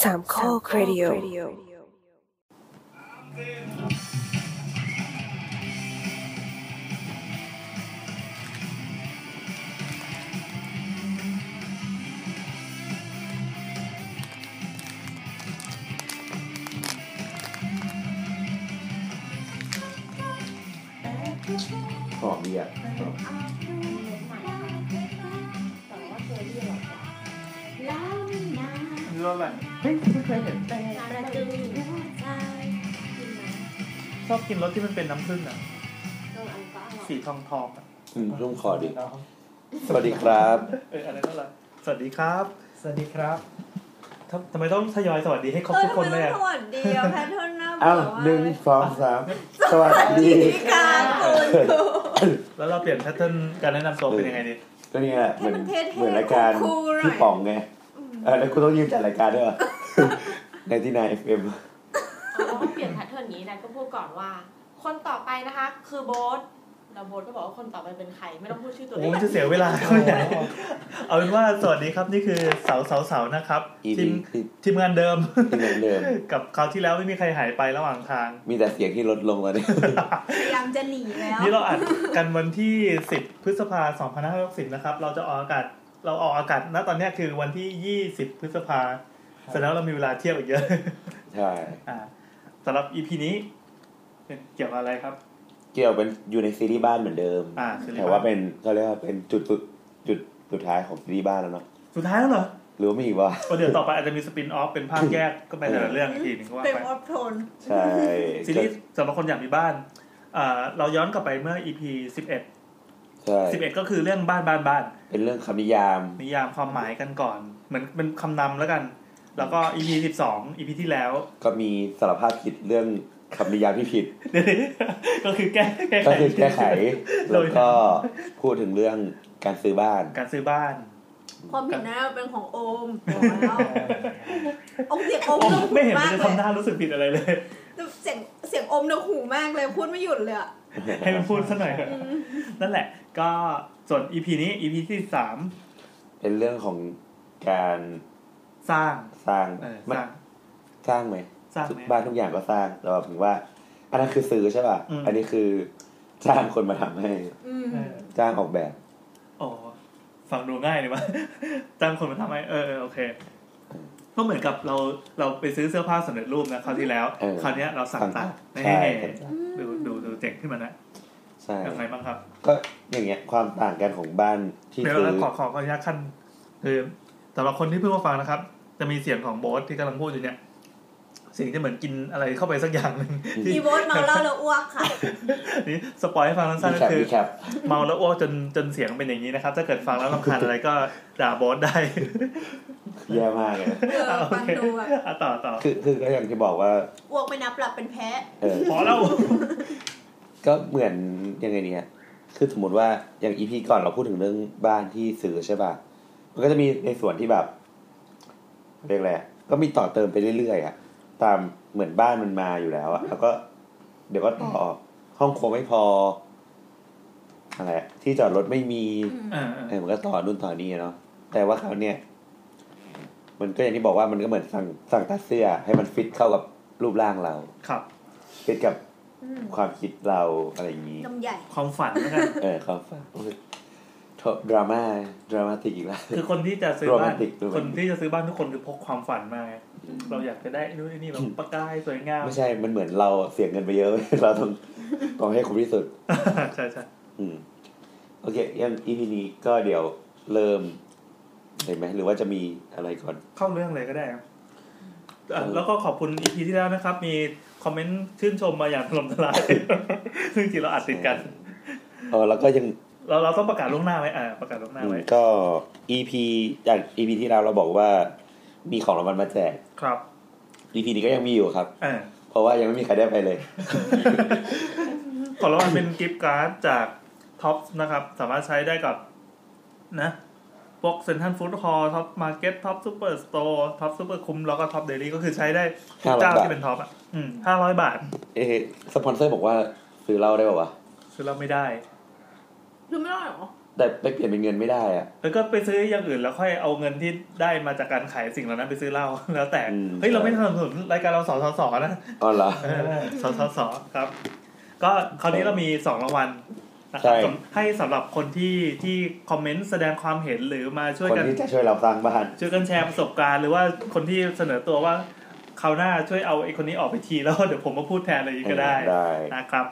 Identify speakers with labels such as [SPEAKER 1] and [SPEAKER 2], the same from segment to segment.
[SPEAKER 1] สามข้อครดิโอ
[SPEAKER 2] หอมดีอ่ะ
[SPEAKER 3] รสอะไรเฮ้ยไม่เคยเห็นแต่ชอบกินรสที่มันเป็นน้ำผึ้งอ่ะ สีทองทองๆอ่ะ
[SPEAKER 2] อืมรุ่มคอดี
[SPEAKER 3] เอา
[SPEAKER 2] สวัสดีครับ
[SPEAKER 3] เอออะไรนั่นแหละสวัสดีครับ สวัสดีครับทำทำไมต้องทยอยสวัสดีให้ครบทุกคนเลย
[SPEAKER 4] เออมัต้
[SPEAKER 3] อะ
[SPEAKER 4] องสวัสดีอะแพทเทิร์นหน้า
[SPEAKER 2] อ้าวหนึ่งสองสามสวัสดี
[SPEAKER 4] พิการคุณ
[SPEAKER 3] แล้วเราเปลี่ยนแพทเทิร์นการแนะนำตัวเป็นยังไงดี
[SPEAKER 2] ก็นี่แหละเหมือนเหมือนรายการพี่ป๋องไงเออแล้วคุณต้องยืนจัดรายการด้วยเห รอในที่นายเอฟเอ็ม
[SPEAKER 5] เราก็เปลี่ยนแพทเทิร์นนี้นะก็พูดก่อนว่า คนต่อไปนะคะ คือโบ๊ทแล้วโบ๊ทก็บอกว่าคนต่อไปเป็นใครไม่ต้องพูดชื่อตัว
[SPEAKER 3] โอ้
[SPEAKER 5] เอง
[SPEAKER 3] ยจะเสียเวลาเขาใหญ่เอาเป็นว่าสวัสดีครับนี่คือเสาเสาเสานะครับ
[SPEAKER 2] อี
[SPEAKER 3] ที
[SPEAKER 2] พี
[SPEAKER 3] ม
[SPEAKER 2] ที่
[SPEAKER 3] ทีมงานเดิม
[SPEAKER 2] ที่เหมือนเดิ ม
[SPEAKER 3] กับคราวที่แล้วไม่มีใครหายไประหว่างทาง
[SPEAKER 2] มีแต่เสียงที่ลดลงแล้วเนี่ย
[SPEAKER 4] พยายามจะหนีแล้ว
[SPEAKER 3] นี่เราอัดกันวันที่ 10 พฤษภา2560 นะครับ เราจะออกอากาศ เราออกอากาศณตอนเนี้ยคือวันที่ 20 พฤษภาเสร็จแล้วเรามีเวลาเที่ยวอีกเยอะ
[SPEAKER 2] ใช่
[SPEAKER 3] อ่าสำหรับ EP นี้เป็นเกี่ยวกับอะไรครับ
[SPEAKER 2] เกี่ยวเป็นอยู่ในซีรีส์บ้านเหมือนเดิม
[SPEAKER 3] อ่าคือ
[SPEAKER 2] แต่ว่าเป็นเขาเรียกว่าเป็นจุดสุดจุดสุดท้ายของซีรีส์บ้านแล้วเนาะ
[SPEAKER 3] สุดท้ายแล้วเหรอ
[SPEAKER 2] หรือว่ามีอีกว ะ
[SPEAKER 3] ประเดี๋ยวต่อไปอาจจะมีสปินออฟเป็นภาคแยกก็ไปแต่ละเรื่องอีกทีหนึงก็ว่า
[SPEAKER 4] เป็น
[SPEAKER 3] ไป
[SPEAKER 4] อดทน
[SPEAKER 2] ใช่
[SPEAKER 3] ซีรีส์สำหรับคนอยากมีบ้านอ่าเราย้อนกลับไปเมื่อ EP 11
[SPEAKER 2] ใช่
[SPEAKER 3] 11 ก็คือเรื่องบ้านบ้านบ้าน
[SPEAKER 2] เป็นเรื่องคำนิยาม
[SPEAKER 3] นิยามความหมายกันก่อน เหมือนเป็นคำนำแล้วกัน แล้วก็ EP สิบสอง EP ที่แล้ว
[SPEAKER 2] ก็มีสารภาพผิดเรื่องคำนิยามที่ ผิด
[SPEAKER 3] ก็คือแก้แก้ไข
[SPEAKER 2] ก็คือแก้ไข
[SPEAKER 3] โด
[SPEAKER 2] แล้ว
[SPEAKER 3] ย
[SPEAKER 2] ก็พูดถึงเรื่องการซื้อบ้าน
[SPEAKER 3] การซื้อบ้าน
[SPEAKER 4] ความผิดนะเป็นของโอมบอกแล้วโอมเสียงโอม
[SPEAKER 3] ไม่เห็น
[SPEAKER 4] มาก
[SPEAKER 3] จะ
[SPEAKER 4] เล
[SPEAKER 3] ทำหน้ารู้สึกผิดอะไรเลย
[SPEAKER 4] ยเสียงเสียงโอมเนหูมากเลยพูดไม่หยุดเลยอะ
[SPEAKER 3] ให้มันพูดซะหน่อย นั่นแหละ ก็ส่วน EP นี้ EP ที่สาม
[SPEAKER 2] เป็นเรื่องของการ
[SPEAKER 3] สร้าง
[SPEAKER 2] สร้าง
[SPEAKER 3] เออ
[SPEAKER 2] มัน
[SPEAKER 3] สร้าง
[SPEAKER 2] สร้างไหม
[SPEAKER 3] สร้าง
[SPEAKER 2] ทุก
[SPEAKER 3] ไหม
[SPEAKER 2] บ้านทุกอย่างก็สร้างแต่แบบถึงว่า อันนั้นคือซื้อใช่ป่ะ
[SPEAKER 3] อืม
[SPEAKER 2] อันนี้คือจ้างคนมาทำให้
[SPEAKER 4] อืม
[SPEAKER 3] เออ
[SPEAKER 2] จ้างออกแบบ
[SPEAKER 3] อ๋อฟังดูง่ายเลยวะ จ้างคนมาทำให้เออเออโอเค ก็เหมือนกับเราเราไปซื้อเสื้อผ้าสำเร็จรูปนะคราวที่แล้ว
[SPEAKER 2] เออ
[SPEAKER 3] คราวเนี้ยเราสั่งตัดนี่
[SPEAKER 2] ใช่ครับ
[SPEAKER 3] ดูดูดูเจ๋งขึ้นมานะ
[SPEAKER 2] ใช่
[SPEAKER 3] อย่างไรบ้างครับ
[SPEAKER 2] ก็อย่างเงี้ยความต่างกันของบ้านที่
[SPEAKER 3] เดี๋ยว
[SPEAKER 2] ซื้อ
[SPEAKER 3] เราขอขอขออนุญาตขั้นคือสำหรับคนที่เพิ่งมาฟังนะครับ จะมีเสียงของโบ๊ทที่กำลังพูดอยู่เนี่ย เสียงจะเหมือนกินอะไรเข้าไปสักอย่างหนึ่งที่
[SPEAKER 4] อีโบสเมาเหล้าแล้วอ้วกค่ะ
[SPEAKER 3] นี่สปอยให้ฟังสั้น
[SPEAKER 2] มี
[SPEAKER 3] ๆ
[SPEAKER 2] แค
[SPEAKER 3] ก็
[SPEAKER 2] ป
[SPEAKER 3] คือ
[SPEAKER 2] มีแคป
[SPEAKER 3] เมาแล้วอ้วกจนจนเสียงเป็นอย่างนี้นะครับ ถ้าเกิดฟังแล้วรำคาญอะไรก็ด่าโบ๊ทได้
[SPEAKER 2] แย่มากเลย
[SPEAKER 4] เออ
[SPEAKER 3] โอ
[SPEAKER 4] ฟัง
[SPEAKER 3] เค
[SPEAKER 4] ดูอะ
[SPEAKER 3] อ่ะต่อต่อ
[SPEAKER 2] คือคือก็อย่างที่บอกว่า
[SPEAKER 4] อ้วกไม่นับหลับเป็นแพ้
[SPEAKER 2] เออ
[SPEAKER 3] พอแล้ว
[SPEAKER 2] ก็เหมือนยังไงเนี่ยคือสมมติว่าอย่างอีพีก่อนเราพูดถึงเรื่องบ้านที่ซื้อใช่ป่ะ มันก็จะมีในส่วนที่แบบเรียกอะไรอะก็มีต่อเติมไปเรื่อยๆอ่ะ ตามเหมือนบ้านมันมาอยู่แล้วอ่ะ แล้วก็ เดี๋ยวก็ต่อห้องครัวไม่พออะไรอะที่จอดรถไม่มี
[SPEAKER 3] เออเออ
[SPEAKER 2] เออมันก็ต่อนู่นต่อนี่อะเนาะ แต่ว่าเขาวเนี่ย มันก็อย่างที่บอกว่ามันก็เหมือนสั่งสั่งตัดเสื้อ ให้มันฟิตเข้ากับรูปร่างเรา
[SPEAKER 3] ครับ
[SPEAKER 2] ฟิตกับความคิดเราอะไรอย่างนี้
[SPEAKER 4] นำใหญ่
[SPEAKER 3] ความฝันแล้วกัน
[SPEAKER 2] เออครับโทษดราม่าดรามาติกอีกแล้ว
[SPEAKER 3] คือคนที่จะซื้อบ้าน
[SPEAKER 2] Romantic romantic
[SPEAKER 3] คนที่จะซื้อบ้านทุกคนคือพกความฝันมาไงเราอยากจะได้นู่นไอ้นี่ เราประกายสวยงาม
[SPEAKER 2] ไม่ใช่มันเหมือนเราเสียเงินไปเยอะ เราต้องต้องให้คุ้มที่สุด
[SPEAKER 3] ใช่ใช่
[SPEAKER 2] อืมโอเคยังอีพีนี้ก็เดี๋ยวเริ่มเห็นไหมหรือว่าจะมีอะไรก่อน
[SPEAKER 3] เข้าเรื่องเลยก็ได้ครับเอ่อ
[SPEAKER 2] เออ
[SPEAKER 3] แล้วก็ขอบคุณอีพีที่แล้วนะครับ มีคอมเมนต์ชื่นชมมาอย่างถล่มทลาย ซึ่งจริงเราอัดติดกัน
[SPEAKER 2] เออแล้วก็ยัง
[SPEAKER 3] เราเราต้องประกาศล่วงหน้าไว้อ่าประกาศล่วงหน้า
[SPEAKER 2] อืม
[SPEAKER 3] ไว้
[SPEAKER 2] ก็อีพีจากอีพีที่แล้วเราบอกว่ามีของรางวัลมาแจก
[SPEAKER 3] ครับ
[SPEAKER 2] อีพีนี้ก็ยังมีอยู่ครับ
[SPEAKER 3] เออ
[SPEAKER 2] เพราะว่ายังไม่มีใครได้ไปเลย
[SPEAKER 3] ของรางวัลเป็นกิฟต์การ์ดจากท็อปนะครับ สามารถใช้ได้กับ นะพวกเซ็นทรัลฟู้ดคอร์ท็อปมาร์เก็ตท็อปซูเปอร์สโตร์ท็อปซูเปอร์คุ้มแล้วก็ท็อปเดลี่ก็คือใช้ได้ทุกเจ้า
[SPEAKER 2] ห้าร้อยบาท
[SPEAKER 3] ที่เป็นท็อปอ่ะห้าร้อยบาท
[SPEAKER 2] เอะสปอนเซอร์บอกว่าซื้อเหล้าได้ป่าวะ
[SPEAKER 3] ซื้อเราไม่ได้
[SPEAKER 4] คือไม่ได้หรอ
[SPEAKER 2] แต่ไปเปลี่ยนเป็นเงินไม่ได้อ่ะ
[SPEAKER 3] แล้วก็ไปซื้ออย่างอื่นแล้วค่อยเอาเงินที่ได้มาจากการขายสิ่งเหล่านั้นไปซื้อเหล้า แล้วแต่
[SPEAKER 2] อืม
[SPEAKER 3] เฮ้ยเราไม่สนับสนุนรายการเราสอสอสอนะ
[SPEAKER 2] อ๋อเหรอ
[SPEAKER 3] เออสอสอสอครับ ก็คราวนี้เรามีสองรางวัลนะครับ
[SPEAKER 2] ใช่
[SPEAKER 3] สำให้สำหรับคนที่ที่คอมเมนต์แสดงความเห็นหรือมาช่วย
[SPEAKER 2] คน
[SPEAKER 3] กัน
[SPEAKER 2] ที่จะช่วยเราสร้างบ้าน
[SPEAKER 3] ช่วยกันแชร์ประสบการณ์หรือว่าคนที่เสนอตัวว่าคราวหน้าช่วยเอาไอ้คนนี้ออกไปทีแล้ว เดี๋ยวผมมาพูดแทนอะไรอย่างนี้ก็ได้
[SPEAKER 2] ได้
[SPEAKER 3] นะครับ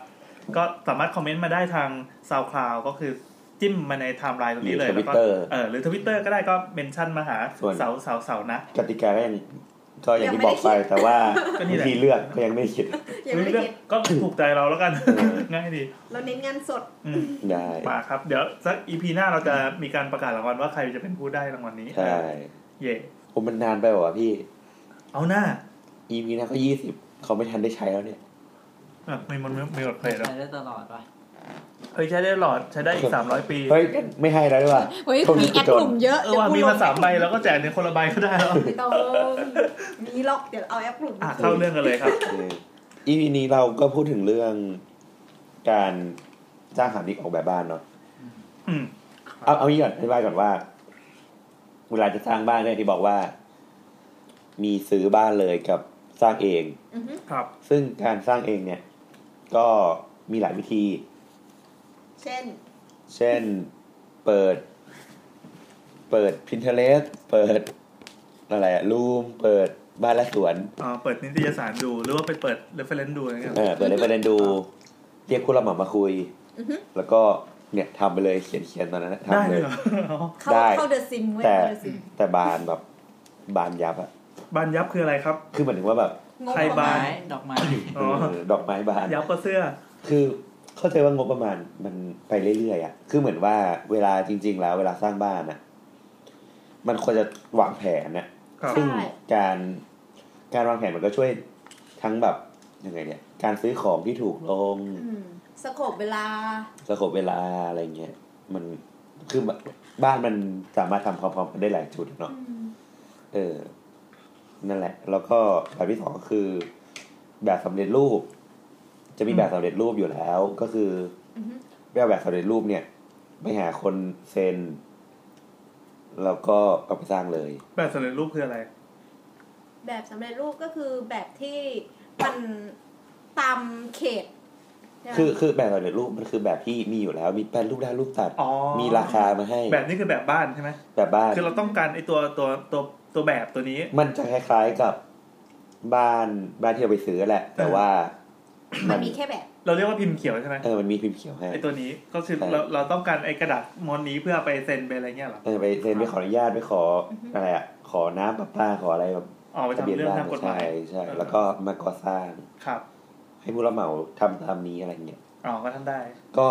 [SPEAKER 3] ก็สามารถคอมเมนต์มาได้ทาง SoundCloud ก็คือจิ้มมาในไทม์ไลน์ตรงนี้เลย
[SPEAKER 2] หรือ
[SPEAKER 3] แล้วก็
[SPEAKER 2] Twitter
[SPEAKER 3] เออหรือทวิตเตอร์ก็ได้ก็เมนชั่นมาหา
[SPEAKER 2] ส่วน
[SPEAKER 3] เสาเสาเสานะ
[SPEAKER 2] กติกาก็ยังก็อย่าง
[SPEAKER 4] ยัง
[SPEAKER 2] ที่
[SPEAKER 4] ไม่ได้
[SPEAKER 2] บอกไป
[SPEAKER 4] คิด
[SPEAKER 2] แต่ว่า
[SPEAKER 3] ก็นี่แหละ
[SPEAKER 2] วิธีเลือกก็ยังไม่ได้คิด
[SPEAKER 4] ยังไม่ได้
[SPEAKER 3] เรื่อง
[SPEAKER 4] คิด
[SPEAKER 3] ก็ถูกใจเราแล้วกัน
[SPEAKER 2] เออ
[SPEAKER 3] ง่ายดี
[SPEAKER 4] เราเน้นงานสด
[SPEAKER 3] อืม
[SPEAKER 2] ได้
[SPEAKER 3] มาครับเดี๋ยวสักอีพีหน้าเราจะมีการประกาศรางวัลว่าใครจะเป็นผู้ได้รางวัลนี้
[SPEAKER 2] ใช่
[SPEAKER 3] เย่
[SPEAKER 2] ผมมันนานไปเหรอวะพี่
[SPEAKER 3] เอาหน้า
[SPEAKER 2] EP หนะก็ยี่สิบเขาไม่ทันได้ใช้แล้วเนี่ย
[SPEAKER 3] อ่ะไม่มันไม่ไม่หมดเพลแล้ว
[SPEAKER 1] ใช้ได้ตลอดว่ะ
[SPEAKER 3] เฮ้ยใช้ได้หลอดใช้ได้ อีกสามร้อยปี
[SPEAKER 2] เฮ้ยไม่ให้แล้วดีกว่า
[SPEAKER 4] เฮ้ย มีแอดกลุ่มเยอะ
[SPEAKER 3] เออว่ามีมาสามใบแล้วก็แจกในคนละใบก็ได้แล้ว
[SPEAKER 4] ไม่ต้องมีล็อกเดี๋ยวเอาแอปกลุ่ม
[SPEAKER 3] อ่ะเข้าเรื่องกันเลยครับ
[SPEAKER 2] เออ EP นี้เราก็พูดถึงเรื่องการจ้างหานิกออกแบบบ้านเนาะ
[SPEAKER 3] อืม
[SPEAKER 2] เอาเอางี้ก่อนอธิบายก่อนว่า เวลาจะสร้างบ้านเนี่ยที่บอกว่า มีซื้อบ้านเลยกับสร้างเอง
[SPEAKER 4] อือฮึ
[SPEAKER 3] ครับ
[SPEAKER 2] ซึ่งการสร้างเองเนี่ย ก็มีหลายวิธี
[SPEAKER 4] เช่น
[SPEAKER 2] เช่น เปิด เปิด Pinterest เปิดอะไรอะรูม เปิดบ้านและสวน
[SPEAKER 3] อ่าเปิดนิตยสารดูหรือว่าไปเปิดเรฟเฟรนซ์ดูอะไรเงี้ย
[SPEAKER 2] เออเปิดได้ประเด็นดู เรียกผู้รับเหมามาคุย
[SPEAKER 4] อือฮึ
[SPEAKER 2] แล้วก็เนี่ยทำไปเลยเขียนเขียนตอนนั้นนะ
[SPEAKER 3] ได้
[SPEAKER 2] ทำ
[SPEAKER 3] เล
[SPEAKER 2] เลย ย
[SPEAKER 3] เหรออ๋ อ
[SPEAKER 4] เข้า
[SPEAKER 2] ได้
[SPEAKER 4] เข้าเดอะซิมเว้ย
[SPEAKER 2] แต่
[SPEAKER 4] เข้าเดอะซิม
[SPEAKER 2] แต่บานแบบบานยับอะ
[SPEAKER 3] บานยับคืออะไรครับ
[SPEAKER 2] คือหมายถึงว่าแบบ
[SPEAKER 4] งบ
[SPEAKER 3] ใคร
[SPEAKER 4] ประ
[SPEAKER 3] บ้า
[SPEAKER 4] มาณ
[SPEAKER 3] ง
[SPEAKER 1] ไม้ดอกไม้
[SPEAKER 3] อ๋อ
[SPEAKER 2] เออดอกไม้บาน
[SPEAKER 3] ยับก็เสื้อ
[SPEAKER 2] คือเข้าใจว่างบประมาณมันไปเรื่อยๆอ่ะ คือเหมือนว่าเวลาจริง ๆ แล้ว เวลาสร้างบ้านอ่ะ มันควรจะวางแผนนะครับ ซึ่งการการวางแผนมันก็ช่วยทั้งแบบยังไงเนี่ย การซื้อของที่ถูกลง
[SPEAKER 4] อืมสโคบเวลา
[SPEAKER 2] สโคบเวลาอะไรเงี้ย มันคือบ้านมันสามารถทำพร้อมๆกันได้หลายจุดเนาะ เออ นั่นแหละ แล้วก็แบบที่สองก็คือ แบบสำเร็จรูป จะมีแบบสำเร็จรูปอยู่แล้ว ก็คืออ
[SPEAKER 4] อฮึ
[SPEAKER 2] ไปเอาแบบสำเร็จรูปเนี่ย ไปหาคนเซ็น แล้วก็เอาไปสร้างเลย
[SPEAKER 3] แบบสำเร็จรูปคืออะไร
[SPEAKER 4] แบบสำเร็จรูปก็คือแบบที่มันตามเขตใช่ไหม
[SPEAKER 2] คือคือแบบสำเร็จรูปมันคือแบบที่มีอยู่แล้ว มีแปลนรูปได้รูปตัด
[SPEAKER 3] อ๋อ
[SPEAKER 2] มีราคามาให้
[SPEAKER 3] แบบนี้คือแบบบ้านใช่ไหม
[SPEAKER 2] แบบบ้าน
[SPEAKER 3] คือเราต้องการไอ้ตัวตัวตัวตัวแบบตัวนี้
[SPEAKER 2] มันจะคล้ายๆกับบ้านบ้านที่เราไปซื้อแหละ แต่ว่า
[SPEAKER 4] มั
[SPEAKER 2] มัน
[SPEAKER 4] มีแค่แบบ
[SPEAKER 3] เราเรียกว่าพิมพ์เขียวใช่ไหม
[SPEAKER 2] เออมันมีพิมพ์เขียวให้
[SPEAKER 3] ไอ้ตัวนี้ก็คือ
[SPEAKER 2] ใช่
[SPEAKER 3] เราเราต้องการไอ้กระดาษมอนนี้เพื่อไปเซ็นไปอะไรเงี้ยเหรอ
[SPEAKER 2] เออไปเซ็นไปขออนุญาตไปขอ
[SPEAKER 4] อือฮึ
[SPEAKER 2] อะไรอ่ะ ขอน้ำประปาขออะไรแบบ
[SPEAKER 3] อ๋อไป
[SPEAKER 2] ทะ
[SPEAKER 3] ทำ
[SPEAKER 2] เบียน
[SPEAKER 3] เรื่อง
[SPEAKER 2] บ้าน
[SPEAKER 3] ทางกฎหมา
[SPEAKER 2] ใช่
[SPEAKER 3] ย
[SPEAKER 2] ใช่
[SPEAKER 3] เออ
[SPEAKER 2] แล้วก็มาก่อสร้าง
[SPEAKER 3] ครับ
[SPEAKER 2] ให้ผู้รับเหมาทำตามนี้อะไรเงี้ย
[SPEAKER 3] อ๋อก็ทำได้
[SPEAKER 2] ก็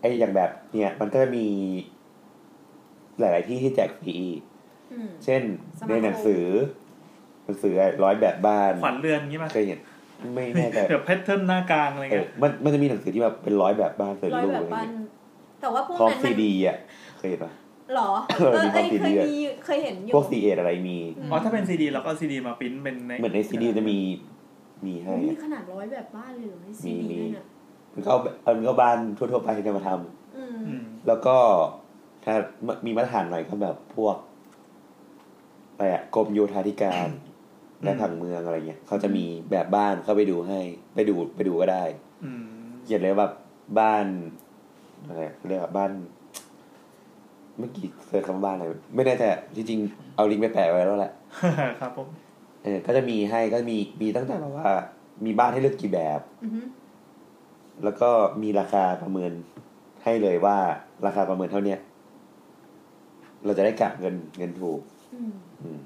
[SPEAKER 2] ไออย่างแบบเนี่ย มันก็จะมี หลาย ๆ ที่ที่แจกฟรี
[SPEAKER 4] อืม
[SPEAKER 2] เช่น
[SPEAKER 4] สมาคม
[SPEAKER 2] ในหนังสือหนังสือร้อยแบบบ้าน
[SPEAKER 3] ขวัญเรือนอย่างงี้มา
[SPEAKER 2] เคยเห็น ไม่แน่ใจ
[SPEAKER 3] แบบแพทเทิร์นหน้ากลางอะไร
[SPEAKER 2] เออ
[SPEAKER 3] เงี้ย
[SPEAKER 2] มันมันจะมีหนังสือที่แบบเป็นร้อยแบบบ้านเสร็จ
[SPEAKER 4] ร้อย
[SPEAKER 2] รูป
[SPEAKER 4] แบ
[SPEAKER 2] อะ
[SPEAKER 4] บ
[SPEAKER 2] ไร
[SPEAKER 4] มัน
[SPEAKER 2] เงี้ย
[SPEAKER 4] แต่ว่าพวก
[SPEAKER 2] พร้อม
[SPEAKER 4] นั้น
[SPEAKER 2] ซี
[SPEAKER 4] มัน
[SPEAKER 2] ดีอ่ะเคยเห็นปะ
[SPEAKER 4] หรอ
[SPEAKER 2] เออ
[SPEAKER 4] เออ
[SPEAKER 2] มี
[SPEAKER 4] เอ้ย
[SPEAKER 2] ความ
[SPEAKER 4] เคย
[SPEAKER 2] ซีเรียส
[SPEAKER 4] มีเคยเห็นอยู่
[SPEAKER 2] พวกซีเอ็ดอะไรมี
[SPEAKER 4] อืม
[SPEAKER 3] อ๋อถ้าเป็นซีดีเราก็ซีดีมาปริ้นเป็นใน
[SPEAKER 2] เหมือนในซีดีจะมีมีให้
[SPEAKER 4] มี
[SPEAKER 2] อะ
[SPEAKER 4] ขนาดร้อยแบบบ้านเลยเหรอใน
[SPEAKER 2] มี
[SPEAKER 4] ซีดี
[SPEAKER 2] มี
[SPEAKER 4] ด้วยน่ะ
[SPEAKER 2] มันก็เอาเอามันก็บ้านทั่ว ๆ ไปที่จะมาทำ
[SPEAKER 4] อืม
[SPEAKER 3] อืม
[SPEAKER 2] แล้วก็ถ้ามีมาตรฐานหน่อยก็แบบพวกอะไรอะกรมโยธาธิการ
[SPEAKER 3] ม
[SPEAKER 2] และผังเมืองอะไรเงี้ยเขาจะมีแบบบ้านเข้าไปดูให้ ไปดูไปดูก็ได้
[SPEAKER 3] อืม
[SPEAKER 2] เขียนเลยว่าแบบบ้านอะไรอะเรียกว่าบ้านเมื่อกี้เคยคำว่าบ้านอะไรไม่แน่ใจอะจริงๆเอาลิงก์ไปแปะไว้แล้วแหละ
[SPEAKER 3] ครับผม
[SPEAKER 2] เออก็จะมีให้ก็มีมีตั้งแต่แบบว่า มีบ้านให้เลือกกี่แบบ
[SPEAKER 4] อือฮึ
[SPEAKER 2] แล้วก็มีราคาประเมินให้เลยว่า ราคาประเมินเท่าเนี้ยเราจะได้กะเงินเงินถูก
[SPEAKER 4] อืม
[SPEAKER 2] อืม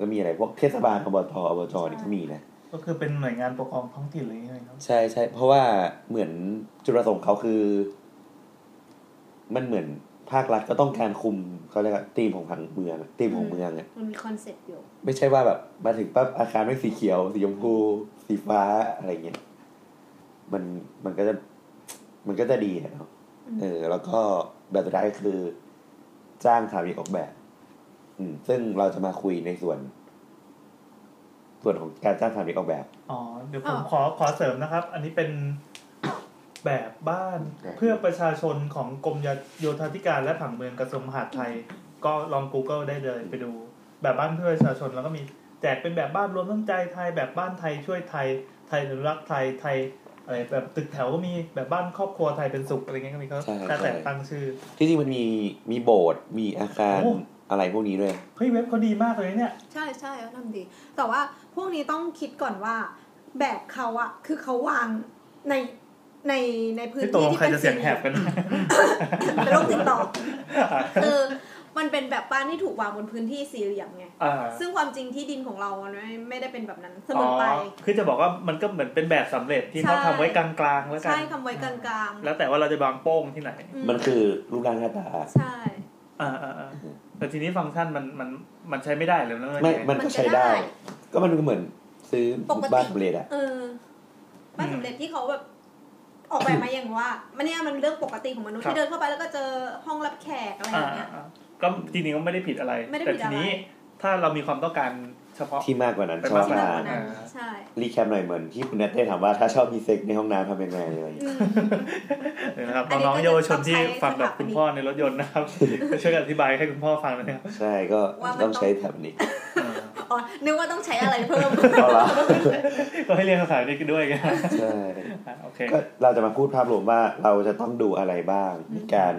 [SPEAKER 2] ก็มีอะไรพวกเทศบาลอบตอบจนี่
[SPEAKER 4] ใช่
[SPEAKER 2] ก็มีนะ
[SPEAKER 3] ก็คือเป็นหน่วยงานปกครองท้องถิ่นอะไรอย่างเงี้ยครับ
[SPEAKER 2] ใช่ใช่เพราะว่าเหมือนจุดประสงค์เขาคือ มันเหมือนภาครัฐก็ต้องการคุมเขาเรียกว่าธีมของผังเมืองธีมของเมืองอ่ะ
[SPEAKER 4] มันมีคอนเซ็ปต์อยู่
[SPEAKER 2] ไม่ใช่ว่าแบบ มาถึงปั๊บอาคารไม่สีเขียว สีชมพู สีฟ้าอะไรเงี้ยมันมันก็จะ มันก็จะดีอะเนาะ
[SPEAKER 4] อืม
[SPEAKER 2] เออ แล้วก็แบบสุดท้ายก็คือ จ้างสถาปนิกออกแบบ อืม ซึ่งเราจะมาคุยในส่วน ส่วนของการจ้างสถาปนิกออกแบบ
[SPEAKER 3] อ๋อ เดี๋ยวผมขอขอเสริมนะครับ อันนี้เป็น แบบบ้านเพื่อประชาชนของกรมโยธาธิการและผังเมืองกระทรวงมหาดไทย ก็ลอง Google ได้เลยไปดู แบบบ้านเพื่อประชาชนแล้วก็มีแจกเป็นแบบบ้านรวมทั้งใจไทยแบบบ้านไทยช่วยไทยไทยอนุรักษ์ไทยไทยอะไรแบบตึกแถวก็มีแบบบ้านครอบครัวไทยเป็นสุขอะไรเงี้ยก็มีเขา
[SPEAKER 2] ใช่ใช่
[SPEAKER 3] แต่แต่งตั้งชื่อ
[SPEAKER 2] ที่จริงมันมีมีโบสถ์มีอาคาร
[SPEAKER 3] โอ้
[SPEAKER 2] อะไรพวกนี้ด้วย
[SPEAKER 3] เฮ้ยเว็บเขาดีมากเลยเนี่ย
[SPEAKER 4] ใช่ใช่เขาทำดี แต่ว่าพวกนี้ต้องคิดก่อนว่า แบบเขาอะคือเขาวางในในในพื้น
[SPEAKER 3] ที่ตก
[SPEAKER 4] ที่
[SPEAKER 3] ลง
[SPEAKER 4] ที่
[SPEAKER 3] ใคร
[SPEAKER 4] เป็น
[SPEAKER 3] จะเสียงแห บกัน
[SPEAKER 4] เป็นโรคติด ต่อ คือมันเป็นแบบบ้านที่ถูกวางบนพื้นที่สี่เหลี่ยมไง
[SPEAKER 3] อ่า
[SPEAKER 4] ซึ่งความจริงที่ดินของเรามันไม่ไม่ได้เป็นแบบนั้นเสมอไป
[SPEAKER 3] คือจะบอกว่ามันก็เหมือนเป็นแบบสำเร็จที่เขา
[SPEAKER 4] ใช่
[SPEAKER 3] ทำไว้กลางๆแล้วกัน
[SPEAKER 4] ใช่คำไว้กลางๆ
[SPEAKER 3] แล้วแต่ว่าเราจะวางโป้งที่ไหน
[SPEAKER 4] อื
[SPEAKER 2] มันคือรูปร่างหน้าตา
[SPEAKER 4] ใช่
[SPEAKER 3] อ่าอ่าอ่าแต่ทีนี้ฟังก์ชันมันมันมันใช้ไม่ได้เลยนะ
[SPEAKER 2] ไม่
[SPEAKER 3] ยังง
[SPEAKER 2] มันก็ใช้ได้ ก็มันก็เหมือนซื้อ
[SPEAKER 4] ปกติ
[SPEAKER 2] บ้านสำเร็จอะ
[SPEAKER 4] เออบ้านสำเร็จที่เขาแบบ ออกแบบมาอย่างว่า มันเนี่ยมันเรื่องปกติของมนุษย์ที่เดินเข้าไปแล้วก็เจอห้องรับแขกอะไรอ
[SPEAKER 3] อ่า
[SPEAKER 4] ย่างเงี้
[SPEAKER 3] อ่าย อ่าก็จริงๆก็ไม่ได้ผิดอะไร
[SPEAKER 4] ไม่ได้
[SPEAKER 3] แต่
[SPEAKER 4] ผิด
[SPEAKER 3] ที
[SPEAKER 4] อะไร
[SPEAKER 3] นี้ถ้าเรามีความต้องการเฉพาะ
[SPEAKER 2] ที่มากกว่านั้น
[SPEAKER 3] เป็น
[SPEAKER 2] ชอบ
[SPEAKER 3] บ้าน
[SPEAKER 2] มาก
[SPEAKER 3] สำเร็จอ่า
[SPEAKER 4] ใช่
[SPEAKER 2] รีแคปหน่อยเหมือนที่คุณเนทได้ถามว่าถ้าชอบมีเซ็กในห้องน้ำทำยังไงอะไรอย่างเงี้ย
[SPEAKER 4] อืม
[SPEAKER 3] เดี๋ยวนะครับ
[SPEAKER 4] อันนี้
[SPEAKER 3] น้องๆเยาวชนที่
[SPEAKER 4] ก็จะต้องใช้
[SPEAKER 3] ฟังกับ
[SPEAKER 4] สถาปนิก
[SPEAKER 3] คุณพ่อในรถยนต์นะครับไปช่วยกันอธิบายให้คุณพ่อฟังหนะครับ
[SPEAKER 2] ใช่ก็
[SPEAKER 4] ว่ามันต้
[SPEAKER 2] ต้
[SPEAKER 4] อ
[SPEAKER 2] อง งใช้แท็บนี้
[SPEAKER 3] อ่า
[SPEAKER 4] อ๋อนึกว่าต้องใช้อะไรเพิ่ม
[SPEAKER 2] เอาละ
[SPEAKER 3] ก็ให้เรียนภาษาอังกฤษด้วยกัน
[SPEAKER 2] ใช่
[SPEAKER 3] อ่าโอเค
[SPEAKER 2] ก็เราจะมาพูดภาพรวมว่าเราจะต้องดูอะไรบ้าง
[SPEAKER 4] อืม
[SPEAKER 2] การ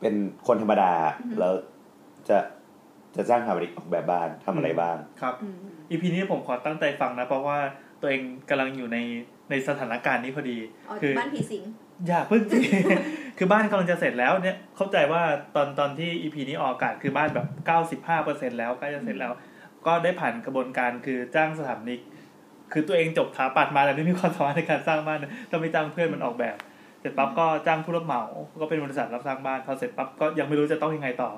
[SPEAKER 2] เป็นคนธรรมดา
[SPEAKER 4] อืม
[SPEAKER 2] แล้วจะจะจ้างทำอะไรออกแบบบ้านทำอะไรบ้าง
[SPEAKER 3] ครับ
[SPEAKER 4] อืม
[SPEAKER 3] อีพีนี้ผมขอตั้งใจฟังนะ เพราะว่าตัวเองกำลังอยู่ในในสถานการณ์นี้พอดี
[SPEAKER 4] อ๋อ
[SPEAKER 3] คือ
[SPEAKER 4] บ้านผีสิง
[SPEAKER 3] อย่าเพิ่งสิ คือบ้านกำลังจะเสร็จแล้วเนี่ย เข้าใจว่าตอนตอนที่อีพีนี้ออกอากาศคือบ้านแบบเก้าสิบห้าเปอร์เซ็นแล้วใกล้จะเสร็จแล้ว ก็ได้ผ่านกระบวนการคือจ้างสถาปนิก คือตัวเองจบสถาปัตย์มาแต่ไม่มีความสามารถในการสร้างบ้านต้องไปจ้างเพื่อนมันออกแบบ เสร็จปั๊บก็จ้างผู้รับเหมา ก็เป็นบริษัทรับสร้างบ้านพอเสร็จปั๊บก็ยังไม่รู้จะต้องยังไงต่อ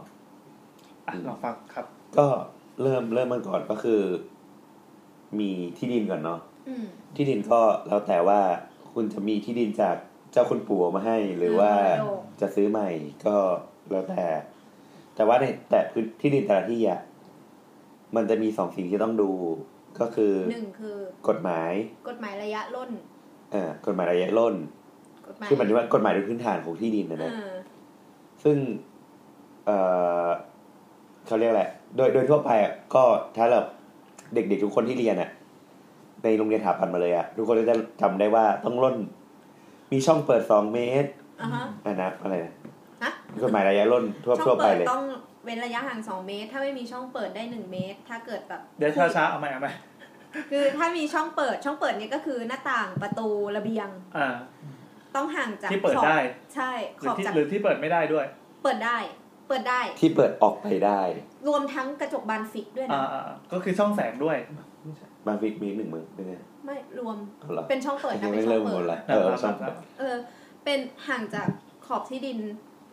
[SPEAKER 3] อ่ะลองฟังครับ
[SPEAKER 2] ก็เริ่มเริ่มมันก่อนก็คือ มีที่ดินก่อนเนาะ
[SPEAKER 4] อืม
[SPEAKER 2] ที่ดินก็แล้วแต่ว่าคุณจะมีที่ดินจากเจ้าคุณปู่เอามาให้ หรือว่าจะซื้อใหม่ก็แล้วแต่ แต่ว่าในแต่พื้นที่ดินแต่ละที่อ่ะมันจะมีสองสิ่งที่ต้องดูก็คือ
[SPEAKER 4] หนึ่งคือก
[SPEAKER 2] ฎหมาย
[SPEAKER 4] กฎหมายระยะร่น
[SPEAKER 2] เอ่อกฎหมายระยะร่น
[SPEAKER 4] กฎหมาย
[SPEAKER 2] คือหมายถึงว่ากฎหมายโดยพื้นฐานของที่ดินนะ
[SPEAKER 4] เอ
[SPEAKER 2] นะ
[SPEAKER 4] อ
[SPEAKER 2] ซึ่งเอ่อเขาเรียกแหละไรโดยโดยทั่วไปอ่ะก็ถ้าเราเด็กๆทุกคนที่เรียนอ่ะ ในโรงเรียนถาปันมาเลยอ่ะทุกคนก็จะจำได้ว่าต้องร่น มีช่องเปิดสองเมตร
[SPEAKER 4] อ่ะฮะ
[SPEAKER 2] อ่ะนะอะไรนะ
[SPEAKER 4] ฮะ
[SPEAKER 2] กฎหมายระยะร่นทั่ว
[SPEAKER 4] ช่อ
[SPEAKER 2] ทั่ว
[SPEAKER 4] ง
[SPEAKER 2] ไป
[SPEAKER 4] เปิด
[SPEAKER 2] เลย
[SPEAKER 4] ต้องเว้นระยะห่าง 2 เมตร ถ้าไม่มีช่องเปิดได้ 1 เมตร ถ้าเกิดแบบ
[SPEAKER 3] เดี๋ยวช้าๆเอาใหม่เอาใหม่
[SPEAKER 4] คือถ้ามีช่องเปิดช่องเปิดเนี่ยก็คือหน้าต่างประตูระเบียง
[SPEAKER 3] อ่า
[SPEAKER 4] ต้องห่างจาก
[SPEAKER 3] ที่เปิด
[SPEAKER 4] ขอบ
[SPEAKER 3] ได้
[SPEAKER 4] ใช่
[SPEAKER 3] ห
[SPEAKER 4] ข
[SPEAKER 3] รือ
[SPEAKER 4] อบ
[SPEAKER 3] ที่
[SPEAKER 4] จาก
[SPEAKER 3] หรือที่เปิดไม่ได้ด้วย
[SPEAKER 4] เปิดได้ เปิดได้
[SPEAKER 2] ที่เปิดออกไปได้
[SPEAKER 4] รวมทั้งกระจกบานฟิกด้วย
[SPEAKER 3] อ่า
[SPEAKER 4] นะ
[SPEAKER 3] อ่าอ่าก็คือช่องแสงด้วย
[SPEAKER 2] บางฟิกมีหนึ่งมือเป็นไง
[SPEAKER 4] ไม่รวม
[SPEAKER 2] เอาเหรอ
[SPEAKER 4] เป็นช่องเปิด
[SPEAKER 2] ยั
[SPEAKER 4] นะเป็น
[SPEAKER 2] งไม่
[SPEAKER 4] ช่
[SPEAKER 2] เริ่
[SPEAKER 4] อ
[SPEAKER 2] ม
[SPEAKER 4] ง
[SPEAKER 2] หม
[SPEAKER 4] เปิ
[SPEAKER 2] ด
[SPEAKER 4] ด
[SPEAKER 2] ละเอ
[SPEAKER 3] ครับ
[SPEAKER 2] อ
[SPEAKER 3] ครับ
[SPEAKER 2] ช่อง
[SPEAKER 3] ครับ
[SPEAKER 4] เออเป็นห่างจากขอบที่ดิน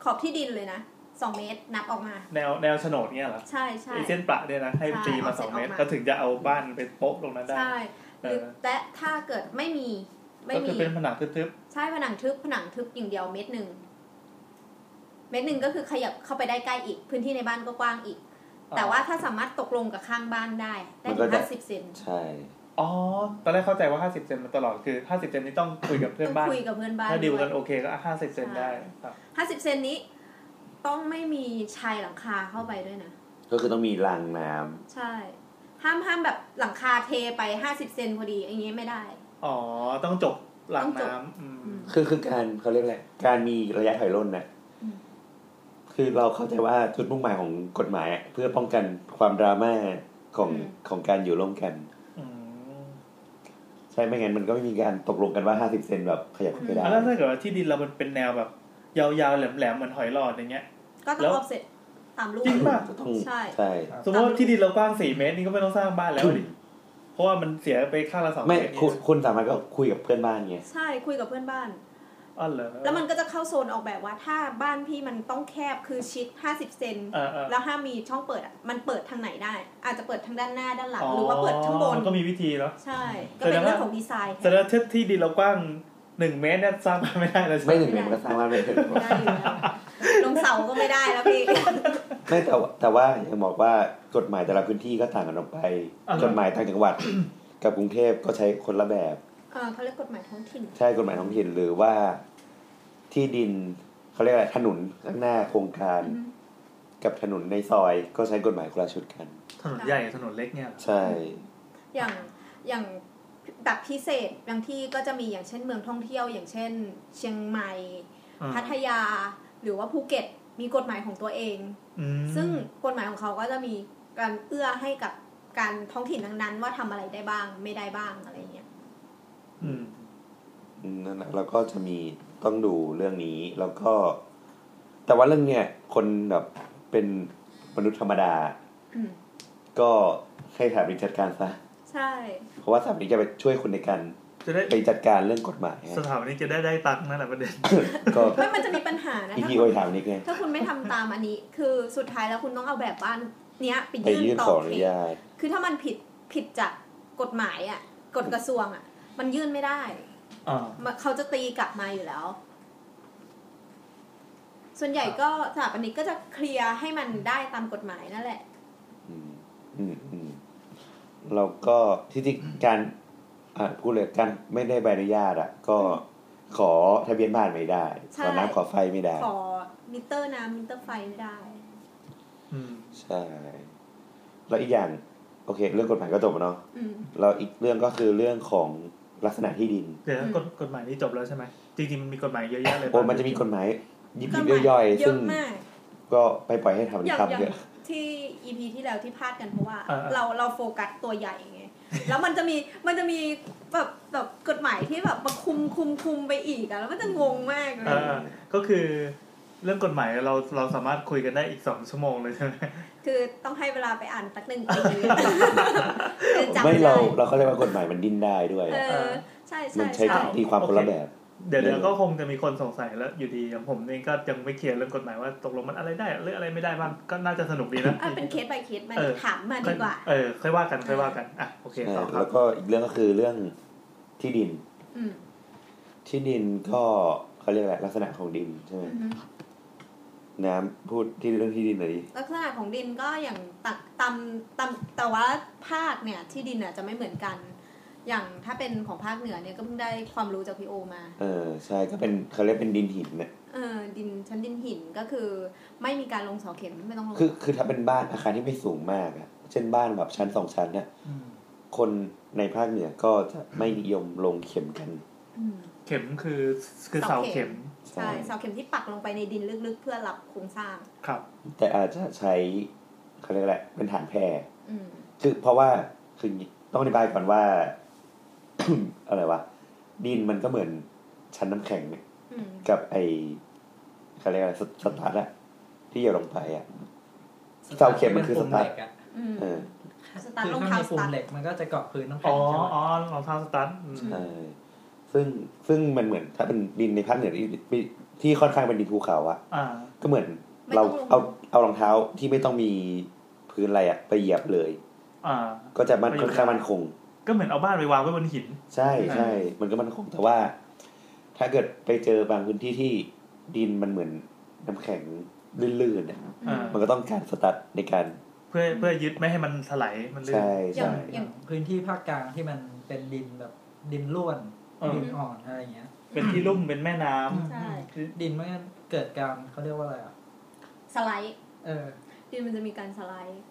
[SPEAKER 4] ขอบที่ดินเลยนะ 2 เมตรนับออกมา
[SPEAKER 3] แนวแนวโฉนดเนี่ยเหรอ
[SPEAKER 4] ใช่ใช่
[SPEAKER 3] ไอเส้นประเนี่ยนะให้
[SPEAKER 4] ใช่
[SPEAKER 3] ตี
[SPEAKER 4] เอา
[SPEAKER 3] มาส
[SPEAKER 4] เส้
[SPEAKER 3] อนงเมตร
[SPEAKER 4] ออกมา
[SPEAKER 3] ก็ถึงจะเอาบ้านไปโป๊ะลงนั้นได้
[SPEAKER 4] ใช่ห
[SPEAKER 3] เอ
[SPEAKER 4] รือ
[SPEAKER 3] อ
[SPEAKER 4] แต่ถ้าเกิดไม่มีไม่
[SPEAKER 3] ก็
[SPEAKER 4] มี
[SPEAKER 3] คือเป็นผนังทึบ
[SPEAKER 4] ใช่ผนังทึบผนังทึบอย่างเดียวเม็ดหนึ่งเม็ดหนึ่งก็คือขยับเข้าไปได้ใกล้อีก พื้นที่ในบ้านก็กว้างอีก
[SPEAKER 3] ๆ
[SPEAKER 4] แต่ว่าถ้าสามารถตกลงกับข้างบ้านได้ ได้ถึงห้าสิบเซน
[SPEAKER 2] ใช่
[SPEAKER 3] อ๋อตอนแรกเข้าใจว่า 50 เซนมาตลอดคือ 50 เซนนี่ต้องคุยกับเพื่อน
[SPEAKER 4] ต้อง
[SPEAKER 3] บ้าน
[SPEAKER 4] คุยกับเพื่อนบ้าน
[SPEAKER 3] ถ้าดีลกัน
[SPEAKER 4] ด้ว
[SPEAKER 3] โอเคก็ 50 เซนได้ครับ
[SPEAKER 4] ยห้าสิบเซนนี้ ต้องไม่มีชายหลังคาเข้าไปด้วยนะ
[SPEAKER 2] ก็คือต้องมีรางน้ำ
[SPEAKER 4] ใช่ ห้ามห้ามแบบหลังคาเทไปห้าสิบเซนพอดีอย่างงี้ไม่ได้
[SPEAKER 3] อ๋อ ต้องจบหลัง
[SPEAKER 4] ต้องจบ
[SPEAKER 3] น้ำอืม
[SPEAKER 4] อืม
[SPEAKER 2] คือคือการเขาเรียกอะไรการมีระยะถอยร่นน่ะ
[SPEAKER 4] อืม
[SPEAKER 2] คือเราเข้าใจว่าจุดมุ่งหมายของกฎหมายอะเพื่อป้องกันความดราม่าของ
[SPEAKER 4] อืม
[SPEAKER 2] ของการอยู่ร่วมกัน
[SPEAKER 3] อืม
[SPEAKER 2] ใช่ไม่งั้นมันก็ไม่มีการตกลงกันว่า 50 เซนแบบขยับขึ้นไปได้
[SPEAKER 3] แล้วถ้าเกิดว่าที่ดินเรามันเป็นแนวแบบ ยาวๆแหลมๆเหมือนหอยหลอดอย่างเงี้ย
[SPEAKER 4] ก็ต้อ
[SPEAKER 3] แล้
[SPEAKER 4] ง
[SPEAKER 3] ว
[SPEAKER 4] ออฟเซ็ตตามรูป
[SPEAKER 3] จริงป่ะ
[SPEAKER 2] จะต้อง
[SPEAKER 4] ใช่
[SPEAKER 2] ใช่
[SPEAKER 3] สมมติว่าที่ดินเรากว้าง 4 เมตรนี่ก็ไม่ต้องสร้างบ้านแล้วดิเพราะว่ามันเสียไปข้างละสอง
[SPEAKER 2] ไม่
[SPEAKER 3] เมตร
[SPEAKER 2] คุณคุณสามารถก็คุยกับเพื่อนบ้านไง
[SPEAKER 4] ใช่คุยกับเพื่อนบ้าน
[SPEAKER 3] อ๋อเหรอ
[SPEAKER 4] แล้วมันก็จะเข้าโซนออกแบบว่าถ้าบ้านพี่มันต้องแคบคือชิดห้าสิบเซน
[SPEAKER 3] เออเออ
[SPEAKER 4] แล้วห้ามมีช่องเปิดอ่ะ มันเปิดทางไหนได้ อาจจะเปิดทางด้านหน้าด้านหลัง
[SPEAKER 3] อ๋อ
[SPEAKER 4] หรือว่าเปิดข้างบน
[SPEAKER 3] มันก็มีวิธีเนาะ
[SPEAKER 4] ใช่ ก็
[SPEAKER 3] แสด
[SPEAKER 4] เป็น
[SPEAKER 3] งว่า
[SPEAKER 4] เรื่องของดีไซน์
[SPEAKER 3] แต่ถ้าที่ดินเรากว้างหนึ่งเมตรเนี่ยสร้างบ้านไม่ได้เลยใช่ไหม
[SPEAKER 2] ไม่ถึงเมตรมันก็สร้างบ้านไม่ถึง
[SPEAKER 4] ได้อยู่แล้วลงเสาก็ไม่ได้แล้ว พี่
[SPEAKER 2] ไม่แต่ว่าแต่ว่ายังบอกว่ากฎหมายแต่ละพื้นที่ก็ต่างกันออกไป กฎหมายต่างจังหวัด กับกรุงเทพก็ใช้คนละแบบ
[SPEAKER 4] เอ่อเขาเรียกกฎหมายท้องถิ่น
[SPEAKER 2] ใช่กฎหมายท้องถิ่นหรือว่าที่ดินเขาเรียกอะไรถนนข้างหน้าโครงการ กับถนนในซอยก็ใช้กฎหมายคนละชุดกัน
[SPEAKER 3] ถนนใหญ่กับถนนเล็กเนี่ย
[SPEAKER 2] ใช่
[SPEAKER 4] อย่างอย่างแบบพิเศษบางที่ก็จะมีอย่างเช่นเมืองท่องเที่ยว อย่างเช่น เชียงใหม่
[SPEAKER 3] อ่า
[SPEAKER 4] พัทยา หรือว่าภูเก็ตมีกฎหมายของตัวเอง
[SPEAKER 3] อืม
[SPEAKER 4] ซึ่งกฎหมายของเขาก็จะมีการเอื้อให้กับการท้องถิ่นนั้นๆว่าทำอะไรได้บ้างไม่ได้บ้างอะไรเงี้ย
[SPEAKER 3] อืม
[SPEAKER 2] นั่นแหละแล้วก็จะมีต้องดูเรื่องนี้แล้วก็ แต่ว่าเรื่องเนี้ยคนแบบเป็นมนุษย์ธรรมดา
[SPEAKER 4] อืม
[SPEAKER 2] ก็ให้สถาปนิกจัดการซะ
[SPEAKER 4] ใช่
[SPEAKER 2] เพราะว่าสถาปนิกจะไปช่วยคุณในการ
[SPEAKER 3] จะได้
[SPEAKER 2] ไปจัดการเรื่องกฎหมายฮะ
[SPEAKER 3] สถาปนิกจะได้ได้ตังค์นั่นแหละประเด็น
[SPEAKER 2] ก็
[SPEAKER 4] ไม่มันจะมีปัญหานะ
[SPEAKER 2] อี
[SPEAKER 4] ถ้า
[SPEAKER 2] พี
[SPEAKER 4] คุ
[SPEAKER 2] โอ
[SPEAKER 4] ณ
[SPEAKER 2] ยถามนิกไง
[SPEAKER 4] ถ้าคุณไม่ทำตามอันนี้ คือสุดท้ายแล้วคุณต้องเอาแบบบ้านเนี้ยไป
[SPEAKER 2] ไป
[SPEAKER 4] ยื่น
[SPEAKER 2] ยื่น
[SPEAKER 4] ต่อ
[SPEAKER 2] ขออ
[SPEAKER 4] เข
[SPEAKER 2] นุ
[SPEAKER 4] ต
[SPEAKER 2] ญาต
[SPEAKER 4] คือถ้ามันผิดผิดจากกฎหมายอ่ะกฎกระทรวงอ่ะ มันยื่นไม่ได้
[SPEAKER 3] อ่า
[SPEAKER 4] มันเขาจะตีกลับมาอยู่แล้ว ส่วนใหญ่ก็สถาปนิกก็จะเคลียร์ให้มันได้ตามกฎหมายนั่นแหละ
[SPEAKER 2] อืมอืมอืมแล้วก็ที่จริงการอ่าพูดเลยการไม่ได้ใบอนุญาตอ่ะ ก็ขอทะเบียนบ้านไม่ได้
[SPEAKER 4] ใช่
[SPEAKER 2] ขอน้ำขอไฟไม่ได้
[SPEAKER 4] ขอมิเตอร์น้ำมิเตอร์ไฟไม่ได้
[SPEAKER 3] อืม
[SPEAKER 2] ใช่ แล้วอีกอย่าง โอเค เรื่องกฎหมายก็จบแล้วเนาะ
[SPEAKER 4] อืม
[SPEAKER 2] แล้วอีกเรื่องก็คือเรื่องของลักษณะที่ดิน
[SPEAKER 3] เดี๋ยวนะ
[SPEAKER 4] อืม
[SPEAKER 3] กฎกฎหมายนี้จบแล้วใช่ไหมจริงๆมันมีกฎหมายเยอะแยะเลย
[SPEAKER 2] โอ้มันจะมีกฎหมายยิบ
[SPEAKER 4] ก
[SPEAKER 2] ยิ
[SPEAKER 4] ฎ
[SPEAKER 2] บ
[SPEAKER 4] หมาย
[SPEAKER 2] ย่อย
[SPEAKER 4] เย
[SPEAKER 2] ๆ ซึ่ง
[SPEAKER 4] อะมาก
[SPEAKER 2] ก็ไปปล่อยให้ทำนิ
[SPEAKER 4] อย่าง
[SPEAKER 2] คำ
[SPEAKER 4] อย่าง
[SPEAKER 2] เยอะ
[SPEAKER 4] ที่ EP ที่แล้วที่พลาดกันเพราะว่า
[SPEAKER 3] เออเออ
[SPEAKER 4] เราเราโฟกัสตัวใหญ่ไงแล้วมันจะมีมันจะมีแบบแบบกฎหมายที่แบบมาคุมคุมคุมไปอีกอะแล้วมันจะงงมากเล
[SPEAKER 3] เอย อก็คือเรื่องกฎหมายเราเราสามารถคุยกันได้อีกสองชั่วโมงเลยใช่ไหม
[SPEAKER 4] คือต้องให้เวลาไปอ่านสักหนึ่งปีคือจำ
[SPEAKER 2] ไม่
[SPEAKER 4] ไม่
[SPEAKER 2] เรา
[SPEAKER 4] ได้
[SPEAKER 2] เราก็เรียกว่ากฎหมายมันดิ้นได้ด้วย
[SPEAKER 4] เอ
[SPEAKER 2] อะ
[SPEAKER 4] อใช่
[SPEAKER 2] มั
[SPEAKER 4] ใช่
[SPEAKER 2] นใช้
[SPEAKER 4] ใช่
[SPEAKER 2] ตีความคนละแบบ
[SPEAKER 3] เดี๋ยว
[SPEAKER 2] เออ
[SPEAKER 3] เดี๋ยวก็คงจะมีคนสงสัยแล้วอยู่ดีอย่างผมเองก็ยังไม่เคลียร์เรื่องกฎหมายว่าตกลงมันอะไรได้หรืออะไรไม่ได้บ้างก็น่าจะสนุกดีนะ
[SPEAKER 4] อ่ะเป็นเคส by เคสมัน
[SPEAKER 3] เออ
[SPEAKER 4] ถามมาดีกว่า
[SPEAKER 3] เออค่อยว่ากันค่อยว่ากันอ่ะโอเค
[SPEAKER 2] ใช่
[SPEAKER 3] ต่อครั
[SPEAKER 2] แล้
[SPEAKER 3] บ
[SPEAKER 2] วก็อีกเรื่องก็คือเรื่องที่ดิน
[SPEAKER 4] อืม
[SPEAKER 2] ที่ดินก็เขาเรียกอะไรลักษณะของดินใช่ไหม
[SPEAKER 4] อือฮึ
[SPEAKER 2] น้ำพูดที่เรื่องที่ดินหน่อยดิ
[SPEAKER 4] ลักษณะของดินก็อย่างตักตำตำแต่ว่าภาคเนี่ยที่ดินอ่ะจะไม่เหมือนกัน อย่างถ้าเป็นของภาคเหนือเนี่ยก็เพิ่งได้ความรู้จากพี่โอมา
[SPEAKER 2] เออใช่ก็เป็นเขาเรียกเป็นดินหินเนี่ย
[SPEAKER 4] เออดินชั้นดินหินก็คือ ไม่มีการลงเสาเข็มไม่ต้องลง
[SPEAKER 2] คือคือถ้าเป็นบ้านอาคารที่ไม่สูงมากอะเช่นบ้านแบบชั้นสองชั้นเนี่ย
[SPEAKER 3] อืม
[SPEAKER 2] คนในภาคเหนือก็จะไม่นิยมลงเข็มกัน
[SPEAKER 4] ม
[SPEAKER 3] เข็มคือคือเสาเข็ม
[SPEAKER 4] ใช่เสาเข็มที่ปักลงไปในดินลึกๆ เพื่อรับโครงสร้าง
[SPEAKER 3] ครับ
[SPEAKER 2] แต่อาจจะใช้เขาเรียกอะไรเป็นฐานแพร
[SPEAKER 4] อืม
[SPEAKER 2] คือเพราะว่าคือต้องอธิบายก่อนว่า อะไรวะดินมันก็เหมือนชั้นน้ำแข็งเนี่ย
[SPEAKER 4] อืม
[SPEAKER 2] กับไอเขาเรียกอะไรสสตาร์ทอะที่เหยียบลงไปอะ เสาเข็มมันคือส
[SPEAKER 1] ตา
[SPEAKER 2] ตาร์ท
[SPEAKER 1] ร์ทอะ
[SPEAKER 4] อืม
[SPEAKER 2] เออ
[SPEAKER 4] สตาร์ท
[SPEAKER 1] คือ
[SPEAKER 4] รอง
[SPEAKER 1] ข้าง
[SPEAKER 4] เท้าส
[SPEAKER 1] ในปู
[SPEAKER 4] ตาร์ท
[SPEAKER 1] นเหล็กมันก็จะเกาะพื้นต้องแข็
[SPEAKER 3] อ๋
[SPEAKER 1] ง
[SPEAKER 3] อ
[SPEAKER 1] ใช่ไหม
[SPEAKER 3] อ๋อรองเท้าสตันอืม
[SPEAKER 2] ใช่ซึ่งซึ่งมันเหมือนถ้าเป็นดินในภาคเหนือที่ที่ที่ค่อนข้างเป็นดินภูเขาอะ
[SPEAKER 3] อ่า
[SPEAKER 2] ก็เหมือน
[SPEAKER 4] ไม่ต้องลง
[SPEAKER 2] เราเอาเอารองเท้าที่ไม่ต้องมีพื้นอะไรอะไปเหยียบเลย
[SPEAKER 3] อ่า
[SPEAKER 2] ก็จะมัน
[SPEAKER 3] ไม่อยู่
[SPEAKER 2] ค่อนข้างมันคง
[SPEAKER 3] ก็เหมือนเอาบ้านไปวางไว้บนหิน
[SPEAKER 2] ใช่ใช่มันก็มันคงแต่ว่า ถ้าเกิดไปเจอบางพื้นที่ที่ดินมันเหมือนน้ำแข็งลื่นๆอะ
[SPEAKER 3] อ่า
[SPEAKER 2] มันก็ต้องการสตัดในการ
[SPEAKER 3] เพื่อเพื่อยึดไม่ให้มันถลายมันลื่น
[SPEAKER 2] ใช่
[SPEAKER 4] อย่า
[SPEAKER 2] ใช่
[SPEAKER 4] งอย่าง
[SPEAKER 1] พื้นที่ภาคกลางที่มันเป็นดินแบบดินร่วน
[SPEAKER 3] เออ
[SPEAKER 1] ดินอ่อนอะไรอย่างเงี้ย
[SPEAKER 3] เป็นที่ลุ่มเป็นแม่น้ำ
[SPEAKER 4] ใช่
[SPEAKER 1] ดินมันก็เกิดการเขาเรียกว่าอะไรอ่ะ
[SPEAKER 4] สไลด์
[SPEAKER 1] เออ
[SPEAKER 4] ดินมันจะมีการสไลด์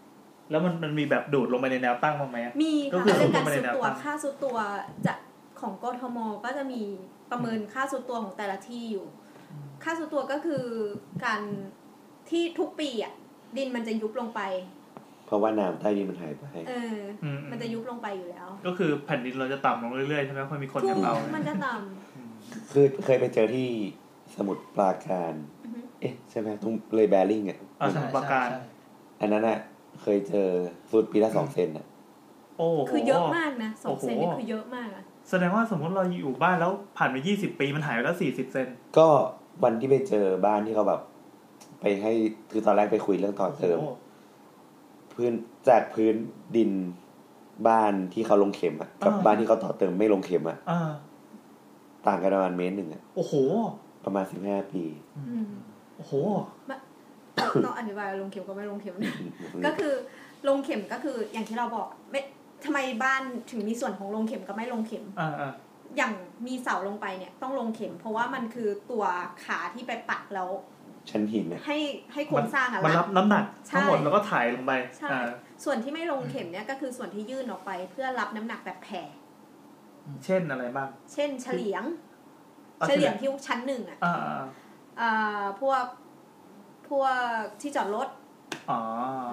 [SPEAKER 3] แล้วมันมันมีแบบดูดลงไปในแนวตั้งบ้างไหมอะ
[SPEAKER 4] มี
[SPEAKER 3] ก็
[SPEAKER 4] ค่ะ
[SPEAKER 3] คือ
[SPEAKER 4] เรื่องการ
[SPEAKER 3] สู
[SPEAKER 4] สุ
[SPEAKER 3] ง
[SPEAKER 4] ดตัว
[SPEAKER 3] ลงไปในแนวตั้ง
[SPEAKER 4] ค่าสุดตัวจะของกทมก็จะมีประเมินค่าสุดตัวของแต่ละที่อยู่
[SPEAKER 1] อืม
[SPEAKER 4] ค่าสุดตัวก็คือการที่ทุกปีอ่ะดินมันจะยุบลงไป
[SPEAKER 2] เพราะว่าน้ำใต้ดินมันหายไป
[SPEAKER 4] เอออ
[SPEAKER 3] อื
[SPEAKER 4] มันจะยุบลงไปอยู่แล้ว
[SPEAKER 3] ก็คือแผ่นดินเราจะต่ำลงเรื่อยๆใช่ไหมเพราะมีคน
[SPEAKER 4] ถู
[SPEAKER 3] จะ
[SPEAKER 4] ก
[SPEAKER 3] เอา
[SPEAKER 4] มันจะต่
[SPEAKER 3] อืม
[SPEAKER 2] คือเคยไปเจอที่สมุทรปราการ
[SPEAKER 4] ำอือฮึ
[SPEAKER 2] เอ๊ะใช่ไหมตรงเลยแบริ่งอ่ะ
[SPEAKER 3] อ่าสมุทรปราการ
[SPEAKER 1] ใช่ใช่
[SPEAKER 2] อันนั้นอ่ะเคยเจอสุดปีละสองเซนอ่ะ
[SPEAKER 3] โอ้โห
[SPEAKER 4] คือเยอะมากนะสองเซนนี่
[SPEAKER 3] โอ้โห
[SPEAKER 4] คือเยอะมากอะ
[SPEAKER 3] แสดงว่าสมมติเราอยู่บ้านแล้วผ่านไปยี่สิบปีมันหายไปแล้วสี่สิบเซน
[SPEAKER 2] ก็วันที่ไปเจอบ้านที่เขาแบบ ไปให้คือตอนแรกไปคุยเรื่องต่อเติม
[SPEAKER 3] โอ้โห
[SPEAKER 2] พื้นจากพื้นดินบ้านที่เขาลงเข็มอะกับ
[SPEAKER 3] อ่า
[SPEAKER 2] บ้านที่เขาต่อเติมไม่ลงเข็มอะ
[SPEAKER 3] อ่า
[SPEAKER 2] ต่างกันประมาณเมตรหนึ่งอะ
[SPEAKER 3] โอ้โห
[SPEAKER 2] ประมาณสิบห้าปี
[SPEAKER 4] อืม
[SPEAKER 3] โอ้โห
[SPEAKER 4] ต้องอธิบายลงเข็มก็ไม่ลงเข็มนะ ก็คือลงเข็มก็คืออย่างที่เราบอกไม่ทำไมบ้านถึงมีส่วนของลงเข็มกับไม่ลงเข็ม
[SPEAKER 3] อ่าอ่า
[SPEAKER 4] อย่างมีเสาลงไปเนี่ยต้องลงเข็ม เพราะว่ามันคือตัวขาที่ไปปักแล้ว
[SPEAKER 2] ชั้นหินเนี่ย
[SPEAKER 4] ให้ให้โครงสร้างอะ
[SPEAKER 3] มัน
[SPEAKER 4] รั
[SPEAKER 3] รั
[SPEAKER 4] ด
[SPEAKER 3] บน้ำหนัก
[SPEAKER 4] ใช่
[SPEAKER 3] ทั้งหมดแล้วก็ถ่ายลงไป
[SPEAKER 4] ใช่
[SPEAKER 3] อ่า
[SPEAKER 4] ส่วนที่ไม่ลงเข็มเนี่ยก็คือส่วนที่ยื่นออกไป เพื่อรับน้ำหนักแบบแผ่
[SPEAKER 3] เช่นอะไรบ้าง
[SPEAKER 4] เช่นเฉลียง
[SPEAKER 3] เอา
[SPEAKER 4] เฉ
[SPEAKER 3] เฉลี
[SPEAKER 4] ลีย
[SPEAKER 3] ย
[SPEAKER 4] ง
[SPEAKER 3] ง
[SPEAKER 4] ที่ชั้นหนึ่งอะ
[SPEAKER 3] อ่า
[SPEAKER 4] อ่าพวกพวกที่จอดรถ
[SPEAKER 3] อ๋อ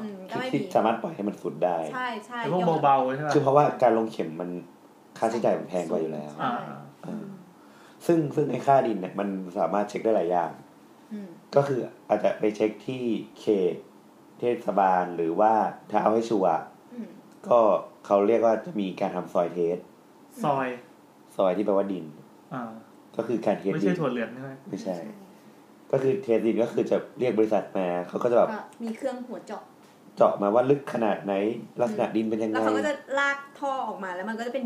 [SPEAKER 4] อืมก็
[SPEAKER 2] ที่
[SPEAKER 4] ไม่
[SPEAKER 2] ที่
[SPEAKER 4] มี
[SPEAKER 2] สามารถปล่อยให้มันสุดได้
[SPEAKER 4] ใช่ใช่
[SPEAKER 3] ไอ้พวกเบาๆใช่ไหม
[SPEAKER 2] คือเพราะว่าการลงเข็มมันค่าใช้จ่ายมันแพงกว่าอยู่แล้ว
[SPEAKER 3] อ่า
[SPEAKER 2] เอ
[SPEAKER 4] อื
[SPEAKER 2] อ
[SPEAKER 4] ม
[SPEAKER 2] ซึ่งซึ่งไอ้ค่าดินเนี่ยมันสามารถเช็คได้หลายอย่าง
[SPEAKER 4] อืม
[SPEAKER 2] ก็คืออาจจะไปเช็คที่เขตเทศบาลหรือว่าถ้าเอาให้ชัวร์
[SPEAKER 4] อืม
[SPEAKER 2] ก็เขาเรียกว่าจะมีการทำซอยเทส
[SPEAKER 3] ซอย
[SPEAKER 2] ซอยที่แปลว่าดิน
[SPEAKER 3] อ่า
[SPEAKER 2] ก็คือการเทส
[SPEAKER 3] ไม่
[SPEAKER 2] ดิ
[SPEAKER 3] ใช่
[SPEAKER 2] น
[SPEAKER 3] ถั่วเหลืองใช่ไหม
[SPEAKER 2] ไม่ใช่ ก็คือเทสดินก็คือจะเรียกบริษัทมาเขาก็จะแบบ
[SPEAKER 4] ก็มีเครื่องหัวเจาะ
[SPEAKER 2] เจาะมาว่าลึกขนาดไหนลักษณะดินเป็นยัง
[SPEAKER 4] แล้ว
[SPEAKER 2] ไง
[SPEAKER 4] เขาก็จะลากท่อออกมาแล้วมันก็จะเป็น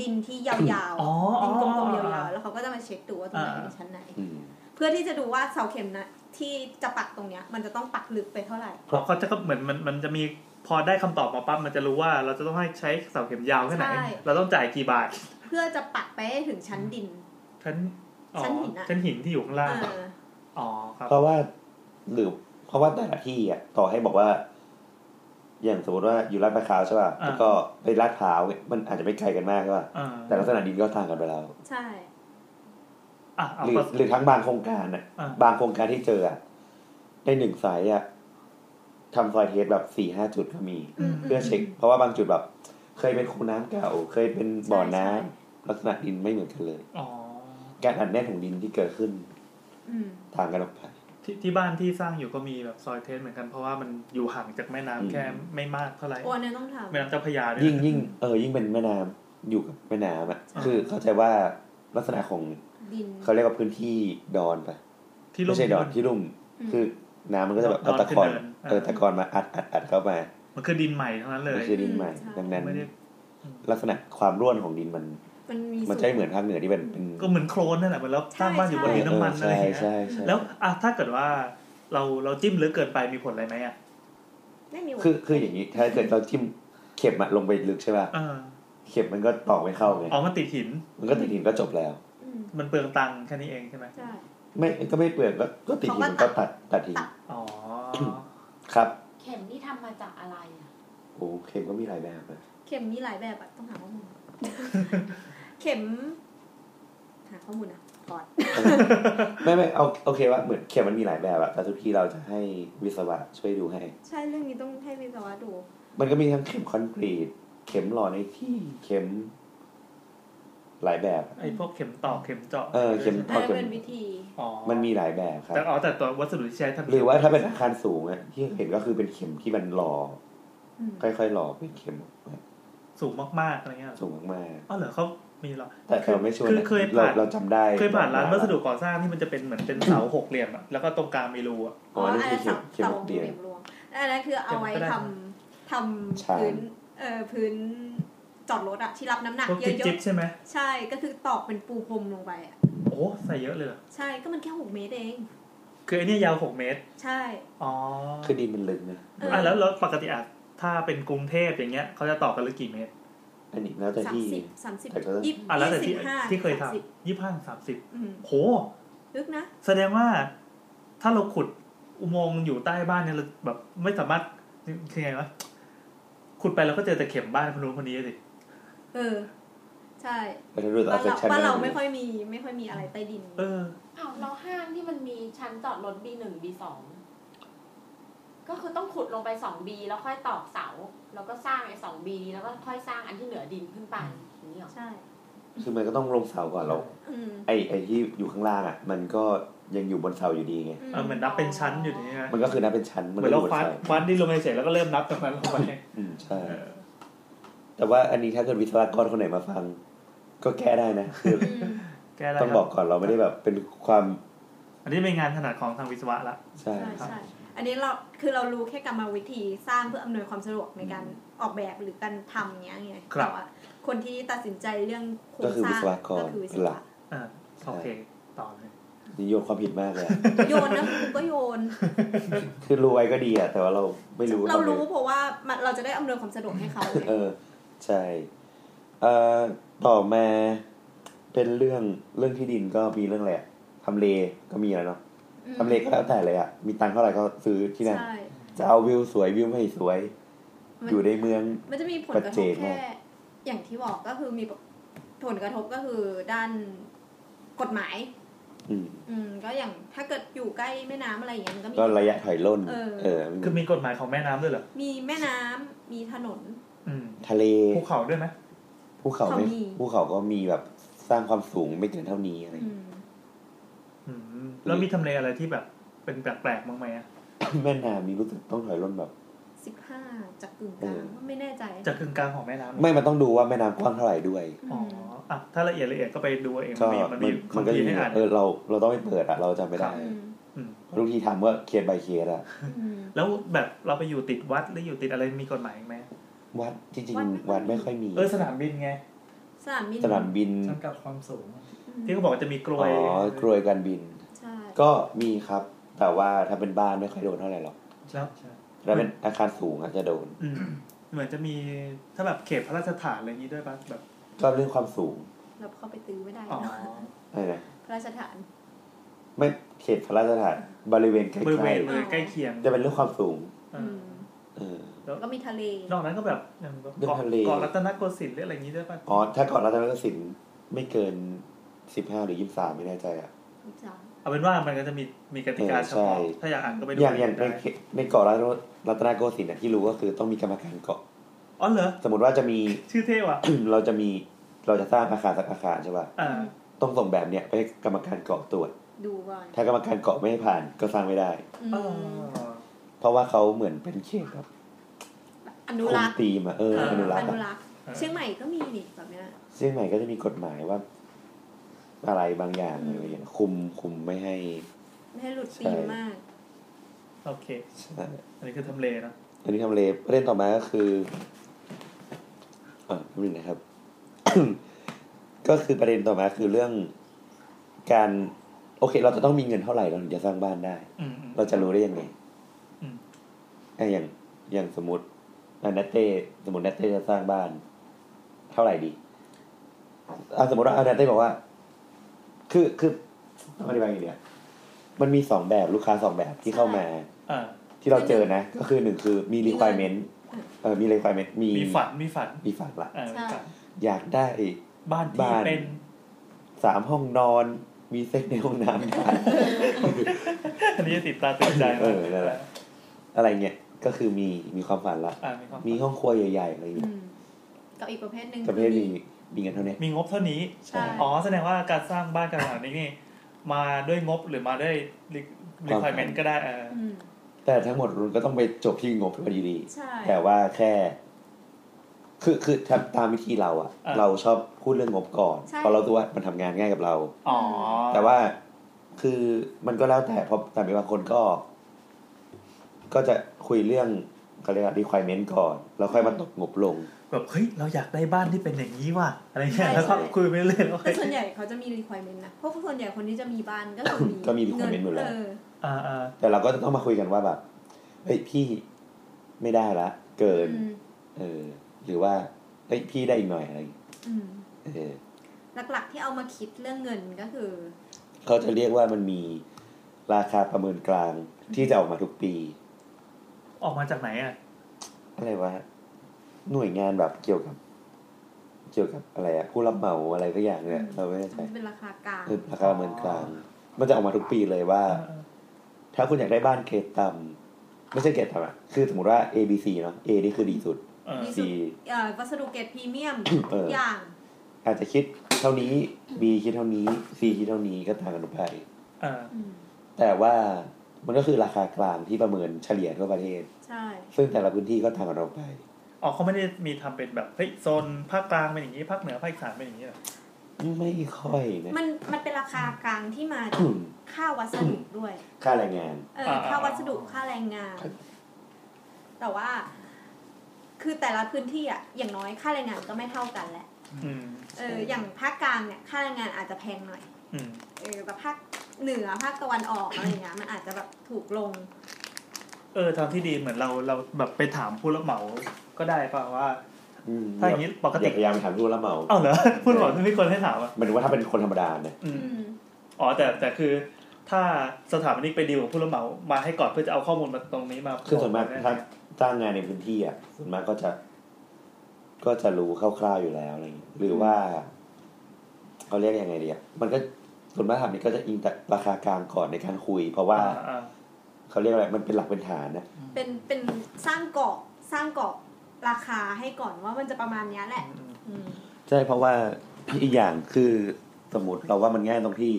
[SPEAKER 4] ดินที่ยาว
[SPEAKER 3] อ๋อ
[SPEAKER 4] ๆ
[SPEAKER 3] อ๋
[SPEAKER 4] ดิ
[SPEAKER 3] อน
[SPEAKER 4] กลมๆ
[SPEAKER 3] อ๋
[SPEAKER 4] ยา
[SPEAKER 3] อ
[SPEAKER 4] วๆแล้วเขาก็จะมาเช็คดูว่าตรงไหน
[SPEAKER 3] อ่า
[SPEAKER 4] เป็นชั้นไหน
[SPEAKER 2] อืม
[SPEAKER 4] เพื่อที่จะดูว่าเสาเข็มนะที่จะปักตรงเนี้ย มันจะต้องปักลึกไปเท่าไหร่
[SPEAKER 3] เพราะเขาจะก็เหมือนมันมันจะมีพอได้คำตอบมาปั๊บมันจะรู้ว่าเราจะต้องให้ใช้เสาเข็มยาวแค่ไหน
[SPEAKER 4] ใช่
[SPEAKER 3] เราต้องจ่ายกี่บาท
[SPEAKER 4] เพื่อจะปักไปให้ถึงชั้นดิน
[SPEAKER 3] ชั้นอ๋อ
[SPEAKER 4] ชั้นหินอะ
[SPEAKER 3] ชั้นหินที่อยู่ข้างล่าง
[SPEAKER 4] เออ
[SPEAKER 3] อ๋อครับ
[SPEAKER 2] เพราะว่าหรือเพราะว่าแต่ละที่อ่ะต่อให้บอกว่า อย่างสมมติว่าอยู่ลาดพร้าวใช่ป่ะแล้วก็ไปลาดพร้าวเนี่ยมันอาจจะไม่ไกลกันมากใช่ป่ะ
[SPEAKER 3] อ่า
[SPEAKER 2] แต่ลักษณะดินก็ต่างกันไปแล้ว
[SPEAKER 4] ใช่
[SPEAKER 3] อ่ะเอา
[SPEAKER 2] หรือ
[SPEAKER 3] ก็
[SPEAKER 2] หรือทั้งบางโครงการอ่ะ
[SPEAKER 3] อ่า
[SPEAKER 2] บางโครงการที่เจออ่ะในหนึ่งสายอ่ะทำซอยเทสแบบสี่ห้าจุดก็มี
[SPEAKER 3] อืม
[SPEAKER 2] เพื่อเช็ค เพราะว่าบางจุดแบบ เคยเป็นคูน้ำเก่า เคยเป็นบ่อน้ำลักษณะดินไม่เหมือนกันเลย
[SPEAKER 3] อ๋อ
[SPEAKER 2] การอัดแน่นของดินที่เกิดขึ้น
[SPEAKER 4] อืม
[SPEAKER 2] ต่างกันออกไป
[SPEAKER 3] ที่ที่บ้านที่สร้างอยู่ก็มีแบบซอยเทสเหมือนกันเพราะว่ามันอยู่ห่างจากแม่น้ำ
[SPEAKER 2] อืม
[SPEAKER 3] แค่ไม่มากเท่าไหร่
[SPEAKER 4] โอ้อันนี้ต้องท
[SPEAKER 3] แม่น้ำเจ้าพระยาด้ว
[SPEAKER 2] ยิ่ง
[SPEAKER 3] นะ
[SPEAKER 2] ยิ่งเออยิ่งเป็นแม่น้ำอยู่กับแม่น้ำอ่ะ
[SPEAKER 3] อ่า
[SPEAKER 2] คือเข้าใจว่าลักษณะของ
[SPEAKER 4] ำดิน
[SPEAKER 2] เขาเรียกว่าพื้นที่ดอนปะ
[SPEAKER 3] ที่ลุ่
[SPEAKER 2] ไม่
[SPEAKER 3] ม
[SPEAKER 2] ใช่ดอนที่ลุ่ม
[SPEAKER 4] อืม
[SPEAKER 2] คือน้ำมันก็จะแบบ
[SPEAKER 3] ดอ
[SPEAKER 2] เอา
[SPEAKER 3] น
[SPEAKER 2] ตะกอน
[SPEAKER 3] คือเนินอ่า
[SPEAKER 2] เออตะกอนมาอัดอัดอัดเข้ามา
[SPEAKER 3] มันคือดินใหม่ทั้งนั้นเลย
[SPEAKER 2] ไม่ใช่ดินใหม่
[SPEAKER 4] ใช่
[SPEAKER 2] ดังนั้น
[SPEAKER 3] ไม่ได้
[SPEAKER 2] ลักษณะความร่วนของดินมัน
[SPEAKER 4] มันมี
[SPEAKER 2] มัน
[SPEAKER 4] สู
[SPEAKER 2] จะ
[SPEAKER 4] ตร
[SPEAKER 2] ไม่เหมือนภาคเหนือที่เป็นเป็น
[SPEAKER 3] ก็เหมือนโคลนนั่นแหละเหมือนเราสร้างบ้านอยู่บ
[SPEAKER 2] เอน อ
[SPEAKER 3] ดินน้ำมัน
[SPEAKER 2] เออ
[SPEAKER 3] อะไรอ
[SPEAKER 2] ใช่
[SPEAKER 3] ย่างเงี้ย
[SPEAKER 2] ใช่ใช่
[SPEAKER 3] แล้วอ่ะถ้าเกิดว่าเราเราจิ้มลึกเกินไปมีผลอะไรไหมอ่ะ
[SPEAKER 4] ไม่มี
[SPEAKER 2] คือคืออย่างนี้ถ้าเกิดเราจิ้มเข็มอะลงไปลึกใช่ป่ะ
[SPEAKER 3] อ่า
[SPEAKER 2] เข็มมันก็ตอกไม่เข้าไง
[SPEAKER 3] อ๋อมันติดหิน
[SPEAKER 2] มันก็ติดหินก็จบแล้ว
[SPEAKER 4] ม
[SPEAKER 3] มันเปลืองตังค์แค่นี้เองใช่ไหม
[SPEAKER 4] ใช่
[SPEAKER 2] ไม่ก็ไม่เปลือกก็ก็ติดหินมันก็ตัดตัดหิน
[SPEAKER 3] อ๋อ
[SPEAKER 2] ครับ
[SPEAKER 5] เข็มนี่ทำมาจากอะไรอ่ะ
[SPEAKER 2] โอ้เข็มก็มีหลายแบบนะ
[SPEAKER 4] เข็มมีหลายแบบอะต้องหาข้อ มูล เข็ม หาข้อมูลนะพอด
[SPEAKER 2] ไม่ไม่เอาโอเคว่าเหมือนเข็มมันมีหลายแบบอะแต่ทุกทีเราจะให้วิศวะช่วยดูให้
[SPEAKER 4] ใช่เรื่องนี้ต้องให้วิศวะดู
[SPEAKER 2] มันก็มีทั้งเข็มคอนกรีต เข็มหล่อในที่เข็ม หลายแบบ
[SPEAKER 3] ไอ้พวกเข็มตอกเข็มเจาะ
[SPEAKER 2] เออเข็ม
[SPEAKER 4] อันนั้นเป็นวิธี
[SPEAKER 3] อ๋อ
[SPEAKER 2] มันมีหลายแบบครับ
[SPEAKER 3] แต่อ๋อแต่ตัววัสดุที่ใช้ทำ
[SPEAKER 2] หรือว่าถ้าเป็นอาคารสูงอะที่เห็นก็คือเป็นเข็มที่มันหล่อ
[SPEAKER 4] อืม
[SPEAKER 2] ค่อยๆหล่อเป็นเข็ม
[SPEAKER 3] สูงมากๆอะไรเงี้ย
[SPEAKER 2] สูงมาก
[SPEAKER 3] อ๋อเหรอเขามีเหรอ
[SPEAKER 2] ๆแต่แต่เราไม่ช่วย
[SPEAKER 3] คือ
[SPEAKER 2] นะ
[SPEAKER 3] เคย
[SPEAKER 2] เรา
[SPEAKER 3] ผ่าน
[SPEAKER 2] เราจำได้
[SPEAKER 3] เคยผ่านร้านวัสดุก่อสร้างที่มันจะเป็นเหมือนเป็นเสาห กเหลี่ยมอะแล้วก็ตรงกลางมีรูอะ
[SPEAKER 2] อ๋ออันนี่คือเข็มเข็ม
[SPEAKER 4] เสา
[SPEAKER 2] เดียว
[SPEAKER 4] เข็มรวงอันนั้นคือเอาไว้
[SPEAKER 3] เข็มก็ได้
[SPEAKER 4] ทำทำ
[SPEAKER 2] ใช่
[SPEAKER 4] พื้นเอ่อพื้นจอดรถอะที่รับน้ำหนัก
[SPEAKER 3] พวก
[SPEAKER 4] เย
[SPEAKER 3] จิ๊บจิ๊
[SPEAKER 4] อะ
[SPEAKER 3] บใช่ไหม
[SPEAKER 4] ๆ ใช่ ก็คือตอกเป็นปูพรมลงไปอะ
[SPEAKER 3] โอ้ใส่เยอะเลยเหรอ
[SPEAKER 4] ใช่ ก็มันแค่หกเมตรเอง
[SPEAKER 3] คือไอ้เนี่ยยาวหกเมตร
[SPEAKER 4] ใช่
[SPEAKER 3] อ๋อ
[SPEAKER 2] คือดินมันลึกนะ
[SPEAKER 4] เออ
[SPEAKER 3] อ่ะแล้วแล้วปกติอ่ะถ้าเป็นกรุงเทพอย่างเงี้ยเขาจะตอกกันลึกกี่เมตร
[SPEAKER 2] อันนี้แล้วแต่
[SPEAKER 4] สาม
[SPEAKER 2] ที่
[SPEAKER 4] สิบสามสิบ
[SPEAKER 2] แต่ก็
[SPEAKER 4] ยี่
[SPEAKER 3] อ่ะแล้วแต่
[SPEAKER 4] สิ
[SPEAKER 3] ที่
[SPEAKER 4] บห้า
[SPEAKER 3] ที่เคยท
[SPEAKER 4] สามสิบ
[SPEAKER 3] ำยี่สิบห้าถึงสามสิบ
[SPEAKER 4] อืม
[SPEAKER 3] โห
[SPEAKER 4] ลึกนะ
[SPEAKER 3] แสดงว่าถ้าเราขุดอุโมงค์อยู่ใต้บ้านเนี่ยเราแบบไม่สามารถคือไงวะขุดไปเราก็เจอแต่เข็มบ้านคนนู้นคนนี้สิ
[SPEAKER 4] เออ ใช่
[SPEAKER 2] เราจะดูต่อ
[SPEAKER 4] บ้าน
[SPEAKER 2] เซ็
[SPEAKER 4] เรา
[SPEAKER 2] ชัน
[SPEAKER 4] บ้านเราไม่ค่อยมีไม่ค่อยมีอะไรใต้ดิน
[SPEAKER 3] เออ
[SPEAKER 5] อ้าวเราห้างที่มันมีชั้นจอดรถ B หนึ่ง B สองก็คือต้องขุดลงไปสอง B แล้วค่อยตอกเสา แล้วก็สร้างไอ้สอง B นี้แล้วก็ค่อยสร้างอันที่เหนือดินขึ้นไปอย่างนี้หรอ
[SPEAKER 4] ใช่
[SPEAKER 2] คือมันก็ต้องลงเสาก่อนเรา
[SPEAKER 4] อืม
[SPEAKER 2] ไอ้ไอ้ที่อยู่ข้างล่างอ่ะ มันก็ยังอยู่บนเสาอยู่ดีไง
[SPEAKER 3] เออเหมือนนับเป็นชั้นอยู่นี่ไหม
[SPEAKER 2] มันก็คือนับเป็นชั้น
[SPEAKER 3] เห
[SPEAKER 2] มัน
[SPEAKER 3] มื
[SPEAKER 2] ก็
[SPEAKER 3] อ
[SPEAKER 2] อ
[SPEAKER 3] นเรา
[SPEAKER 2] ยู่บน
[SPEAKER 3] คว้าน
[SPEAKER 2] เสา
[SPEAKER 3] คว้านดินลงไปเสร็จแล้วก็เริ่มนับตรงนั้นลงไป
[SPEAKER 2] อืมใช่
[SPEAKER 3] เออ
[SPEAKER 2] แต่ว่าอันนี้ถ้าเกิดวิศวกรคนไหนมาฟัง ก็แก้ได้นะคือ
[SPEAKER 4] อืม
[SPEAKER 3] แก้ได้ค
[SPEAKER 2] ต้
[SPEAKER 3] รั
[SPEAKER 2] องบอกก่อนเราไม่ได้แบบเป็นความ
[SPEAKER 3] อันนี้เป็นงานถนัดของทางวิศวะละ
[SPEAKER 2] ใช่
[SPEAKER 4] ใช่ใช่ อันนี้เราคือเรารู้แค่กรรมวิธีสร้างเพื่ออำนวยความสะดวกในการออกแบบหรือการทำเนี้ยไง
[SPEAKER 3] ครับ
[SPEAKER 4] แต่ว่าคนที่ตัดสินใจเรื่องโครง
[SPEAKER 2] ก็คือ
[SPEAKER 4] ส
[SPEAKER 2] วิ
[SPEAKER 4] ร้าง
[SPEAKER 2] ศวกร
[SPEAKER 4] ก็คือวิศ
[SPEAKER 2] เป็นห
[SPEAKER 4] วะ
[SPEAKER 2] ลัก
[SPEAKER 3] อ่าโอเคต่อเลย
[SPEAKER 2] นิยมความผิดมากเลยอะ
[SPEAKER 4] โยนนะ กูก็โยน
[SPEAKER 2] คือรู้ไว้ก็ดีอ่ะแต่ว่าเราไม่รู้
[SPEAKER 4] เรารู้
[SPEAKER 2] ไม่
[SPEAKER 4] เพราะว่ามันเราจะได้อำนวยความสะดวกให้เขาไง
[SPEAKER 2] เออ ใช่ เอ่อต่อมา เป็นเรื่องเรื่องที่ดินก็มีเรื่องอะไรอะทำเลก็มีแล้วเนาะ
[SPEAKER 4] อืม
[SPEAKER 2] ทำเลก็แล้วแต่เลยอ่ะมีตังค์เท่าไหร่ก็ซื้อที่นั่น
[SPEAKER 4] ใช่
[SPEAKER 2] จะเอาวิวสวยวิวไม่สวย
[SPEAKER 4] มัน
[SPEAKER 2] อยู่ในเมือง
[SPEAKER 4] มันจะมีผลกระ
[SPEAKER 2] ปัจ
[SPEAKER 4] ท
[SPEAKER 2] เจ
[SPEAKER 4] บ
[SPEAKER 2] กมา
[SPEAKER 4] แค่
[SPEAKER 2] ก
[SPEAKER 4] อย่างที่บอกก็คือมีผลกระทบก็คือด้านกฎหมาย
[SPEAKER 2] อืม
[SPEAKER 4] อืมก็อย่างถ้าเกิดอยู่ใกล้แม่น้ำอะไรอย่างเงี้ยมันก็มี
[SPEAKER 2] ก็ระยะถอยร่น
[SPEAKER 4] เออ
[SPEAKER 2] มัน
[SPEAKER 3] คือมีกฎหมายของแม่น้ำด้วยเหรอ
[SPEAKER 4] มีแม่น้ำมีถนน
[SPEAKER 3] อืม
[SPEAKER 2] ทะเล
[SPEAKER 3] ภูเขาด้วยไหม
[SPEAKER 2] ภูเขาไม่
[SPEAKER 4] เขามี
[SPEAKER 2] ภูเขาก็มีแบบสร้างความสูงไม่เกินเท่านี้อะไร
[SPEAKER 4] อืม
[SPEAKER 3] อืมแล้วมีทำเลอะไรที่แบบเป็นแปลกๆบ้างไหมอะ
[SPEAKER 2] แม่น้ำมีรู้สึกต้องถอยร่นแบบ
[SPEAKER 4] สิบห้าจากกึ่งกลาง
[SPEAKER 2] เออ
[SPEAKER 4] ไม่แน่ใจ
[SPEAKER 3] จากกึ่งกลางของแม่น้ำเหรอ
[SPEAKER 2] ไม่มันต้องดูว่าแม่น้ำกว้างเท่าไหร่ด้วย
[SPEAKER 3] อ๋อ
[SPEAKER 4] ม
[SPEAKER 3] อ่ะถ้าละเอียดละเอียดก็ไปดูเอาเอง
[SPEAKER 2] ก็
[SPEAKER 3] มันมีมันมีคอ
[SPEAKER 2] มั
[SPEAKER 3] ม
[SPEAKER 2] ก็
[SPEAKER 3] พิว
[SPEAKER 2] มี
[SPEAKER 3] ให้อ่าน
[SPEAKER 2] เออเราเราต้องไปเปิดอะเราจำไม่ได้
[SPEAKER 3] ครับ
[SPEAKER 4] อืม
[SPEAKER 3] อืม
[SPEAKER 2] ลูกที่ทำก็เคส by เคสอะ
[SPEAKER 4] อืม
[SPEAKER 3] แล้วแบบเราไปอยู่ติดวัดหรืออยู่ติดอะไรมีกฎหมายไหม
[SPEAKER 2] วัดจริง
[SPEAKER 4] วัดไม่ค่อย
[SPEAKER 2] ๆวัดไม่ค่อยมี
[SPEAKER 3] เออสนามบินไง
[SPEAKER 4] สนามบิน
[SPEAKER 2] สนามบิน
[SPEAKER 1] จำกัดความสูง
[SPEAKER 4] อืม
[SPEAKER 3] ที่เขาบอกว่าจะมีกลว
[SPEAKER 2] อ๋
[SPEAKER 3] ย
[SPEAKER 2] อกรวยการบิน
[SPEAKER 4] ใช่
[SPEAKER 2] ก็มีครับ แต่ว่าถ้าเป็นบ้านไม่ค่อยโดนเท่าไหร่หรอก
[SPEAKER 3] แล้ว
[SPEAKER 1] ใช่
[SPEAKER 2] ถ้าเป็นอาคารสูงอาจจะโดน
[SPEAKER 3] อืมเหมือนจะมีถ้าแบบเขตพระราชฐานอะไรอย่างนี้ด้วยป่ะแบบ
[SPEAKER 2] ก็เรื่องความสูง
[SPEAKER 4] เราเข้าไปตื้อไม่ได้
[SPEAKER 3] อ๋อ
[SPEAKER 4] เนาะ
[SPEAKER 2] อะไรนะ
[SPEAKER 4] พระราชทาน
[SPEAKER 2] ไม่เขตพระราชทานบริเวณใก
[SPEAKER 3] บริเว
[SPEAKER 2] ล้
[SPEAKER 3] ณเลยใกล้เคียง
[SPEAKER 2] ๆจะเป็นเรื่องความสูง
[SPEAKER 3] เอ
[SPEAKER 4] อื
[SPEAKER 3] อ
[SPEAKER 4] ม
[SPEAKER 2] เออ
[SPEAKER 4] แล้วก็มีทะเล
[SPEAKER 3] นอกนั้นก็แบบอย่าง
[SPEAKER 2] เรื่อง
[SPEAKER 3] เกาะ
[SPEAKER 2] ทะเล
[SPEAKER 3] เกาะรัตนโกสินทร์หรืออะไรอย่างนี้ด้วยป่ะ
[SPEAKER 2] อ๋อถ้าก่อนรัตนสินไม่เกินสิบห้าหรือยี่สามไม่แน่ใจอะ
[SPEAKER 3] เอาเป็นว่ามันก็จะมีมีกติกา
[SPEAKER 2] เออ
[SPEAKER 3] เฉ
[SPEAKER 2] ใช่
[SPEAKER 3] พาะถ้าอยากอ่านก็ไปดู
[SPEAKER 2] อย่างอย่างใน
[SPEAKER 3] ได้
[SPEAKER 2] เขตในเกาะรัตนรัตนโกสินทร์อะที่รู้ก็คือต้องมีกรรมการเกาะ
[SPEAKER 3] อ๋อเหรอ
[SPEAKER 2] สมมติว่าจะมี
[SPEAKER 3] ชื่อเท่ว่ะ
[SPEAKER 2] เราจะมีเราจะสร้างอาคารสักอาคารใช่ป่ะ
[SPEAKER 3] อ่า
[SPEAKER 4] อืม
[SPEAKER 2] ต้องส่งแบบเนี้ยไปให้กรรมการเกาะตรวจ
[SPEAKER 4] ดูก่อน
[SPEAKER 2] ถ้ากรรมการเกาะไม่ให้ผ่านก็สร้างไม่ได้
[SPEAKER 4] อืม
[SPEAKER 3] อ๋อ
[SPEAKER 2] เพราะว่าเขาเหมือนเป็นเขตแบบ
[SPEAKER 4] อ
[SPEAKER 2] ค
[SPEAKER 4] นุ
[SPEAKER 2] ง
[SPEAKER 4] รักษ์
[SPEAKER 2] ตีมอะเออ
[SPEAKER 3] เออ
[SPEAKER 2] อ
[SPEAKER 3] อ
[SPEAKER 2] นุรัก
[SPEAKER 4] อ
[SPEAKER 2] ษ์
[SPEAKER 4] นุ
[SPEAKER 2] อะ
[SPEAKER 4] รักษ์
[SPEAKER 3] อ่า
[SPEAKER 4] เชียงใหม่ก็มีนี่แบบเนี้ย
[SPEAKER 2] เชียงใหม่ก็จะมีกฎหมายว่า อะไรบางอย่าง
[SPEAKER 4] อืม
[SPEAKER 2] อะไรอย่างเงี้ยคุมคุมไม่ให้
[SPEAKER 4] ไม่ให้หลุด
[SPEAKER 2] ใช่
[SPEAKER 4] ตีมมาก
[SPEAKER 3] โอเค
[SPEAKER 2] ใช่
[SPEAKER 3] อันนี้คือทำเลเนอะ
[SPEAKER 2] อันนี้ทำเลประเด็นต่อมาก็คืออ่าหนึ่งนะครับ ก็คือประเด็นต่อมาคือเรื่องการ โอเค เราจะต้องมีเงินเท่าไหร่เราถึงจะสร้างบ้านได้
[SPEAKER 3] อืมอืม
[SPEAKER 2] เราจะรู้ได้ยังไง
[SPEAKER 3] อืม
[SPEAKER 2] อ่ะอย่างอย่างสมมติอ่ะนัตเต้สมมตินัตเต้จะสร้างบ้าน เท่าไหร่ดีอ่ะสมมติว่าอ่ะนัตเต้บอกว่า คือคือต้องอธิบายอย่างเดียวมันมีสองแบบลูกค้าสองแบบที่เข้ามา
[SPEAKER 3] อ่า
[SPEAKER 2] ที่เราเจอนะ ก็คือหนึ่งคือมี requirement
[SPEAKER 4] อ่ะ
[SPEAKER 2] เออมี requirement มี
[SPEAKER 3] มีฝันมีฝัน
[SPEAKER 2] มีฝันละ
[SPEAKER 3] อ่ามีฝัน
[SPEAKER 2] อยากได้
[SPEAKER 3] บ้านที่เป็น
[SPEAKER 2] สามห้องนอน มีเซ็กในห้องน้ำได้
[SPEAKER 3] อันนี้จะติดตาติดใจ
[SPEAKER 2] เออนั่นแหละ อะไรเงี้ยก็คือมีมีความฝันละ
[SPEAKER 3] อ่ามีความ
[SPEAKER 2] มีห้องครัวใหญ่ๆอะไรอย่าง
[SPEAKER 4] อื
[SPEAKER 2] เงี้ย
[SPEAKER 4] มกับอีกประเภทหนึ่ง
[SPEAKER 2] ประเภท
[SPEAKER 4] คือ
[SPEAKER 2] มีมีเงินเท่านี้
[SPEAKER 3] มีงบเท่านี้
[SPEAKER 4] ใช่
[SPEAKER 3] อ๋อแสดงว่าการสร้างบ้านการหลังนี้นี่มาด้วยงบหรือมาด้วย re-
[SPEAKER 2] ความ
[SPEAKER 3] requirement ก็ได้เออ
[SPEAKER 4] อืม
[SPEAKER 2] แต่ทั้งหมดมันก็ต้องไปจบที่งบพอดีดี
[SPEAKER 4] ใช่
[SPEAKER 2] แต่ว่าแค่ คือคือถ้าตามวิธีเราอะเราชอบพูดเรื่องงบก่อน
[SPEAKER 4] ใช่
[SPEAKER 2] เพราะเราตัวว่ามันทำงานง่ายกับเรา
[SPEAKER 3] อ๋อ
[SPEAKER 2] แต่ว่าคือมันก็แล้วแต่เพราะแต่มีบางคนก็ ก็จะคุยเรื่องเขาเรียกว่า requirement ก่อน แล้วค่อยมาตกงบลง
[SPEAKER 3] แบบเฮ้ยเราอยากได้บ้านที่เป็นอย่างนี้ว่ะอะไรเงี้ย
[SPEAKER 4] ใช่
[SPEAKER 3] แล้วก็
[SPEAKER 4] ใช่
[SPEAKER 3] คุยไปเรื่อยแล้ว
[SPEAKER 4] แต่ส่วนใหญ่เขาจะมี requirement นะเพราะส่วนใหญ่คนที่จะมีบ้านก็คือมี
[SPEAKER 2] ก็มี requirement หมดแล้ว
[SPEAKER 4] เออ
[SPEAKER 3] อ่าอ่า
[SPEAKER 2] แต่เราก็จะต้องมาคุยกันว่าแบบเฮ้ยพี่ไม่ได้ละ เกิน
[SPEAKER 4] อืม
[SPEAKER 2] เออ หรือว่าเฮ้ยพี่ได้อีกหน่อยอะไรอย่างเงี้ย
[SPEAKER 4] อืม
[SPEAKER 2] เออ
[SPEAKER 4] หลักๆที่เอามาคิดเรื่องเงินก็คือ
[SPEAKER 2] เขาจะเรียกว่ามันมีราคาประเมินกลางที่จะออกมาทุกปี
[SPEAKER 3] ออกมาจากไหนอ่ะ
[SPEAKER 2] อะไรวะหน่วยงานแบบเกี่ยวกับ เกี่ยวกับอะไรอะผู้รับเหมาอะไรสัก็อย่างเนี่ย
[SPEAKER 4] อืม
[SPEAKER 2] เราไม่แน่ใจ
[SPEAKER 4] เป็นราคากลาง
[SPEAKER 2] เออราคาประเมินกลาง มันจะออกมาทุกปีเลยว่า
[SPEAKER 3] อ่าอ่า
[SPEAKER 2] ถ้าคุณอยากได้บ้านเกรดต่ำไม่ใช่เกรดต่ำอะคือสมมติว่า A B C เนาะ A นี่คือดีสุด
[SPEAKER 3] เออ
[SPEAKER 2] C
[SPEAKER 4] เอ่อวัสดุเกรดพรีเมียม
[SPEAKER 2] เออ
[SPEAKER 4] อย่าง
[SPEAKER 2] อาจจะคิดเท่านี้ B คิดเท่านี้ C คิดเท่านี้ก็ต่างกันออกไป
[SPEAKER 3] อ่า
[SPEAKER 4] อืม
[SPEAKER 2] แต่ว่ามันก็คือราคากลางที่ประเมินเฉลี่ยทั่วประเทศ
[SPEAKER 4] ใช่
[SPEAKER 2] ซึ่งแต่ละพื้นที่ก็ต่างกันออกไป
[SPEAKER 3] อ๋อเขาไม่ได้มีทำเป็นแบบเฮ้ยโซนภาคกลางเป็นอย่างนี้ภาคเหนือภาคอีสานเป็นอย่างนี้เหรอ
[SPEAKER 2] ไม่ค่อยนะ
[SPEAKER 4] มันมันเป็นราคากลางที่มาจากค่าวัสดุด้วย
[SPEAKER 2] ค่าแรงงาน
[SPEAKER 4] เออค่าวัสดุค่าแรงงาน
[SPEAKER 2] ครับ
[SPEAKER 4] แต่ว่า คือแต่ละพื้นที่อ่ะอย่างน้อยค่าแรงงานก็ไม่เท่ากันแหละ
[SPEAKER 3] อืม
[SPEAKER 4] เอออย่างภาคกลางเนี่ยค่าแรงงานอาจจะแพงหน่อย
[SPEAKER 3] อืม
[SPEAKER 4] เออแต่ภาคเหนือภาคตะวันออกอะไรอย่างเงี้ยมันอาจจะแบบถูกลง
[SPEAKER 3] เออทางที่ดีเหมือนเราเราแบบไปถามผู้รับเหมาก็ได้ป่ะว่า
[SPEAKER 2] อืม
[SPEAKER 3] ถ้าอย่างนี้ปกติ
[SPEAKER 2] อย่าพยายามไปถามผู้รับเหมา
[SPEAKER 3] เอ้าเหรอพูดบอกไม่มีคนให้ถามอ่ะ
[SPEAKER 2] หมันว่าถ้าเป็นคนธรรมดาเนี่ย
[SPEAKER 3] อืม
[SPEAKER 4] อืม
[SPEAKER 3] อ๋อแต่แต่คือถ้าสถาปนิกไปดีลกับผู้รับเหมามาให้ก่อนเพื่อจะเอาข้อมูลมาตรงนี้มา
[SPEAKER 2] คือส่วนมาก
[SPEAKER 3] บก
[SPEAKER 2] ถ้าจ้างงานในพื้นที่อ่ะส่วนมากก็จะ ก็จะรู้คร่าวๆอยู่แล้วอะไรอย่างเงี้ยหรือว่าเขาเรียกยังไงดีอ่ะมันก็ส่วนมากทำนี่ก็จะอิงแต่ราคากลางก่อนในการคุย เพราะว่า
[SPEAKER 3] อ่าอ่า
[SPEAKER 2] เขาเรียกอะไรมันเป็นหลักเป็นฐานนะ
[SPEAKER 4] เป็นเป็นสร้างเกาะสร้างเกาะราคาให้ก่อนว่ามันจะประมาณเนี้ยแหละ
[SPEAKER 3] อืม
[SPEAKER 4] อืม
[SPEAKER 2] ใช่เพราะว่าอีกอย่างคือสมมติเราว่ามันง่ายตรงที่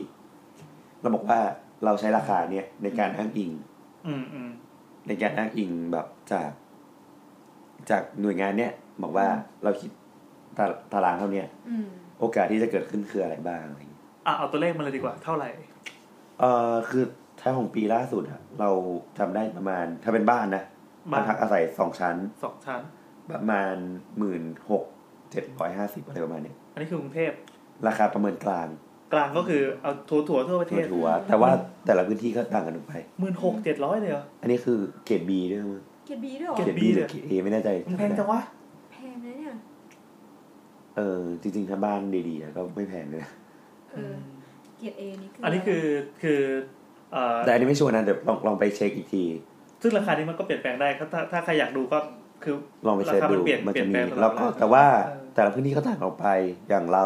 [SPEAKER 2] เราบอกว่าเราใช้ราคาเนี่ย ในการอ้างอิง
[SPEAKER 3] อืมอืม
[SPEAKER 2] ในการอ้างอิงแบบจาก จากหน่วยงานเนี้ยบอกว่าเราคิดตาตารางเท่าเนี้ย
[SPEAKER 4] อืม
[SPEAKER 2] โอกาสที่จะเกิดขึ้นคืออะไรบ้างอะไรอย่างเงี้ย
[SPEAKER 3] อ่ะเอาตัวเลขมาเลยดีกว่าเท่าไหร่
[SPEAKER 2] เอ่อคือท้ายของปีล่าสุดอะเราทำได้ประมาณ ถ้าเป็นบ้านนะ
[SPEAKER 3] บ้าน
[SPEAKER 2] พักอาศัยสองชั้น
[SPEAKER 3] สองชั้น
[SPEAKER 2] ประมาณหมื่นหกเจ็ดร้อยห้าสิบอะไรประมาณเนี้ย
[SPEAKER 3] อันนี้คือกรุงเทพ
[SPEAKER 2] ราคาประเมินกลาง
[SPEAKER 3] กลางก็คือเอาถั่วถั่วๆทั่วประเท
[SPEAKER 2] ทั่ว
[SPEAKER 3] ศ
[SPEAKER 2] ถัวแต่ว่าแต่ละพื้นที่ก็ต่างกันออกไป
[SPEAKER 3] หมื่นหกเจ็ดร้อยเลยเหรอ
[SPEAKER 2] อันนี้คือเกรดบีด้วยมั้ง
[SPEAKER 4] เกียรติบีด้วยเหรอ
[SPEAKER 3] เก รด B
[SPEAKER 2] หรือ
[SPEAKER 3] เลย
[SPEAKER 2] เกรดเอไม่แน่ใจ
[SPEAKER 3] มันแพงจังวะ
[SPEAKER 4] แพงนะเนี่ย
[SPEAKER 2] เออจริงๆถ้าบ้านดีๆอะก็ไม่แพงเลยนะ
[SPEAKER 4] เออ เกียรติเอนี่คือ
[SPEAKER 3] อั
[SPEAKER 4] อั
[SPEAKER 3] นนี้คือคือเอ่อ
[SPEAKER 2] แต่อันนี้ไม่ชัวร์นะเดี๋ยวลองลองไปเช็คอีกที
[SPEAKER 3] ซึ่งราคานี้มันก็เปลี่ยนแปลงได้ถ้าถ้าถ้าใครอยากดูก็คือ
[SPEAKER 2] ลองไปเสิร์ช
[SPEAKER 3] ราคามั
[SPEAKER 2] ดู
[SPEAKER 3] นเปลี่ยน
[SPEAKER 2] มันจะ
[SPEAKER 3] เปลี่
[SPEAKER 2] มี
[SPEAKER 3] ยนแปลง
[SPEAKER 2] แล้วก็
[SPEAKER 3] ตลอดเวลา
[SPEAKER 2] แต่ว่า
[SPEAKER 3] เออ
[SPEAKER 2] แต่ละพื้นที่ก็ต่างออกไปอย่างเรา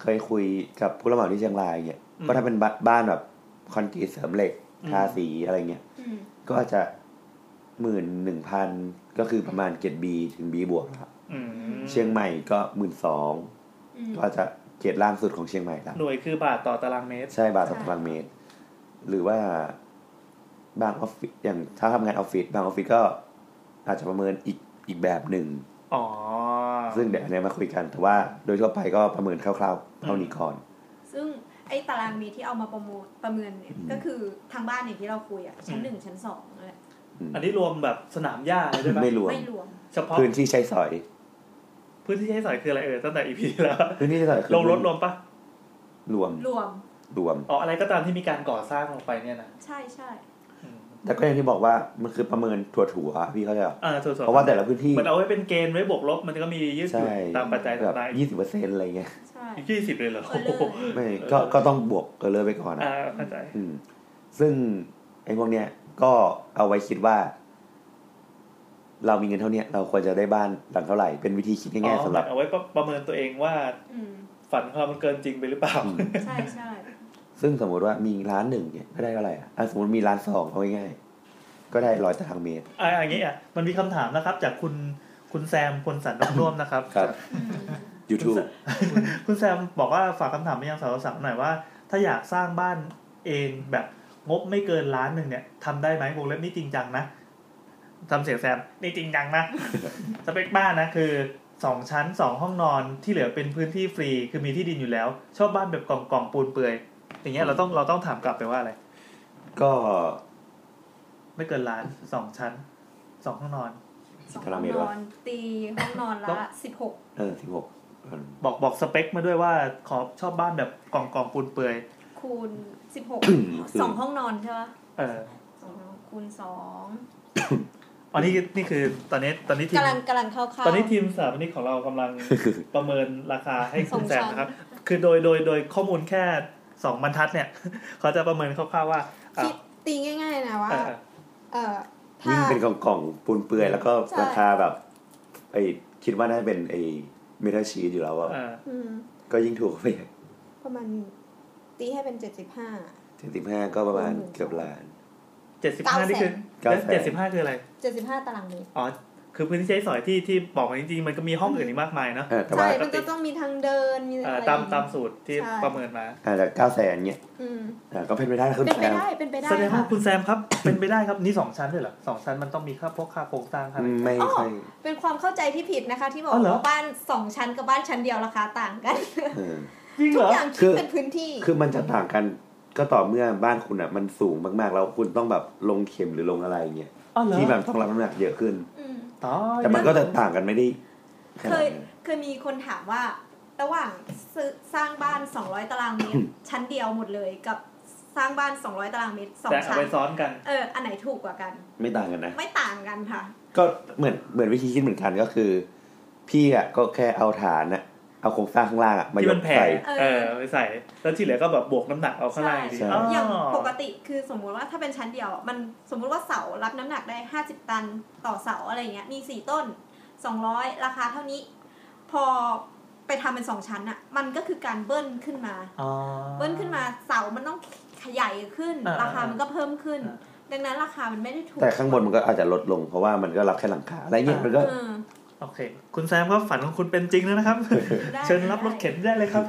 [SPEAKER 2] เคยคุยกับผู้รับเหมาที่เชียงรายเนี่ย
[SPEAKER 3] อืม
[SPEAKER 2] ก็ถ้าเป็นบ้านบ้านแบบคอนกรีตเสริมเหล็ก
[SPEAKER 3] อืม
[SPEAKER 2] ทาสีอะไรเงี้ย
[SPEAKER 4] อืม
[SPEAKER 2] ก็อาจจะหมื่นหนึ่งพันก็คือประมาณเกรดบีถึงบีบวกละ
[SPEAKER 3] อืม
[SPEAKER 2] เชียงใหม่ก็หมื่นสอง
[SPEAKER 4] อืม
[SPEAKER 2] ก็อาจจะเกรดล่างสุดของเชียงใหม่ละ
[SPEAKER 3] หน่วยคือบาทต่อตารางเมตร
[SPEAKER 2] ใช่บาทต่อตารางเมตร หรือว่าบางออฟฟิศอย่างถ้าทำงานออฟฟิศบางออฟฟิศก็ อาจจะประเมินอีกอีกแบบหนึ่ง
[SPEAKER 3] อ๋อ
[SPEAKER 2] ซึ่งเดี๋ยวอันเนี้ยมาคุยกัน แต่ว่าโดยทั่วไปก็ประเมินคร่าวๆเท่านี้ก่อน
[SPEAKER 4] ซึ่งไอ้ตารางเมตรที่เอามาประมูลประเมินเนี่ย
[SPEAKER 2] อืม
[SPEAKER 4] ก็คือทางบ้านอย่างที่เราคุยอ่ะ ชั้น
[SPEAKER 3] อืม
[SPEAKER 4] หนึ่งชั้นสองนั่นแหละ
[SPEAKER 2] อืม
[SPEAKER 3] อันนี้รวมแบบสนามหญ้าเลยด้วยปะ
[SPEAKER 2] ไม่รวม
[SPEAKER 4] ไม่รวม
[SPEAKER 3] เฉพาะ
[SPEAKER 2] พื้นที่ใช้สอย
[SPEAKER 3] พื้นที่ใช้สอยคืออะไรเออตั้งแต่อีพีแล้ว
[SPEAKER 2] พื้นที่ใช้สอยคือ
[SPEAKER 3] ลงรถรวมปะ
[SPEAKER 2] รวม
[SPEAKER 4] รวม
[SPEAKER 2] รวม
[SPEAKER 3] อ๋ออะไรก็ตามที่มีการก่อสร้างลงไปเนี่ยนะ
[SPEAKER 4] ใช่ใช่
[SPEAKER 3] อืม
[SPEAKER 2] แต่ก็อย่างที่บอกว่ามันคือประเมินถั่วๆพี่เข้าใจปะ
[SPEAKER 3] อ่าส่วนส่วน
[SPEAKER 2] เพราะว่าแต่ละพื้นที่
[SPEAKER 3] มันเอาไว้เป็นเกณฑ์ไว้บวกลบมันก็มียืดหยุ่น
[SPEAKER 2] ใช่
[SPEAKER 3] ตามปัจจัย
[SPEAKER 2] แบ
[SPEAKER 3] ต่า
[SPEAKER 2] บ
[SPEAKER 3] ง
[SPEAKER 2] ยี่สิบเปอร์เซ็นต์อะไรเงี้ย
[SPEAKER 4] ใช่
[SPEAKER 3] ๆอีกยี่สิบเลยเหรอ
[SPEAKER 4] เออเลย
[SPEAKER 3] โโห
[SPEAKER 2] ไม่ก็ก็ต้องบวกเออเลอไปก่อน
[SPEAKER 3] อ่า
[SPEAKER 2] อะ
[SPEAKER 3] เข้าใจ
[SPEAKER 2] อืม ซึ่งไอ้พวกเนี้ยก็เอาไว้คิดว่า เรามีเงินเท่าเนี้ยเราควรจะได้บ้านหลังเท่าไหร่เป็นวิธีคิด
[SPEAKER 3] อ๋
[SPEAKER 2] ง่ายๆ
[SPEAKER 3] อ
[SPEAKER 2] สำหรับ
[SPEAKER 3] เอาไว้ประประเมินตัวเองว่า
[SPEAKER 4] อืม
[SPEAKER 3] ฝันของเรามันเกินจริงไปหรือเปล่า
[SPEAKER 2] อืม
[SPEAKER 4] ใช่ใช่
[SPEAKER 2] ซึ่งสมมติว่ามีร้านหนึ่งเนี่ยก็ได้เท่าไหร่อะอ่ะสมมติมีร้านสองเอาง่ายๆก็ได้ร้อยตารางเมตร
[SPEAKER 3] อ่าอย่างงี้อ่ะมันมีคำถามนะครับ จากคุณคุณแซมพลสันนกร่วมนะครับ
[SPEAKER 2] ครับ
[SPEAKER 4] อืม
[SPEAKER 2] YouTube
[SPEAKER 3] คุณแซมบอกว่าฝากคำถามไปยังสาวสาวๆหน่อยว่า ถ้าอยากสร้างบ้านเองแบบงบไม่เกินล้านหนึ่งเนี่ยทำได้ไหมวงเล็บนี่จริงจังนะทำเสียงแซมนี่จริงจังนะ สเปคบ้านนะคือสองชั้นสองห้องนอนที่เหลือเป็นพื้นที่ฟรีคือมีที่ดินอยู่แล้ว ชอบบ้านแบบกล่องกล่องๆปูนเปื่อยอย่างเงี้ยเราต้องเราต้องถามกลับไปว่าอะไร
[SPEAKER 2] ก็
[SPEAKER 3] ไม่เกินล้านสองชั้นสองห้องนอน
[SPEAKER 4] สองห้องนอนตีห้องนอนละสิบหก
[SPEAKER 2] เออสิบหก
[SPEAKER 3] บอกบอกสเปคมาด้วยว่าขอชอบบ้านแบบกล่องกล่องๆปูนเปื่อย
[SPEAKER 4] คูณสิบหกสองห้องนอนใช่ปะ
[SPEAKER 3] เออ
[SPEAKER 4] สองห้องนอนคูณสอง
[SPEAKER 3] อันนี้คือนี่คือตอนนี้ตอนนี้ทีม
[SPEAKER 4] กำลังกำลังเข้าๆ
[SPEAKER 3] ตอนนี้ทีมสถาปนิกของเรา กำลัง ประเมินราคาให้คุณแซมนะครับ คือโดยโดยโดยข้อมูลแค่สองบรรทัดเนี่ย เขาจะประเมินคร่าวๆว่าอ่ะ
[SPEAKER 4] คิดตีง่ายๆนะว่า
[SPEAKER 3] เอ่อ
[SPEAKER 4] เออถ้า
[SPEAKER 2] ยิ่งเป็นกล่องกล่องๆปูนเปื่อยแล้วก็
[SPEAKER 4] ใช่
[SPEAKER 2] ราคาแบบไอ้คิดว่าน่าจะเป็นไอ้เมทัลชีตอยู่แล้วอะ
[SPEAKER 3] เอ่อ
[SPEAKER 4] อืม
[SPEAKER 2] ก็ยิ่งถูกไป
[SPEAKER 4] ประมาณตีให้เป็นเจ็ดสิบห้า
[SPEAKER 2] เจ็ดสิบห้าก็ประมาณ
[SPEAKER 4] โอ้โห
[SPEAKER 2] เกือบล้าน
[SPEAKER 3] เจ็ดสิบห้า
[SPEAKER 4] 900,000
[SPEAKER 3] นี่คือ
[SPEAKER 2] 900,000
[SPEAKER 3] เจ็ดสิบห้าคืออะไร
[SPEAKER 4] เจ็ดสิบห้าตารางเมตร
[SPEAKER 3] อ๋อ คือพื้นที่ใช้สอยที่ที่บอกมาจริงๆ มันก็มีห้องอื่นอีกมากมายเนาะ
[SPEAKER 2] เออแต่
[SPEAKER 4] ใช่
[SPEAKER 2] ว่า
[SPEAKER 3] ปกติ
[SPEAKER 4] มันก็ต้องมีทางเดิน มีอะ
[SPEAKER 3] เอ่อ
[SPEAKER 4] ไร
[SPEAKER 3] ตามตามสูตรที่
[SPEAKER 4] ใช่
[SPEAKER 3] ประเมินมา
[SPEAKER 2] อาจจะเก้าแสนเงี้ย
[SPEAKER 4] อืม
[SPEAKER 2] อ่ะก็เป็นไปได้ขึ้น
[SPEAKER 4] เป็นไป
[SPEAKER 2] แล้ว
[SPEAKER 4] ได้เป็นไปได้
[SPEAKER 3] แสดงว่า
[SPEAKER 4] ค่ะ
[SPEAKER 3] คุณแซมครับ เป็นไปได้ครับ นี่สองชั้นเลยเหรอสองชั้นมันต้องมีค่าพวกค่าโครงสร้างค่าอะไร
[SPEAKER 2] ไม่ค่อย
[SPEAKER 4] เป็นความเข้าใจที่ผิดนะคะ ที่บอก
[SPEAKER 3] อ๋อเหรอ
[SPEAKER 4] ว่าบ้านสองชั้นกับบ้านชั้นเดียวราคาต่างกัน
[SPEAKER 2] เออ
[SPEAKER 3] จริง
[SPEAKER 4] ทุ
[SPEAKER 3] เหร
[SPEAKER 4] ก
[SPEAKER 3] อ
[SPEAKER 4] อย่างคิ
[SPEAKER 2] คื
[SPEAKER 4] ด
[SPEAKER 2] อ
[SPEAKER 4] เป็นพื้นที่
[SPEAKER 2] คือมันจะต่างกันก็ต่อเมื่อบ้านคุณอ่ะมันสูงมากๆ แล้วคุณต้องแบบลงเข็มหรือลงอะไรเงี้ย
[SPEAKER 3] อ๋อเหรอ
[SPEAKER 2] ที่มันต้องรับน้ำหนักเยอะขึ้น
[SPEAKER 4] ม
[SPEAKER 3] อ๋อ
[SPEAKER 2] แต่มันก็จะต่างกันไม่ได้ข
[SPEAKER 4] เค
[SPEAKER 2] นาด
[SPEAKER 4] ย
[SPEAKER 2] นั้น
[SPEAKER 4] เคยมีคนถามว่า ระหว่างซื้อสร้างบ้าน 200 ตารางเมตร ชั้นเดียวหมดเลยกับสร้างบ้าน 200 ตารางเมตรสอง
[SPEAKER 3] แต่เอา
[SPEAKER 4] ชั้น
[SPEAKER 3] ไปซ้อนกัน
[SPEAKER 4] เอออันไหนถูกกว่ากัน
[SPEAKER 2] ไม่ต่างกันนะ
[SPEAKER 4] ไม่ต่างกันค่ะ
[SPEAKER 2] ก็เหมือนเหมือนวิธีคิดเหมือนกันก็คือ พี่อ่ะก็แค่เอาฐานอ่ะเอาโครงสร้างข้างล่างอ่ะมา
[SPEAKER 3] ที่
[SPEAKER 2] ย
[SPEAKER 3] มั
[SPEAKER 2] ก
[SPEAKER 3] นแผ่
[SPEAKER 2] ใส่
[SPEAKER 3] เออไปใส่ แล้วที่เหลือก็แบบบวกน้ำหนักเอาข้างล่างอยู่ดี
[SPEAKER 2] ใช่
[SPEAKER 3] อ๋ออ
[SPEAKER 4] อย่างปกติคือสมมุติว่าถ้าเป็นชั้นเดียวอะมันสมมุติว่าเสารับน้ำหนักได้ 50 ตันต่อเสาอะไรเงี้ยมีสี่ต้น 200 ราคาเท่านี้ พอไปทำเป็นสองชั้นอะมันก็คือการเบิ้ลขึ้นมา
[SPEAKER 1] อ๋อ
[SPEAKER 4] เบิ้ลขึ้นมาเสามันต้องขยายขึ้น
[SPEAKER 1] อ่า
[SPEAKER 4] ราคามันก็เพิ่มขึ้น
[SPEAKER 1] อ่า
[SPEAKER 4] ดังนั้นราคามันไม่ได้ถูก
[SPEAKER 2] แต่ข้างบนมันก็อาจจะลดลง เพราะว่ามันก็รับแค่หลังคาอะไรเงี้ยมันก็
[SPEAKER 4] เออ
[SPEAKER 3] โอเค คุณแซมก็ฝันของคุณเป็นจริงแล้วนะครับ
[SPEAKER 4] ได้
[SPEAKER 3] เชิญรับรถเข็นได้เลยครับ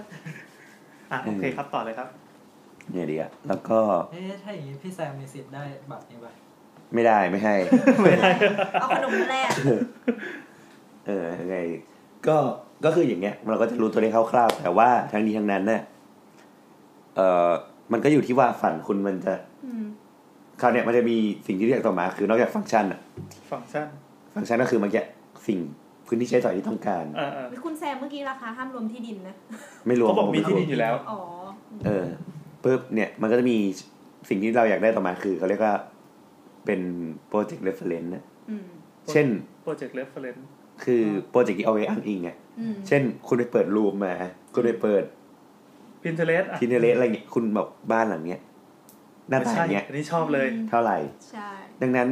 [SPEAKER 3] อ่ะโอเคครับต่อเลยครับ
[SPEAKER 2] เนี่ยดีอ่ะแล้วก็
[SPEAKER 1] เอ๊ะถ้าอย่างนี้พี่แซมมีสิทธิ์ได้บัตรนี้ป่ะ
[SPEAKER 2] ไม่ได้ไม่ ให้
[SPEAKER 3] ไม่ได้
[SPEAKER 4] เอาขนมมาแลก
[SPEAKER 2] เออยังไงก็ก็คืออย่างเงี้ยเราก็จะรู้ตัวเลขคร่าวๆแต่ว่าทั้งนี้ทั้งนั้นเนี่ยเออมันก็อยู่ที่ว่าฝันคุณมันจะ
[SPEAKER 4] อืม
[SPEAKER 2] คราวเนี้ยมันจะมีสิ่งที่เรียกต่อมาคือนอกจากฟังก์ชันอะ
[SPEAKER 3] ฟังก์ชัน
[SPEAKER 2] ฟังก์ชันก็คือมันแกะสิ่งพื้นที่ใช้สอยที่ต้องการ
[SPEAKER 3] เออเออ
[SPEAKER 4] คุณแซมเมื่อกี้ราคาห้ามรวมที่ดินนะ
[SPEAKER 2] ไม่รวม
[SPEAKER 3] เขาบอกมีที่ดินอยู่แล้ว
[SPEAKER 4] อ๋อ
[SPEAKER 2] เออปุ๊บเนี่ยมันก็จะมีสิ่งที่เราอยากได้ต่อมาคือเขาเรียกว่าเป็นโปรเจกต์เรฟเฟรนซ์นะ
[SPEAKER 4] อืม
[SPEAKER 2] เช่น
[SPEAKER 3] โปรเจกต์เรฟเฟรนซ์
[SPEAKER 2] คือโปรเจกต์ที่เอาไว้อ้างอิงอะ
[SPEAKER 4] อืม
[SPEAKER 2] เช่น คุณไปเปิดรูปมา คุณไปเปิด
[SPEAKER 3] พินเทเลสอ่ะ
[SPEAKER 2] ทีเนเลสอะไรเงี้ยคุณแบบบ้านหลังเนี้ยหน้าตา
[SPEAKER 3] ใช่
[SPEAKER 2] เนี้ย
[SPEAKER 3] อันนี้ชอบเลย
[SPEAKER 2] เท่าไหร่
[SPEAKER 4] ใช่
[SPEAKER 2] ดังนั้น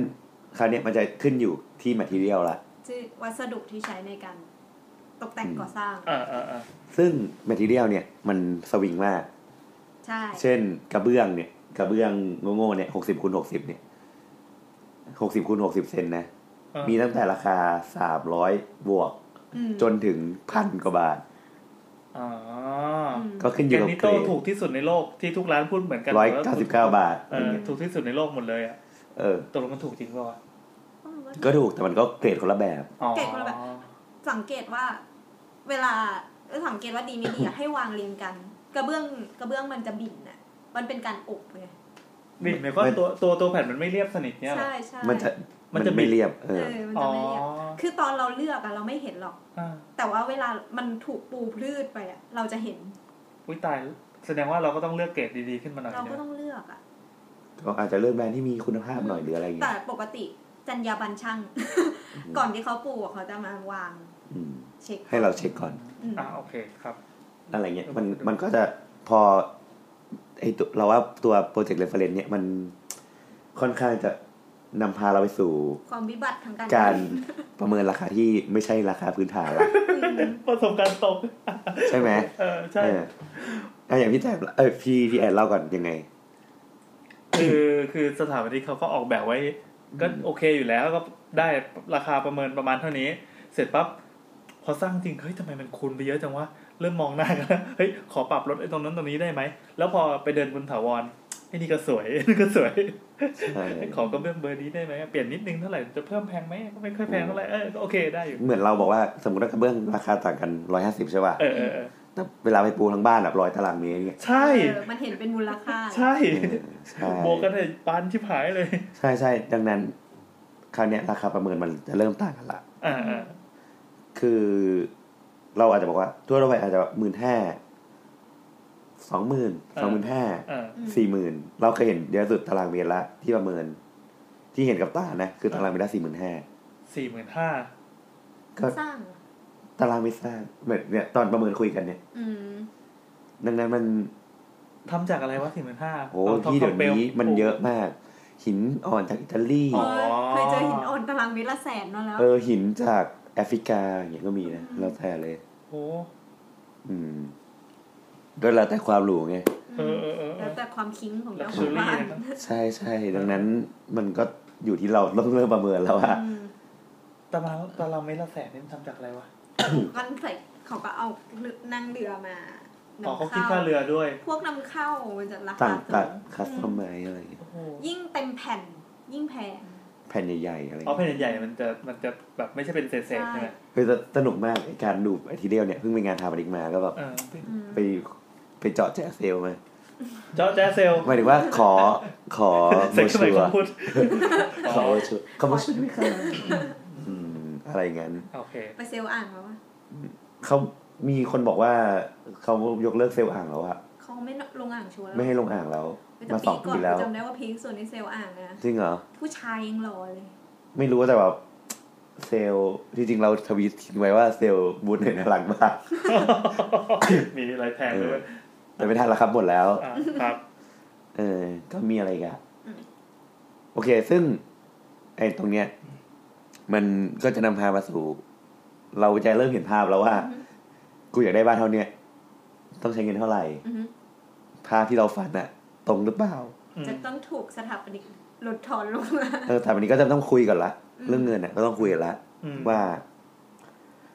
[SPEAKER 2] คราวเนี้ยมันจะขึ้นอยู่ที่มาทีเรียลละ
[SPEAKER 4] ชื่อวัสดุที่ใช้ในการตกแต่งก่อสร้าง
[SPEAKER 3] เออเออเออ
[SPEAKER 2] ซึ่งมาทีเรียลเนี่ยมันสวิงมาก
[SPEAKER 4] ใช่
[SPEAKER 2] เช่น กระเบื้องเนี่ย กระเบื้องโง่ๆเนี่ยหกสิบคูณหกสิบเนี่ยหกสิบคูณหกสิบเซนนะ
[SPEAKER 3] เออ
[SPEAKER 2] มีตั้งแต่ราคาสามร้อยบวก
[SPEAKER 4] อืม
[SPEAKER 2] จนถึงพันกว่าบาท
[SPEAKER 3] อ๋อ
[SPEAKER 4] อืม
[SPEAKER 2] ก็ขึ้นอ
[SPEAKER 3] แก
[SPEAKER 2] ยู่
[SPEAKER 3] น
[SPEAKER 2] กับ
[SPEAKER 3] นิ
[SPEAKER 2] เก
[SPEAKER 3] โต
[SPEAKER 2] ร
[SPEAKER 3] ถู
[SPEAKER 2] ด
[SPEAKER 3] กที่สุดในโลกที่ทุกร้านพูดเหมือนกัน
[SPEAKER 2] ร้อยเก้าสิบเก้าบาท
[SPEAKER 3] เออถูกที่สุดในโลกหมดเลยอ่ะ
[SPEAKER 2] เออ
[SPEAKER 3] ตกลงมันถูกจริงเปล่าวะ
[SPEAKER 2] ก็ถูกแต่มันก็เกรดคนละแบบ
[SPEAKER 3] อ๋อ
[SPEAKER 4] สังเกตว่า เวลาเออสังเกตว่าดีไม่ ดีอะให้วางเรียงกัน กระเบื้องกระเบื้องมันจะบิ่นอ่ะ มันเป็นการอบไง
[SPEAKER 3] บิดหมายความว่าตัวตัวตัวแผ่นมันไม่เรียบสนิทเนี่ยเหรอ
[SPEAKER 4] ใช่ใช่
[SPEAKER 2] มันจะมั
[SPEAKER 3] มั
[SPEAKER 2] น น
[SPEAKER 3] จะ
[SPEAKER 2] จะ
[SPEAKER 3] บิ
[SPEAKER 2] ไม่
[SPEAKER 3] ด
[SPEAKER 2] เรียบ เอ
[SPEAKER 4] เอ
[SPEAKER 2] อ
[SPEAKER 4] อมัน
[SPEAKER 3] อ๋
[SPEAKER 4] จะ
[SPEAKER 3] อ
[SPEAKER 4] ไม่เรียบ คือตอนเราเลือกอะเราไม่เห็นหรอก
[SPEAKER 3] อ่า
[SPEAKER 4] แต่ว่าเวลามันถูกปูพืชไปอะเราจะเห็น
[SPEAKER 3] อุ้ยตายแล้วแสดงว่าเราก็ต้องเลือกเกรดดีๆขึ้นมาหน่อย
[SPEAKER 4] เราก็
[SPEAKER 3] นะ
[SPEAKER 4] ต้องเลือกอะ
[SPEAKER 2] ก็อาจจะเลือกแบรนด์ที่มีคุณภาพหน่อยหรืออะไรอย่าง
[SPEAKER 4] แต่
[SPEAKER 2] เงี้ย
[SPEAKER 4] ปกติจัญญาบันช่าง ก่อนที่เขาปลูกอะเขาจะมาวาง
[SPEAKER 2] อืม
[SPEAKER 4] เช็ค
[SPEAKER 2] ให้เราเช็คก่อน
[SPEAKER 4] อืม
[SPEAKER 3] อ่าโอเคครับ
[SPEAKER 2] อะไรเงี้ยมันมันก็จะพอไอตัวเราว่าตัวโปรเจกต์เรฟเฟรนซ์เนี่ยมันค่อนข้างจะนำพาเราไปสู่
[SPEAKER 4] ความวิบัติทางการ
[SPEAKER 2] การ ประเมินราคาที่ไม่ใช่ราคาพื้นฐานละ
[SPEAKER 4] อืม
[SPEAKER 3] ประสบการณ์ตก
[SPEAKER 2] ใช่ไหม
[SPEAKER 3] เออใช่
[SPEAKER 2] เอออ่ะอย่างพี่แจมเอยพี่พี่แอนเล่าก่อนยังไง
[SPEAKER 3] คือคือสถาปนิกเขาก็ออกแบบไว้ ก็โอเคอยู่แล้วก็ได้ราคาประเมินประมาณเท่านี้ เสร็จปั๊บพอสร้างจริงเฮ้ยทำไมมันคูณไปเยอะจังวะเริ่มมองหน้ากันแล้วเฮ้ยขอปรับลดไอ้ตรงนั้นตรงนี้ได้ไหมแล้วพอไปเดินบนถาวรไอ้นี่ก็สวยไอ้นี่ ก็สวย
[SPEAKER 2] ใช่
[SPEAKER 3] ขอกระเบื้องเบอร์นี้ได้ไหมเปลี่ยนนิดนึงเท่าไหร่จะเพิ่มแพงไหมก็ไม่ค่อยแพงเท่าไหร่เออก็โอเคได้อยู่
[SPEAKER 2] เหมือนเราบอกว่าสมมติว่ากระเบื้องราคาต่างกันร้อยห้าสิบใช่ป่ะ
[SPEAKER 3] เออเออเออ
[SPEAKER 2] แต่เวลาไปปูทั้งบ้านแบบร้อยตารางเมตร เนี่ย
[SPEAKER 3] ใช่
[SPEAKER 4] เออมันเห็นเป็นมูลค่า
[SPEAKER 3] ใช่
[SPEAKER 2] เออใช่
[SPEAKER 3] บวกกันเลยปานชิบหายเลย
[SPEAKER 2] ใช่ใช่ดังนั้น คราวเนี้ยราคาประเมินมันจะเริ่มต่างกันละ
[SPEAKER 3] อ่าอ่า
[SPEAKER 2] คือเราอาจจะบอกว่าทั่วไปอาจจะหมื่นห้าสองหมื่น
[SPEAKER 3] อ่า
[SPEAKER 2] สองหมื่นห้า
[SPEAKER 3] อ่า
[SPEAKER 2] สี่หมื่นเราเคยเห็นเยอะสุดตารางเมตรละที่ประเมิน ที่เห็นกับตานะคือตารางเมตรละสี่หมื่นห้า
[SPEAKER 3] สี่หมื่นห้า
[SPEAKER 2] ก็
[SPEAKER 4] สร้างอะ
[SPEAKER 2] ตารางเมตรสร้างเหมือนเนี่ยตอนประเมินคุยกันเนี่ย
[SPEAKER 4] อืม
[SPEAKER 2] ดังนั้นมัน
[SPEAKER 3] ทำจากอะไรวะสี่หมื่นห้า
[SPEAKER 2] โอ้ที่เดี๋ยวนี้มันเยอะมาก หินอ่อนจากอิตาลี
[SPEAKER 4] เออเคยเจอหินอ่อนตารางเมตรละแสนมาแล้ว
[SPEAKER 2] เออหินจากแอฟริกาอย่างเงี้ยก็มีนะแล้วแต่เลย
[SPEAKER 3] โอ้
[SPEAKER 2] อืมก็แล้วแต่ความรู้ไง
[SPEAKER 3] เออเออเออเอ
[SPEAKER 4] แล้ว
[SPEAKER 3] อ
[SPEAKER 4] แต่ความคิงของเจ้าขอ
[SPEAKER 3] Luxury
[SPEAKER 4] งบ้าน
[SPEAKER 3] นะครับ
[SPEAKER 2] ใช่ใช่ดังนั้นมันก็อยู่ที่เราต้องเริ่มประเมินแล้วว่า
[SPEAKER 4] อืม
[SPEAKER 3] ตารางตารางเมตรละแสนนี่มันทำจากอะไรวะ
[SPEAKER 4] มันใส่เขาก็เอานั่งเรือมา
[SPEAKER 3] อ๋อเขา
[SPEAKER 4] นำ
[SPEAKER 3] คิดค่าเรือด้วย
[SPEAKER 4] พวกนำเข้ามันจะรา
[SPEAKER 2] ต่า
[SPEAKER 4] คาง สู
[SPEAKER 2] ต่าง
[SPEAKER 4] ง
[SPEAKER 2] คัสต
[SPEAKER 4] อื
[SPEAKER 2] อม
[SPEAKER 4] ม
[SPEAKER 2] ไมอะไรเงี้ย
[SPEAKER 3] โอ้โห
[SPEAKER 4] ยิ่งเต็มแผ่น ยิ่งแพง
[SPEAKER 2] แผ่นใหญ่ๆอะไร
[SPEAKER 3] อ๋
[SPEAKER 2] เงี้
[SPEAKER 3] อ
[SPEAKER 2] ย
[SPEAKER 3] แผ่นใหญ่ๆมันจะมันจะแบบไม่ใช่เป็นเศษๆใช่ไหม
[SPEAKER 2] เฮ้ยแต่สนุกมากไอ้การดูไอทีเดียวเนี่ยเพิ่งไปงานทาปนิกมาก็แบบ
[SPEAKER 3] เออ
[SPEAKER 4] อืม
[SPEAKER 2] ไปไปเจาะแจเซลมา
[SPEAKER 3] เจ้าแจ๊เซล
[SPEAKER 2] หมายถึงว่าขอขอโบ
[SPEAKER 3] เซ็ก
[SPEAKER 2] ร
[SPEAKER 3] ซ์
[SPEAKER 2] ชั
[SPEAKER 3] ใหม่
[SPEAKER 2] ว
[SPEAKER 3] ของ
[SPEAKER 2] ร์
[SPEAKER 3] พูด
[SPEAKER 2] ขอโบรชัวร์ขอโบรชัวร์ด้วยค่ะอืมอะไรเงี้ย
[SPEAKER 3] โอเค
[SPEAKER 4] ไปเซลล์อ่างแล้วว่า
[SPEAKER 2] เขามีคนบอกว่าเขายกเลิกเซลล์อ่างแล้วอะ
[SPEAKER 4] เขาไม่ลงอ่างชัวร์แล้ว
[SPEAKER 2] ไม่ให้ลงอ่างแล้ว
[SPEAKER 4] แต่
[SPEAKER 2] มาส
[SPEAKER 4] ปี
[SPEAKER 2] อง
[SPEAKER 4] ก่อ
[SPEAKER 2] ปี
[SPEAKER 4] น
[SPEAKER 2] แล้ว
[SPEAKER 4] จำได้ว่าพีคสุดในเซลล์อ่างนะ
[SPEAKER 2] จริงเหรอ
[SPEAKER 4] ผู้ชายยังรอเลย
[SPEAKER 2] ไม่รู้แต่แบบ เซลล์จริงๆเราทวีตทิ้งไว้ว่าเซลล์บูธเหนื่อย น่ารักมาก
[SPEAKER 3] มีอะไรแทงด้วย
[SPEAKER 2] แต่ไม่ทันแล้วครับหมดแล้ว
[SPEAKER 3] อ่ะครับ
[SPEAKER 2] เออ ก็มีอะไรอีกัน
[SPEAKER 4] อืม
[SPEAKER 2] โอเค ซึ่งไอ้ตรงเนี้ย มันก็จะนำพามาสู่ เราจะเริ่มเห็นภาพแล้วว่า กูอยากได้บ้านเท่าเนี้ยต้องใช้เงินเท่าไหร่
[SPEAKER 4] อือฮึ
[SPEAKER 2] ภาพที่เราฝันอะตรงหรือเปล่า
[SPEAKER 4] จะต้องถูกสถาปนิกหลุดถอนลงมา
[SPEAKER 2] เออแต่วันนี้ก็จะต้องคุยก่อนละ
[SPEAKER 4] อืม
[SPEAKER 2] เรื่องเงินอะก็ต้องคุยกันละ
[SPEAKER 3] อืม
[SPEAKER 2] ว่า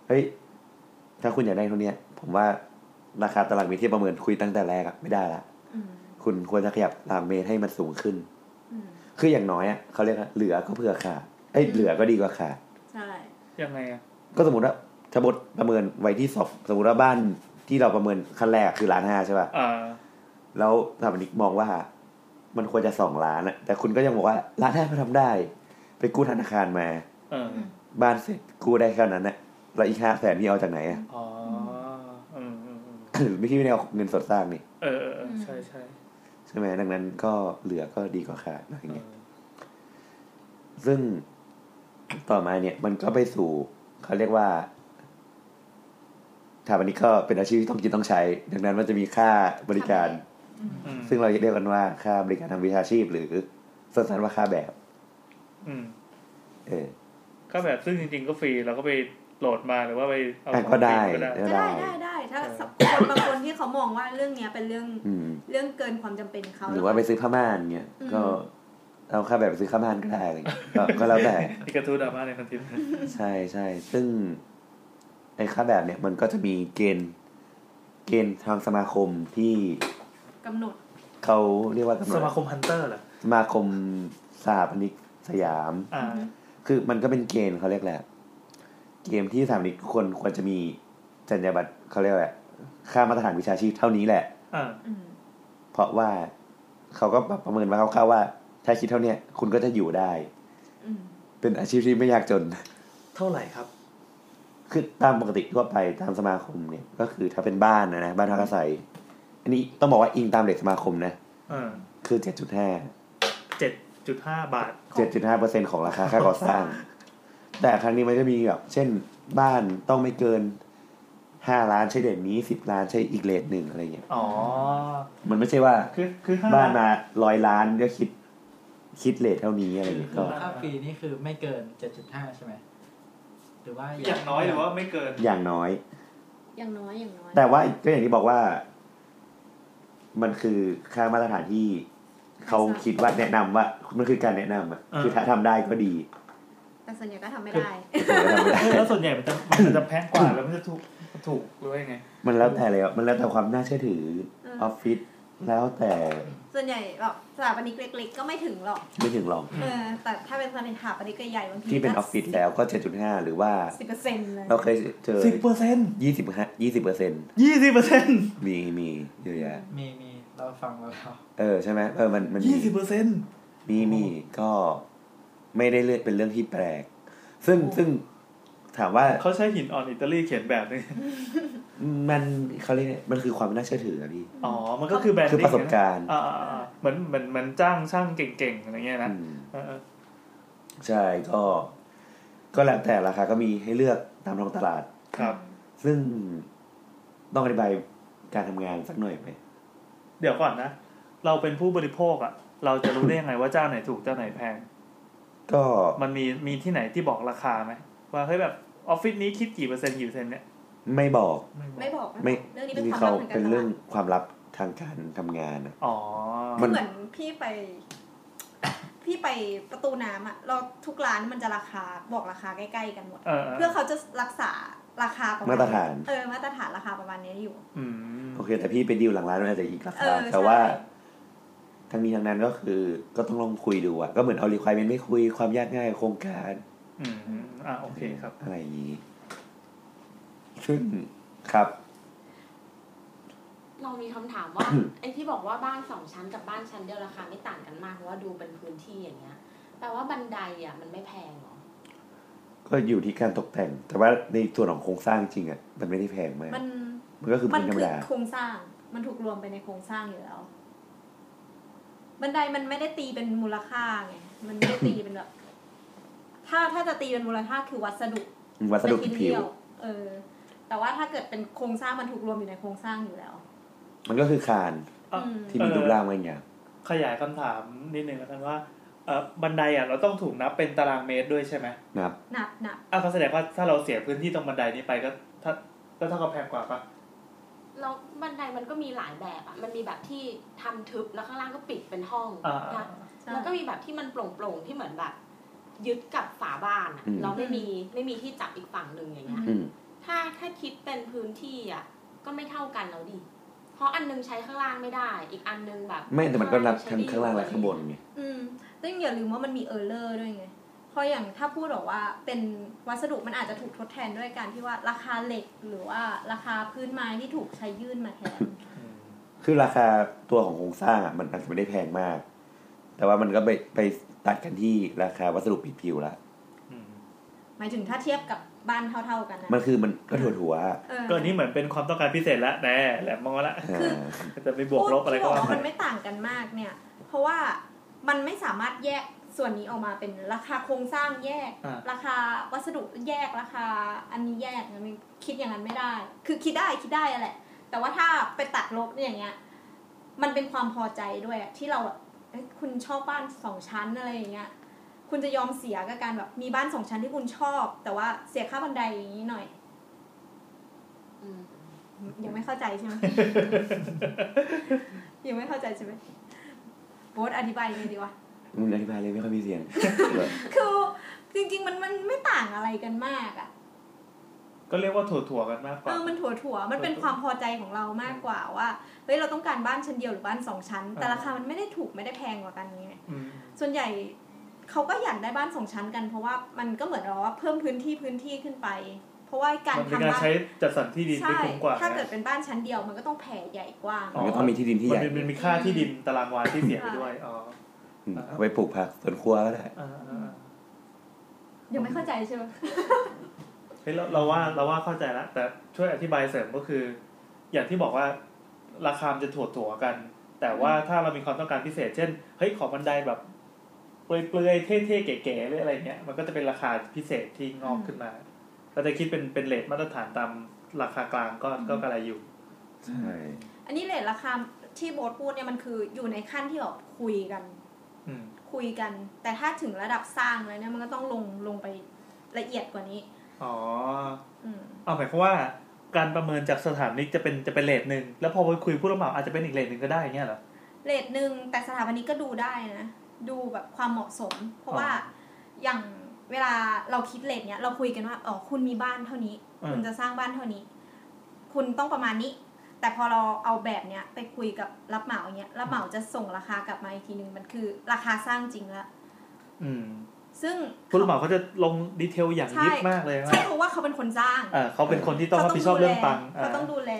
[SPEAKER 2] เฮ้ย ถ้าคุณอยากได้เท่าเนี้ย ผมว่าราคาตลาดเมตรที่ประเมินคุยตั้งแต่แรกอะไม่ได้ละ
[SPEAKER 4] อืม
[SPEAKER 2] คุณควรจะขยับตารางเมตรให้มันสูงขึ้น
[SPEAKER 4] อืม
[SPEAKER 2] คืออย่างน้อยอะเขาเรียกว่าเหลือก็เผื่อขาดเอ้ยเหลือก็ดีกว่าขาด
[SPEAKER 4] ใช่
[SPEAKER 3] ยังไงอ่ะ
[SPEAKER 2] ก็สมมติว่าสมมติประเมินไว้ที่สอบสมมติว่าบ้านที่เราประเมินขั้นแรกคือล้านห้าใช่ป่ะ
[SPEAKER 3] เอ่อ
[SPEAKER 2] แล้วสถาปนิกมองว่า มันควรจะสองล้านอะแต่คุณก็ยังบอกว่าล้านห้าก็ทำได้ ไปกู้ธนาคารมา
[SPEAKER 3] เออ
[SPEAKER 2] บ้านเสร็จกู้ได้แค่นั้นอะแล้วอีกห้าแสนนี่เอาจากไหนอะ
[SPEAKER 3] อ๋ออืมอืมอืม
[SPEAKER 2] หรือไม่คิดว่าได้เอาเงินสดสร้างนี่
[SPEAKER 3] เออเออเออใช่ใช่
[SPEAKER 2] ใช่ไหมดังนั้นก็เหลือก็ดีกว่าขาดอะไร
[SPEAKER 3] เอ
[SPEAKER 2] เงี้ย
[SPEAKER 3] อ
[SPEAKER 2] ซึ่งต่อมาเนี่ย มันก็ไปสู่เขาเรียกว่าถามอันนี้ก็เป็นอาชีพที่ต้องกินต้องใช้ ดังนั้นมันจะมีค่าบริการ
[SPEAKER 3] อืม
[SPEAKER 2] ซึ่งเราเรียกกันว่าค่าบริการทางวิชาชีพ หรือสั้นๆว่าค่าแบบ
[SPEAKER 3] อืม
[SPEAKER 2] เออ
[SPEAKER 3] ก็แบบซึ่งจริงๆก็ฟรีเราก็ไปโหลดมาหรือว่าไปเอา
[SPEAKER 2] อ่ะ
[SPEAKER 3] ของ
[SPEAKER 2] ก็ได้
[SPEAKER 3] ฟรีก็ได้
[SPEAKER 4] ก็ได้ได้ได้ถ้า
[SPEAKER 3] เออ
[SPEAKER 4] สักคนบางคนที่เขามองว่าเรื่องเนี้ยเป็นเรื่อง
[SPEAKER 2] อืม
[SPEAKER 4] เรื่องเกินความจำเป็นเขา
[SPEAKER 2] หรือว่าไปซื้อผ้าม่านเงี้ย
[SPEAKER 4] อืม
[SPEAKER 2] ก็เอาค่าแบบไปซื้อผ้าม่านก็ได้อะไรเงี้ย ก็ก็แล้วแต่
[SPEAKER 3] นี่กระทู้ดราม่าในคอนเท นต์
[SPEAKER 2] ใช่ใช่ ซึ่งไอ้ค่าแบบเนี่ยมันก็จะมีเกณฑ์ เกณฑ์ทางสมาคมที่
[SPEAKER 4] กำหนด
[SPEAKER 2] เขาเรียกว่ากำหน
[SPEAKER 3] ส
[SPEAKER 2] ด
[SPEAKER 3] มาคมฮันเตอร์เหรอ
[SPEAKER 2] สมาคมสถาปนิกสยาม
[SPEAKER 3] อ่า
[SPEAKER 2] คือมันก็เป็นเกณฑ์เขาเรียกแหละไรเกณฑ์ที่สถาปนิกทุกคนควรจะมีจรรยาบรรณเขาเรียกแหละไรค่ามาตรฐานวิชาชีพเท่านี้แหละ
[SPEAKER 3] อ่า
[SPEAKER 4] อืม
[SPEAKER 2] เพราะว่าเขาก็ประเมินมาคร่าวๆว่า ถ้าคิดเท่าเนี้ยคุณก็จะอยู่ได้
[SPEAKER 4] อืม
[SPEAKER 2] เป็นอาชีพที่ไม่ยากจน
[SPEAKER 3] เท่าไหร่ครับ
[SPEAKER 2] คือตามปกติทั่วไปตามสมาคมเนี่ย ก็คือถ้าเป็นบ้านนะนะบ้านพักอาศัย อันนี้ต้องบอกว่าอิงตามเด็กสมาคมนะ
[SPEAKER 3] อ่า
[SPEAKER 2] คือเจ็ดจุดห้า
[SPEAKER 3] เจ็ดจุดห้าบาท
[SPEAKER 2] เจ็ดจุดห้าเปอร์เซ็นของราคาค่าก่อสร้าง แต่ครั้งนี้มันจะมีแบบเช่นบ้านต้องไม่เกินห้าล้านใช้เรทนี้สิบล้านใช้อีกเรทหนึ่งอะไรเงี้ย
[SPEAKER 3] อ๋อ
[SPEAKER 2] มันไม่ใช่ว่า
[SPEAKER 3] คือคือห้า
[SPEAKER 2] บ้าน
[SPEAKER 3] ล้
[SPEAKER 2] มาร้อยล้านก็คิด คิดเรทเท่านี้อะไรเงี้ยก็
[SPEAKER 1] ค่าฟรีนี่คือไม่เกิน 7.5 ใช่ไหมหรือว่า
[SPEAKER 3] อย่างน้อยหรือว่าไม่เกิน
[SPEAKER 2] อย่างน้อย
[SPEAKER 4] อย่างน้อยอย่างน้อย
[SPEAKER 2] แต่ว่าก็อย่างที่บอกว่า มันคือค่ามาตรฐานที่เขาคิดว่าแนะนำว่า มันคือการแนะนำอ่ะ
[SPEAKER 3] เออ
[SPEAKER 2] คือถ้าทำได้ก็ ดี
[SPEAKER 4] แต่ส่วนใหญ่ก็ทำไม่
[SPEAKER 3] คือ
[SPEAKER 4] ได้
[SPEAKER 2] แต่ก็ทำไม่ได้
[SPEAKER 3] เออแล้วส่วนใหญ่มันจะมันจะแพงกว่าแล้วมันจะถูกถูกหรือว่ายังไง
[SPEAKER 2] มันแล้วแต่เลยอ่ะมันแล้วแต่ความน่าเชื่อถือ
[SPEAKER 4] เออ
[SPEAKER 2] ออฟฟิศแล้วแต่
[SPEAKER 4] ส่วนใหญ่แบบสถาปนิกเล็ก ๆ ก็ไม่ถึงหรอก
[SPEAKER 2] ไม่ถึงหรอก
[SPEAKER 4] เออ แต่ถ้าเป็นสถาปนิกใหญ่ๆบางที
[SPEAKER 2] ที่เป็นออฟฟิศแล้วก็เจ็ดจุดห้าหรือว่า
[SPEAKER 4] สิบเปอร์เซ็นต์เลย
[SPEAKER 2] เราเคยเจอ
[SPEAKER 3] สิบเปอร์เซ็นต์
[SPEAKER 2] ยี่สิบห้ายี่สิบเปอร์เซ็น
[SPEAKER 3] ยี่สิบเปอร์เซ็นต์
[SPEAKER 2] มีมีเยอะแยะ
[SPEAKER 1] มีมีเราฟังมาแล้ว
[SPEAKER 2] เออใช่ไหมเออมันมันมี
[SPEAKER 3] ยี่สิบเปอร์เซ็นต์
[SPEAKER 2] มีมีก็ไม่ได้เลือกเป็นเรื่องที่แปลก ซึ่งซึ่งถามว่า
[SPEAKER 3] เขาใช้หินอ่อนอิตาลีเขียนแบบนี้
[SPEAKER 2] มันเขาเรียกไงมันคือความน่าเชื่อถืออะพี่
[SPEAKER 3] อ๋อ มันก็คือแบรนด์
[SPEAKER 2] คือประสบการณ์
[SPEAKER 3] อ่าอ่าอ่าเหมือนเหมือนเหมือนจ้างช่างเก่งๆ อะไรเงี้ยนะ
[SPEAKER 2] อืม
[SPEAKER 3] เออเออ
[SPEAKER 2] ใช่ก็ ก็แล้วแต่ราคาก็มีให้เลือกตามท้องตลาด
[SPEAKER 3] ครับ
[SPEAKER 2] ซึ่งต้องอธิบายการทำงานสักหน่อยไหม
[SPEAKER 3] เดี๋ยวก่อนนะ เราเป็นผู้บริโภคอะเราจะรู้ได้ยังไงว่าเจ้าไหนถูกเจ้าไหนแพง
[SPEAKER 2] ก็
[SPEAKER 3] มันมีมีที่ไหนที่บอกราคาไหมว่าเฮ้ยแบบออฟฟิศนี้คิดกี่เปอร์เซ็นต์กี่เปอร์เซ็นต์เนี่ย
[SPEAKER 2] ไม่บอก
[SPEAKER 4] ไม่บอก
[SPEAKER 2] ไม่
[SPEAKER 4] บอกเรื่องนี้
[SPEAKER 2] จ
[SPEAKER 4] เป็น
[SPEAKER 2] ริง
[SPEAKER 4] ควา
[SPEAKER 2] ๆ
[SPEAKER 4] มลับ
[SPEAKER 2] เขา
[SPEAKER 4] เหมือนกั
[SPEAKER 2] เป็นน
[SPEAKER 4] นะ
[SPEAKER 2] เรื่องความลับทางการทำงานอะ
[SPEAKER 3] อ๋อ
[SPEAKER 2] มั
[SPEAKER 4] เหมือนพี่ไป พี่ไปประตูน้ำอ่ะ เราทุกร้านมันจะราคาบอกราคาใกล้ๆกันหมด
[SPEAKER 3] เออเอ
[SPEAKER 4] เพื่อ
[SPEAKER 3] อ
[SPEAKER 4] เขาจะรักษาราคาประมาณ
[SPEAKER 2] มาตรฐาน
[SPEAKER 4] เออมาตรฐานราคาประมาณนี้อยู่
[SPEAKER 3] อืม
[SPEAKER 2] โอเค แต่พี่ไปดีลหลังร้านมันอาจจะอีกรา
[SPEAKER 4] เอ
[SPEAKER 2] คา
[SPEAKER 4] อ
[SPEAKER 2] แต่ว่า
[SPEAKER 4] ใช่
[SPEAKER 2] ทั้งนี้ทั้งนั้นก็คือ ก็ต้องลองคุยดูอะก็เหมือนเอารีควายเมนไม่คุยความยากง่ายของโครงการ
[SPEAKER 3] อืมอ่าโอเคครับ
[SPEAKER 2] อะไรอย่างนี้ ซึ่งครับ
[SPEAKER 5] เรามีคำถามว่า ไอ้ที่บอกว่าบ้านสองชั้นกับบ้านชั้นเดียวราคาไม่ต่างกันมากเพราะว่าดูเป็นพื้นที่อย่างเงี้ยแปลว่าบันไดอ่ะมันไม่แพงเหรอ
[SPEAKER 2] ก็อยู่ที่การตกแต่ง แต่ว่าในส่วนของโครงสร้างจริงอ่ะ มันไม่ได้แพงมาก
[SPEAKER 4] มัน
[SPEAKER 2] มันก็คือ
[SPEAKER 4] มันคื
[SPEAKER 2] พื้นธรรม
[SPEAKER 4] อ
[SPEAKER 2] ดา
[SPEAKER 4] โครงสร้าง มันถูกรวมไปในโครงสร้างอยู่แล้ว บันไดมันไม่ได้ตีเป็นมูลค่าไง มันไม่ได้ตีเป็นแบบ ถ้าถ้าจะตีเป็นมูลค่าคือวัสดุ
[SPEAKER 2] วัสดุผิวผิว
[SPEAKER 4] material เออ แต่ว่าถ้าเกิดเป็นโครงสร้างมันถูกรวมอยู่ในโครงสร้างอยู่แล้ว
[SPEAKER 2] มันก็คือคาน
[SPEAKER 3] อ่ะ
[SPEAKER 4] อืม
[SPEAKER 2] ที่มีรูปร่างบางอย่าง
[SPEAKER 3] ขยายคำถามนิดนึงแล้วกันว่าเอ่อบันไดอ่ะเราต้องถูกนับเป็นตารางเมตรด้วยใช่ไหม
[SPEAKER 2] นะครับ
[SPEAKER 4] หนักหนัก
[SPEAKER 3] อ่ะก็แสดงว่าถ้าเราเสียพื้นที่ตรงบันไดนี้ไปก็ถ้าก็เท่ากับแพงกว่าปะ
[SPEAKER 5] แล้วบันไดมันก็มีหลายแบบอ่ะ มันมีแบบที่ทำทึบแล้วข้างล่างก็ปิดเป็นห้อง
[SPEAKER 3] อ่า
[SPEAKER 5] นะ
[SPEAKER 4] ใช่
[SPEAKER 5] แล้วก็มีแบบที่มันโปร่งๆที่เหมือนแบบ ยึดกับฝาบ้านอ่ะ
[SPEAKER 2] อืม
[SPEAKER 5] เราไม่มีไม่มีที่จับอีกฝั่งหนึ่งอย่างเงี้ย
[SPEAKER 2] อืม
[SPEAKER 5] ถ้าถ้าคิดเป็นพื้นที่อ่ะก็ไม่เท่ากันแล้วดิ เพราะอันนึงใช้ข้างล่างไม่ได้ อีกอันนึงแบบ
[SPEAKER 2] ไม่แต่มันก็นับทั้ง
[SPEAKER 5] ใช้
[SPEAKER 2] ข้างล่างและข้างบนไง
[SPEAKER 4] อืมซึ่งอย่าลืมว่ามันมีเออร์เลอร์ด้วยไงเพราะอย่างถ้าพูดบอกว่าเป็นวัสดุมันอาจจะถูกทดแทนด้วยการที่ว่าราคาเหล็กหรือว่าราคาพื้นไม้ที่ถูกใช้ยื่นมาแทน
[SPEAKER 3] อืม
[SPEAKER 2] คือราคาตัวของโครงสร้างอ่ะมันอาจจะไม่ได้แพงมาก แต่ว่ามันก็ไปไปตัดกันที่ราคาวัสดุผิวผิวละ
[SPEAKER 3] อืม
[SPEAKER 4] หมายถึงถ้าเทียบกับบ้านเท่าๆกันนะ
[SPEAKER 2] มันคือมันก็ถั่วถั่วๆอ่ะ
[SPEAKER 4] เออ
[SPEAKER 3] ก็อันนี่เหมือนเป็นความต้องการพิเศษละแน่แหลมมองว่าละ
[SPEAKER 2] อ่า
[SPEAKER 3] จะไปบวกลบอะไรก็
[SPEAKER 4] พูดที่บอกว่า
[SPEAKER 3] ว่าไป
[SPEAKER 4] มันไม่ต่างกันมากเนี่ย เพราะว่ามันไม่สามารถแยกส่วนนี้ออกมาเป็นราคาโครงสร้างแยก
[SPEAKER 3] อ่า
[SPEAKER 4] ราคาวัสดุแยกราคาอันนี้แยกมันคิดอย่างนั้นไม่ได้ คือคิดได้คิดได้อะแหละ แต่ว่าถ้าไปตัดลบเนี่ยอย่างเงี้ย มันเป็นความพอใจด้วยอะที่เราแบบเอ้ยคุณชอบบ้านสองชั้นอะไรอย่างเงี้ย คุณจะยอมเสียกับการแบบมีบ้านสองชั้นที่คุณชอบ แต่ว่าเสียค่าบันไดอย่างนี้หน่อย
[SPEAKER 5] อืม
[SPEAKER 4] ยังไม่เข้าใจ ใช่ไหม ยังไม่เข้าใจใช่ไหมโบ๊ทอธิบายยังไงดีวะ
[SPEAKER 2] มึงอธิบายเลยไม่ค่อยมี เสียง
[SPEAKER 4] คือจริงๆมันมันไม่ต่างอะไรกันมากอะ
[SPEAKER 3] ก็เรียกว่าถั่วๆกันมากก
[SPEAKER 4] เอ
[SPEAKER 3] ว่า
[SPEAKER 4] อมันถั่วถั่วๆมันเป็นความพอใจของเรามากกว่าว่า เฮ้ยเราต้องการบ้านชั้นเดียวหรือบ้านสองชั้น แต่
[SPEAKER 3] อ่า
[SPEAKER 4] ราคามันไม่ได้ถูกไม่ได้แพงกว่ากันไง
[SPEAKER 3] อืม
[SPEAKER 4] ส่วนใหญ่เขาก็อยากได้บ้านสองชั้นกัน เพราะว่ามันก็เหมือนเราว่าเพิ่มพื้นที่พื้นที่ขึ้นไป เพราะว่าการ
[SPEAKER 3] มันเป็น
[SPEAKER 4] ทำ
[SPEAKER 3] การ
[SPEAKER 4] บ้าน
[SPEAKER 3] ใช้จัดสรรที่ดินที่
[SPEAKER 4] ใช่
[SPEAKER 3] คุ้มกว่า
[SPEAKER 4] ถ้าเกิดเป็นบ้านชั้นเดียวมันก็ต้องแผ่ใหญ่กว้าง
[SPEAKER 2] มันก็ต้องมีที่ดินที่ใหญ่
[SPEAKER 3] มันเป็นมีค่าที่ดินตารางวาที่เสียไปด้วยอ๋อ
[SPEAKER 2] อืมเอาไปปลูกผักสวนครัวก็ได้
[SPEAKER 3] อ่าอ่าอ่า
[SPEAKER 4] ยังไม่เข้าใจใช่ไหม
[SPEAKER 3] เฮ้ยเราเราว่าเราว่าเข้าใจละแต่ช่วยอธิบายเสริมก็คือ อย่างที่บอกว่าราคามันจะถั่วๆกัน แต่ว่าถ้าเรามีความต้องการพิเศษ เช่นเฮ้ยขอบันไดแบบเปลือยๆเท่ๆเก๋ๆหรืออะไรเงี้ยมันก็จะเป็นราคาพิเศษที่งอกขึ้นมาเราจะคิดเป็นเป็นเลทมาตรฐานตามราคากลางก็ก็กระไรอยู่
[SPEAKER 2] ใช่
[SPEAKER 4] อันนี้เลทราคาที่โบทพูดเนี่ยมันคืออยู่ในขั้นที่แบบคุยกัน
[SPEAKER 3] อืม
[SPEAKER 4] คุยกัน แต่ถ้าถึงระดับสร้างแล้วเนี่ยมันก็ต้องลงลงไปละเอียดกว่านี้
[SPEAKER 3] อ๋อ
[SPEAKER 4] อืม
[SPEAKER 3] เอาหมายความว่าการประเมินจากสถานนิกจะเป็นจะเป็นเลทหนึ่งแล้วพอไปคุยผู้รับเหมาอาจจะเป็นอีกเลทหนึ่งก็ได้อย่างเงี้ยเหรอ
[SPEAKER 4] เลทหนึ่งแต่สถาปนิกก็ดูได้นะ ดูแบบความเหมาะสม เพราะว่าอย่างเวลาเราคิดเลทเนี่ยเราคุยกันว่าอ๋อคุณมีบ้านเท่านี้
[SPEAKER 3] อืม
[SPEAKER 4] คุณจะสร้างบ้านเท่านี้ คุณต้องประมาณนี้ แต่พอเราเอาแบบเนี้ยไปคุยกับรับเหมาเนี่ยรับเหมาจะส่งราคากลับมาอีกทีนึงมันคือ ราคาสร้างจริงละ
[SPEAKER 3] อืม
[SPEAKER 4] ซึ่ง
[SPEAKER 3] ผู้รับเหมาเขาจะลงดีเทลอย่างยิบ
[SPEAKER 4] ใช่
[SPEAKER 3] มากเลยนะ
[SPEAKER 4] ใช่เพราะว่าเขาเป็นคนสร้าง
[SPEAKER 3] เออเขาเป็นคนที่ต้องรับผิดชอบเรื่องตังค์
[SPEAKER 4] เขาต้องดูแล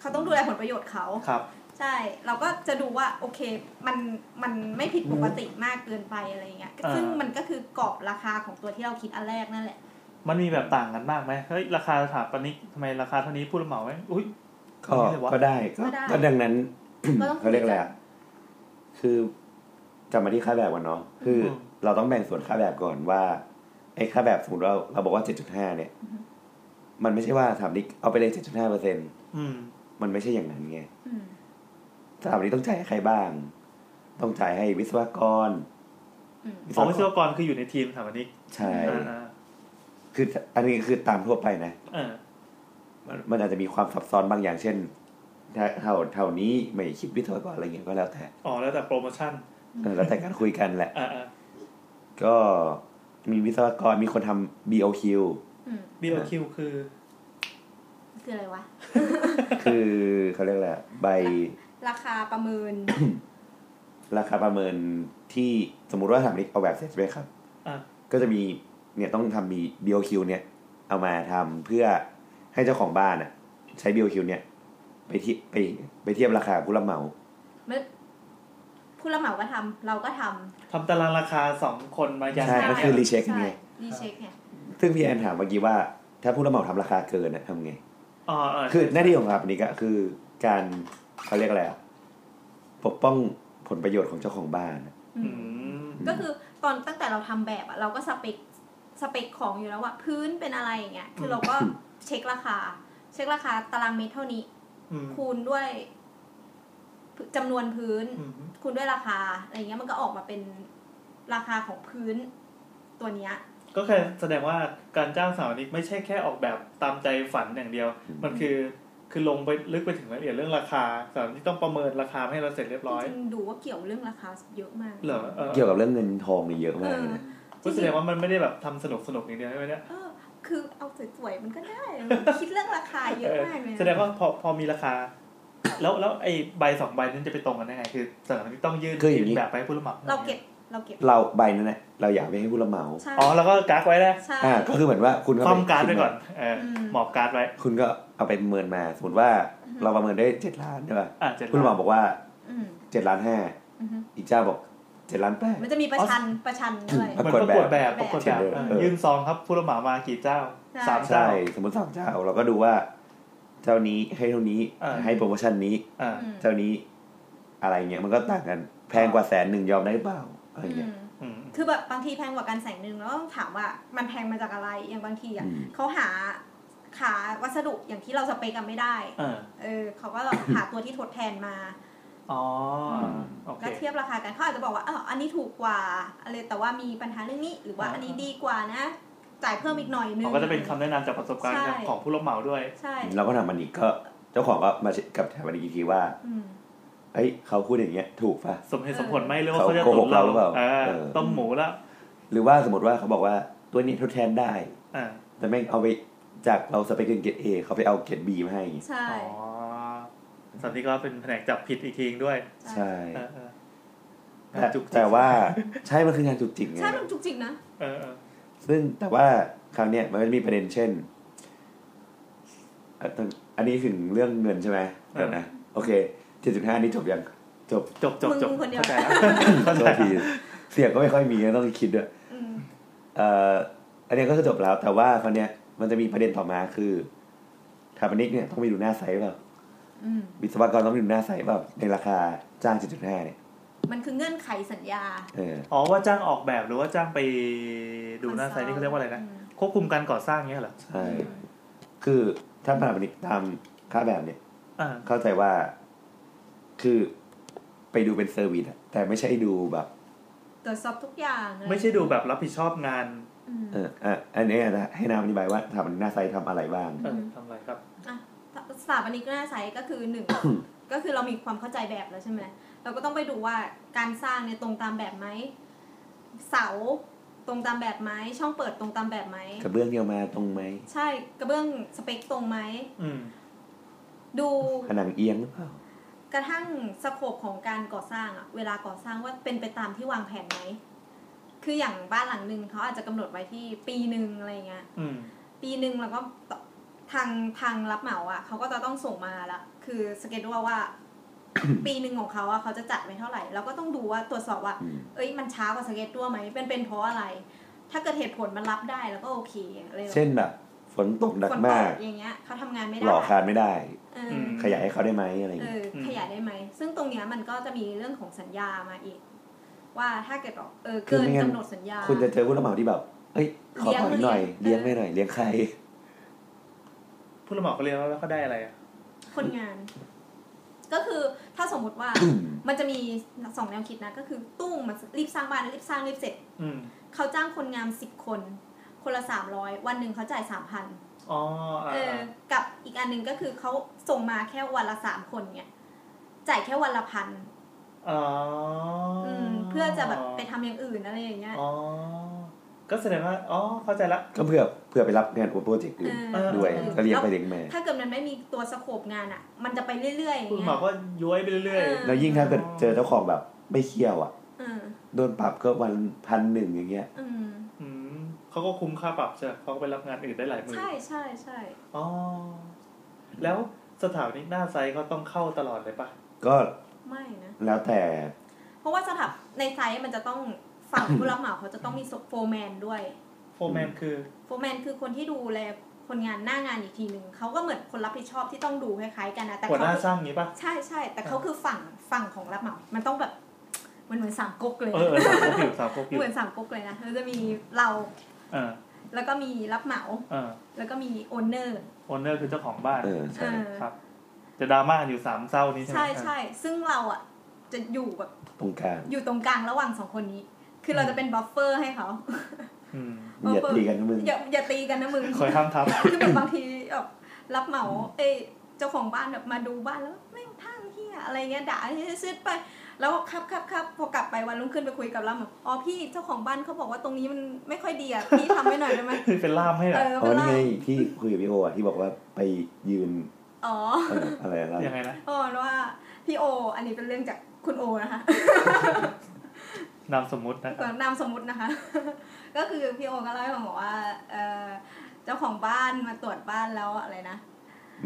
[SPEAKER 4] เขาต้องดูแลผลประโยชน์เขา
[SPEAKER 3] อ่าครับ
[SPEAKER 4] ใช่ เราก็จะดูว่าโอเคมันมันไม่ผิดปกติมากเกินไปอะไรเงี้ย
[SPEAKER 3] อ่า
[SPEAKER 4] ซึ่งมันก็คือกรอบราคาของตัวที่เราคิดอันแรกนั่นแหละ
[SPEAKER 3] มันมีแบบต่างกันมากไหมเฮ้ยราคาสถาปนิกทำไมราคาเท่านี้ผู้รับเหมาไหมอุ้ย
[SPEAKER 2] ก็
[SPEAKER 3] นี่เลยวะ
[SPEAKER 2] ก็ได้ก็
[SPEAKER 4] ก็ได้
[SPEAKER 2] ก็ดังนั้น
[SPEAKER 4] ก็ต้องคุยกัน
[SPEAKER 2] เขาเรียกอะไรอะคือจำมาที่ค่าแบบกันเนาะคืออเราต้องแบ่งส่วนค่าแบบก่อนว่าไอ้ค่าแบบสมมติว่าเราบอกว่าเจ็ดจุดห้าเนี่ย มันไม่ใช่ว่าสถามนิกเอาไปเลยเจ็ดจุดห้าเปอร์เซ็น
[SPEAKER 3] อืม
[SPEAKER 2] มันไม่ใช่อย่างนั้นไง
[SPEAKER 4] อืม
[SPEAKER 2] สถามนิกต้องจ่ายให้ใครบ้าง ต้องจ่ายให้วิศวกร
[SPEAKER 4] อืม
[SPEAKER 3] อ๋อวิศวกรคืออยู่ในทีมสถาปนิก
[SPEAKER 2] ใช่
[SPEAKER 3] อ่าอ่า
[SPEAKER 2] คืออันนี้คือตามทั่วไปนะ
[SPEAKER 3] เออ
[SPEAKER 2] มันมันอาจจะมีความซับซ้อนบางอย่างเช่นถ้าเท่าเท่านี้ไม่คิดวิศวกรอะไรเงี้ยก็แล้วแต่
[SPEAKER 3] อ๋อแล้วแต่โปรโมชั่น
[SPEAKER 2] เออแล้วแต่การคุยกันแหละ
[SPEAKER 3] อ่าอ่า
[SPEAKER 2] ก็มีวิศวกรมีคนทำ BOQ
[SPEAKER 3] BOQ คือ
[SPEAKER 4] คืออะไรวะ
[SPEAKER 2] คือเขาเรียกอะไรอะใบ
[SPEAKER 4] ราคาประเมิน
[SPEAKER 2] ราคาประเมินที่สมมุติว่าสถามนิกเอาแบบเสร็จใช่ไหมครับ
[SPEAKER 3] อ่ะ
[SPEAKER 2] ก็จะมีเนี่ยต้องทำมี BOQ เนี่ย เอามาทำเพื่อให้เจ้าของบ้านอะใช้ BOQ เนี่ย ไปเทียบไปไปเทียบราคาผู้รับเหมา
[SPEAKER 4] ผู้รับเหมาก็ทำเราก็ทำ
[SPEAKER 3] ทำตารางราคาสองคนมายัน
[SPEAKER 2] ใช่
[SPEAKER 3] กั
[SPEAKER 2] ก็
[SPEAKER 3] น
[SPEAKER 2] คือรีเช็ค
[SPEAKER 4] ใช่
[SPEAKER 2] ไง
[SPEAKER 4] รีเช็คไง
[SPEAKER 2] ซึ่งพี่แอนถามเมื่อกี้ว่าถ้าผู้รับเหมาทำราคาเกินนะทำไง
[SPEAKER 3] อ๋อเออ
[SPEAKER 2] คือหน้าที่ของสถาปนิกอะคือการเขาเรียกอะไรอะปกป้องผลประโยชน์ของเจ้าของบ้านอะ
[SPEAKER 4] อื
[SPEAKER 3] อื
[SPEAKER 4] ม
[SPEAKER 3] ม
[SPEAKER 4] ก็คือตอนตั้งแต่เราทำแบบอะเราก็สเปค สเปคของอยู่แล้วว่าพื้นเป็นอะไรอย่างเงี้ยคือเราก็เช็คราคา เช็คราคาตารางเมตรเท่านี้
[SPEAKER 3] อืม
[SPEAKER 4] คูณด้วยจำนวนพื้น
[SPEAKER 3] อืม
[SPEAKER 4] คูณด้วยราคาอะไรเงี้ยมันก็ออกมาเป็นราคาของพื้นตัวเนี้ย
[SPEAKER 3] ก็แค่แสดงว่าการจ้างสถาวนิกไม่ใช่แค่ออกแบบตามใจฝันอย่างเดียว มันคือคือลงไปลึกไปถึงรายละเอียดเรื่องราคาสถาวนิกต้องประเมินราคาให้เราเสร็จเรียบร้อย
[SPEAKER 4] จริงๆดูว่าเกี่ยวเรื่องราคาเยอะมาก
[SPEAKER 3] เหรอเออ
[SPEAKER 2] เกี่ยวกับเรื่องเงินทองนี่เยอะมากเลยนะ
[SPEAKER 3] ก็แสดงว่ามันไม่ได้แบบทำสนุกสนุกอย่างเดียวใช่ไหมเนี่ย
[SPEAKER 4] เออ คือเอาสวยๆมันก็ได้ คิดเรื่องราคาเยอะมากเลย
[SPEAKER 3] เออ
[SPEAKER 4] นะ
[SPEAKER 3] แสดงว่าพอพอมีราคา แล้วแล้วไอ้ใบสองใบนั้นจะไปตรงกันได้ไงคือสถาวนิกต้องยื่น
[SPEAKER 2] คืออย่างนี้
[SPEAKER 3] แบบไปให้ผู้รับเหมา
[SPEAKER 4] เราเก็บเราเก็บ
[SPEAKER 2] เราใบนั้นแหละเราอยากไปให้ผู้รับเหมา
[SPEAKER 4] ใช่
[SPEAKER 3] อ๋อแล้วก็กักไว้นะ
[SPEAKER 4] ใช่
[SPEAKER 2] อ่าก็คือเหมือนว่าคุณก็
[SPEAKER 3] คว่ำการ์ดไว้ก่อนเอออ
[SPEAKER 4] ม
[SPEAKER 3] หมอบการ์ดไว้
[SPEAKER 2] คุณก็เอาไปประเมินมาสมมติว่า
[SPEAKER 4] อืม
[SPEAKER 2] เราประเมินได้เจ็ดล้านใช่ป่ะ
[SPEAKER 3] อ่าเจ็ด
[SPEAKER 2] ผู้รับเหมาบอกว่า
[SPEAKER 4] อืม
[SPEAKER 2] เจ็ดล้านห้า
[SPEAKER 4] อือฮึ
[SPEAKER 2] อีกเจ้าบอกเจ็ดล้านแปด
[SPEAKER 4] มันจะมีประชันประชันด้วย
[SPEAKER 2] ป
[SPEAKER 3] มั
[SPEAKER 2] ราน กฏ
[SPEAKER 3] ประกวดแบบ
[SPEAKER 4] แบบ
[SPEAKER 3] ประกวดแบบ
[SPEAKER 2] เช่นเดิม
[SPEAKER 3] เออ
[SPEAKER 2] เออ
[SPEAKER 3] ยื่นซองครับผู้รับเหมามากี่เจ้า
[SPEAKER 4] ใช่
[SPEAKER 3] สามเจ้า
[SPEAKER 2] ใช่สมมติสามเจ้าเราก็ดูว่า เจ้านี้ให้เท่านี้
[SPEAKER 3] อ่า
[SPEAKER 2] ให้โปรโมชั่นนี้
[SPEAKER 3] อ่า
[SPEAKER 4] อืม
[SPEAKER 2] เจ้านี้อะไรเงี้ยมันก็ต่างกันแพงกว่าแสนหนึ่งยอมได้หรือเปล่าอะไรเงี้ย
[SPEAKER 4] อืม
[SPEAKER 3] อืม
[SPEAKER 4] คือแบบบางทีแพงกว่ากันแสงหนึ่งแล้วต้องถามว่ามันแพงมาจากอะไรอย่างบางทีอ่ะ
[SPEAKER 2] อืม
[SPEAKER 4] เขาหาหาวัสดุอย่างที่เราสเปคกันไม่ได้
[SPEAKER 3] เออ
[SPEAKER 4] เออเขาก็เราหาตัวที่ทดแทนมา
[SPEAKER 3] อ๋ออ่า
[SPEAKER 2] อืม
[SPEAKER 3] โอเค
[SPEAKER 4] ก็เทียบราคากันเขาอาจจะบอกว่าเอออันนี้ถูกกว่าอะไรแต่ว่ามีปัญหาเรื่องนี้ หรือว่า
[SPEAKER 3] อ่า
[SPEAKER 4] อันนี้ดีกว่านะ จ่ายเพิ่มอีกหน่อยนึ
[SPEAKER 3] มั
[SPEAKER 4] ง
[SPEAKER 3] นก็จะเป็นคำแนะนำจากประสบการณ์
[SPEAKER 4] ใช่
[SPEAKER 3] ของผู้รับเหมาด้วย
[SPEAKER 4] ใช่
[SPEAKER 2] เราก็ทำมันอีกก็ เจ้าของก็มาเช็คกับถามมันอีกทีว่า
[SPEAKER 4] อืม
[SPEAKER 2] เอ้ยเขาพูดอย่างเงี้ยถูกป่ะ
[SPEAKER 3] สมเหตุ
[SPEAKER 4] เออ
[SPEAKER 3] สมผลไหมหรือว่า
[SPEAKER 2] เขา
[SPEAKER 3] เขาจะ
[SPEAKER 2] โกห
[SPEAKER 3] ตุ๋
[SPEAKER 2] ก
[SPEAKER 3] น
[SPEAKER 2] เราห
[SPEAKER 3] เรา
[SPEAKER 2] รือเปล่า
[SPEAKER 3] เออ
[SPEAKER 2] เออ
[SPEAKER 3] ต้มหมูแล้ว
[SPEAKER 2] หรือว่าสมมติว่าเขาบอกว่าตัวนี้ทดแทนได้
[SPEAKER 3] อ่า
[SPEAKER 2] แต่แม่งเอาไปจากเราสเปคเกรดเอเขาไปเอาเกรดบีมาให้
[SPEAKER 4] ใช่
[SPEAKER 3] อ๋อสวนนี้ก็เป็นแผนกจับผิดอีกทีด้วย
[SPEAKER 2] ใช่
[SPEAKER 3] เออเออ
[SPEAKER 2] แต่แต่ว่าใช่มันคืองานจุกจิกไง
[SPEAKER 4] ใช่มันจุกจิกนะ
[SPEAKER 3] เออเออ
[SPEAKER 2] ซึ่งแต่ว่าคราวเนี้ยมันก็จะมีประเด็นเช่นอ่ะต้องอันนี้ถึงเรื่องเงินใช่ไหมเดี๋ยวนะ โอเคเจ็ดจุดห้านี่จ บยังจบ
[SPEAKER 3] จบจบจบ
[SPEAKER 4] มึงคนเดียว
[SPEAKER 3] เข้าใจ
[SPEAKER 2] ขอ
[SPEAKER 3] แล้ว
[SPEAKER 2] โทษทีเสียงก็ไม่ค่อยมีนะต้องคิดด้วย
[SPEAKER 4] อืม
[SPEAKER 2] เอ่ออันเนี้ยก็คือจบแล้ว แต่ว่าคราวเนี้ยมันจะมีประเด็นต่อมาคือทาปนิกเนี่ยต้องไปดูหน้าไซต์เปล่า
[SPEAKER 4] อืม
[SPEAKER 2] วิศวกรต้องไปดูหน้าไซต์เปล่าในราคาจ้าง7.5เนี่ย
[SPEAKER 4] มันคือเงื่อนไขสัญญา
[SPEAKER 2] เออ
[SPEAKER 3] อ๋อว่าจ้างออกแบบหรือว่าจ้างไปดูหน้าไซต์นี่เขาเรียกว่าอะไรนะ
[SPEAKER 4] ม
[SPEAKER 3] ควบคุมการก่อสร้างเงี้ยเหรอ
[SPEAKER 2] ใช่คือถ้าทาปนิกตามค่าแบบเนี่ย
[SPEAKER 3] อ่า
[SPEAKER 2] เข้าใจว่าคือไปดูเป็นเซอร์วิสอะแต่ไม่ใช่ดูแบบ
[SPEAKER 4] ตรวจสอบทุกอย่างเลย
[SPEAKER 3] ไม่ใช่ดูแบบรับผิดชอบงาน
[SPEAKER 4] อืม
[SPEAKER 2] เอออ่ะอันเนี้ยนะให้นามอธิบายว่าทำหน้าไซต์ทำอะไรบ้าง
[SPEAKER 3] เออทำอะไรครับ
[SPEAKER 4] สถาปนิกหน้าใสก็คือหนึ่ง ก็คือเรามีความเข้าใจแบบแล้วใช่ไหมเราก็ต้องไปดูว่าการสร้างเนี่ยตรงตามแบบไหมเสาตรงตามแบบไหมช่องเปิดตรงตามแบบไหม
[SPEAKER 2] กระเบื้องเดียวมาตรงไหม
[SPEAKER 4] ใช่กระเบื้องสเปคตรงไหม
[SPEAKER 3] อืม
[SPEAKER 4] ดู
[SPEAKER 2] ผนังเอียงหรือเปล่า
[SPEAKER 4] กระทั่งสโคปของการก่อสร้างอะเวลาก่อสร้างว่าเป็นไปตามที่วางแผนไหม คืออย่างบ้านหลังหนึ่งเขาอาจจะกำหนดไว้ที่ปีหนึ่งอะไรเงี้ย
[SPEAKER 3] อืม
[SPEAKER 4] ปีหนึ่งแล้วก็ตทางทางรับเหมาอ่ะเขาก็จะต้องส่งมาละคือสเก็ตว่า ว่า ปีหนึ่งของเขาอ่ะเขาจะจัดไว้เท่าไหร่แล้วก็ต้องดูว่าตรวจสอบว่า
[SPEAKER 2] อืม
[SPEAKER 4] เอ้ยมันช้ากว่าสเก็ตตัวไหมเป็นเป็นเพราะอะไร ถ้าเกิดเหตุผลมันรับได้แล้วก็โอเคอะไรแบบ
[SPEAKER 2] เช่นแบบฝนตกหนัก
[SPEAKER 4] ฝนต
[SPEAKER 2] มาก
[SPEAKER 4] กอย่างเงี้ยเขาทำงานไม่ได้
[SPEAKER 2] หล่อคานไม่ได้
[SPEAKER 4] เออ
[SPEAKER 3] ม
[SPEAKER 4] อ
[SPEAKER 2] ขยายให้เขาได้ไหมอะไรอย่าง
[SPEAKER 4] เอ
[SPEAKER 2] เงี้ย
[SPEAKER 4] อขยายได้ไหม ซึ่งตรงเนี้ยมันก็จะมีเรื่องของสัญญามาอีก ว่าถ้าเกิดบอกเออเกินกำหนดสัญญา
[SPEAKER 2] คุณจะเจอผู้รับเหมาที่แบบเอ้ยขอ
[SPEAKER 4] เลี้ยง
[SPEAKER 2] ปล่อยหน่อย
[SPEAKER 4] เลี้
[SPEAKER 2] เลี้ย
[SPEAKER 4] ย
[SPEAKER 2] ง
[SPEAKER 4] ง
[SPEAKER 2] ไม่หน่อยเลี้ยงใคร
[SPEAKER 3] ผู้รับเหมาเขาเรียนแล้วแล้วเขาได้อะไรอ่ะ
[SPEAKER 4] คนงาน ก็คือถ้าสมมุติว่า มันจะมีสองแนวคิดนะ ก็คือตุ้งมันรีบสร้างบ้านรีบสร้างรีบเสร็จ
[SPEAKER 3] อืม
[SPEAKER 4] เขาจ้างคนงานสิบคน คนละสามร้อยวันหนึ่งเขาจ่ายสามพัน
[SPEAKER 3] อ๋ออ่า
[SPEAKER 4] เออ กับอีกอันหนึ่งก็คือเขาส่งมาแค่วันละสามคนเนี่ยจ่ายแค่วันละพัน
[SPEAKER 3] อ๋ออ
[SPEAKER 4] อืม เพื่อจะแบบไปทำอย่างอื่นอะไรอย่างเงี้ย
[SPEAKER 3] อ๋อ ก็แสดงว่า อ๋อ เข้าใจละ
[SPEAKER 2] ก็เพื่อเพื่อไปรับงานอุปโภคอื่น
[SPEAKER 4] เออ
[SPEAKER 2] ด้วย
[SPEAKER 3] เออ
[SPEAKER 2] ก็เลี้ยงไป
[SPEAKER 4] แล้ว
[SPEAKER 2] เลี้ยงมา
[SPEAKER 4] ถ้าเกิดมันไม่มีตัวสโคปงานอ่ะ มันจะไปเรื่อยๆอย่า
[SPEAKER 3] ผู้
[SPEAKER 4] ง
[SPEAKER 3] รับ
[SPEAKER 4] เงี้
[SPEAKER 3] เหมาย ก็ย้วยไปเรื่อย
[SPEAKER 4] เออ
[SPEAKER 2] แล้วยิ่งถ้าเกิดเจอเจ้าของแบบไม่เคี่ยวอ่ะ
[SPEAKER 4] เออ
[SPEAKER 2] โดนปรับก็วันพันหนึ่งอย่างเงี้ย
[SPEAKER 4] อืม
[SPEAKER 3] ๆ อืมเขาก็คุ้มค่าปรับใช่ไหมเขาก็ไปรับงานอื่นได้หลายหมือ
[SPEAKER 4] ใช่ใช่ใช่
[SPEAKER 3] อ๋อ แล้วสถาปนิกหน้าไซต์เขาต้องเข้าตลอดเลยปะ
[SPEAKER 2] ก็
[SPEAKER 4] ไม่นะ
[SPEAKER 2] แล้วแต่
[SPEAKER 4] เพราะว่าสถาปในไซต์มันจะต้องฝั่งผู้รับเหมาเขาจะต้องมีโฟร์แมนด้วย
[SPEAKER 3] โฟร์แมนคือ
[SPEAKER 4] โฟร์แมนคือคนที่ดูแลคนงานหน้างานอีกทีหนึ่งเขาก็เหมือนคนรับผิดชอบที่ต้องดูคล้ายๆกันนะแต่
[SPEAKER 3] หัวห
[SPEAKER 4] เขา
[SPEAKER 3] น้าช่างนี้ปะ
[SPEAKER 4] ใช่ใช่แต่เขาคือฝั่งฝั่งของรับเหมา มันต้องแบบมันเหมือนสามก๊กเลย
[SPEAKER 3] เออเออสามโคกอยู่สามโคกอยู่
[SPEAKER 4] เหมือนสามก๊กเลยนะแล้วจะมีเรา
[SPEAKER 3] เออ
[SPEAKER 4] แล้วก็มีรับเหมา
[SPEAKER 3] เออ
[SPEAKER 4] แล้วก็มีโอนเนอร์
[SPEAKER 3] โอนเนอร์คือเจ้าของบ้าน
[SPEAKER 2] เออใช่
[SPEAKER 3] ครับ จะดราม่ากันอยู่สามเศร้านี้ใช่ไหม
[SPEAKER 4] ใช่ใช่ซึ่งเราอ่ะจะอยู่แบบ
[SPEAKER 2] ตรงกลาง
[SPEAKER 4] อยู่ตรงกลางระหว่างสองคนนี้ คือเราจะเป็นบัฟเฟอร์ให้เขา
[SPEAKER 3] อืม
[SPEAKER 2] มึงอย่าตีกันนะมึง
[SPEAKER 4] อย่าอย่าตีกันนะมึง
[SPEAKER 3] คอยห้ามทับ
[SPEAKER 4] คือแบบบางทีแบบรับเหมา เอยเจ้าของบ้านแบบมาดูบ้านแล้วแม่งทางเฮียอะไรเงี้ยด่าซึดไป แล้วครับครับครับพอกลับไปวันรุ่งขึ้นไปคุยกับรับเหมาอ๋อพี่เจ้าของบ้านเขาบอกว่าตรงนี้มันไม่ค่อยดีอ่ะพี่ทำให้หน่อยได้ไหม
[SPEAKER 3] เป็นล่ามให้เหร
[SPEAKER 4] เอ
[SPEAKER 3] อ
[SPEAKER 4] อ
[SPEAKER 2] อ๋อ
[SPEAKER 4] เวลา
[SPEAKER 2] นี่ไงที่คุยกับพี่โออ่ะที่บอกว่าไปยืน
[SPEAKER 4] อ๋อ
[SPEAKER 2] เอ่ออะไรอะไร
[SPEAKER 3] ยังไงนะ
[SPEAKER 4] อ๋อว่าพี่โอ อันนี้เป็นเรื่องจากคุณโอนะคะ
[SPEAKER 3] นามสมมุตินะค
[SPEAKER 4] ส่
[SPEAKER 3] รั
[SPEAKER 4] ว
[SPEAKER 3] บ
[SPEAKER 4] นนามสมมตินะคะ ก็คือพี่โอก็เล่าให้ฟังบอกว่าเอ่อเจ้าของบ้านมาตรวจบ้านแล้วอะไรนะ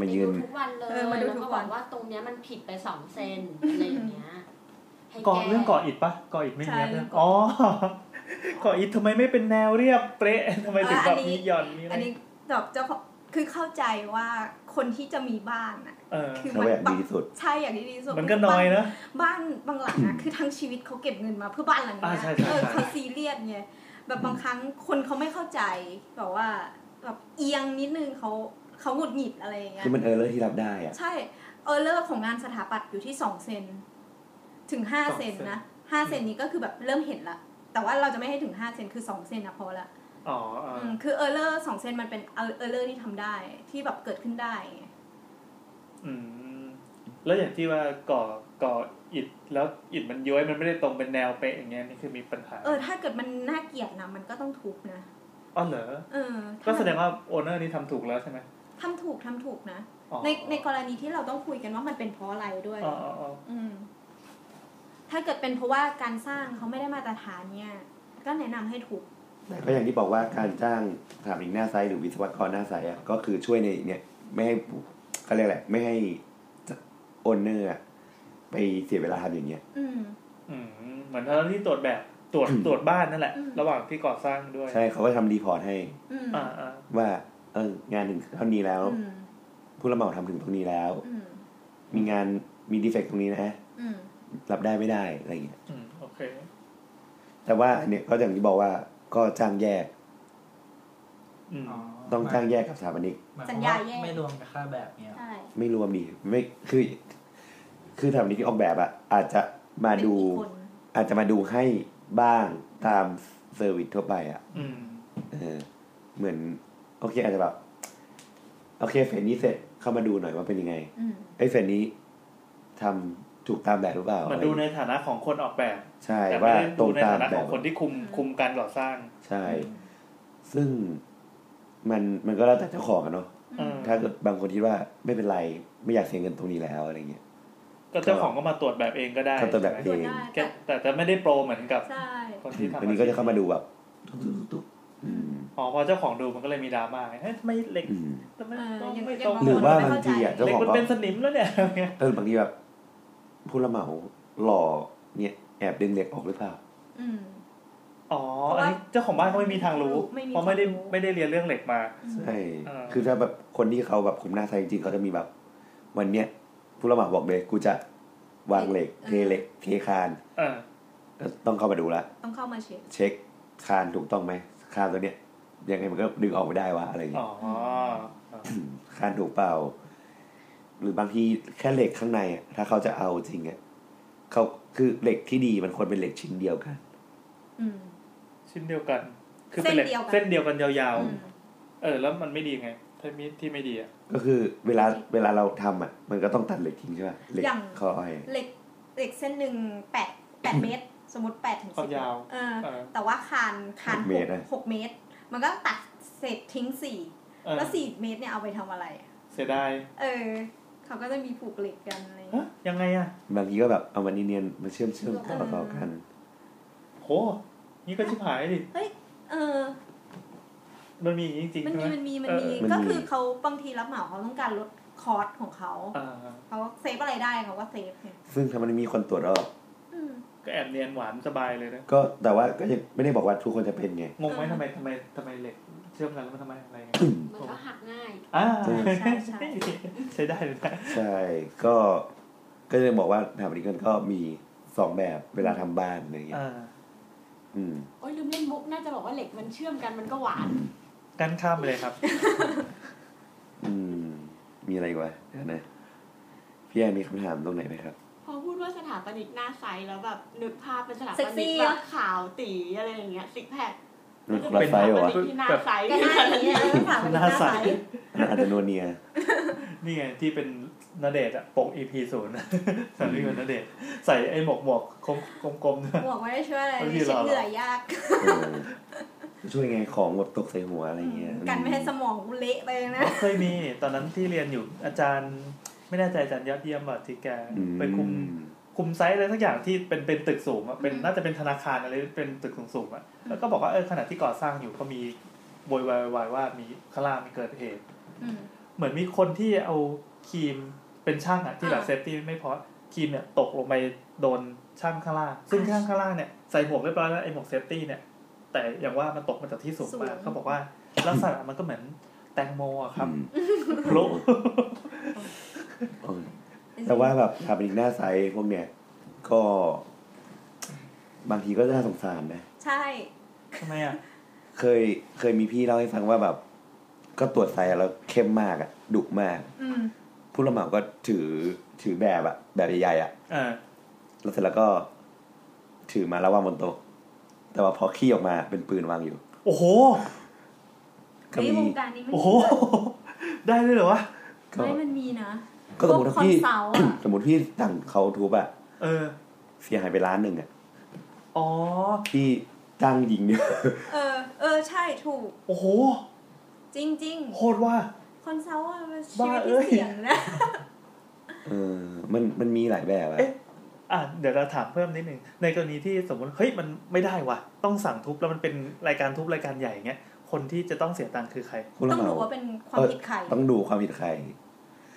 [SPEAKER 2] มายืน
[SPEAKER 5] ดูทุกวันเลย
[SPEAKER 4] เออมาดู
[SPEAKER 5] แล้ว
[SPEAKER 4] ทุ
[SPEAKER 5] ก็
[SPEAKER 4] ก
[SPEAKER 5] บ
[SPEAKER 4] วั
[SPEAKER 5] อน กว่าตรงเนี้ยมันผิดไปสองเซนอะไรอย่างเงี้ยให้
[SPEAKER 3] ก่อ
[SPEAKER 5] แก้
[SPEAKER 3] เรื่องก่ออิฐปะก่ออิฐไม่เนี้ยบ
[SPEAKER 4] ใช่
[SPEAKER 3] นะอ๋ อ ก่ออิฐทำไมไม่เป็นแนวเรียบเป๊ะทำไมถึง
[SPEAKER 4] เอออั
[SPEAKER 3] แบ
[SPEAKER 4] น
[SPEAKER 3] บ
[SPEAKER 4] นี้
[SPEAKER 3] มีหย่อนมีอะไร
[SPEAKER 4] อันนี้แบบเจ้าของคือเข้าใจว่าคนที่จะมีบ้านอ่ะ
[SPEAKER 3] เออ
[SPEAKER 4] คือ
[SPEAKER 2] เขา
[SPEAKER 4] มัน
[SPEAKER 2] อยากดีที่สุด
[SPEAKER 4] ใช่อย่างที่ดีที่สุด
[SPEAKER 3] มันก็น้อยนะ
[SPEAKER 4] บ้านบ้านบางหลังอะคือทั้งชีวิตเขาเก็บเงินมาเพื่อบ้านหลังเนี้
[SPEAKER 3] อ่าย ใช่ใช่
[SPEAKER 4] เออ
[SPEAKER 3] ใช่
[SPEAKER 4] เขาซีเรียสไงแบบบางครั้งคนเขาไม่เข้าใจแบบว่าแบบเอียงนิดนึงเขาเขาหงุดหงิดอะไรอย่างเงี้ย
[SPEAKER 2] คือมันเออเลอร์ที่รับได้อ่ะ
[SPEAKER 4] ใช่เออเลอร์ของงานสถาปัตย์อยู่ที่สองเซนถึงห้า
[SPEAKER 3] สอง
[SPEAKER 4] เซ
[SPEAKER 3] เซ
[SPEAKER 4] น
[SPEAKER 3] น
[SPEAKER 4] นะห้าเซนนี้ก็คือแบบเริ่มเห็นละ แต่ว่าเราจะไม่ให้ถึงห้าเซนคือสองเซนอะพอละ
[SPEAKER 3] อ๋อเออ
[SPEAKER 4] อืมคือเออร์เลอร์สองเซนมันเป็นเออร์เลอร์ที่ทำได้ที่แบบเกิดขึ้นได้ไง
[SPEAKER 3] อืมแล้วอย่างที่ว่าก่อก่ออิฐแล้วอิฐมันย้อยมันไม่ได้ตรงเป็นแนวเป๊ะอย่างเงี้ยนี่คือมีปัญหา
[SPEAKER 4] เออ ถ้าเกิดมันน่าเกลียดนะมันก็ต้องทุบนะ
[SPEAKER 3] อ๋อเหรอ
[SPEAKER 4] เออ
[SPEAKER 3] ก็
[SPEAKER 4] ถ้า
[SPEAKER 3] แสดงว่าโอเนอร์นี่ทำถูกแล้วใช่ไหม
[SPEAKER 4] ทำถูกทำถูกนะ
[SPEAKER 3] อ๋อ
[SPEAKER 4] ในในกรณีที่เราต้องคุยกันว่ามันเป็นเพราะอะไรด้วย
[SPEAKER 3] อ๋ออ๋ออ๋อ
[SPEAKER 4] อืมถ้าเกิดเป็นเพราะว่าการสร้างเขาไม่ได้มาตรฐานเนี่ย ก็แนะนำให้ทุบ
[SPEAKER 2] แต่ก็อย่างที่บอกว่าการจ้างสถาปนิกหน้าไซต์หรือวิศวกรหน้าไซต์อ่ะก็คือช่วยในเนี่ยไม่ให้เขาเรียกอะไรไม่ให้โอนเนอร์ไปเสียเวลาทำอย่างเงี้ย
[SPEAKER 4] อืม
[SPEAKER 3] อืมเหมือนตอนที่ตรวจแบบตรวจตรวจบ้านนั่นแหละ
[SPEAKER 4] อืม
[SPEAKER 3] ระหว่างที่ก่อสร้างด้วย
[SPEAKER 2] ใช่เขาก็ทำรีพอร์ตให้
[SPEAKER 4] อืม
[SPEAKER 3] อ่าอ่า
[SPEAKER 2] ว่าเอองานถึงเท่านี้แล้ว
[SPEAKER 4] อืม
[SPEAKER 2] ผู้รับเหมาทำถึงตรงนี้แล้ว
[SPEAKER 4] อืม
[SPEAKER 2] มีงานมีดีเฟกตรงนี้นะ
[SPEAKER 4] อืม
[SPEAKER 2] รับได้ไม่ได้อะไรอย่างเงี้ย
[SPEAKER 3] อืมโอเค
[SPEAKER 2] แต่ว่าอันเนี่ยก็อย่างที่บอกว่าก็จ้างแยก
[SPEAKER 3] อืม
[SPEAKER 2] ต้องจ้างแยกกับสถาปนิก
[SPEAKER 1] หมความว่ไม่รวมกับค่าแบบเนี่ย
[SPEAKER 4] ใช่
[SPEAKER 2] ไม่รวมดิไม่คือ คือสถาปนิกที่ออกแบบอะอาจจะมาดู
[SPEAKER 4] เป็นกี่คน
[SPEAKER 2] อาจจะมาดูให้บ้างตามเซอร์วิสทั่วไปอะ
[SPEAKER 3] อืม
[SPEAKER 2] เออ เหมือน โอเค อาจจะแบบโอเคเฟสนี้เสร็จเข้ามาดูหน่อยว่าเป็นยังไง
[SPEAKER 4] อืม
[SPEAKER 2] ไอ้ยเฟสนี้ทำถูกตามแบบหรือเปล่า
[SPEAKER 3] เหมือนดูในฐานะของคนออกแบบ
[SPEAKER 2] ใช่
[SPEAKER 3] แต่ไม่
[SPEAKER 2] ว่า
[SPEAKER 3] ได้
[SPEAKER 2] ตร
[SPEAKER 3] ดู
[SPEAKER 2] ง
[SPEAKER 3] ใน
[SPEAKER 2] ตาม
[SPEAKER 3] ฐานะ
[SPEAKER 2] แบ
[SPEAKER 3] ขอบ งคนที่คุมคุมการก่อสร้าง
[SPEAKER 2] ใช่ ซึ่งมันมันก็แล้วแต่เจ้าของอะเนาะ
[SPEAKER 3] เออ
[SPEAKER 2] ถ้าเกิดบางคนคิดว่าไม่เป็นไร ไม่อยากเสียเงินตรงนี้แล้วอะไรเงี้ย
[SPEAKER 3] ก็เจ้าของก็มาตรวจแบบเองก็ได้
[SPEAKER 2] ก็ตรวจแบบเอ
[SPEAKER 4] ส่ว
[SPEAKER 2] ง
[SPEAKER 4] นได้
[SPEAKER 3] แค่
[SPEAKER 4] แต่
[SPEAKER 3] แต่จะไม่ได้โปรเหมือนกับ
[SPEAKER 4] ใช่
[SPEAKER 3] คนที่ทำ
[SPEAKER 2] วันนี้ก็จะเข้ามาดูแบบตุ๊บๆๆๆอืม
[SPEAKER 3] อ๋อพอเจ้าของดูมันก็เลยมีดราม่าไงเฮ้ยทำไมเหล็ก
[SPEAKER 2] อืม
[SPEAKER 3] ทำไม
[SPEAKER 4] เออยัง
[SPEAKER 3] ไม่
[SPEAKER 4] ยัง
[SPEAKER 3] ตรง
[SPEAKER 4] ม
[SPEAKER 2] ห
[SPEAKER 4] ง
[SPEAKER 2] รือว่าบางทีอ่ะ
[SPEAKER 3] เห
[SPEAKER 2] เจ้า
[SPEAKER 3] ล็ก
[SPEAKER 2] ของ
[SPEAKER 3] มัน
[SPEAKER 2] ก็
[SPEAKER 3] เป็นสนิมแล้วเนี่ย อะไรเงี้ย
[SPEAKER 2] เออบางทีแบบผู้รับเหมาหล่อเนี่ยแอบดึงเหล็กออกหรือเปล่า
[SPEAKER 4] อืม
[SPEAKER 3] อ๋อ
[SPEAKER 4] เพราะว่า
[SPEAKER 3] อันนี้เจ้าของบ้านก็ไม่มีทางรู้
[SPEAKER 4] ไม่มี
[SPEAKER 3] เพราะไม่ได้
[SPEAKER 4] ทางรู้
[SPEAKER 3] ไม่ได้เรียนเรื่องเหล็กมา
[SPEAKER 4] อืม
[SPEAKER 2] ใช่
[SPEAKER 3] อ่า
[SPEAKER 2] คือถ้าแบบคนที่เขาแบบคุมหน้าไทยจริงๆเขาจะมีแบบ วันเนี้ยผู้รับเหมาบอกเลยกูจะวางเหล็ก
[SPEAKER 4] เออ
[SPEAKER 2] เทเหล็ก เทคาน
[SPEAKER 3] เออ
[SPEAKER 2] เออต้องเข้ามาดูละ
[SPEAKER 4] ต้องเข้ามาเช็ค
[SPEAKER 2] เช็คคานถูกต้องไหมคานตัวเนี้ยยังไงมันก็ดึงออกไม่ได้วะอะไรอย่าง
[SPEAKER 3] อ๋
[SPEAKER 2] เงี้
[SPEAKER 3] อย อ๋อ
[SPEAKER 2] คานถูกเปล่า หรือบางทีแค่เหล็กข้างในอะถ้าเขาจะเอาจริงอ่ะเขาคือเหล็กที่ดีมันควรเป็นเหล็กชิ้นเดียวกัน
[SPEAKER 4] อืม
[SPEAKER 3] ชิ้นเดียวกัน คือเป็นเหล็ก
[SPEAKER 4] เส้นเดียวกัน
[SPEAKER 3] เส้นเดียวกันยาว
[SPEAKER 4] อื
[SPEAKER 3] ๆ
[SPEAKER 4] ม
[SPEAKER 3] เออแล้วมันไม่ดีไงถ้ามีที่ไม่ดีอ่ะ
[SPEAKER 2] ก็คือเวลาเวลาเราทำอ่ะ มันก็ต้องตัดเหล็กทิ้งใช่ป่ะเหล็ก
[SPEAKER 4] อย่าง
[SPEAKER 2] คออ้อย
[SPEAKER 4] เหล็กเหล็กเส้นหนึ่งแปดแปดเมตร สมมติแปดถึง
[SPEAKER 3] ควา
[SPEAKER 4] สิ
[SPEAKER 3] ม
[SPEAKER 4] บ
[SPEAKER 3] ยาว
[SPEAKER 4] เออ
[SPEAKER 3] เออ
[SPEAKER 4] แต่ว่าคานคานหกหกเมตร มันก็ตัดเศษทิ้งสี่
[SPEAKER 3] เออ
[SPEAKER 4] แล้วสี่เมตรเนี่ยเอาไปทำอะไรอะ
[SPEAKER 3] เสียดาย
[SPEAKER 4] เออ เขาก็จะมีผูกเหล็กกันอะไรอย่างเงี้
[SPEAKER 3] ฮะ
[SPEAKER 4] ย
[SPEAKER 3] ยังไงอ่ะ
[SPEAKER 2] บางทีก็แบบเอามันเนียนๆมาเชื่อมเชื่อมต่อต่อกัน
[SPEAKER 3] โหนี่ก็ชิบหายดิ
[SPEAKER 4] เออ
[SPEAKER 3] มันมีอย่างนี้จริง
[SPEAKER 4] มัน
[SPEAKER 3] ใช่
[SPEAKER 4] มี
[SPEAKER 3] ไหม
[SPEAKER 4] มันมีมันมี
[SPEAKER 3] เออ
[SPEAKER 2] มันมี
[SPEAKER 4] ก็คือเขาบางทีรับเหมาเขาต้องการลดคอร์สของเขา
[SPEAKER 3] อ่า
[SPEAKER 4] เขาเซฟอะไรได้เขาก็เซฟไง
[SPEAKER 2] ซึ่งถ้ามันมีคนตรวจออก
[SPEAKER 4] อืม
[SPEAKER 3] ก็แอบเนียนหวานสบายเลยนะ
[SPEAKER 2] ก็แต่ว่าก็ยังไม่ได้บอกว่าทุกคนจะเป็นไง
[SPEAKER 3] งงไหม
[SPEAKER 4] เออ
[SPEAKER 3] ทำไมทำไมทำไมเหล็กเชื่อมกันแล้วมันทำไมอะไรไง
[SPEAKER 5] มันก็หักง่าย
[SPEAKER 3] อ่า
[SPEAKER 2] ใช่
[SPEAKER 4] ใช่ใช่
[SPEAKER 3] ใช้ได้เลยนะ
[SPEAKER 2] ใช่ก็ก็เลยบอกว่าถามนี้กันก็มีสองแบบเวลาทำบ้านอะไรอย่างเงี้ย
[SPEAKER 3] อ่า
[SPEAKER 2] อืม
[SPEAKER 5] โอ้ยลืมเล่นมุกน่าจะบอกว่าเหล็กมันเชื่อมกันมันก็หวาน
[SPEAKER 3] กันข้ามไปเลยครับ
[SPEAKER 2] อืม มีอะไรอีกวะเดี๋ยวนะพี่แอนมีคำถามตรงไหนไหมครับ
[SPEAKER 5] พอพูดว่าสถาปนิกหน้าใสแล้วแบบนึกภาพเป็นสถาป
[SPEAKER 4] เซ็กซี่
[SPEAKER 5] นิก
[SPEAKER 4] อะ
[SPEAKER 5] แบบขาวตีอะไรอย่างเงี้ยซิกแพค
[SPEAKER 2] มันคนละไซส์เหรอวะ
[SPEAKER 5] เป็นสถาปนิกที่หน้าใส
[SPEAKER 4] ก็น่าอย่างนี้นะถาม
[SPEAKER 3] หน้าใส
[SPEAKER 2] อาจจะนวเนีย
[SPEAKER 3] นี่ไงที่เป็นนาเดชน์อะปก EP ศูนย์สามีเป็นนาเดชน์ใส่ไอ้หมวกหมวกกลมๆเนี่ย
[SPEAKER 4] หวกไม่ได้ช่วยอะไร
[SPEAKER 3] ไม่มี
[SPEAKER 4] เช็ด
[SPEAKER 3] หรอก
[SPEAKER 4] เหงื่อยาก
[SPEAKER 2] เออช่วยไงของแบบตกใส่หัวอะไรเงี้ย
[SPEAKER 4] กันไม่ให้สมองกูเละไปนะ
[SPEAKER 3] เคยมีตอนนั้นที่เรียนอยู่อาจารย์ ไม่แน่ใจอาจารย์ยอดเยี่ยมป่ะที่แก
[SPEAKER 2] อืม
[SPEAKER 3] ไปคุมคุมไซต์อะไรสักอย่างที่เป็นเป็นตึกสูงอะเป็น
[SPEAKER 4] อืม
[SPEAKER 3] น่าจะเป็นธนาคารอะไรเป็นตึกสูงๆอะแล้วก็บอกว่าเออขณะที่ก่อสร้างอยู่ก็มีโวยวายโวยวายว่ามีข้างล่างมีเกิดเหตุ
[SPEAKER 4] อืม
[SPEAKER 3] เหมือนมีคนที่เอาครีมเป็นช่างอะที่แบบ
[SPEAKER 4] อ่า
[SPEAKER 3] เซฟตี้ไม่พอครีมเนี่ยตกลงไปโดนช่างข้างล่าง ซึ่งช่างข้างล่างเนี่ยใส่หมวกเรียบร้อยแล้วไอ้หมวกเซฟตี้เนี่ย แต่อย่างว่ามันตกมาจากที่สูงมาเขาบอกว่าลักษณะมันก็เหมือนแตงโมอะครับ
[SPEAKER 2] อืม
[SPEAKER 3] โล
[SPEAKER 2] เออแต่ว่าแบบทาปนิกหน้าไซส์พวกเนี้ยก็ บางทีก็น่าสงสารนะ
[SPEAKER 4] ใช่
[SPEAKER 3] ทำไมอ่ะ
[SPEAKER 2] เคยเคยมีพี่เล่าให้ฟังว่าแบบ ก็ตรวจไซส์แล้วเข้มมากอะดุมาก
[SPEAKER 4] อืม
[SPEAKER 2] ผู้รับเหมาก็ถือถือแบบอะแบบใหญ่ๆอะ
[SPEAKER 3] เออ
[SPEAKER 2] แล้วเสร็จแล้วก็ ถือมาแล้ววางบนโต๊ะแต่ว่าพอขี้ออกมาเป็นปืนวางอยู่
[SPEAKER 3] โอ้โห
[SPEAKER 2] ก็
[SPEAKER 4] นี่
[SPEAKER 2] มี
[SPEAKER 4] วงการนี้ไม่
[SPEAKER 3] โอ้โห ได้ด้วยเหรอวะ
[SPEAKER 2] ก็
[SPEAKER 4] ไม่มันมีนะ
[SPEAKER 2] ก็สมม
[SPEAKER 4] พว
[SPEAKER 2] ติถ้าก
[SPEAKER 4] คอน
[SPEAKER 2] พี่
[SPEAKER 4] เซาท์อะ
[SPEAKER 2] สมมติพี่สั่งเขาทุบอะ
[SPEAKER 3] เออ
[SPEAKER 2] เสียหายไปล้านหนึ่งอะ
[SPEAKER 3] อ๋อ
[SPEAKER 2] พี่จ้างยิงเดี ยว
[SPEAKER 4] เออ เออ ใช่ถูก
[SPEAKER 3] โอ้โห
[SPEAKER 4] จริงจริง
[SPEAKER 3] โคตรว่า
[SPEAKER 4] ๆคอนเซาท์อะมันชี
[SPEAKER 3] บ้า
[SPEAKER 4] วิต
[SPEAKER 3] เอ้
[SPEAKER 4] ที่
[SPEAKER 3] ย
[SPEAKER 4] เสี่ยงนะ
[SPEAKER 2] เออ มันมันมีหลายแบบอะ
[SPEAKER 3] เอ๊ะ อ่ะ เดี๋ยวเราถามเพิ่มนิดหนึ่ง ในกรณีที่สมมติ เฮ้ย มันไม่ได้ว่ะ ต้องสั่งทุบแล้วมันเป็นรายการทุบรายการใหญ่อย่างเงี้ย คนที่จะต้องเสียตังค์คือใคร
[SPEAKER 2] ผู้รั
[SPEAKER 4] ต้
[SPEAKER 2] บ
[SPEAKER 4] อง
[SPEAKER 2] เหมา
[SPEAKER 4] ดูว่าเป็นความผิดใคร
[SPEAKER 2] ต้องดูความผิดใคร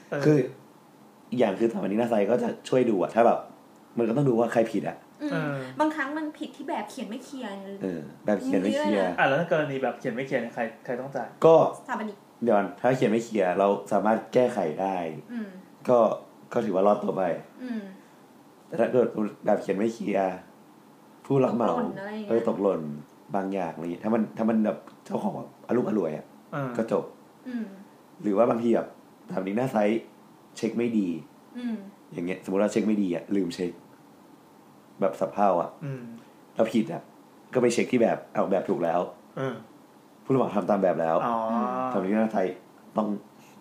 [SPEAKER 3] เออ
[SPEAKER 2] คืออีกอย่างคือสถาปนิกหน้าไซก็จะช่วยดูอะถ้าแบบ มันก็ต้องดูว่าใครผิดอะ
[SPEAKER 4] อืม
[SPEAKER 3] เออ
[SPEAKER 4] บางครั้งมันผิดที่แบบเขียนไม่เคลียร์
[SPEAKER 2] เออ แบบเขียนไม่เคลียร์
[SPEAKER 3] อ่ะ แล้วถ้ากรณีแบบเขียนไม่เขียนเนี่ยใคร ใครต้องจ่าย
[SPEAKER 2] ก็
[SPEAKER 4] สถาปนิก
[SPEAKER 2] เดี๋ยวก่อนถ้าเขียนไม่เคลียร์เราสามารถแก้ไขได้
[SPEAKER 4] อืม
[SPEAKER 2] ก็ก็ถือว่ารอดตัวไป
[SPEAKER 4] อืม
[SPEAKER 2] แต่ถ้าเกิดแบบเขียนไม่เคลียร์ผู้รับเหมา
[SPEAKER 4] ตกหล่นอะไรอย่างเงี้ย
[SPEAKER 2] เออตกหล่นบางอย่างอะไรอย่างเงี้ยถ้ามันถ้ามันแบบเจ้าของอารมณ์อร่วยอ่ะ
[SPEAKER 3] เออ
[SPEAKER 2] ก็จบ
[SPEAKER 4] อืม
[SPEAKER 2] หรือว่าบางทีแบบทำดิ้งหน้าไซต์เช็คไม่ดี
[SPEAKER 4] อืม
[SPEAKER 2] อย่างเงี้ย สมมติเราเช็คไม่ดีอ่ะลืมเช็ค แบบสับเพร่าอ่ะ
[SPEAKER 3] อืม
[SPEAKER 2] เราผิดอ่ะก็ไปเช็คที่แบบเอาแบบถูกแล้ว
[SPEAKER 3] เออ
[SPEAKER 2] ผู้รับเหมาทำตามแบบแล้ว
[SPEAKER 3] อ๋อ
[SPEAKER 2] ทำดิ้งหน้าไซต์ต้อง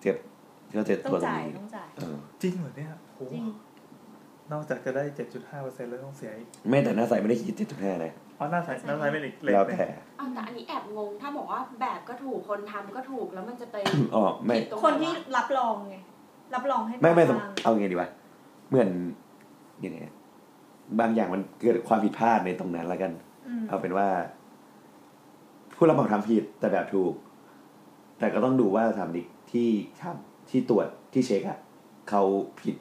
[SPEAKER 2] เจ็บก็เจ็บ
[SPEAKER 4] ต้อง
[SPEAKER 2] ตัวตรง
[SPEAKER 4] จ่าย
[SPEAKER 2] นี้
[SPEAKER 4] ต้องจ่าย
[SPEAKER 2] เออ
[SPEAKER 3] จริงเหรอเนี่ยโอ้
[SPEAKER 4] จริง
[SPEAKER 3] นอกจากจะได้ 7.5%แล้วต้องเสียอีก
[SPEAKER 2] ไม่แต่หน้าใสไม่ได้คิดเจ็ดจุดห้านะ
[SPEAKER 3] อ๋อหน้าใสหน้าใสเป็นอีกเลข
[SPEAKER 2] แล้ว
[SPEAKER 3] หนึ่ง
[SPEAKER 2] แต่
[SPEAKER 5] อ้าวแต่อันนี้แอบงง ถ้าบอกว่าแบบก็ถูกคนทำก็ถูกแล้วมันจะไป
[SPEAKER 2] อ๋อไม่
[SPEAKER 5] ผิดตรงไห
[SPEAKER 4] คนที่
[SPEAKER 5] วะ
[SPEAKER 4] รับรองไง รับรองให้
[SPEAKER 2] ไม่ไม่สม
[SPEAKER 4] บ้าง
[SPEAKER 2] เอาไงดีวะเหมือนยังไงอะบางอย่างมันเกิดความผิดพลาดในตรงนั้นแล้วกัน
[SPEAKER 4] อืม
[SPEAKER 2] เอาเป็นว่า ผู้รับเหมาทำผิดแต่แบบถูก แต่ก็ต้องดูว่าสถามดิกที่ทำที่ตรวจที่เช็คอะเขาผิด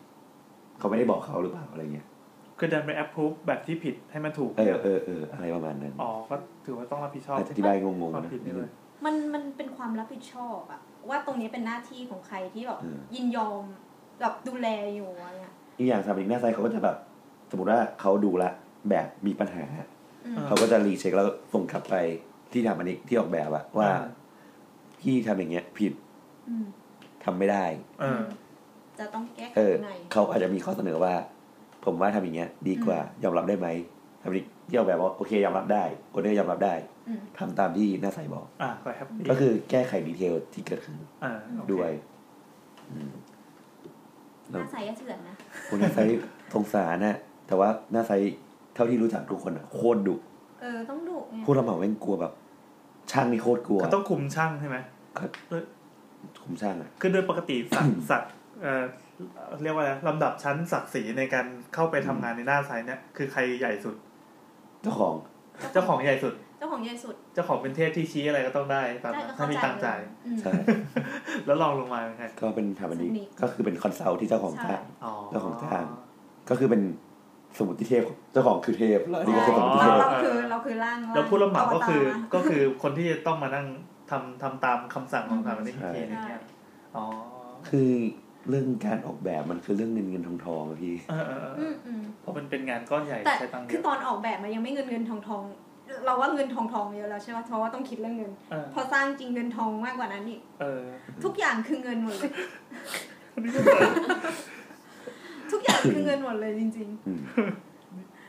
[SPEAKER 2] เขาไม่ได้บอกเขาหรือเปล่าอะไรเงี้ย
[SPEAKER 3] คือดันไปแอปพูฟแบบที่ผิดให้มันถูก
[SPEAKER 2] เออเออเอออะไรประมาณนั้น
[SPEAKER 3] อ๋อ ก็ถือว่าต้องรับผิดชอบ
[SPEAKER 2] อธิบายงง
[SPEAKER 3] ค
[SPEAKER 2] ๆ
[SPEAKER 3] วาม
[SPEAKER 2] นะ
[SPEAKER 3] ผิดนี่เลย
[SPEAKER 4] มันมันเป็นความรับผิดชอบอะว่าตรงนี้เป็นหน้าที่ของใครที่แบบ
[SPEAKER 2] อืม
[SPEAKER 4] ยินยอมแบบดูแลอยู่อะไรเงี้ย
[SPEAKER 2] อีกอย่างสถามดิกหน้าไซต์เขาก็จะแบบ สมมติว่าเขาดูละแบบมีปัญหา
[SPEAKER 4] อืม
[SPEAKER 3] อ่า
[SPEAKER 2] เขาก็จะรีเช็คแล้วส่งกลับไปที่ทำอันนี้ที่ออกแบบอะว่าพี่ทำอย่างเงี้ย ผิด
[SPEAKER 4] อืม
[SPEAKER 2] ทำไม่ได้
[SPEAKER 3] เออ
[SPEAKER 4] จะต้องแก้ไข
[SPEAKER 2] เออ
[SPEAKER 4] หน่อย
[SPEAKER 2] เขาอาจจะมีข้อเสนอว่า ผมว่าทำอย่างเงี้ย ดีกว่า ยอมรับได้ไหมทำนี้ที่ออกแบบว่าโอเคยอมรับได้โอเดอร์ยอมรับได้
[SPEAKER 4] อืม
[SPEAKER 2] ทำตามที่หน้าใสบอก
[SPEAKER 3] อ่าก็แฮปปี้
[SPEAKER 2] ก็คือแก้ไขดีเทลที่เกิดขึ้น
[SPEAKER 3] อ่าโอเค
[SPEAKER 2] ด้วยอืม
[SPEAKER 4] หน้าใสก็เถื่อนนะ
[SPEAKER 2] คุณหน้าใสสงสารนะแต่ว่าหน้าใสเท่าที่รู้จักทุกคนอะโคตรดุ
[SPEAKER 4] เออ ต้องดุไง
[SPEAKER 2] ผู้รับเหมาแม่งกลัวแบบ ช่างนี่โคตรกลัว
[SPEAKER 3] ก็ต้องคุมช่างใช่ไหม
[SPEAKER 2] ก็คุมช่างอะ
[SPEAKER 3] คือโดยปกติสักสักเอ่อเรียกว่าอะไรลำดับชั้นศักดิ์ศรีในการเข้าไปทำงานในหน้าไซต์เนี่ย คือใครใหญ่สุด
[SPEAKER 2] เจ้าของ
[SPEAKER 3] เจ้าของใหญ่สุด
[SPEAKER 4] เจ้าของใหญ่สุด
[SPEAKER 3] เจ้าของเป็นเทพที่ชี้อะไรก็ต้องได้ตาม
[SPEAKER 4] ได้ก็
[SPEAKER 3] นั้นถ้า
[SPEAKER 4] เข้า
[SPEAKER 3] มี
[SPEAKER 4] ใจ
[SPEAKER 3] ตังค์จ่าย
[SPEAKER 4] อืม
[SPEAKER 2] ใช่
[SPEAKER 3] แล้วลองลงมาเป็นไง
[SPEAKER 2] ก็เป็นสถาปนิ
[SPEAKER 4] ส
[SPEAKER 2] ก
[SPEAKER 4] ถาปนิก
[SPEAKER 2] ก็คือเป็นคอนซัลท์ที่เจ้าของจ้าง
[SPEAKER 3] อ๋อ
[SPEAKER 2] เจ้าของจ้าง ก็คือเป็นสมมติเทพเจ้าของคือเทพแล้วอันนี่ก็คือสมมติ
[SPEAKER 4] ใช่เราเรา
[SPEAKER 2] เทพ
[SPEAKER 4] คือเราคือร่าง
[SPEAKER 3] แล้วผู้รับเหมาก็คือ
[SPEAKER 4] วตาร
[SPEAKER 3] ก็คือคนที่จะต้องมานั่งทำทำตามคำสั่งของสถาปนิกอีกทีหนึงเนี่ย
[SPEAKER 4] ใช่
[SPEAKER 3] อ๋อ
[SPEAKER 2] คือเรื่องการออกแบบมันคือเรื่องเงินเงินทองทองอะพี่
[SPEAKER 3] เออเออเอ
[SPEAKER 4] อื
[SPEAKER 3] อ
[SPEAKER 4] มอืม
[SPEAKER 3] เพราะมันเป็นงานก้อนใหญ่
[SPEAKER 4] แต่
[SPEAKER 3] ใช้ตังค์เย
[SPEAKER 4] คือ
[SPEAKER 3] อะ
[SPEAKER 4] ตอนออกแบบมันยังไม่เงินเงินทองทอง เราว่าเงินทองทองๆเยอะแล้วใช่ไหมเพราะว่าต้องคิดเรื่องเงิน
[SPEAKER 3] เออ
[SPEAKER 4] พอสร้างจริงเงินทองมากกว่านั้นอีก
[SPEAKER 3] เออ
[SPEAKER 4] ทุกอย่างคือเงินหมดเลย
[SPEAKER 3] นี่ก็เปิด
[SPEAKER 4] ทุกอย่างคือเงินหมดเลยจริง
[SPEAKER 2] อืม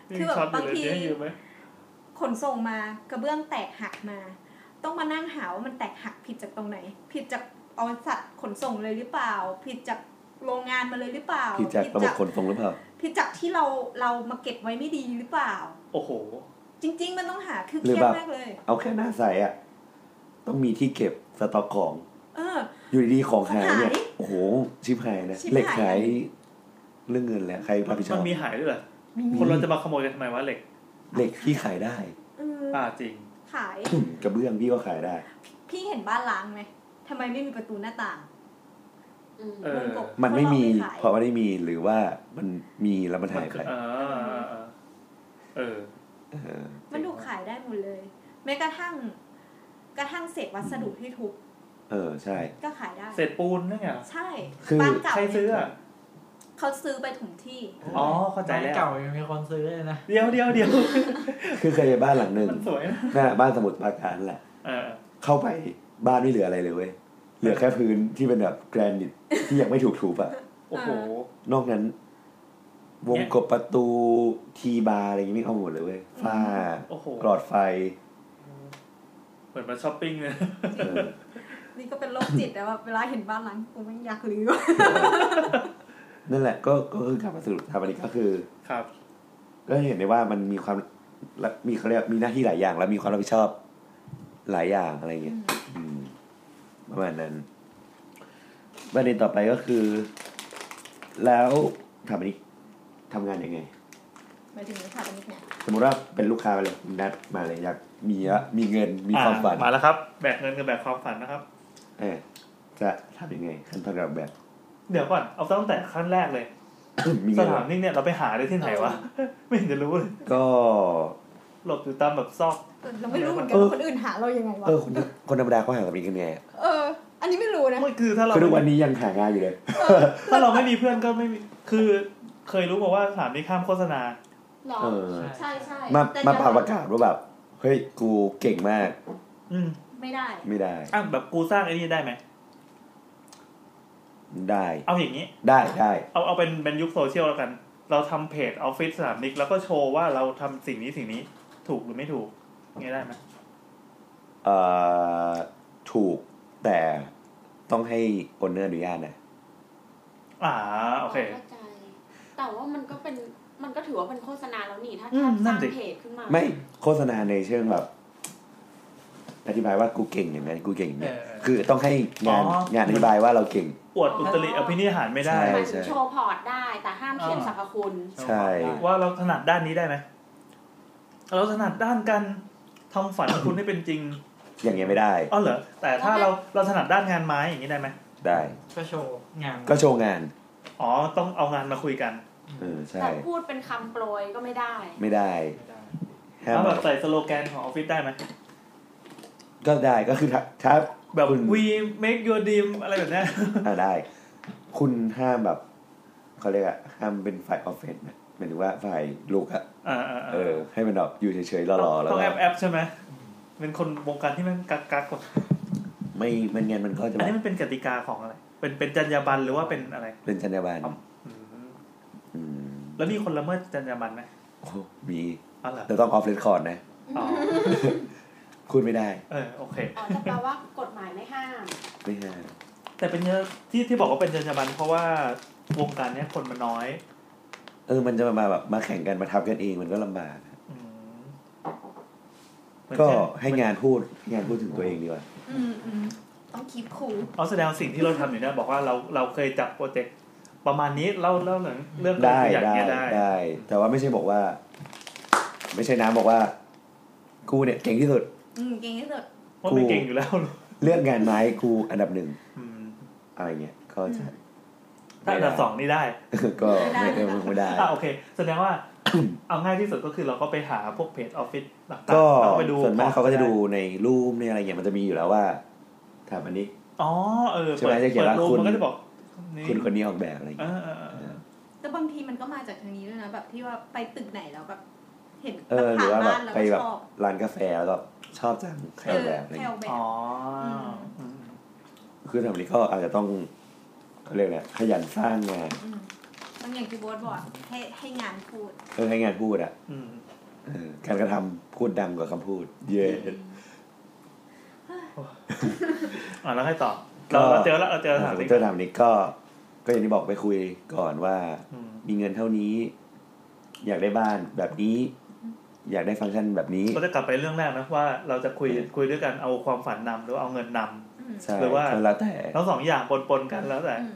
[SPEAKER 3] นี่
[SPEAKER 4] คือแบบ
[SPEAKER 3] ช็อตอยู่
[SPEAKER 4] บางที
[SPEAKER 3] เลยเยอะอยู่ไหม
[SPEAKER 4] ๆ ขนส่งมากระเบื้องแตกหักมา ต้องมานั่งหาว่ามันแตกหักผิดจากตรงไหน ผิดจากบริษัทขนส่งเลยหรือเปล่า ผิดจากโรงงานมาเลยหรือเปล่า
[SPEAKER 2] ผิดจากระบบข
[SPEAKER 4] ผิด
[SPEAKER 2] นส่งหรือเปล่า
[SPEAKER 4] ผิดจากที่เราเรามาเก็บไว้ไม่ดีหรือเปล่า
[SPEAKER 3] โอ้โห
[SPEAKER 4] จริง ๆ มันต้องหาคือ
[SPEAKER 2] ห
[SPEAKER 4] เค
[SPEAKER 2] รือ
[SPEAKER 4] รีย
[SPEAKER 2] แบ
[SPEAKER 4] ด
[SPEAKER 2] บ
[SPEAKER 4] มากเลย
[SPEAKER 2] เอาแค่หน้าใสอ่ะ ต้องมีที่เก็บสต็อกของ
[SPEAKER 4] เออ
[SPEAKER 2] อยู่ดีๆของหายเนี่ย
[SPEAKER 4] หาย
[SPEAKER 2] โอ้โห ชิบหายนะ
[SPEAKER 4] ชิบหาย
[SPEAKER 2] เหล็กหายเรื่องเงินแหละใครรับผิดช
[SPEAKER 3] มั
[SPEAKER 2] อน บ
[SPEAKER 3] มีหายด้วยเหรอ
[SPEAKER 4] มี
[SPEAKER 3] คนเราจะมาขโมยกันทำไมวะเหล็ก
[SPEAKER 2] เหล็กที่ขายได้
[SPEAKER 4] เออ
[SPEAKER 3] อ่าจริง
[SPEAKER 4] ขาย
[SPEAKER 2] กระเบื้องพี่ก็ขายได้
[SPEAKER 4] พี่เห็นบ้านล้างไหมทำไมไม่มีประตูหน้าต่าง
[SPEAKER 5] อืม
[SPEAKER 3] เออ
[SPEAKER 4] วงกบ
[SPEAKER 2] มันไม่มี
[SPEAKER 4] เพราะเราไม่ขาย
[SPEAKER 2] เพราะมันไม่มีหรือว่ามันมีแล้วมันหายไป
[SPEAKER 3] เออเออเออเออ
[SPEAKER 2] เออ
[SPEAKER 4] มันถูกขายได้หมดเลย แม้กระทั่ง กระทั่งเศษวัสดุที่ทุบ
[SPEAKER 2] เออใช่
[SPEAKER 4] ก็ขายได้
[SPEAKER 3] เศษปูนนั่นไงเหรอ
[SPEAKER 4] ใช่
[SPEAKER 2] คือ
[SPEAKER 4] บ้านเก่า
[SPEAKER 3] ใครซื้ออ่ะ
[SPEAKER 4] เขาซื้อไปถุงที่
[SPEAKER 3] อ๋อเข้าใจ
[SPEAKER 1] บ้าน
[SPEAKER 3] แล้ว
[SPEAKER 1] เก่ายังมีคนซื้อเลยนะ
[SPEAKER 3] เดียวเดียวเดียว
[SPEAKER 2] คือเคยไปบ้านหลังหนึ่ง
[SPEAKER 3] มันสวยนะ
[SPEAKER 2] หน้าบ้านสมุดปราการแหละ
[SPEAKER 3] เออ
[SPEAKER 2] เข้าไปบ้านไม่เหลืออะไรเลยเว้ย เหลือแค่พื้นที่เป็นแบบแกรนิตที่ยังไม่ถูกถูบอะ
[SPEAKER 3] โอ้โห
[SPEAKER 2] นอกนั้น วงกบประตูทีบาร์อะไรอย่างงี้ไม่เข้าหมดเลยเว้ยฝ้า
[SPEAKER 3] โอ้โห
[SPEAKER 2] หลอดไฟ
[SPEAKER 3] เหมือนมาช้อปปิ้งเลย
[SPEAKER 2] เออ
[SPEAKER 4] นี่ก็เป็นโรคจิตแต่ว่าเวลาเห็นบ้านล้างกูไม่อยากรื้อ
[SPEAKER 2] นั่นแหละก็ก็คือกลับมาสรุปทำอันนี้ก็คือ
[SPEAKER 3] ครับ
[SPEAKER 2] ก็เห็นได้ว่ามันมีความและมีเขาเรียกมีหน้าที่หลายอย่าง แล้วมีความรับผิดชอบ หลายอย่างอะไรอย่างเงี้ยอืมประมาณนั้นประเด็นต่อไปก็คือ แล้วทำอันนี้ทำงานยังไง
[SPEAKER 4] หมายถึงสถาปนิกเนี่ย
[SPEAKER 2] สมมติว่าเป็นลูกค้าไปเลยนัดมาเลยอยากมีละมีเงินมีความฝัน
[SPEAKER 3] อ่ะมาแล้วครับ แบกเงินกับแบกความฝันนะครับ
[SPEAKER 2] เออจะทำยังไงขั้นตอนการออกแบบ
[SPEAKER 3] เดี๋ยวก่อน เอาตั้งแต่ขั้นแรกเลย
[SPEAKER 2] มี
[SPEAKER 3] ส
[SPEAKER 2] เงิน
[SPEAKER 3] ถานนี่เนี่ยเราไปหาได้ที่ไหนวะ ไม่เห็นจะรู้เลย
[SPEAKER 2] ก็
[SPEAKER 3] หลบอยู่ตามแบบซอก
[SPEAKER 4] เออเราไม่รู้เหมือนกันว่าคนอื่นหาเรายังไงวะ
[SPEAKER 2] เออคนคนธรรมดาเขาหาแบบนี้กันไงอะ
[SPEAKER 4] เออ อันนี้ไม่รู้นะ
[SPEAKER 3] ไม่คือถ้าเรา
[SPEAKER 2] คือทุกวันนี้ยังหางานอยู่เลย
[SPEAKER 3] ถ้าเราไม่มีเพื่อนก็ไม่มี คือเคยรู้มาว่าสถานนี้ข้ามโฆษณา
[SPEAKER 5] หรอ
[SPEAKER 2] เออ
[SPEAKER 5] ใช่ใช่
[SPEAKER 2] มา
[SPEAKER 5] แต่
[SPEAKER 2] มา
[SPEAKER 5] เดี๋ยว
[SPEAKER 2] เป่าประกาศว่าแบบเฮ้ยกูเก่งมาก
[SPEAKER 3] อืม
[SPEAKER 4] ไม่ได้
[SPEAKER 2] ไม่ได้
[SPEAKER 3] อ่ะแบบกูสร้างไอ้นี่ได้ไหม
[SPEAKER 2] ได้
[SPEAKER 3] เอาอย่างนี้
[SPEAKER 2] ได้ได้
[SPEAKER 3] เอาเอาเป็นเป็นยุคโซเชียลแล้วกัน เราทำเพจออฟฟิศสถานนิกแล้วก็โชว์ว่าเราทำสิ่งนี้สิ่งนี้ถูกหรือไม่ถูกไงยได้ไหม
[SPEAKER 2] เอ่อถูกแต่ต้องให้โอนเนอร์อนุญาตนะ
[SPEAKER 3] อ่าโอเค
[SPEAKER 5] ข้าใจแต่ว่ามันก็เป็นมันก็ถือว่าเป็นโฆษณาแล้วนี่ถ้า
[SPEAKER 3] อืม
[SPEAKER 5] ถ้าส
[SPEAKER 3] นั่
[SPEAKER 5] ร้าน ง
[SPEAKER 3] ดิ
[SPEAKER 5] เพจขึ้นมา
[SPEAKER 2] ไม่โฆษณาในเชิงแบบอธิบายว่ากูเก่งอย่างนั้นกูเก่งอย่างนี้
[SPEAKER 1] เออเออ
[SPEAKER 2] คือต้องให้งาน
[SPEAKER 3] อ๋อ
[SPEAKER 2] งานอธิบายว่าเราเก่ง
[SPEAKER 3] อวดอุตริอภินิหารไม่ได้
[SPEAKER 2] ใช่
[SPEAKER 5] หมายถึงโชว์พอร์ตได้แต่ห้ามเขียน
[SPEAKER 3] อ่า
[SPEAKER 5] สรรพคุณ
[SPEAKER 2] ใช่
[SPEAKER 3] ว่าเราถนัดด้านนี้ได้ไหม เราถนัดด้านการทำฝันของคุณให้เป็นจริง
[SPEAKER 2] อย่างเงี้ยไม่ได้
[SPEAKER 3] อ๋อเหรอ แต่ถ้าเราเราถนัดด้านงานไม้อย่างนี้ได้ไหม
[SPEAKER 2] ได้
[SPEAKER 1] ก็โชว์งาน
[SPEAKER 2] ก็โชว์งาน
[SPEAKER 3] อ๋อ ต้องเอางานมาคุยกัน
[SPEAKER 2] เออใช่
[SPEAKER 5] แต่พูดเป็นคำโปรยก็ไม่ได้
[SPEAKER 2] ไม่ได้
[SPEAKER 1] ไม่ได้
[SPEAKER 2] ห้าม
[SPEAKER 3] แล้วแบบใส่สโลแกนของออฟฟิศได้ไหม
[SPEAKER 2] ก็ได้ก็คือถ้าถ้า
[SPEAKER 3] แบบ we make your dream อะไรแบบเนี้ย
[SPEAKER 2] อ่าได้ คุณห้ามแบบเขาเรียกอะห้ามเป็นฝ่ายออฟเฟนนะหมายถึงว่าฝ่ายลูกอะ
[SPEAKER 3] อ่าอ่าอ่า
[SPEAKER 2] เออให้มันแบบอยู่เฉยๆรอๆแล้ว
[SPEAKER 3] ต้อง
[SPEAKER 2] ก็
[SPEAKER 3] แอปแอปใช่ไหม เป็นคนวงการที่มันกักกักๆกว่า
[SPEAKER 2] ไม่มันงานมันก็จะ
[SPEAKER 3] อัน
[SPEAKER 2] แบ
[SPEAKER 3] นี้
[SPEAKER 2] บ
[SPEAKER 3] มันเป็นกติกาของอะไร เป็นเป็นจรรยาบรรณหรือว่าเป็นอะไร
[SPEAKER 2] เป็นจรรยาบรรณ
[SPEAKER 3] อืม
[SPEAKER 2] อืม
[SPEAKER 3] แล้วมีคนละเมิดจรรยาบรรณไหม
[SPEAKER 2] โอ้มี
[SPEAKER 3] อ๋อเหรอ
[SPEAKER 2] แต่ต้องออฟเลนคอร์ดนะ
[SPEAKER 3] อ๋อ
[SPEAKER 2] พูดไม่ได้
[SPEAKER 3] เออโอเค
[SPEAKER 5] อ๋อจะแปลว่ากฎหมายไม่ห้าม
[SPEAKER 2] ไม่ห้าม
[SPEAKER 3] แต่เป็นเยอะที่ที่บอกว่าเป็นจรรยาบรรณเพราะว่าวงการเนี้ยคนมันน้อย
[SPEAKER 2] เออมันจะมาแบบมาแข่งกันมาทับกันเองมันก็ลำบาก
[SPEAKER 3] อืมเหมือน
[SPEAKER 2] ก็
[SPEAKER 3] น
[SPEAKER 2] ให้งานพูดให้งานพูดถึงตัวเองดีกว่า
[SPEAKER 4] อืมอืมต้องคีบคูล
[SPEAKER 3] เอาแสดงว่าสิ่งที่เราทำอยู่เนี่ยบอกว่าเราเราเคยจับโปรเจกต์ประมาณนี้เล่าเล่าเรื่องเรื่อง
[SPEAKER 2] ได้
[SPEAKER 3] ตัวอย่าง
[SPEAKER 2] ได้
[SPEAKER 3] เนี้ย
[SPEAKER 2] ได้
[SPEAKER 3] ได้
[SPEAKER 2] แต่ว่าไม่ใช่บอกว่า ไม่ใช่น้ำบอกว่า กูเนี่ยเก่งที่สุด
[SPEAKER 4] อืมเก่งที่สุด
[SPEAKER 3] เพราะไม่เก่งอยู่แล้ว
[SPEAKER 2] เลือกงานไม้กูอันดับหนึ่ง
[SPEAKER 3] อืม
[SPEAKER 2] อะไรเงี้ยก็จะ
[SPEAKER 3] ถ้าอันดับสองนี่ได้
[SPEAKER 2] ก็ไม่ได้ไม่ได้
[SPEAKER 3] อ่ะโอเค แสดงว่า เอาง่ายที่สุดก็คือเราก็ไปหาพวกเพจออฟฟิศต่างๆ
[SPEAKER 2] ก็
[SPEAKER 3] แล้วไปดู
[SPEAKER 2] ส่วนมากเขาก็จะดูในรูปในอะไรอย่างเงี้ยมันจะมีอยู่แล้วว่าถามอันนี้
[SPEAKER 3] อ๋อเออ
[SPEAKER 2] ใช่ไหม
[SPEAKER 3] เปิด
[SPEAKER 2] จะเขียน
[SPEAKER 3] เปิด
[SPEAKER 2] ว่า
[SPEAKER 3] รูป
[SPEAKER 2] คุณ
[SPEAKER 3] มันก็จะบอกนี่
[SPEAKER 2] คุณคนนี้ออกแบบอะไรอย่าง
[SPEAKER 3] เอ
[SPEAKER 2] เงี้ย
[SPEAKER 3] อเออเออ
[SPEAKER 2] เออ
[SPEAKER 4] แต่บางทีมันก็มาจากทางนี้ด้วยนะแบบที่ว่าไปตึกไหนแล้วแบบ เห็น
[SPEAKER 2] เออห
[SPEAKER 4] ผ่า
[SPEAKER 2] รื
[SPEAKER 4] น
[SPEAKER 2] อว่าแบบ
[SPEAKER 4] บ้านแล้ว
[SPEAKER 2] ไป
[SPEAKER 4] ก็ช
[SPEAKER 2] แบบ
[SPEAKER 4] อบ
[SPEAKER 2] ร้านกาแฟแล้วแบบชอบจังแคลแบบอะไร
[SPEAKER 4] แถ
[SPEAKER 2] เงี้
[SPEAKER 4] วย แบ
[SPEAKER 3] อ๋
[SPEAKER 4] บ
[SPEAKER 3] ออ
[SPEAKER 4] ม
[SPEAKER 2] คือทำนี้ก็อาจจะต้องเขาเรียกอะไรขยันสร้างงาน
[SPEAKER 4] อืมมันอย่างที่โบ๊ทบอกให้ให้งานพูด
[SPEAKER 2] เออให้งานพูดอ่ะ
[SPEAKER 3] อืม
[SPEAKER 2] เออการกระทำพูดดังกว่าคำพูด เย่
[SPEAKER 3] อ๋อแล้วให้ต่อเราเราเจอแล้วเราเจอสถาน
[SPEAKER 2] คุ
[SPEAKER 3] ที่
[SPEAKER 2] ณเจ้าทำนี้ก็ก็อย่างที่บอกไปคุยก่อนว่า
[SPEAKER 3] อืม
[SPEAKER 2] มีเงินเท่านี้ อยากได้บ้านแบบนี้ อยากได้ฟังก์ชันแบบนี้
[SPEAKER 3] ก็จะกลับไปเรื่องแรกนะว่าเราจะคุย
[SPEAKER 2] เออ
[SPEAKER 3] คุยด้วยกันเอาความฝันนำหรือเอาเงินนำ
[SPEAKER 4] อืม
[SPEAKER 2] ใช่
[SPEAKER 3] หรือว่า
[SPEAKER 2] ก็แล้วแต่
[SPEAKER 3] ทั้งสองอย่างปนปนๆกันแล้วแต่
[SPEAKER 4] อืม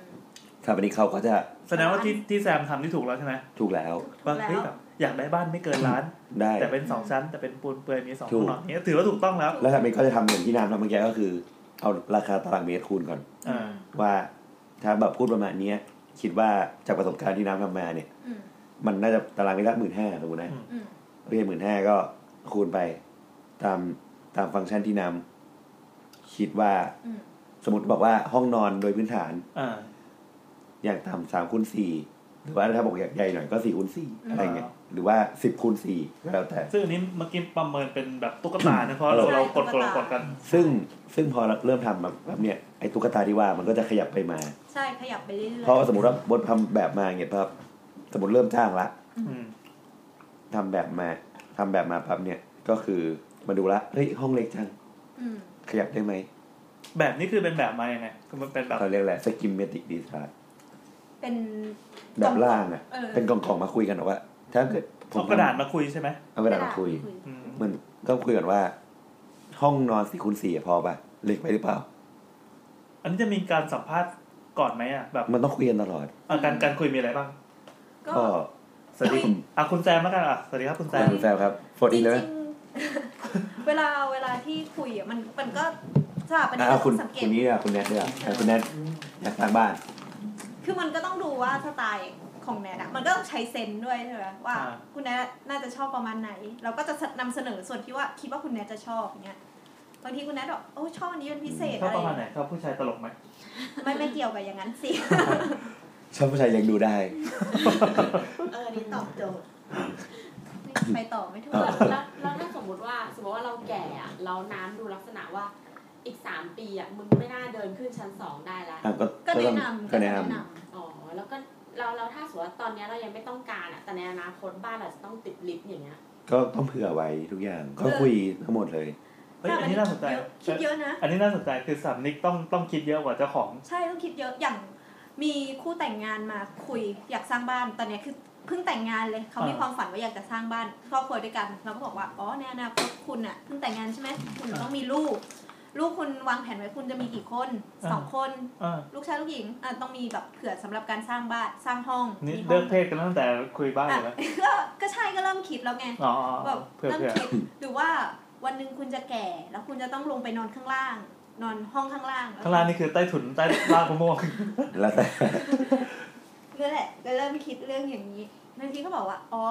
[SPEAKER 2] ครับอันนี้เขาก็จะ
[SPEAKER 3] แสดงว่าที่ที่แซมทำที่ถูกแล้วใช่ไหม
[SPEAKER 2] ถูกแล้ว
[SPEAKER 3] ว่าเฮ้ย
[SPEAKER 4] แล้ว
[SPEAKER 3] แบบอยากได้บ้านไม่เกินล้าน
[SPEAKER 2] ได้
[SPEAKER 3] แต่เป็นสองชั้น แต่เป็นปูนเปลือยมีสอง
[SPEAKER 2] ถูก
[SPEAKER 3] ห้องนอนนี่ก็ถือว่าถูกต้องแล้ว
[SPEAKER 2] แล้วทำเองก็จะทำอย่างที่น้ำทำเมื่อกี้ก็คือ เอาราคาตารางเมตรคูณก่อน
[SPEAKER 3] อ่า
[SPEAKER 2] ว่าถ้าแบบพูดประมาณเนี้ย คิดว่าจากประสบการณ์ที่น้ำทำมาเนี่ย
[SPEAKER 4] อืม
[SPEAKER 2] มันน่าจะตารางเมตรละหมื่นห้าสมมตินะ
[SPEAKER 4] อืม
[SPEAKER 2] โอเคหมื่นห้าก็คูณไป ตามตามฟังก์ชันที่น้ำคิดว่า
[SPEAKER 4] อืม
[SPEAKER 2] สมมติบอกว่าห้องนอนโดยพื้นฐาน
[SPEAKER 3] อ่า
[SPEAKER 2] อย่างต่ำสามคูณสี่หรือว่าถ้าบอกอยากใหญ่หน่อยก็สี่คูณสี่อะไรเงี้ยหรือว่าสิบคูณสี่ก็แล้วแต่
[SPEAKER 3] ซึ่งอันนี้เมื่อกี้ประเมินเป็นแบบตุ๊กตานะเพราะเราเรากดกดกดกัน
[SPEAKER 2] ซึ่งซึ่งพอเริ่มทำแบบแบบเนี้ยไอ้ตุ๊กตาที่ว่ามันก็จะขยับไปมา
[SPEAKER 4] ใช่ขยับไปเรื่อย
[SPEAKER 2] เพราะว่าสมมติว่าบททำแบบมาเงี้ยครับ สมมติเริ่มจ้างละ
[SPEAKER 3] อืม
[SPEAKER 2] ทำแบบมาทำแบบมาปั๊บเนี่ยก็คือมาดูละเฮ้ยห้องเล็กจัง
[SPEAKER 4] ๆอืม
[SPEAKER 2] ขยับได้ไหม
[SPEAKER 3] แบบนี้คือเป็นแบบมายังไงก็มันเป็นแบบ
[SPEAKER 2] เขาเรียกอะไรสกิมเมติกดีไซน์
[SPEAKER 4] เป็น
[SPEAKER 2] แบบล่างอ่ะ
[SPEAKER 4] เออ
[SPEAKER 2] เป็นกล่องๆมาคุยกันว่า ถ้าเกิดผม
[SPEAKER 3] เอากระดาษมาคุยใช่ไหม
[SPEAKER 2] เอากระดาษมาคุย
[SPEAKER 3] อืม
[SPEAKER 2] มันก็คุยกันว่า ห้องนอนสี่คูณสี่พอป่ะเล็กไปหรือเปล่า
[SPEAKER 3] อันนี้จะมีการสัมภาษณ์ก่อนไหมอ่ะแบบ
[SPEAKER 2] มันต้องคุยกันตลอด
[SPEAKER 3] เอ่อการการคุยมีอะไรบ้าง
[SPEAKER 4] ก็
[SPEAKER 2] ก็
[SPEAKER 3] สวัสดีอ่ะคุณแซมแล้วกันอ่ะสวัสดีครับคุณแซ
[SPEAKER 2] แต่
[SPEAKER 3] ม
[SPEAKER 2] คุณแซวครับโฟด
[SPEAKER 4] จ
[SPEAKER 2] อิ
[SPEAKER 4] ริง
[SPEAKER 2] นเลยไหม
[SPEAKER 4] ๆ เวลาเวลาที่คุยอ่ะมันมันก็สถาปนิก
[SPEAKER 2] อ่า
[SPEAKER 4] ก็
[SPEAKER 2] คุณ
[SPEAKER 4] สังเก
[SPEAKER 2] คุ
[SPEAKER 4] ต
[SPEAKER 2] ณนี้อ่ะคุณแนทเนี่ยอ่ะคุณแนทอยากสร้างบ้าน
[SPEAKER 4] คือมันก็ต้องดูว่าสไตล์ของแนทอะมันก็ต้องใช้เซนส์ด้วยใช่ไหมว่า คุณแนทน่าจะชอบประมาณไหน เราก็จะนำเสนอส่วนที่ว่าคิดว่าคุณแนทจะชอบอย่างเงี้ยบางทีคุณแนทบอกโอ้ชอบอันนี้เป็นพิเศษ
[SPEAKER 3] ชอ
[SPEAKER 4] อะ
[SPEAKER 3] บ
[SPEAKER 4] ไร
[SPEAKER 3] ประมาณไหนชอบผู้ชายตลกไหม
[SPEAKER 4] ไม่ไม่เกี่ยวกับอย่างนั้น สิ
[SPEAKER 2] ชอบผู้ชายเลี้ยงดูได้
[SPEAKER 5] เออนี่ตอบโจทย์
[SPEAKER 4] ไปต่อไม่ถูก
[SPEAKER 5] แล้วแล้วถ้าสมมติว่าสมมติว่าเราแก่อะเราน้ำดูลักษณะว่าอีกสามปีอ่ะมึงไม่น่าเดินขึ้นชั้นสองได้ละ
[SPEAKER 2] อ่ะก็
[SPEAKER 4] ก็แนะ
[SPEAKER 2] ต้อง
[SPEAKER 4] นำ
[SPEAKER 2] ก็แนะน
[SPEAKER 5] อ๋อแล้วก็เราเราถ้าสมมติว่าตอนเนี้ยเรายังไม่ต้องการอ่ะแต่ในอนาคตบ้านเราจะต้องติดลิฟต์อย่างเงี้ย
[SPEAKER 2] ำก็ต้องเผื่อไว้ทุกอย่าง ก็
[SPEAKER 4] เออ
[SPEAKER 2] คุยทั้งหมดเลย
[SPEAKER 3] เฮ้ยอันนี้น่าสนใจ
[SPEAKER 4] เยอะคิดเยอะนะ
[SPEAKER 3] อันนี้น่าสนใจคือสามนิกต้องต้องคิดเยอะกว่าเจ้าของ
[SPEAKER 4] ใช่ต้องคิดเยอะอย่างมีคู่แต่งงานมาคุยอยากสร้างบ้านตอนเนี้ยคือเพิ่งแต่งงานเลยเขา
[SPEAKER 3] อ่ามี
[SPEAKER 4] มีความฝันว่าอยากจะสร้างบ้านครอบครัวด้วยกันเราก็บอกว่าอ๋อในอนาคตคุณอ่ะเพิ่งแต่งงานใช่ไหมคุณต้องมีลูก ลูกคุณวางแผนไว้คุณจะมีกี่คนสองคน
[SPEAKER 3] อ่า
[SPEAKER 4] ลูกชายลูกหญิงอ่ะต้องมีแบบเผื่อสำหรับการสร้างบ้านสร้างห้อง
[SPEAKER 3] นี่
[SPEAKER 4] มีห้
[SPEAKER 3] เลิ
[SPEAKER 4] อง
[SPEAKER 3] กเพศกันตั้งแต่คุยบ้านอยู่แล้ว
[SPEAKER 4] อ่ะ ก็ก็ใช่ก็เริ่มคิดแล้วไง
[SPEAKER 3] อ๋อ
[SPEAKER 4] แบบ
[SPEAKER 3] เผื่อ
[SPEAKER 4] เริ่ม
[SPEAKER 3] เผื่อ
[SPEAKER 4] คิดหรือว่าวันหนึ่งคุณจะแก่ แล้วคุณจะต้องลงไปนอนข้างล่าง นอนห้องข้างล่าง
[SPEAKER 3] ข้างล่างนี่คือใต้ถุนใต้ล่างมะม่วง
[SPEAKER 2] แล้ว แต่
[SPEAKER 4] นั่นแหละก็เริ่มคิดเรื่องอย่างนี้บางทีเขาบอกว่าอ๋อ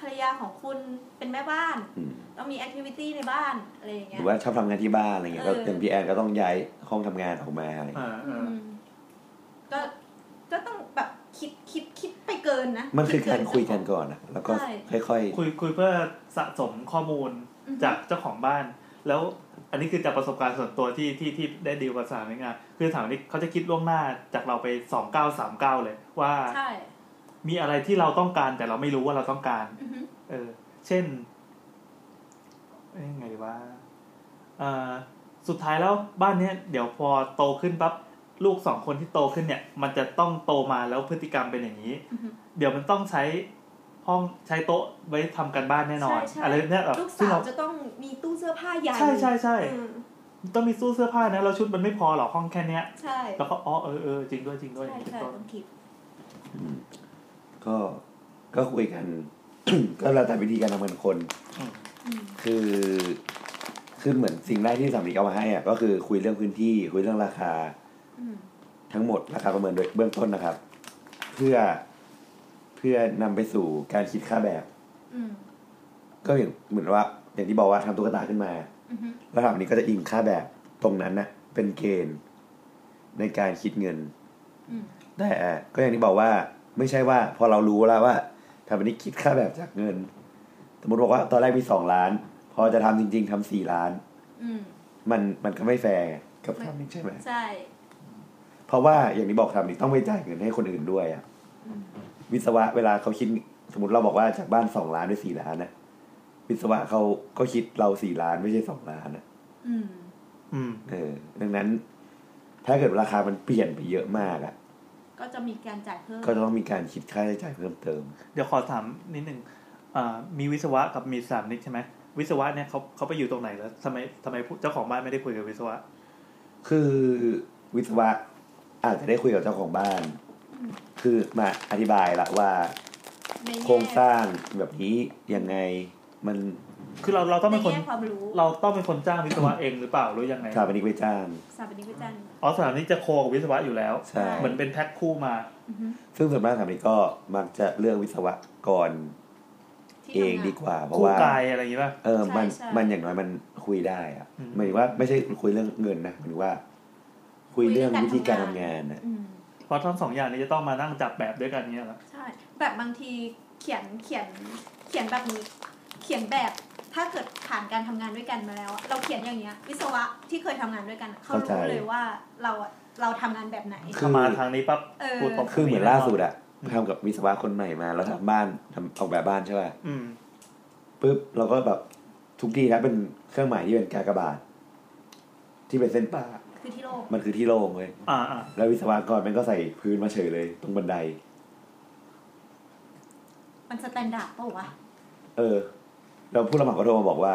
[SPEAKER 4] ภรรยาของคุณเป็นแม่บ้าน
[SPEAKER 2] อืม
[SPEAKER 4] ต้องมีแอคทิวิตี้ในบ้านอะไรอย่าง
[SPEAKER 2] ห
[SPEAKER 4] เงี้
[SPEAKER 2] รื
[SPEAKER 4] ย
[SPEAKER 2] อว่าชอบทำงานที่บ้านอะไรเงี้ย
[SPEAKER 4] เอ
[SPEAKER 2] ก็
[SPEAKER 4] อ
[SPEAKER 2] อย่างพี่แอนก็ต้องย้ายห้องทำงานออกมาอะไรเงี้ย
[SPEAKER 3] อ่า
[SPEAKER 4] อื
[SPEAKER 3] อ่าม
[SPEAKER 4] ก็ก็ต้องแบบคิดคิดคิดไปเกินนะ
[SPEAKER 2] มันคือการคุยกัน
[SPEAKER 4] ก็
[SPEAKER 2] ก่อนนะแล้วก็
[SPEAKER 4] ใช่
[SPEAKER 2] ค่อย
[SPEAKER 3] คุยคุยเพื่อสะสมข้อมูลจากเจ้าของบ้าน แล้วอันนี้คือจากประสบการณ์ส่วนตัวที่ที่ที่ได้ดีลกับสามงานคือสามนี้เขาจะคิดล่วงหน้าจากเราไปสองเก้าสามเก้าเลย ว่า
[SPEAKER 4] ใช่
[SPEAKER 3] มีอะไรที่เราต้องการแต่เราไม่รู้ว่าเราต้องการ
[SPEAKER 4] อือฮึ
[SPEAKER 3] เออ เช่นเอ้ยยังไงดีว่าอ่า สุดท้ายแล้วบ้านเนี้ยเดี๋ยวพอโตขึ้นปั๊บลูกสองคนที่โตขึ้นเนี่ย มันจะต้องโตมาแล้วพฤติกรรมเป็นอย่างนี้
[SPEAKER 4] อือฮึ
[SPEAKER 3] เดี๋ยวมันต้องใช้ห้องใช้โต๊ะไว้ทำกันบ้านแน่นอน
[SPEAKER 4] ใช่ใช่
[SPEAKER 3] อะไรเนี่ยแบบ
[SPEAKER 4] ลูก
[SPEAKER 3] ซึ่ง
[SPEAKER 4] สาว
[SPEAKER 3] เรา
[SPEAKER 4] จะต้องมีตู้เสื้อผ้าใหญ่
[SPEAKER 3] ใช่ใช่ใช่
[SPEAKER 4] อืม
[SPEAKER 3] ต้องมีตู้เสื้อผ้านะเราชุดมันไม่พอหรอกห้องแค่เนี้ย
[SPEAKER 4] ใช่
[SPEAKER 3] แล้วก็อ๋อเออเออจริงด้วยจริงด้วยอ
[SPEAKER 4] ใช่
[SPEAKER 3] ย่างนี้เป็น
[SPEAKER 4] ใช่
[SPEAKER 3] ต้น
[SPEAKER 4] ต้องคิด
[SPEAKER 2] ๆ อืมก็ก็คุยกัน ก็แล้วแต่วิธีการทำงานของคน
[SPEAKER 3] อืม
[SPEAKER 4] อืม
[SPEAKER 2] คือคือเหมือนสิ่งแรกที่สามีเอามาให้อ่ะก็คือคุยเรื่องพื้นที่ คุยเรื่องราคา
[SPEAKER 4] อืม
[SPEAKER 2] ทั้งหมดราคาประเมินโดยเบื้องต้นนะครับ เพื่อเพื่อนำไปสู่การคิดค่าแบบ
[SPEAKER 4] อืม
[SPEAKER 2] ก็อย่างเหมือนว่า อย่างที่บอกว่าทำตุ๊กตาขึ้นมา
[SPEAKER 4] อือฮึ
[SPEAKER 2] แล้วทำนี้ก็จะอิงค่าแบบตรงนั้นนะ่ะเป็นเกณฑ์ในการคิดเงิน
[SPEAKER 4] อืม
[SPEAKER 2] แต่ก็อย่างที่บอกว่า ไม่ใช่ว่า พอเรารู้แล้วว่าทำอันนี้คิดค่าแบบจากเงิน สมมติบอกว่าตอนแรกมีสองล้าน พอจะทำจริง ๆทำสี่ล้าน
[SPEAKER 4] อืม
[SPEAKER 2] มันมันก็ไม่แฟร์กับทำนี่ใช่ไหม
[SPEAKER 4] ใช่
[SPEAKER 2] เพราะว่าอย่างที่บอกทำนี่ต้องไปจ่ายเงินให้คนอื่นด้วยอะวิศวะเวลาเขาคิดสมมติเราบอกว่าจากบ้านสองล้านด้วยสี่ล้านนะวิศวะเขาก็คิดเราสี่ล้านไม่ใช่สองล้านนะ
[SPEAKER 4] อืม
[SPEAKER 3] อืม
[SPEAKER 2] เออดังนั้น ถ้าเกิดราคามันเปลี่ยนไปเยอะมากอะ่ะ
[SPEAKER 4] ก็จะมีการจ่ายเพิ่ม
[SPEAKER 2] ก็จะต้องมีการคิดค่าใช้จ่ายเพิ่มเติม
[SPEAKER 3] เดี๋ยวขอถามนิดหนึ่งอ่ามีวิศวะกับมีสถามนิกใช่ไหมวิศวะเนี่ยเขาเขาไปอยู่ตรงไหนแล้วทำไมทำไมผู้เจ้าของบ้านไม่ได้คุยกับวิศวะ
[SPEAKER 2] คือวิศวะอาจจะได้คุยกับเจ้าของบ้าน คือมาอธิบายละว่า
[SPEAKER 4] ในแง่
[SPEAKER 2] โครงสร้างแบบนี้ยังไงมัน
[SPEAKER 3] คือเราเราต้อง
[SPEAKER 4] ใน
[SPEAKER 3] เป็นคน
[SPEAKER 4] แง่ความรู้
[SPEAKER 3] เราต้องเป็นคนจ้างวิศวะเองหรือเปล่าหรือยังไง
[SPEAKER 2] สถาปนิกไปจ้าง
[SPEAKER 4] สถาปนิกวิจารณ์
[SPEAKER 3] อ๋อสถามนิกจะโคกับวิศวะอยู่แล้ว
[SPEAKER 2] ใช่
[SPEAKER 3] เหมือนเป็นแพ็คคู่มา
[SPEAKER 4] อือฮึ
[SPEAKER 2] ซึ่งส่วนมากสถาปนิกก็มักจะเลือกวิศวกร
[SPEAKER 4] ที่
[SPEAKER 2] เอง
[SPEAKER 4] ทำาน
[SPEAKER 2] ดีกว่าเพราะ
[SPEAKER 3] คู่
[SPEAKER 2] ว่าก
[SPEAKER 3] ายอะไรอย่างงี้ป่ะ
[SPEAKER 2] เออมัน
[SPEAKER 4] ใช่ใช่
[SPEAKER 2] มันอย่างน้อยมันคุยได้อะ
[SPEAKER 3] อืม
[SPEAKER 2] หมายถึงว่าไม่ใช่คุยเรื่องเงินนะหมายถึงว่า คุยเรื่องวิธีการทำงานนะ
[SPEAKER 4] อืม
[SPEAKER 3] เพราะทั้งสองอย่างนี้จะต้องมานั่งจับแบบด้วยกันเนี้ยเหรอ
[SPEAKER 4] ใช่ แบบบางทีเขียนเขียนเขียนแบบนี้ เขียนแบบถ้าเกิดผ่านการทำงานด้วยกันมาแล้วอะเราเขียนอย่างเงี้ย วิศวะที่เคยทำงานด้วยกันอะเขารู้เลยว่าเราอะเราทำงานแบบไหน
[SPEAKER 2] คือ
[SPEAKER 3] ถ้ามาทางนี้ปั๊บ
[SPEAKER 4] เออ
[SPEAKER 3] กูตบ
[SPEAKER 2] คือเหมือน
[SPEAKER 3] แ
[SPEAKER 2] ล่าสุดอะทำกับวิศวะคนใหม่มาแล้วทำบ้านทำออกแบบบ้านใช่ป่ะ
[SPEAKER 3] อืม
[SPEAKER 2] ปุ๊บเราก็แบบทุกทีนะเป็นเครื่องหมายที่เป็นกากบาท ที่เป็นเส้นปาก
[SPEAKER 4] คือที่โลก
[SPEAKER 2] มันคือที่โล่งเลย
[SPEAKER 3] อ่าอ่า
[SPEAKER 2] แล้ววิศวกรมันก็ใส่พื้นมาเฉยเลย ตรงบันได
[SPEAKER 4] มันสแตนดาร์ดเปล่าวะ
[SPEAKER 2] เออ เราผู้รับเหมาก็โทรมาบอกว่า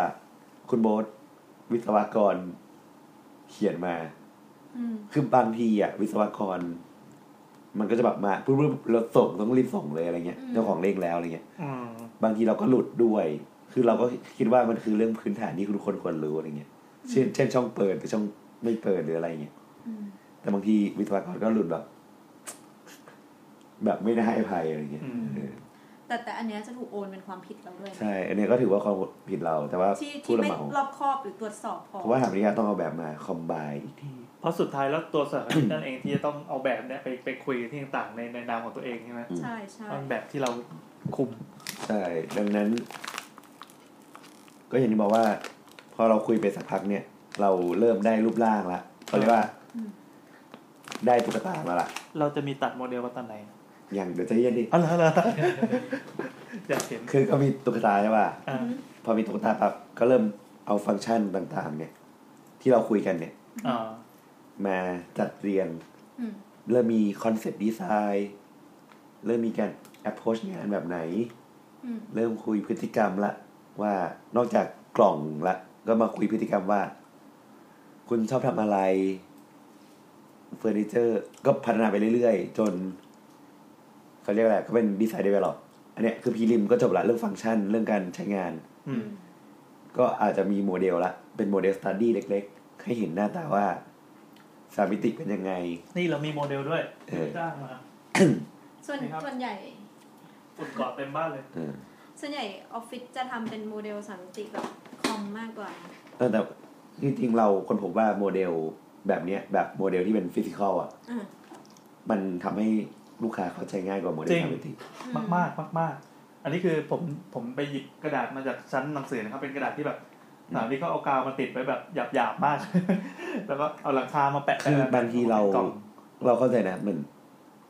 [SPEAKER 2] คุณโบ๊ทวิศวกรเขียนมา
[SPEAKER 4] อืม
[SPEAKER 2] คือบางทีอ่ะวิศวกร มันก็จะแบบมาปุ๊บปุ๊บเราส่งต้องรีบส่งเลยอะไรเงี้ย
[SPEAKER 4] อืม
[SPEAKER 2] เจ้าของเร่งแล้วอะไรเงี้ย
[SPEAKER 3] อืม
[SPEAKER 2] บางทีเราก็หลุดด้วย คือเราก็คิดว่ามันคือเรื่องพื้นฐานที่ทุกคนควรรู้อะไรเงี้ยเช่นเช่นช่องเปิดหรือช่องไม่เปิดหรืออะไรเงี้ย
[SPEAKER 4] อืม
[SPEAKER 2] แต่บางทีวิศวกรก็หลุดแบบ แบบไม่ได้ให้อภัยอะไรเงี้ย
[SPEAKER 3] อืม
[SPEAKER 2] เออ
[SPEAKER 4] แต่แต่อันเนี้ยจะถูกโอนเป็นความผิดเราด้วยนะ
[SPEAKER 2] ใช่ อันนี้ก็ถือว่าความผิดเรา แต่ว่า
[SPEAKER 4] ที่
[SPEAKER 2] ผู้
[SPEAKER 4] ที่
[SPEAKER 2] รับ
[SPEAKER 4] ไม่
[SPEAKER 2] เหมาร
[SPEAKER 4] อบคอบหรือตรวจสอบพอ
[SPEAKER 2] เพราะว่าทางนิการต้องเอาแบบมาคอมไบอีกที
[SPEAKER 3] เพราะสุดท้ายแล้วตัวสถานที่นั่นเองที่จะต้องเอาแบบเนี้ยไปไปคุยกับที่ต่างๆในในนามของตัวเองใช่ไหม
[SPEAKER 4] ใช่ใช่
[SPEAKER 3] มันแบบที่เราคุม
[SPEAKER 2] ใช่ดังนั้น ก็อย่างที่บอกว่า พอเราคุยไปสักพักเนี่ย เราเริ่มได้รูปร่างละเขาเรียกว่า
[SPEAKER 4] อืม
[SPEAKER 2] ได้ตุ๊กตามาละ
[SPEAKER 3] เราจะมีตัดโมเดลมาตอนไหน
[SPEAKER 2] อย่างเดี๋ยวใจะเย็นดิ
[SPEAKER 3] อ๋อเหรอเหรออยากเห็น
[SPEAKER 2] คือก็มีตุ๊กตาใช่ป่ะ
[SPEAKER 3] อ่า
[SPEAKER 4] อืม
[SPEAKER 2] พอมีตุ๊กตาปั๊บก็เริ่มเอาฟังก์ชันต่างๆ เนี่ย ที่เราคุยกันเนี่ย
[SPEAKER 3] อ่า
[SPEAKER 2] มาจัดเรียง
[SPEAKER 4] อืม
[SPEAKER 2] เริ่มมีคอนเซปต์ดีไซน์เริ่มมีการ approach งานแบบไหน
[SPEAKER 4] อืม
[SPEAKER 2] เริ่มคุยพฤติกรรมละ ว่านอกจากกล่องละ ก็มาคุยพฤติกรรมว่า คุณชอบทำอะไรเฟอร์นิเจอร์ ก็พัฒนาไปเรื่อยๆ จนเขาเรียกอะไรก็เป็นดีไซน์เดเวล็อปอันเนี้ยคือพีริมก็จบละเรื่องฟังก์ชันเรื่องการใช้งาน
[SPEAKER 3] อืม
[SPEAKER 2] ก็อาจจะมีโมเดลละ เป็นโมเดลสตัดดี้เล็กๆ ให้เห็นหน้าตาว่าสามมิติเป็นยังไง
[SPEAKER 3] นี่เรามีโมเดลด้วย
[SPEAKER 2] เออ
[SPEAKER 3] จ้างมา
[SPEAKER 4] ส่วน
[SPEAKER 3] นะครับ
[SPEAKER 4] ส่วนใหญ่
[SPEAKER 3] ฝุ่นเกาะเต็มบ้านเลย
[SPEAKER 2] เออ
[SPEAKER 4] ส่วนใหญ่ออฟฟิศจะทำเป็นโมเดลสามมิติแบบคอมมากกว่า
[SPEAKER 2] เออแต่จริงๆเราคนผมว่าโมเดลแบบเนี้ยแบบโมเดลที่เป็นฟิสิกอลอ่ะ
[SPEAKER 4] อ่ะ
[SPEAKER 2] มันทำให้ลูกค้าเข้าใจง่ายกว่าโมเดล
[SPEAKER 3] จริง
[SPEAKER 2] สามมิติ
[SPEAKER 4] อื
[SPEAKER 3] มากมากมากมากๆอันนี้คือผมผมไปหยิบกระดาษมาจากชั้นหนังสือนะครับ เป็นกระดาษที่แบบ
[SPEAKER 2] อืม
[SPEAKER 3] สามที่เขาเอากาวมาติดไว้แบบหยาบหยาบๆมาก แล้วก็เอาหลังคามาแปะ
[SPEAKER 2] คือบางทีเรา
[SPEAKER 3] กล่อง
[SPEAKER 2] เราเข้าใจนะเหมือน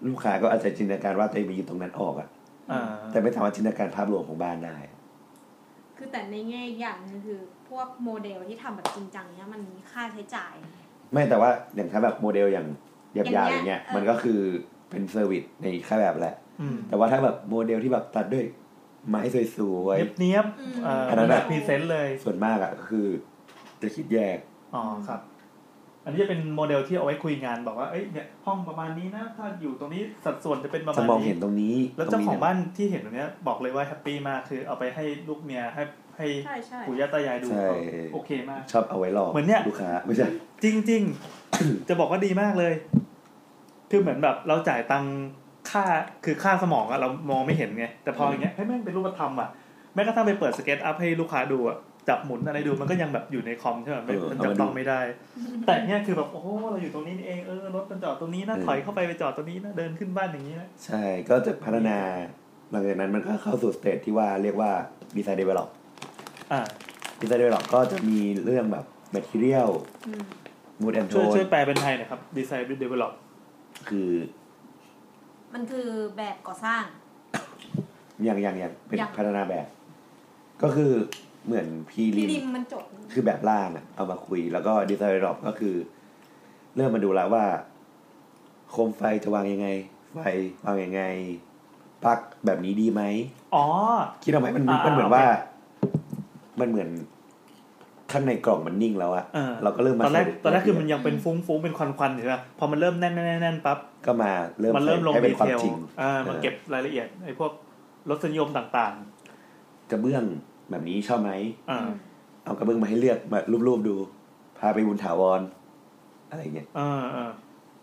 [SPEAKER 2] ลูกค้าก็อาจจะจินตนาการว่าตัวเองไปอยู่ตรงนั้นออกอะ
[SPEAKER 3] อ่า
[SPEAKER 2] แต่ไม่สามารถจินตนาการภาพรวมของบ้านได้
[SPEAKER 4] คือแต่ในแง่อีกอย่างหนึงคือ พวกโมเดลที่ทำแบบจริงจังเนี้ยมันมีค่าใช้จ่าย
[SPEAKER 2] ไม่แต่ว่าอย่างถ้าแบบโมเดลอย่างหยาบๆอ
[SPEAKER 4] อา
[SPEAKER 2] ย่ย่าง ง
[SPEAKER 4] เงี้
[SPEAKER 2] เงี้
[SPEAKER 4] ย
[SPEAKER 2] ย
[SPEAKER 4] เออ
[SPEAKER 2] มันก็คือเป็นเซอร์วิสในค่าแบบแหละ
[SPEAKER 3] อืม
[SPEAKER 2] แต่ว่าถ้าแบบโมเดลที่แบบตัดด้วยไม้สวย
[SPEAKER 3] เนี้ยบ
[SPEAKER 4] อืม
[SPEAKER 3] ๆเอ่ออน
[SPEAKER 2] นั้นอะ
[SPEAKER 3] พรีเซนต์เลย
[SPEAKER 2] ๆส่วนมากอะก็คือ จะคิดแยก
[SPEAKER 3] อ๋อครับ อันนี้จะเป็นโมเดลที่เอาไว้คุยงานบอกว่า เอ้ยเนี่ยห้องประมาณนี้นะ ถ้าอยู่ตรงนี้สัดส่วนจะเป็นประ
[SPEAKER 2] จะ
[SPEAKER 3] มาณ
[SPEAKER 2] มอง
[SPEAKER 3] นี้
[SPEAKER 2] เห็นตรงนี้
[SPEAKER 3] แล้ว
[SPEAKER 2] ตร
[SPEAKER 3] เจ้า
[SPEAKER 2] นี้
[SPEAKER 3] ของบ้านที่เห็นตรงเนี้ยบอกเลยว่าแฮปปี้มากคือเอาไปให้ลูกเมียให้ให้
[SPEAKER 4] ใช่ใช่
[SPEAKER 3] ปู่ย่าตายายดู
[SPEAKER 2] ใช่
[SPEAKER 3] โอเคมาก
[SPEAKER 2] ชอบเอาไว้หลอก
[SPEAKER 3] เหมือนเนี่ย
[SPEAKER 2] ลูกค้าไม่ใช่
[SPEAKER 3] จริง ๆ จะบอกว่าดีมากเลย คือเหมือนแบบเราจ่ายตังค่าคือค่าสมองอะเรามองไม่เห็นไง แต่พออย่างเงี้ยเฮ้ยแม่งเป็นรูปธรรมอะแม้กระทั่งไปเปิดสเก็ตอัพให้ลูกค้าดูอะจับหมุนอะไรดูมันก็ยังแบบอยู่ในคอมใช่ไหมไม่
[SPEAKER 2] เออ
[SPEAKER 3] มัน
[SPEAKER 2] เอามา
[SPEAKER 3] จับต้อง
[SPEAKER 2] ดู
[SPEAKER 3] ไม่ได้ แต่เนี้ยคือแบบโอ้โหเราอยู่ตรงนี้นี่เองเออรถมันจอดตรงนี้นะถอยเข้าไปไปจอดตรงนี้นะเดินขึ้นบ้านอย่างนี้นะ
[SPEAKER 2] ใช่ก็จะพัฒนา หลังจากนั้นมันก็เข้าสู่สเตจที่ว่าเรียกว่าดีไซน์เดเวล็อป
[SPEAKER 3] อ่า
[SPEAKER 2] ดีไซน์เดเวล็อปก็จะมีเรื่องแบบแมทเทียล
[SPEAKER 4] อืม
[SPEAKER 2] มูดแอนโท
[SPEAKER 3] ช่วย
[SPEAKER 2] น
[SPEAKER 3] ช่วยแปลเป็นไทยหนะครับดีไซน์เดเวล็อป
[SPEAKER 2] คือ
[SPEAKER 4] มันคือแบบก่อสร้าง
[SPEAKER 2] อย่างอย่างอย่างเป็น
[SPEAKER 4] อย่าง
[SPEAKER 2] พัฒนาแบบ ก็คือเหมือนพีริ
[SPEAKER 4] พี่ดิ
[SPEAKER 2] ม
[SPEAKER 4] มมันจบ
[SPEAKER 2] คือแบบล่างอะเอามาคุย แล้วก็ดีไซน์รอบก็คือ เริ่มมาดูแล้วว่า โคมไฟจะวางยังไง ไฟวางยังไงปลักแบบนี้ดีไหม
[SPEAKER 3] อ๋อ
[SPEAKER 2] คิดเอาไหมมัน
[SPEAKER 3] อ่ามั
[SPEAKER 2] มันเหมือนว่า
[SPEAKER 3] โอ
[SPEAKER 2] มันเหมือน ข้างในกล่องมันนิ่งแล้วอะ
[SPEAKER 3] เออ
[SPEAKER 2] เราก็เริ่มมา
[SPEAKER 3] ตอนแรก
[SPEAKER 2] ใส่
[SPEAKER 3] ตอนแรกคือมันยังเป็นฟุ้งฟุ้งๆเป็นควันควันๆอยู่ใช่ปะพอมันเริ่มแน่นแน่นแน่นปั๊บ
[SPEAKER 2] ก็มาเริ่ม
[SPEAKER 3] มันเริ่มลง
[SPEAKER 2] ให้เป็
[SPEAKER 3] ดี
[SPEAKER 2] นควา
[SPEAKER 3] เท
[SPEAKER 2] ม
[SPEAKER 3] ล
[SPEAKER 2] จริง
[SPEAKER 3] อ่ามันเก็บรายละเอียดไอ้พวกรสนิยมต่าง
[SPEAKER 2] กระเบื้องแบบนี้ชอบไหม
[SPEAKER 3] ๆอ่า
[SPEAKER 2] เอากระเบื้องมาให้เลือกมารูปๆดู พาไปบุญถาวร อะไรเงี้ย
[SPEAKER 3] เออเออ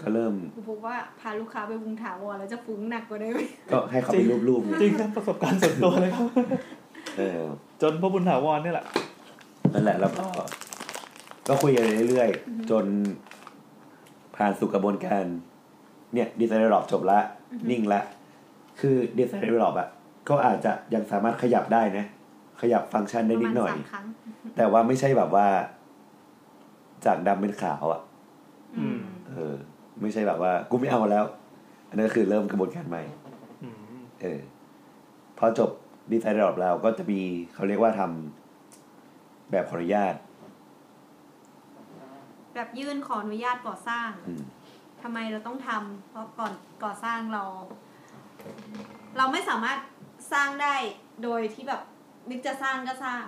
[SPEAKER 2] ก็เริ่ม
[SPEAKER 4] กูพบว่าพาลูกค้าไปวุงถาวรแล้วจะฟุ้งหนักกว่าเดิม
[SPEAKER 2] ก็ให้เขาไป
[SPEAKER 3] จริง
[SPEAKER 2] รูปๆไง
[SPEAKER 3] จริงครับประสบการณ์ส่วนตัวเลยครับ
[SPEAKER 2] เออ
[SPEAKER 3] จนพวกบุญถาวรนี่แหละ
[SPEAKER 2] นั่นแหละแล้วก็ก็คุยกันเรื่อย
[SPEAKER 4] อือฮึ
[SPEAKER 2] ๆ จนผ่านสู่กระบวนการ เนี่ยดีไซน์รอบจบละ
[SPEAKER 4] อือฮึ
[SPEAKER 2] นิ่งละ คือดีไซน์รอบอะก็อาจจะยังสามารถขยับได้นะ ขยับฟังก์ชัน
[SPEAKER 4] ป
[SPEAKER 2] ได้
[SPEAKER 4] ระ
[SPEAKER 2] นิ
[SPEAKER 4] มาณ
[SPEAKER 2] ดหน่อย
[SPEAKER 4] สามครั้ง
[SPEAKER 2] แต่ว่าไม่ใช่แบบว่า จากดำเป็นขาวอะ
[SPEAKER 3] อืม
[SPEAKER 2] เออ ไม่ใช่แบบว่า กูไม่เอาแล้ว อันนั้นก็คือเริ่มกระบวนการใหม่
[SPEAKER 3] อืม
[SPEAKER 2] เออพอจบดีไซน์รอบเราก็จะมีเขาเรียกว่าทำแบบขออนุญาต
[SPEAKER 4] แบบยื่นขออนุญาตก่อสร้าง
[SPEAKER 2] อืม
[SPEAKER 4] ทำไมเราต้องทำเพราะก่อนก่อสร้างเรา เราไม่สามารถสร้างได้โดยที่แบบนึกจะสร้างก็สร้าง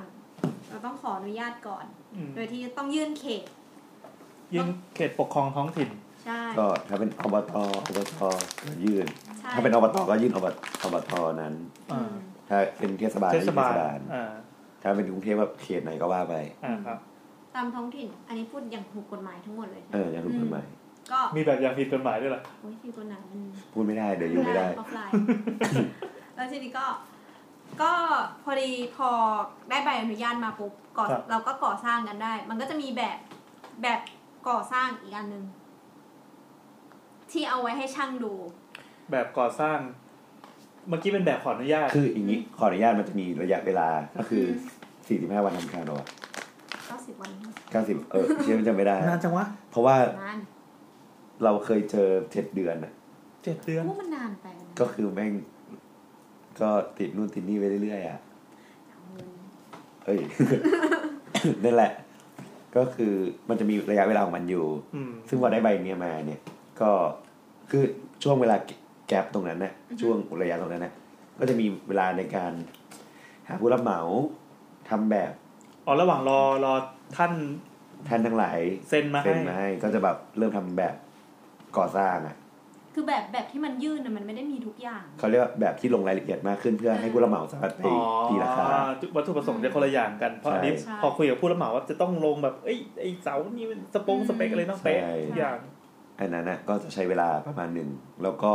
[SPEAKER 4] เราต้องขออนุญาตก่อน
[SPEAKER 3] อืม
[SPEAKER 4] โดยที่ต้องยื่นเขต
[SPEAKER 3] ยิ่งเขตปกครองท้องถิ่น
[SPEAKER 4] ใช่
[SPEAKER 2] ก็ถ้าเป็นอบตอบตก็ยื่น
[SPEAKER 4] ใช่
[SPEAKER 2] ถ้าเป็นอบตก็ยื่นอบตอบตนั้น
[SPEAKER 3] อ่า
[SPEAKER 4] อืม
[SPEAKER 2] ถ้าเป็นเทศบาล
[SPEAKER 3] เท
[SPEAKER 2] ก็
[SPEAKER 3] ศ
[SPEAKER 2] ยื่น
[SPEAKER 3] บาล
[SPEAKER 2] เทศบาล
[SPEAKER 3] อ่า
[SPEAKER 2] ถ้าเป็นกรุงเทพแบบเขตไหนก็ว่าไป
[SPEAKER 3] อ่าครับ
[SPEAKER 4] ตามท้องถิ่น อันนี้พูดอย่างถูกกฎหมายทั้งหมดเลย
[SPEAKER 2] เอออย่างถูกกฎหมาย
[SPEAKER 4] ก็
[SPEAKER 3] มีแบบอย่างผิดกฎหมายด้วยเหรอ
[SPEAKER 4] โอ้ยที่ตัวหนังมัน
[SPEAKER 2] พูดไม่ได้เดี๋ยวอยู่ไม่ได้
[SPEAKER 4] ออฟไล น์ แล้วทีนี้ก็ ก็พอดีพอได้ใบอนุญาตมาปุ๊บก่อ
[SPEAKER 3] ครับ
[SPEAKER 4] เราก็ก่อสร้างกันได้ มันก็จะมีแบบแบบก่อสร้างอีกอันหนึ่งที่เอาไว้ให้ช่างดู
[SPEAKER 3] แบบก่อสร้าง เมื่อกี้เป็นแบบขออนุญาต
[SPEAKER 2] คืออย่างนี้ขออนุญาตมันจะมีระยะเวลาก็คือ
[SPEAKER 4] ม
[SPEAKER 2] สี่สิบห้าวันทำการหรอ
[SPEAKER 4] 90 วัน
[SPEAKER 2] เก้าสิบเออเชื่อมันจำไม่ได้
[SPEAKER 3] นานจังวะ
[SPEAKER 2] เพราะว่าน
[SPEAKER 4] าน
[SPEAKER 2] เราเคยเจอเจ็ดเดือนน่ะ
[SPEAKER 3] เจ็ดเดือน
[SPEAKER 4] พูดมันนานไปนะ
[SPEAKER 2] ก็คือแม่ง ก็ติดนู่นติดนี่ไปเรื่อยๆอ่ะ
[SPEAKER 4] เอาเงิน
[SPEAKER 2] เอ้ย นั่นแหละ ก็คือมันจะมีระยะเวลาของมันอยู่
[SPEAKER 3] อืม
[SPEAKER 2] ซึ่งพอได้ใบเนี้ยมาเนี่ย ก็คือช่วงเวลาแกปตรงนั้นนะช่วงระยะตรงนั้นนะก็จะมีเวลาในการ หาผู้รับเหมาทำแบบ
[SPEAKER 3] อ๋อระหว่างรอรอท่าน
[SPEAKER 2] ท่านทั้งหลาย
[SPEAKER 3] เซ็นมา
[SPEAKER 2] เซ็
[SPEAKER 3] ให้
[SPEAKER 2] นมาให้ก็จะแบบเริ่มทำแบบก่อสร้างอ่ะ
[SPEAKER 4] คือแบบแบบที่มันยื่นน่ะมันไม่ได้มีทุกอย่าง
[SPEAKER 2] เขาเรียกว่าแบบที่ลงรายละเอียดมากขึ้นเพื่อให้ผู้รับเหมาสามารถไป
[SPEAKER 3] อ๋อ
[SPEAKER 2] ตีราคา
[SPEAKER 3] วัตถุประสงค์จะคนละอย่างกันเพราะอันนี้
[SPEAKER 2] ใช่
[SPEAKER 3] พอคุยกับผู้รับเหมาว่าจะต้องลงแบบเอ้ยไอ้เสานี่มันสปงสเปกอะไรต้องเป๊ะทุกอย่าง
[SPEAKER 2] อันนั้นนะก็จะใช้เวลาประมาณหนึ่งแล้วก็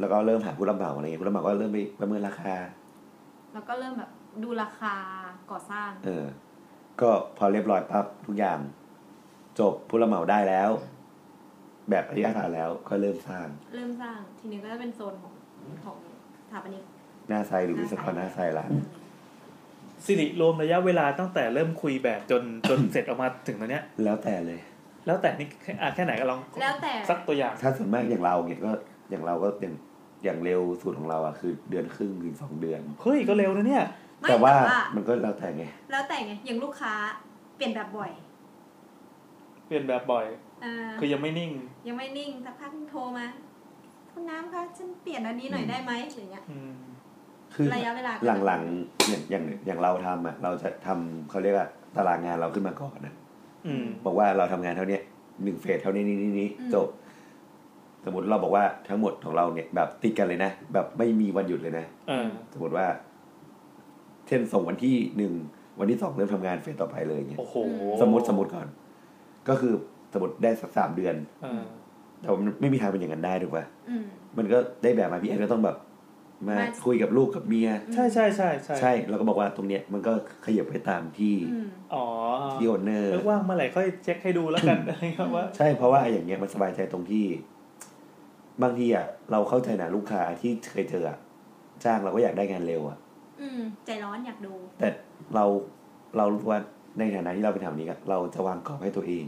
[SPEAKER 2] แล้วก็เริ่มหาผู้รับเหมาอะไรเงี้ยผู้รับเหมาก็เริ่มไปประเมินราคา
[SPEAKER 4] แล้วก็เริ่มแบบดูราคาก่อสร้าง
[SPEAKER 2] เออ ก็พอเรียบร้อยปั๊บทุกอย่าง จบผู้รับเหมาได้แล้ว แบบอนุญาตแล้ว ก็เริ่มสร้าง
[SPEAKER 4] เริ่มสร้าง ทีนี้ก็จะเป็นโซนของของสถาปนิก
[SPEAKER 2] หน้าไซต์หรือวิศวกรหน้าไซต์ละ
[SPEAKER 3] สิริรวมระยะเวลาตั้งแต่เริ่มคุยแบบจนจน เสร็จออกมาถึงตอนเนี้ย
[SPEAKER 2] แล้วแต่เลย
[SPEAKER 3] แล้วแต่นี่แค่อ่ะแค่ไหนก็ลอง
[SPEAKER 4] แล้วแต่
[SPEAKER 3] สักตัวอย่าง
[SPEAKER 2] ถ้าส่วนมากอย่างเราเนี่ยก็อย่างเราก็อย่างอย่างเร็วสุดของเราอะคือเดือนครึ่งถึงสองเดือน
[SPEAKER 3] เฮ้ยก็เร็วนะเนี่ย
[SPEAKER 4] ไม่
[SPEAKER 2] แต่
[SPEAKER 4] แต่
[SPEAKER 2] ว่า
[SPEAKER 4] ว่า
[SPEAKER 2] มันก็แล้วแต่ไง
[SPEAKER 4] แล้วแต่ไงอย่างลูกค้าเปลี่ยนแบบบ่อย
[SPEAKER 3] เปลี่ยนแบบบ่อย
[SPEAKER 4] เอ่อ
[SPEAKER 3] คือยังไม่นิ่ง
[SPEAKER 4] ยังไม่นิ่งสักพักโทรมาคุณน้ำคะฉันเปลี่ยนอันนี้หน่อยได้ไหมอย่างเงี้ย
[SPEAKER 3] อืม
[SPEAKER 2] คือ
[SPEAKER 4] ระยะเวลาก็
[SPEAKER 2] หลังๆอย่างอย่างอย่างเราทำอะเราจะทำเขาเรียกอะตารางงานเราขึ้นมาก่อนนะ
[SPEAKER 3] อืม
[SPEAKER 2] บอกว่าเราทำงานเท่าเนี้ยหนึ่งเฟสเท่านี้นี้นี้นี้จบ สมมติเราบอกว่าทั้งหมดของเราเนี่ยแบบติดกันเลยนะ แบบไม่มีวันหยุดเลยนะ
[SPEAKER 3] เออ
[SPEAKER 2] สมมติว่า เช่นส่งวันที่หนึ่งวันที่สองเริ่มทำงานเฟสต่อไปเลยเนี่ย
[SPEAKER 3] โอ้โห
[SPEAKER 2] สมมติสมมติก่อน ก็คือสมมติได้สักสามเดือน
[SPEAKER 3] เออ
[SPEAKER 2] แต่ว่ามันไม่มีทางเป็นอย่างนั้นได้ถูกป่ะ
[SPEAKER 4] อืม
[SPEAKER 2] มันก็ได้แบบมาพี่แอนก็ต้องแบบ มา
[SPEAKER 4] มา
[SPEAKER 2] คุยกับลูกกับเมีย
[SPEAKER 3] ใช่ใช่ใช่ใช่
[SPEAKER 2] ใช่แล้วก็บอกว่าตรงเนี้ยมันก็ขยับไปตามที่
[SPEAKER 4] อืม
[SPEAKER 3] อ๋อ
[SPEAKER 2] ที่โอนเนอร์
[SPEAKER 3] เลิกว่างเมื่อไหร่ค่อยเช็คให้ดูแล้วกัน อะไรครับว่า
[SPEAKER 2] ใช่เพราะว่าไอ้อย่างเงี้ยมันสบายใจตรงที่ บางทีอ่ะเราเข้าใจนะลูกค้าที่เคยเจออะ จ้างเราก็อยากได้งานเร็วอะ
[SPEAKER 4] อืม ใจร้อนอยากดู
[SPEAKER 2] แต่เราเรารู้ว่าในฐานะที่เราไปทำนี้ก็เราจะวางกรอบให้ตัวเอง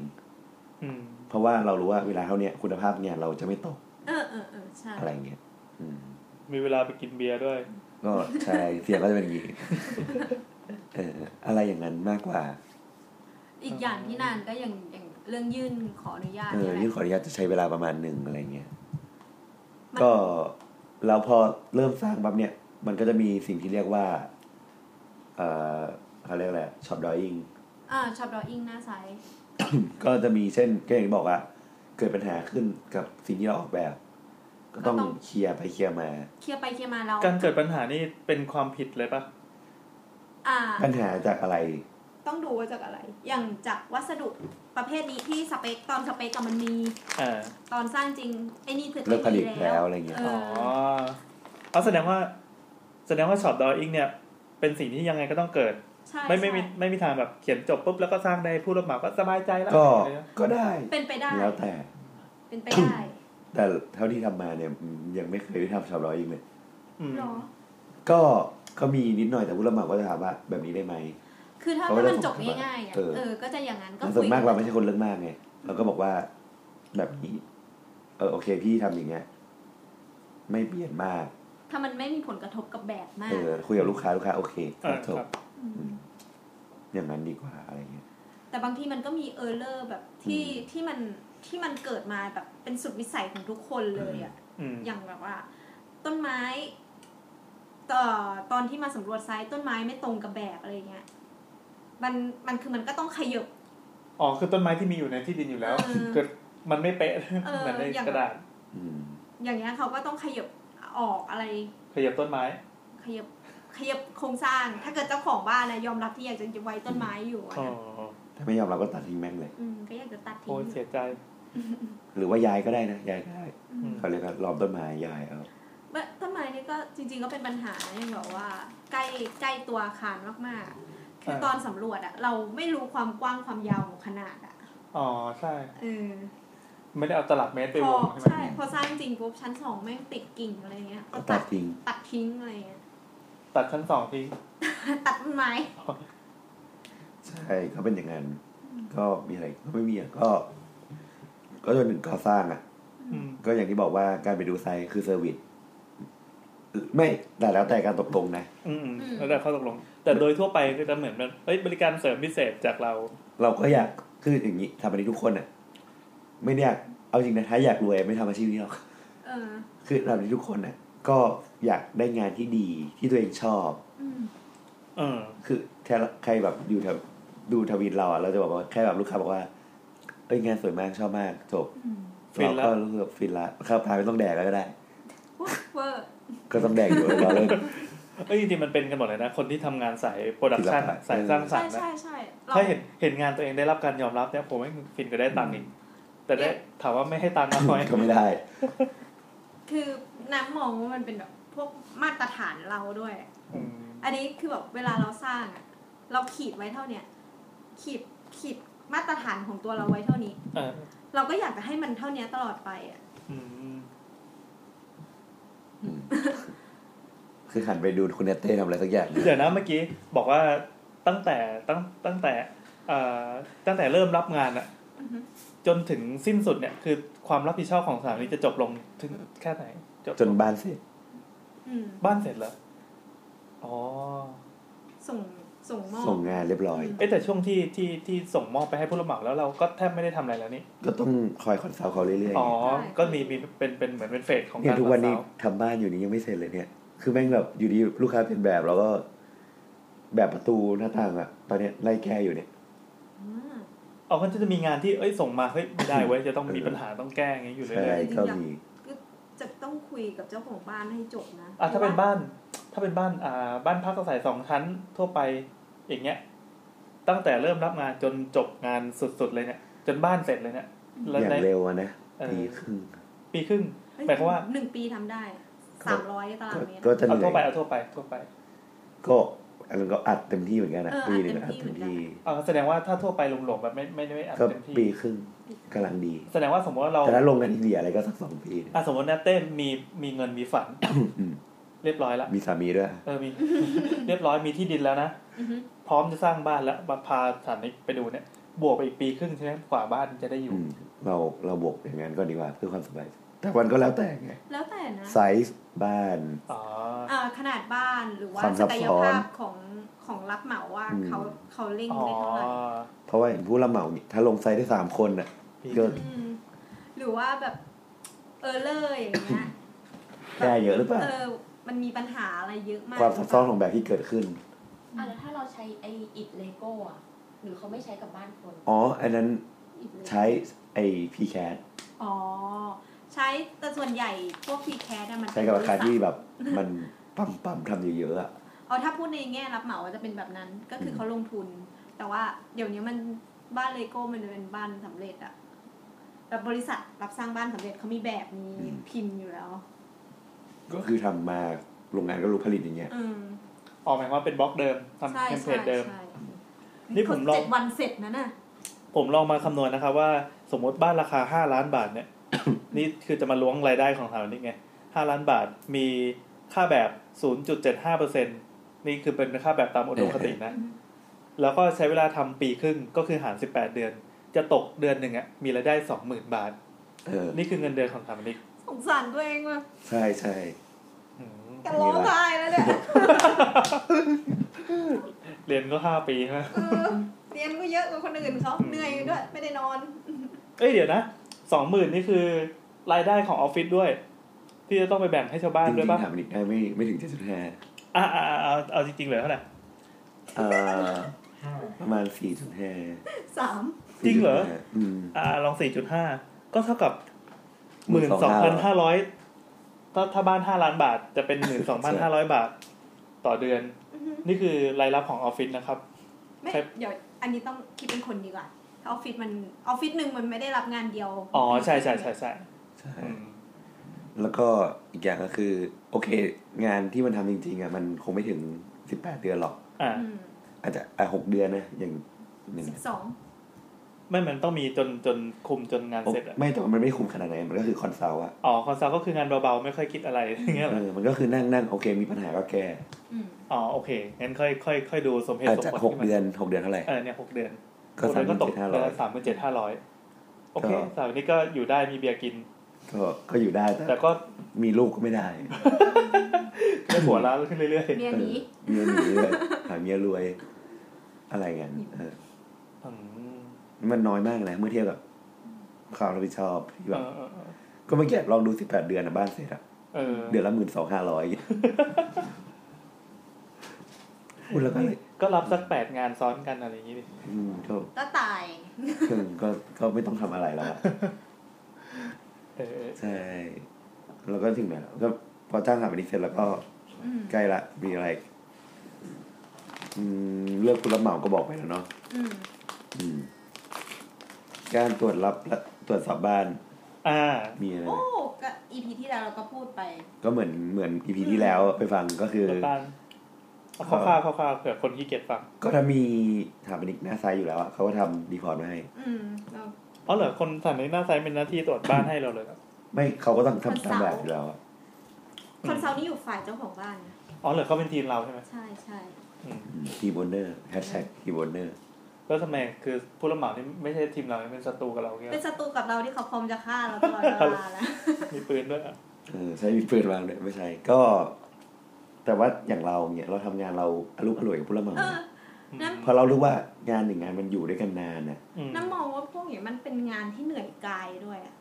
[SPEAKER 3] อืม
[SPEAKER 2] เพราะว่าเรารู้ว่าเวลาเท่าเนี้ยคุณภาพงานเราจะไม่ตก
[SPEAKER 4] เออเออเออใช่
[SPEAKER 2] อะไรอย่างเงี้ยอืม
[SPEAKER 3] มีเวลาไปกินเบียร์ด้วย
[SPEAKER 2] ก็ใช่ เสียงก็จะเป็นอย่างนี้ เอออะไรอย่างนั้นมากกว่า
[SPEAKER 4] อีกอย่างที่นานก็อย่างอย่างเรื่องยื่นขออนุญาต
[SPEAKER 2] เออ
[SPEAKER 4] เนี่ยแหละ
[SPEAKER 2] ยื่นขออนุญาตจะใช้เวลาประมาณหนึ่งอะไรเงี้ย
[SPEAKER 4] มัน
[SPEAKER 2] ก็แล้วพอเริ่มสร้างปั๊บเนี่ย มันก็จะมีสิ่งที่เรียกว่า เอ่อเขาเรียกอะไรช็อปดอยิง
[SPEAKER 4] อ่าชอบดรออิงหน้าไซส์
[SPEAKER 2] ก็จะมีเช่นก็อย่างที่บอกว่าเกิดปัญหาขึ้นกับสิ่งที่เราออกแบบ ก็ต้องเคลียร์ไปเคลียร์มา
[SPEAKER 4] เคลียร์ไปเคลียร์มาเรา
[SPEAKER 3] การเกิดปัญหานี่เป็นความผิดเลยปะ
[SPEAKER 4] อ่า
[SPEAKER 2] ปัญหาจากอะไร
[SPEAKER 4] ต้องดูว่าจากอะไร อย่างจากวัสดุประเภทนี้ที่สเปคตอนสเปคกับมันมี
[SPEAKER 3] อ่า
[SPEAKER 4] ตอนสร้างจริงไอ้นี่คือ
[SPEAKER 2] เริ่มผลิต
[SPEAKER 4] ไม่มี
[SPEAKER 2] แล้วอะไรเงี้ย
[SPEAKER 4] เอ
[SPEAKER 3] อ๋อ
[SPEAKER 4] อ
[SPEAKER 3] เอาแสดงว่า แสดงว่าช็อปดออิงเนี่ย เป็นสิ่งที่ยังไงก็ต้องเกิด
[SPEAKER 4] ใช่
[SPEAKER 3] ไม่ไม่มี
[SPEAKER 4] ใช่
[SPEAKER 3] ไม่มีทางแบบเขียนจบปุ๊บแล้วก็สร้างได้ผู้รับเหมาก็สบายใจแล้ว
[SPEAKER 2] ก็
[SPEAKER 3] อะไรเงี้ย
[SPEAKER 2] ก็ได้
[SPEAKER 4] เป็นไปได้
[SPEAKER 2] แล้วแต่
[SPEAKER 4] เป็นไปได้
[SPEAKER 2] แต่เท่าที่ทำมาเนี่ยยังไม่เคยได้ทำช็อปดอยิงเลย
[SPEAKER 3] อืม
[SPEAKER 4] หรอ
[SPEAKER 2] ก็ก็มีนิดหน่อยแต่ผู้รับเหมาก็จะถามว่าแบบนี้ได้ไหม
[SPEAKER 4] คือถ้า
[SPEAKER 2] เอาไว้
[SPEAKER 4] ถ้ามัน
[SPEAKER 2] แล้ว
[SPEAKER 4] จบง่ายๆอ่ะ
[SPEAKER 2] เออ
[SPEAKER 4] เออ ก็จะอย่างนั้นก็
[SPEAKER 2] แต่ส่
[SPEAKER 4] คุ
[SPEAKER 2] วยนมากเราไม่ใช่คนเรื่องมากไงเราก็บอกว่าแบบนี้ เออโอเคพี่ทำอย่างเงี้ย ไม่เปลี่ยนมาก
[SPEAKER 4] ถ้ามันไม่มีผลกระทบกับแบบมา
[SPEAKER 2] เอกอคุยกับลูกค้าลูกค้าโอเคค
[SPEAKER 3] อ่า
[SPEAKER 2] รับจบ
[SPEAKER 3] ครับ
[SPEAKER 2] อืมอย่างนั้นดีกว่าอะไรเงี้ย
[SPEAKER 4] แต่บางทีมันก็มีเออร์เลอร์แบบที่ที่มันที่มันเกิดมาแบบเป็นสุดวิสัยของทุกคนเลยอ่ะ
[SPEAKER 3] อืม
[SPEAKER 4] อย่างแบบว่า ต้นไม้ต่อตอนที่มาสำรวจไซต์ต้นไม้ไม่ตรงกับแบบอะไรเงี้ยมันมันคือมันก็ต้องขยบ
[SPEAKER 3] อ๋อ คือต้นไม้ที่มีอยู่ในที่ดินอยู่แล้ว
[SPEAKER 4] เออ
[SPEAKER 3] เกิดมันไม่เป๊ะ
[SPEAKER 4] เออ
[SPEAKER 3] เหมือนใน
[SPEAKER 4] อย่าง
[SPEAKER 3] กระดาษ
[SPEAKER 2] อืม
[SPEAKER 4] อย่างเงี้ยเขาก็ต้องขยบออกอะไร
[SPEAKER 3] ขยับต้นไม้
[SPEAKER 4] ขยบขยบโครงสร้าง ถ้าเกิดเจ้าของบ้านนะยอมรับที่อยากจะไว้ต้นไม้อยู่อะ
[SPEAKER 3] อ๋อ
[SPEAKER 4] นะ
[SPEAKER 2] ถ้าไม่ยอมเราก็ตัดทิ้งแม่งเลย
[SPEAKER 4] มก็อยากจะตัดทิ้
[SPEAKER 3] โอ้ย
[SPEAKER 4] ง
[SPEAKER 3] เสียใจ
[SPEAKER 2] หรือว่าย้ายก็ได้นะย้ายก็ได้
[SPEAKER 4] อืม
[SPEAKER 2] เขาเรียกว่าล้อมต้นไม้ย้ายเอา
[SPEAKER 4] แต่ต้นไม้นี่ก็จริง ๆ ก็เป็นปัญหาอย่างแบบว่า ใกล้ใกล้ตัวอาคารมากๆ คือ
[SPEAKER 3] เออ
[SPEAKER 4] ตอนสำรวจอะเราไม่รู้ความกว้างความยาวของขนาดอะ
[SPEAKER 3] อ๋อ ใช่
[SPEAKER 4] เออ
[SPEAKER 3] ไม่ได้เอาตลับเมตรไป
[SPEAKER 4] พ
[SPEAKER 3] ว
[SPEAKER 4] อง
[SPEAKER 3] ใช่ไหม
[SPEAKER 4] ใช่พอสร้างจริงปุ๊บชั้นสองแม่งติดกิ่งอะไรเงี้ย
[SPEAKER 2] ก็
[SPEAKER 4] ก็ตั
[SPEAKER 2] ตัด
[SPEAKER 4] ด
[SPEAKER 2] ทิ้ง
[SPEAKER 4] ตัดทิ้งอะไรเงี้ย
[SPEAKER 3] ตัดชั้นสองทิ้ง
[SPEAKER 4] ตัดต้นไม้
[SPEAKER 2] ใช่เขาเป็นอย่างนั้น ก็มีอะไรก็ไม่มีอะก็ ก็จนถึงก่อสร้างอ่ะ
[SPEAKER 3] อืม
[SPEAKER 2] ก็อย่างที่บอกว่าการไปดูไซต์คือเซอร์วิสไม่แต่แล้วแต่การตกลงนะ
[SPEAKER 3] อืมอืมแล้วแต่ข้อตกลง แต่โดยทั่วไปก็จะเหมือนแบบเอ้ยบริการเสริมพิเศษจากเรา
[SPEAKER 2] เราก็อยากคืออย่างนี้ทำอันนี้ทุกคนอ่ะ ไม่ได้อยากเอาจริงนะถ้าอยากรวยไม่ทำอาชีพนี้หรอก
[SPEAKER 4] เออ
[SPEAKER 2] คือทำอันนี้ทุกคนอ่ะ ก็อยากได้งานที่ดีที่ตัวเองชอบ
[SPEAKER 4] อืม
[SPEAKER 3] เออ
[SPEAKER 2] คือแค่ใครแบบอยู่แถวดูทวีตเราอ่ะเราจะบอกว่าแค่แบบลูกค้าบอกว่าเอ้ยงานสวยมากชอบมากจบ
[SPEAKER 4] อืม
[SPEAKER 3] ฟินละ
[SPEAKER 2] เราก็รู้สึกว่าฟินละข้าวพาไม่ต้องแดกแล้วก็ได้
[SPEAKER 4] เวอร์
[SPEAKER 2] ก็ต้องแดก อยู่เราเลิก
[SPEAKER 3] เอ้ยจริงๆมันเป็นกันหมดเลยนะ คนที่ทำงานสายโปรดักชัน
[SPEAKER 2] ศิลปะ
[SPEAKER 3] สายสร้างสร
[SPEAKER 4] ใช่
[SPEAKER 3] รค์นะ
[SPEAKER 4] ใช่ใช่เรา
[SPEAKER 3] ถ้าเห็นเห็นงานตัวเองได้รับการยอมรับเนี่ยผมไม่าฟินก็ได้ตังค์อีก แต่ได้ถามว่าไม่ให้ตังค์น้อย
[SPEAKER 2] ก็ไม่ได้
[SPEAKER 4] คือน้ำมองว่ามันเป็นแบบพวกมาตรฐานเราด้วย
[SPEAKER 3] อืม
[SPEAKER 4] อันนี้คือแบบเวลาเราสร้างอะเราขีดไว้เท่าเนี้ยขีดขีดมาตรฐานของตัวเราไว้เท่านี้
[SPEAKER 3] เออ
[SPEAKER 4] เราก็อยากจะให้มันเท่าเนี้ยตลอดไปอ่ะ
[SPEAKER 3] อืม
[SPEAKER 2] อืมคือหันไปดูคุณเนเต้ทำอะไรสักอย่าง
[SPEAKER 3] เดี๋ยวนะเมื่อกี้บอกว่าตั้งแต่ตั้งตั้งแต่เอ่อตั้งแต่เริ่มรับงานอะ
[SPEAKER 4] อือฮึ
[SPEAKER 3] จนถึงสิ้นสุดเนี่ยคือความรับผิดชอบของสถานีจะจบลงถึงแค่ไหนจบ
[SPEAKER 2] จนบ้านเสร็จ
[SPEAKER 4] อืม
[SPEAKER 3] บ้านเสร็จแล้วอ๋อ
[SPEAKER 4] ส่งส่งมอบ
[SPEAKER 2] ส่งงานเรียบร้อย
[SPEAKER 3] เอ้ยแต่ช่วงที่ที่ที่ส่งมอบไปให้ผู้รับเหมาแล้วเราก็แทบไม่ได้ทำอะไรแล้วนี่
[SPEAKER 2] ก็ต้องคอยคอนซัลท์เขาเรื่อย
[SPEAKER 3] อ๋อ
[SPEAKER 4] ใช่
[SPEAKER 3] ก็มีมีเป็นเป็นเหมือนเป็นเฟสของ
[SPEAKER 2] ๆเนี่ย
[SPEAKER 3] การ
[SPEAKER 2] ทุกวันนี้
[SPEAKER 3] รับสา
[SPEAKER 2] ทำบ้านอยู่นี้ยังไม่เสร็จเลยเนี่ย คือแม่งแบบอยู่ดีลูกค้าเป็นแบบแล้วก็ แบบประตูหน้าต่างอะตอนเนี้ยไล่แก้อยู่เนี่ย
[SPEAKER 4] อืม
[SPEAKER 3] เอาก็จะมีงานที่เอ้ยส่งมาเฮ้ยไม่ได้เว้ยจะต้องมี
[SPEAKER 2] เออ
[SPEAKER 3] ปัญหาต้องแก้อย่างเงี้ยอยู่เรื่
[SPEAKER 2] ใช่
[SPEAKER 3] อย
[SPEAKER 2] ก็มี
[SPEAKER 4] จะต้องคุยกับเจ้าของบ้านให้จบนะ
[SPEAKER 3] ๆอ่ะถ้าเป็นบ้าน ถ้าเป็นบ้านอ่าบ้านพักอาศัยสองชั้นทั่วไปอย่างเงี้ย ตั้งแต่เริ่มรับงานจนจบงานสุดๆเลยเนี่ย จนบ้านเสร็จเลยเนี่ยแล้ว
[SPEAKER 2] อย่าง
[SPEAKER 3] ได้
[SPEAKER 2] เร็วอะนะ
[SPEAKER 3] เออ
[SPEAKER 2] ปีครึ่ง
[SPEAKER 3] ปีครึ่ง
[SPEAKER 4] เฮ้ย
[SPEAKER 3] หมายความว่า
[SPEAKER 4] หนึ่งปีทำได้สามร้อยตาราง
[SPEAKER 2] ก็
[SPEAKER 4] เมตร
[SPEAKER 2] ก็จะเห
[SPEAKER 3] เอา
[SPEAKER 2] นื่
[SPEAKER 3] ทั่วไป
[SPEAKER 2] อย
[SPEAKER 3] เอาทั่วไปทั่วไป
[SPEAKER 2] ก็อันนั้นก็อัดเต็มที่เหมือนกันอะ
[SPEAKER 4] เออ
[SPEAKER 2] ปีหนึ่ง
[SPEAKER 4] อั
[SPEAKER 2] อัด
[SPEAKER 4] ดเต็
[SPEAKER 2] เต็
[SPEAKER 4] ม
[SPEAKER 2] ม
[SPEAKER 4] ที่
[SPEAKER 2] ที่
[SPEAKER 3] เอาแสดงว่าถ้าทั่วไปหลงๆแบบไม่ไม่ไม่อัด
[SPEAKER 2] ก็
[SPEAKER 3] เต็มที่
[SPEAKER 2] ปีครึ่งกำลังดี
[SPEAKER 3] แสดงว่าสมมติว่าเรา
[SPEAKER 2] แต่ถ้าลงงานอินเดียอะไรก็สักสองปีเนี่ย
[SPEAKER 3] อ่ะสมมตินะเต้มีมีเงินมีฝัน เรียบร้อยละ
[SPEAKER 2] มีสามีด้วย
[SPEAKER 3] เออมี เรียบร้อยมีที่ดินแล้วนะ
[SPEAKER 4] อือฮึ
[SPEAKER 3] พร้อมจะสร้างบ้านแล้วมาพาสถานิกไปดูเนี่ย บวกไปอีกปีครึ่งใช่ไหมกว่าบ้านจะได้อยู่
[SPEAKER 2] อืมเราเราบวกอย่างนั้นก็ดีกว่าเพื่อความสบายใจแต่มันก็แล้วแต่ไง
[SPEAKER 4] แล้วแต่นะ
[SPEAKER 2] ไซส์บ้าน
[SPEAKER 3] อ๋อ
[SPEAKER 4] เอ่อขนาดบ้านหรือว่า
[SPEAKER 2] ความซั
[SPEAKER 4] ศั
[SPEAKER 2] บ
[SPEAKER 4] กย
[SPEAKER 2] ซ้อน
[SPEAKER 4] ภาพของของรับเหมาว่า
[SPEAKER 2] อืม
[SPEAKER 4] เขาเขาเล่ง
[SPEAKER 3] อ๋อ
[SPEAKER 4] ได้เท่าไหร่
[SPEAKER 2] เพราะว่าอย่างผู้รับเหมานี่ถ้าลงไซส์ได้สามคนน่ะ
[SPEAKER 3] ปี
[SPEAKER 2] ก็
[SPEAKER 4] อืมหรือว่าแบบเออเลยอย่างเงี้ย
[SPEAKER 2] แก้เยอะหรือเปล่า
[SPEAKER 4] เออ มันมีปัญหาอะไรเยอะมาก
[SPEAKER 2] ความซับซ้อนของแบบที่เกิดขึ้น
[SPEAKER 5] อ่ะแล้วถ้าเราใช้ไออิฐเลโก้อะหรือเขาไม่ใช้กับบ้านคน
[SPEAKER 2] อ๋อ อันนั้น
[SPEAKER 5] อิฐเลโก้
[SPEAKER 2] ใช้ไอพีแค
[SPEAKER 4] อ๋อ ใช้แต่ส่วนใหญ่พวกพีแคสมัน
[SPEAKER 2] ใช้กับอาคารที่ แบบมันปั๊มปั๊มทำเยอะๆอะ
[SPEAKER 4] เอาถ้าพูดในแง่รับเหมาจะเป็นแบบนั้นก็คือเขาลงทุน แต่ว่าเดี๋ยวนี้มันบ้านเลโก้มันเป็นบ้านสำเร็จอะแบบบริษัทรับสร้างบ้านสำเร็จเขามีแบบมีพิมพ์อยู่แล้ว
[SPEAKER 2] ก็คือทำมาโรงงานก็รู้ผลิตอย่างเงี้ย
[SPEAKER 4] อืม
[SPEAKER 3] อ๋อหมายความว่าเป็นบล็อกเดิมทำ
[SPEAKER 4] ใช่
[SPEAKER 3] เทมเพล
[SPEAKER 4] ใช่
[SPEAKER 3] ตเดิม
[SPEAKER 4] ใช่
[SPEAKER 3] นี่ผมลอง
[SPEAKER 4] เจ็ดวันเสร็จนะน่ะ
[SPEAKER 3] ผมลองมาคำนวณนะครับว่าสมมติบ้านราคาห้าล้านบาทเนี่ย นี่คือจะมาล้วงรายได้ของสถานีไงห้าล้านบาทมีค่าแบบศูนย์จุดเจ็ดห้าเปอร์เซ็นนี่คือเป็นค่าแบบตามอุดมคติ นะ แล้วก็ใช้เวลาทำปีครึ่งก็คือหารสิบแปดเดือน จะตกเดือนหนึ่งอ่ะมีรายได้สองหมื่นบาท
[SPEAKER 2] เออ
[SPEAKER 3] นี่คือเงินเดือนของสถานี
[SPEAKER 4] สงสารตัวเองว่ะ
[SPEAKER 2] ใช่ใช่
[SPEAKER 3] อืม
[SPEAKER 4] กันร้องไห้แล้วเนี่ย
[SPEAKER 3] เรียนก็ห้าปีใช่ไหม
[SPEAKER 4] เออเรียนก็เยอะกว่าคนอื่นเขาเหนื่อยด้วย ไม่ได้นอน
[SPEAKER 3] เอ้ยเดี๋ยวนะสองหมื่นนี่คือรายได้ของออฟฟิศด้วย ที่จะต้องไปแบ่งให้ชาวบ้าน
[SPEAKER 2] จริง
[SPEAKER 3] ด้วย
[SPEAKER 2] ๆ
[SPEAKER 3] ป่ะ
[SPEAKER 2] ถามนิกได้ไม่ไม่ถึงเจ็ดจุดห้า
[SPEAKER 3] อ่าเอาเอาจริงๆเหลือเท่าไหร่
[SPEAKER 1] ห้า
[SPEAKER 2] ประมาณสี่จุดห้า
[SPEAKER 4] สาม
[SPEAKER 3] จริงเหรอ
[SPEAKER 2] อืม
[SPEAKER 3] อ่าลอง 4.5 ก็เท่ากับ 12,500 ถ้าถ้าบ้าน 5 ล้านบาทจะเป็น 12,500 บาท ต่อเดือน นี่คือรายรับของออฟฟิศนะครับ
[SPEAKER 4] ไม่
[SPEAKER 3] ใช่
[SPEAKER 4] เดี๋ยว อันนี้ต้องคิดเป็นคนดีกว่าถ้าออฟฟิศมันออฟฟิศหนึ่งมันไม่ได้รับงานเดียว
[SPEAKER 3] อ๋อ ใช่ใช่ใช่ใช่
[SPEAKER 2] ใช่
[SPEAKER 3] อืม
[SPEAKER 2] แล้วก็อีกอย่างก็คือ โอเค งานที่มันทำจริงๆอ่ะมันคงไม่ถึงสิบแปดเดือนหรอก
[SPEAKER 3] อ่า
[SPEAKER 2] อาจจะอ่ะหกเดือนนะอย่างอย่าง
[SPEAKER 4] สิบสอง
[SPEAKER 3] ไม่มันต้องมีจนจนคุมจนงานเสร็จอะ
[SPEAKER 2] ไม่แต่ว่ามันไม่คุ้มขนาดไหนนมันก็คือคอนซัลท์อะ
[SPEAKER 3] อ๋อคอนซัลท์ก็คืองานเบาๆ ไม่ค่อยคิดอะไร อย่างเงี้ยเหร
[SPEAKER 2] เอ
[SPEAKER 3] อ
[SPEAKER 2] อมันก็คือนั่งนั่งโอเค มีปัญหาก็แก้
[SPEAKER 4] อืม
[SPEAKER 3] อ๋อ โอเค งั้นค่อยค่อยค่อยดูสมเหตุ
[SPEAKER 2] อาจ
[SPEAKER 3] สม
[SPEAKER 2] จะ
[SPEAKER 3] ผล
[SPEAKER 2] หก
[SPEAKER 3] ที่มัน
[SPEAKER 2] เดือนหกเดือนเท่าไหร่
[SPEAKER 3] เออเนี่ยหกเดือน
[SPEAKER 2] ก็
[SPEAKER 3] ห
[SPEAKER 2] สาม
[SPEAKER 3] เดื
[SPEAKER 2] พั
[SPEAKER 3] อน นตก
[SPEAKER 2] เจ็ดห้า
[SPEAKER 3] เดื
[SPEAKER 2] ร้อ
[SPEAKER 3] อ
[SPEAKER 2] นย
[SPEAKER 3] ละสามหมื่นเจ็ดห้าร้อยโอเค
[SPEAKER 2] ก็
[SPEAKER 3] สามนี้ก็อยู่ได้มีเบียร์กิน
[SPEAKER 2] ก็ก็อยู่ได้แต่
[SPEAKER 3] แต่ก็
[SPEAKER 2] มีลูกก็ไม่ได้
[SPEAKER 3] ได้หัวล้านขึ้นเรื่อยๆ
[SPEAKER 4] เมียหนี
[SPEAKER 2] เออเมียหนีเลยหาเมียรวย อะไรกันเออ
[SPEAKER 3] อืม
[SPEAKER 2] มันน้อยมากนะเมื่อเทียบกับความรับผิดชอบที่
[SPEAKER 3] เอ
[SPEAKER 2] แบบ
[SPEAKER 3] อเออเออ
[SPEAKER 2] ก็เมื่อกี้ลองดูสิบแปดเดือนอะบ้านเสร็จอะ
[SPEAKER 3] เออ
[SPEAKER 2] เดือนละหมื่นสองห้าร้อยพูดแล้วก็เลย
[SPEAKER 3] ก็รับสักแปดงานซ้อนกันอะไรอย่างนี้ดิ
[SPEAKER 2] อืมก็
[SPEAKER 4] ก็ตาย
[SPEAKER 2] ก็ก็ไม่ต้องทำอะไรแล้วอะ
[SPEAKER 3] เออเออ
[SPEAKER 2] ใช่ แล้วก็ถึงไหนแล้วก็พอจ้างหาบันนี้เสร็จแล้วก็
[SPEAKER 4] อืม
[SPEAKER 2] ใกล้ละมีอะไรอืมเลือกผู้รับเหมาก็บอกไปแล้วเนาะ
[SPEAKER 4] อืม
[SPEAKER 2] อืม การตรวจรับและตรวจสอบบ้าน
[SPEAKER 3] อ่า
[SPEAKER 2] มีอะไรไหม
[SPEAKER 4] โอ้ก็อีพีที่แล้วเราก็พูดไป
[SPEAKER 2] ก็เหมือนเหมือนอีพีที่แล้วไปฟังก็คือ
[SPEAKER 3] เปิดบ้านเอาคร่าวๆคร่าวๆเผื่อคนขี้เกียจฟัง
[SPEAKER 2] ก็ถ้ามีสถาปนิกหน้าไซต์อยู่แล้วอะเขาก็ทำรีพอร์ตมาให้
[SPEAKER 4] อืมเรา
[SPEAKER 3] อ๋อเหรอคนสั่งในหน้าไซต์เป็นหน้าที่ตรวจบ้านให้เราเลยเหรอ
[SPEAKER 2] ไม่เขาก็ต้องทำตามแบบอยู่แล้วอะ
[SPEAKER 4] คนเซานี่อยู่ฝ่ายเจ้าของบ้านนะ
[SPEAKER 3] อ๋อเหรอเขาเป็นทีมเราใช่ไหม
[SPEAKER 4] ใช่ใช่
[SPEAKER 3] อืม
[SPEAKER 2] อืมทีมโอนเนอร์แฮชแท็กทีมโอนเนอร์
[SPEAKER 3] แล้วทำไมคือผู้รับเหมานี่ไม่ใช่ทีมเราเป็นศัตรูกับเราเงี้ย
[SPEAKER 4] เป็นศัตรูกับเราที่เขาพร้อมจะฆ่าเราตลอดเวลาแล้ว
[SPEAKER 3] มีปืนด้วยอ่ะ
[SPEAKER 2] เออใช้มีปืนวางเลยไม่ใช่ก็ แต่ว่าอย่างเราเนี่ยเราทำงานเราอรุมอร่วยกับผู้รับเหมา
[SPEAKER 4] เอ
[SPEAKER 2] นะ
[SPEAKER 4] อ นั่น
[SPEAKER 2] พอเรารู้ว่างานหนึ่งงานมันอยู่ด้วยกันนานนะ
[SPEAKER 3] อืม
[SPEAKER 4] น้ำมองว่าพวกอย่างมันเป็นงานที่เหนื่อยกายด้วยอ่ะ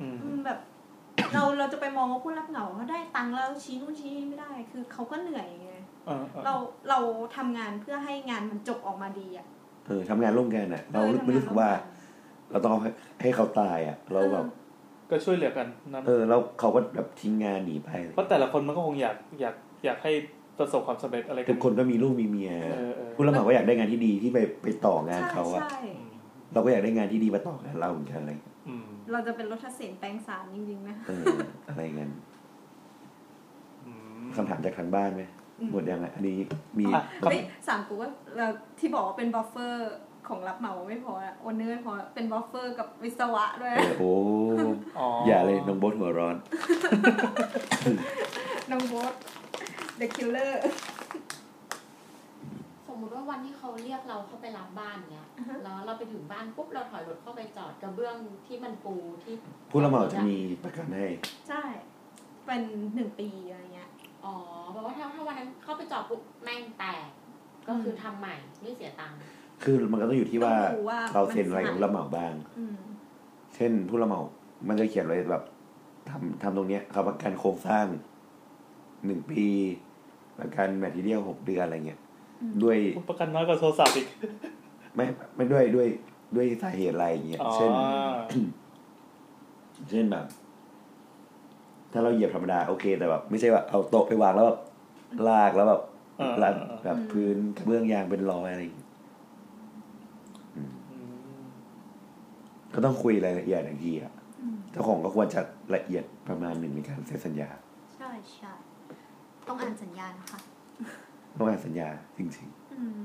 [SPEAKER 3] อืม
[SPEAKER 4] มันแบบ เราเราจะไปมองว่าผู้รับเหมาเขาได้ตังค์แล้วชี้นู่นชี้นี่ไม่ได้ คือเขาก็เหนื่อยไง
[SPEAKER 3] เออเออ
[SPEAKER 4] เราเราทำงานเพื่อให้งานมันจบออกมาดีอ่ะ
[SPEAKER 2] เออทำงานร่วมกันอ่ะ เรา
[SPEAKER 4] ออทำงน
[SPEAKER 2] ไม่รู้สึกว่า เราต้องเอาให้ให้เขาตายอ่ะ เราแบบ
[SPEAKER 3] ก็ช่วยเหลือกันนะ
[SPEAKER 2] เออเราเขาก็แบบทิ้งงานหนีไปเลย
[SPEAKER 3] เพราะแต่ละคนมันก็คงอยากอยากอยากให้ประสบความสำเร็จอะไรกั
[SPEAKER 2] ทุ
[SPEAKER 3] น
[SPEAKER 2] กคนก็มีลูกมีเมีย
[SPEAKER 3] เออเออ
[SPEAKER 2] ผู้รับเหมาก็อยากได้งานที่ดีที่ไปไปต่องาน
[SPEAKER 4] ใช่
[SPEAKER 2] เขาอ่ะ
[SPEAKER 4] ใช่
[SPEAKER 3] อืม
[SPEAKER 2] เราก็อยากได้งานที่ดีมาต่องานเราเหมือนกันอะไรเงี้ย
[SPEAKER 3] อืม
[SPEAKER 4] เราจะเป็นรถทัศเสนแปลงสารจริงๆนะ
[SPEAKER 2] เออ อะไรเงี้ย
[SPEAKER 3] อืม
[SPEAKER 2] คำถามจากทางบ้านไหม
[SPEAKER 4] อืม
[SPEAKER 2] หมดยังไงอันนี้มี
[SPEAKER 3] อ่ะ
[SPEAKER 2] คำ
[SPEAKER 4] เฮ้ยสามกูว่าเราที่บอกว่าเป็นบัฟเฟอร์ของรับเหมาไม่พออะโอนเนอร์ไม่พอเป็นบัฟเฟอร์กับวิศวะด้วย
[SPEAKER 2] เออโอ้
[SPEAKER 3] อ๋อ
[SPEAKER 2] อ
[SPEAKER 3] อ
[SPEAKER 2] ย่าเลยน้องโบ๊ทหัวร้อน
[SPEAKER 6] น้องโบท The Killer
[SPEAKER 5] สมมุติว่าวันที่เขาเรียกเราเข้าไปรับบ้านเนี้ย
[SPEAKER 6] อ่าฮะ
[SPEAKER 5] แล้วเราไปถึงบ้านปุ๊บเราถอยรถเข้าไปจอดกระเบื้องที่มันปูที่
[SPEAKER 2] ผู้รับเหมาจะมีประกันให้
[SPEAKER 4] ใช่
[SPEAKER 6] เป็นหนึ่งปีอะไรเงี้ย
[SPEAKER 5] อ๋อแปลว่าถ้าถ้าวันนั้นเข้าไปจอดปุ๊บแม่งแตก ก็คือทำใหม่ไม่เสียตังค์
[SPEAKER 2] คือมันก็ต้องอยู่ที่ว่า
[SPEAKER 4] ต้องดูว่า
[SPEAKER 2] เราเซ็นอะไรกับผู้รับเหมาบ้าง
[SPEAKER 4] อืม
[SPEAKER 2] เช่นผู้รับเหมา มันจะเขียนไว้แบบทำทำตรงเนี้ยครับประกันโครงสร้างหนึ่งปีประกันแมทเทียลหกเดือนอะไรเงี้ย
[SPEAKER 4] อืม
[SPEAKER 2] ด้วย
[SPEAKER 3] ประกันน้อยกว่าโทรศัพท์อีก
[SPEAKER 2] ไม่ไม่ด้วยด้วยด้วยสาเหตุอะไรเงี้ย
[SPEAKER 3] อ๋อ
[SPEAKER 2] เช่น เช่นแบบ ถ้าเราเหยียบธรรมดาโอเคแต่แบบ ไม่ใช่แบบเอาโต๊ะไปวางแล้วแบบลากแล้วแบบ
[SPEAKER 3] เออ
[SPEAKER 2] ลัดแบบพื้นกระเบื้องยางเป็นรอยอะไรอย่างเงี้ย
[SPEAKER 3] อืม
[SPEAKER 2] ก็ต้องคุยรายละเอียดอย่างทีอ่ะ
[SPEAKER 4] อืม
[SPEAKER 2] เจ้าของก็ควรจะละเอียดประมาณหนึ่งในการเซ็นสัญญา
[SPEAKER 4] ใช่ใช่ต้องอ่านสัญญานะคะ
[SPEAKER 2] ต้องอ่านสัญญาจริง
[SPEAKER 4] อืม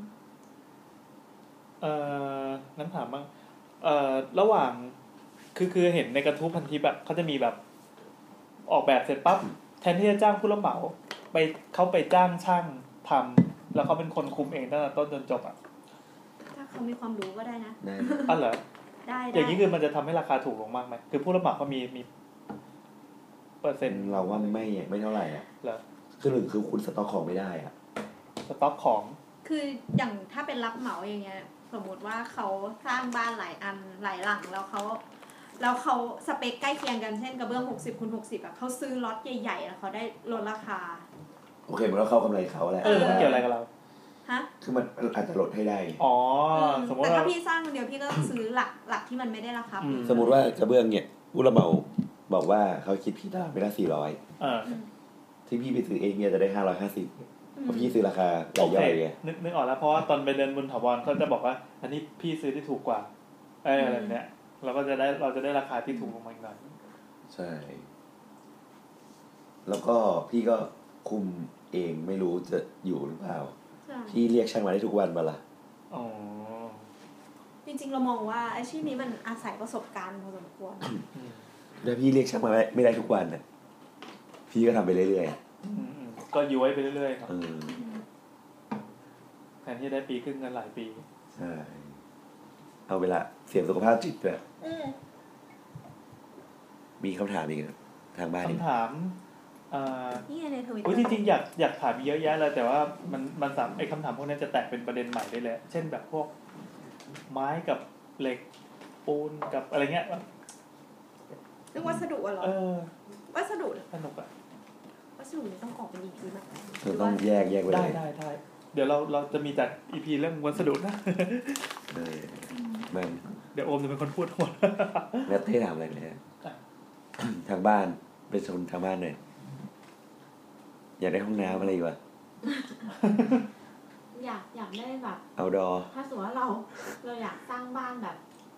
[SPEAKER 3] เอองั้นถามบ้างเออระหว่างคือคือเห็นในกระทู้พันทิปแบบเขาจะมีแบบออกแบบเสร็จปั๊บแทนที่จะจ้างผู้รับเหมาไปเขาไปจ้างช่างทำแล้วเขาเป็นคนคุมเองตั้งแต่ต้นจนจบอ่ะ
[SPEAKER 4] ถ้าเขามีความรู้ก็ได้นะ
[SPEAKER 2] ๆ ได้
[SPEAKER 3] อ๋อเหรอ
[SPEAKER 4] ได้ได้
[SPEAKER 3] อย่างนี้คือมันจะทำให้ราคาถูกลงมากไหมคือผู้รับเหมาเขามีมี เปอร์เซ็
[SPEAKER 2] เป็น น
[SPEAKER 3] ต์
[SPEAKER 2] เราว่าไม่ไม่เท่าไหร่อ่ะ
[SPEAKER 3] เหรอ
[SPEAKER 2] คือหนึ่งคือคุณสต็อกของไม่ได้อ่ะ
[SPEAKER 3] สต็อกของ
[SPEAKER 4] คืออย่างถ้าเป็นรับเหมาอย่างเงี้ย สมมติว่าเขาสร้างบ้านหลายอันหลายหลังแล้วเขาแล้วเขาสเปคใกล้เคียงกันเช่นกระเบื้อง 60คูณ60อ่ะเขาซื้อล็อตใหญ่ๆ แล้วเขาได้ลดราคา
[SPEAKER 2] โอเคมันก็เข้ากำไรเขาแหละ
[SPEAKER 3] เออมันเกี่ยวอะไรกับเรา
[SPEAKER 4] ฮะ
[SPEAKER 2] คือมันอาจจะลดให้ได้
[SPEAKER 3] อ๋อ
[SPEAKER 4] ม
[SPEAKER 3] สมมติ
[SPEAKER 4] แต่
[SPEAKER 3] ว่า
[SPEAKER 4] ถ้าพี่สร้างคนเดียวพี่ก็ต้องซื้อหลักหลักที่มันไม่ได้ราคา
[SPEAKER 3] อืม
[SPEAKER 2] สมมุติว่ากระเบื้องเนี่ยผู้รับเหมาบอกว่าเขาคิดพี่ตารางเมตรละสี่ร้อย
[SPEAKER 3] เออ
[SPEAKER 2] ที่พี่ไปซื้อเองเนี่ยจะได้ห้าร้อยห้าสิบ
[SPEAKER 4] อืม
[SPEAKER 2] เพราะพี่ซื้อราคาหลา
[SPEAKER 3] โอย เค
[SPEAKER 2] ย่อยไง
[SPEAKER 3] นึกนึกออกแล้ว เพราะว่าตอนไปเดินบนถาวรเขาจะบอกว่า อันนี้พี่ซื้อที่ถูกกว่า เอออะไรแบบเนี้ย เราก็จะได้เราจะได้ราคาที่ถูกลงมาอีกหน่อย
[SPEAKER 2] ใช่ แล้วก็พี่ก็คุมเองไม่รู้จะอยู่หรือเปล่า
[SPEAKER 4] ใช่
[SPEAKER 2] พี่เรียกช่างมาได้ทุกวันมาละ
[SPEAKER 3] อ๋อ
[SPEAKER 4] จริง ๆ เรามองว่าอาชีพนี้มันอาศัยประสบการณ์พอสมควร
[SPEAKER 3] อืม
[SPEAKER 2] ถ้าพี่เรียกช่างมาไม่ได้ทุกวันน่ะพี่ก็ทำไปเรื่อยๆอะ
[SPEAKER 3] อืมอืมก็ย้วยไปเรื่อยๆครับ
[SPEAKER 2] เออ
[SPEAKER 3] แทนที่จะได้ปีครึ่งกันหลายปี
[SPEAKER 2] ใช่ เอาเวลาเสียสุขภาพจิตด้วยมีคำถามอีกนะทางบ้านอีก
[SPEAKER 3] คำถามเอ่อ
[SPEAKER 4] นี่ไงในทวิต
[SPEAKER 3] อุ้ยจริงๆอยากอยากถามเยอะแยะเลยแต่ว่ามันมันสามไอ้คำถามพวกนี้จะแตกเป็นประเด็นใหม่ได้แหละเช่นแบบพวกไม้กับเหล็กปูนกับอะไรเงี้ย
[SPEAKER 4] เรื่องวัสดุอะเหรอ
[SPEAKER 3] เออ
[SPEAKER 4] วัสดุ
[SPEAKER 3] สนุกอะ
[SPEAKER 4] วัสดุนี่ต้องออกเป็นอีกทีมากไหม
[SPEAKER 2] เธอต้องแยกแยกไป
[SPEAKER 3] ได้
[SPEAKER 2] เลย
[SPEAKER 3] ได้ได้เดี๋ยวเราเราจะมีจัดอีพีเรื่องวัสดุนะ
[SPEAKER 2] เออมัน
[SPEAKER 3] เดี๋ยวโอมจะเป็นคนพูดทั้งหมด
[SPEAKER 2] แล้วเต้ถามอะไรเนี่ยทางบ้านเป็นชนทางบ้านหน่อยอยากได้ห้องน้ำอะไรอีกวะ
[SPEAKER 5] อยากอยากได้แบบ
[SPEAKER 2] เอาดอ
[SPEAKER 5] ถ้าสมมติว่าเราเราอยากสร้างบ้านแบบ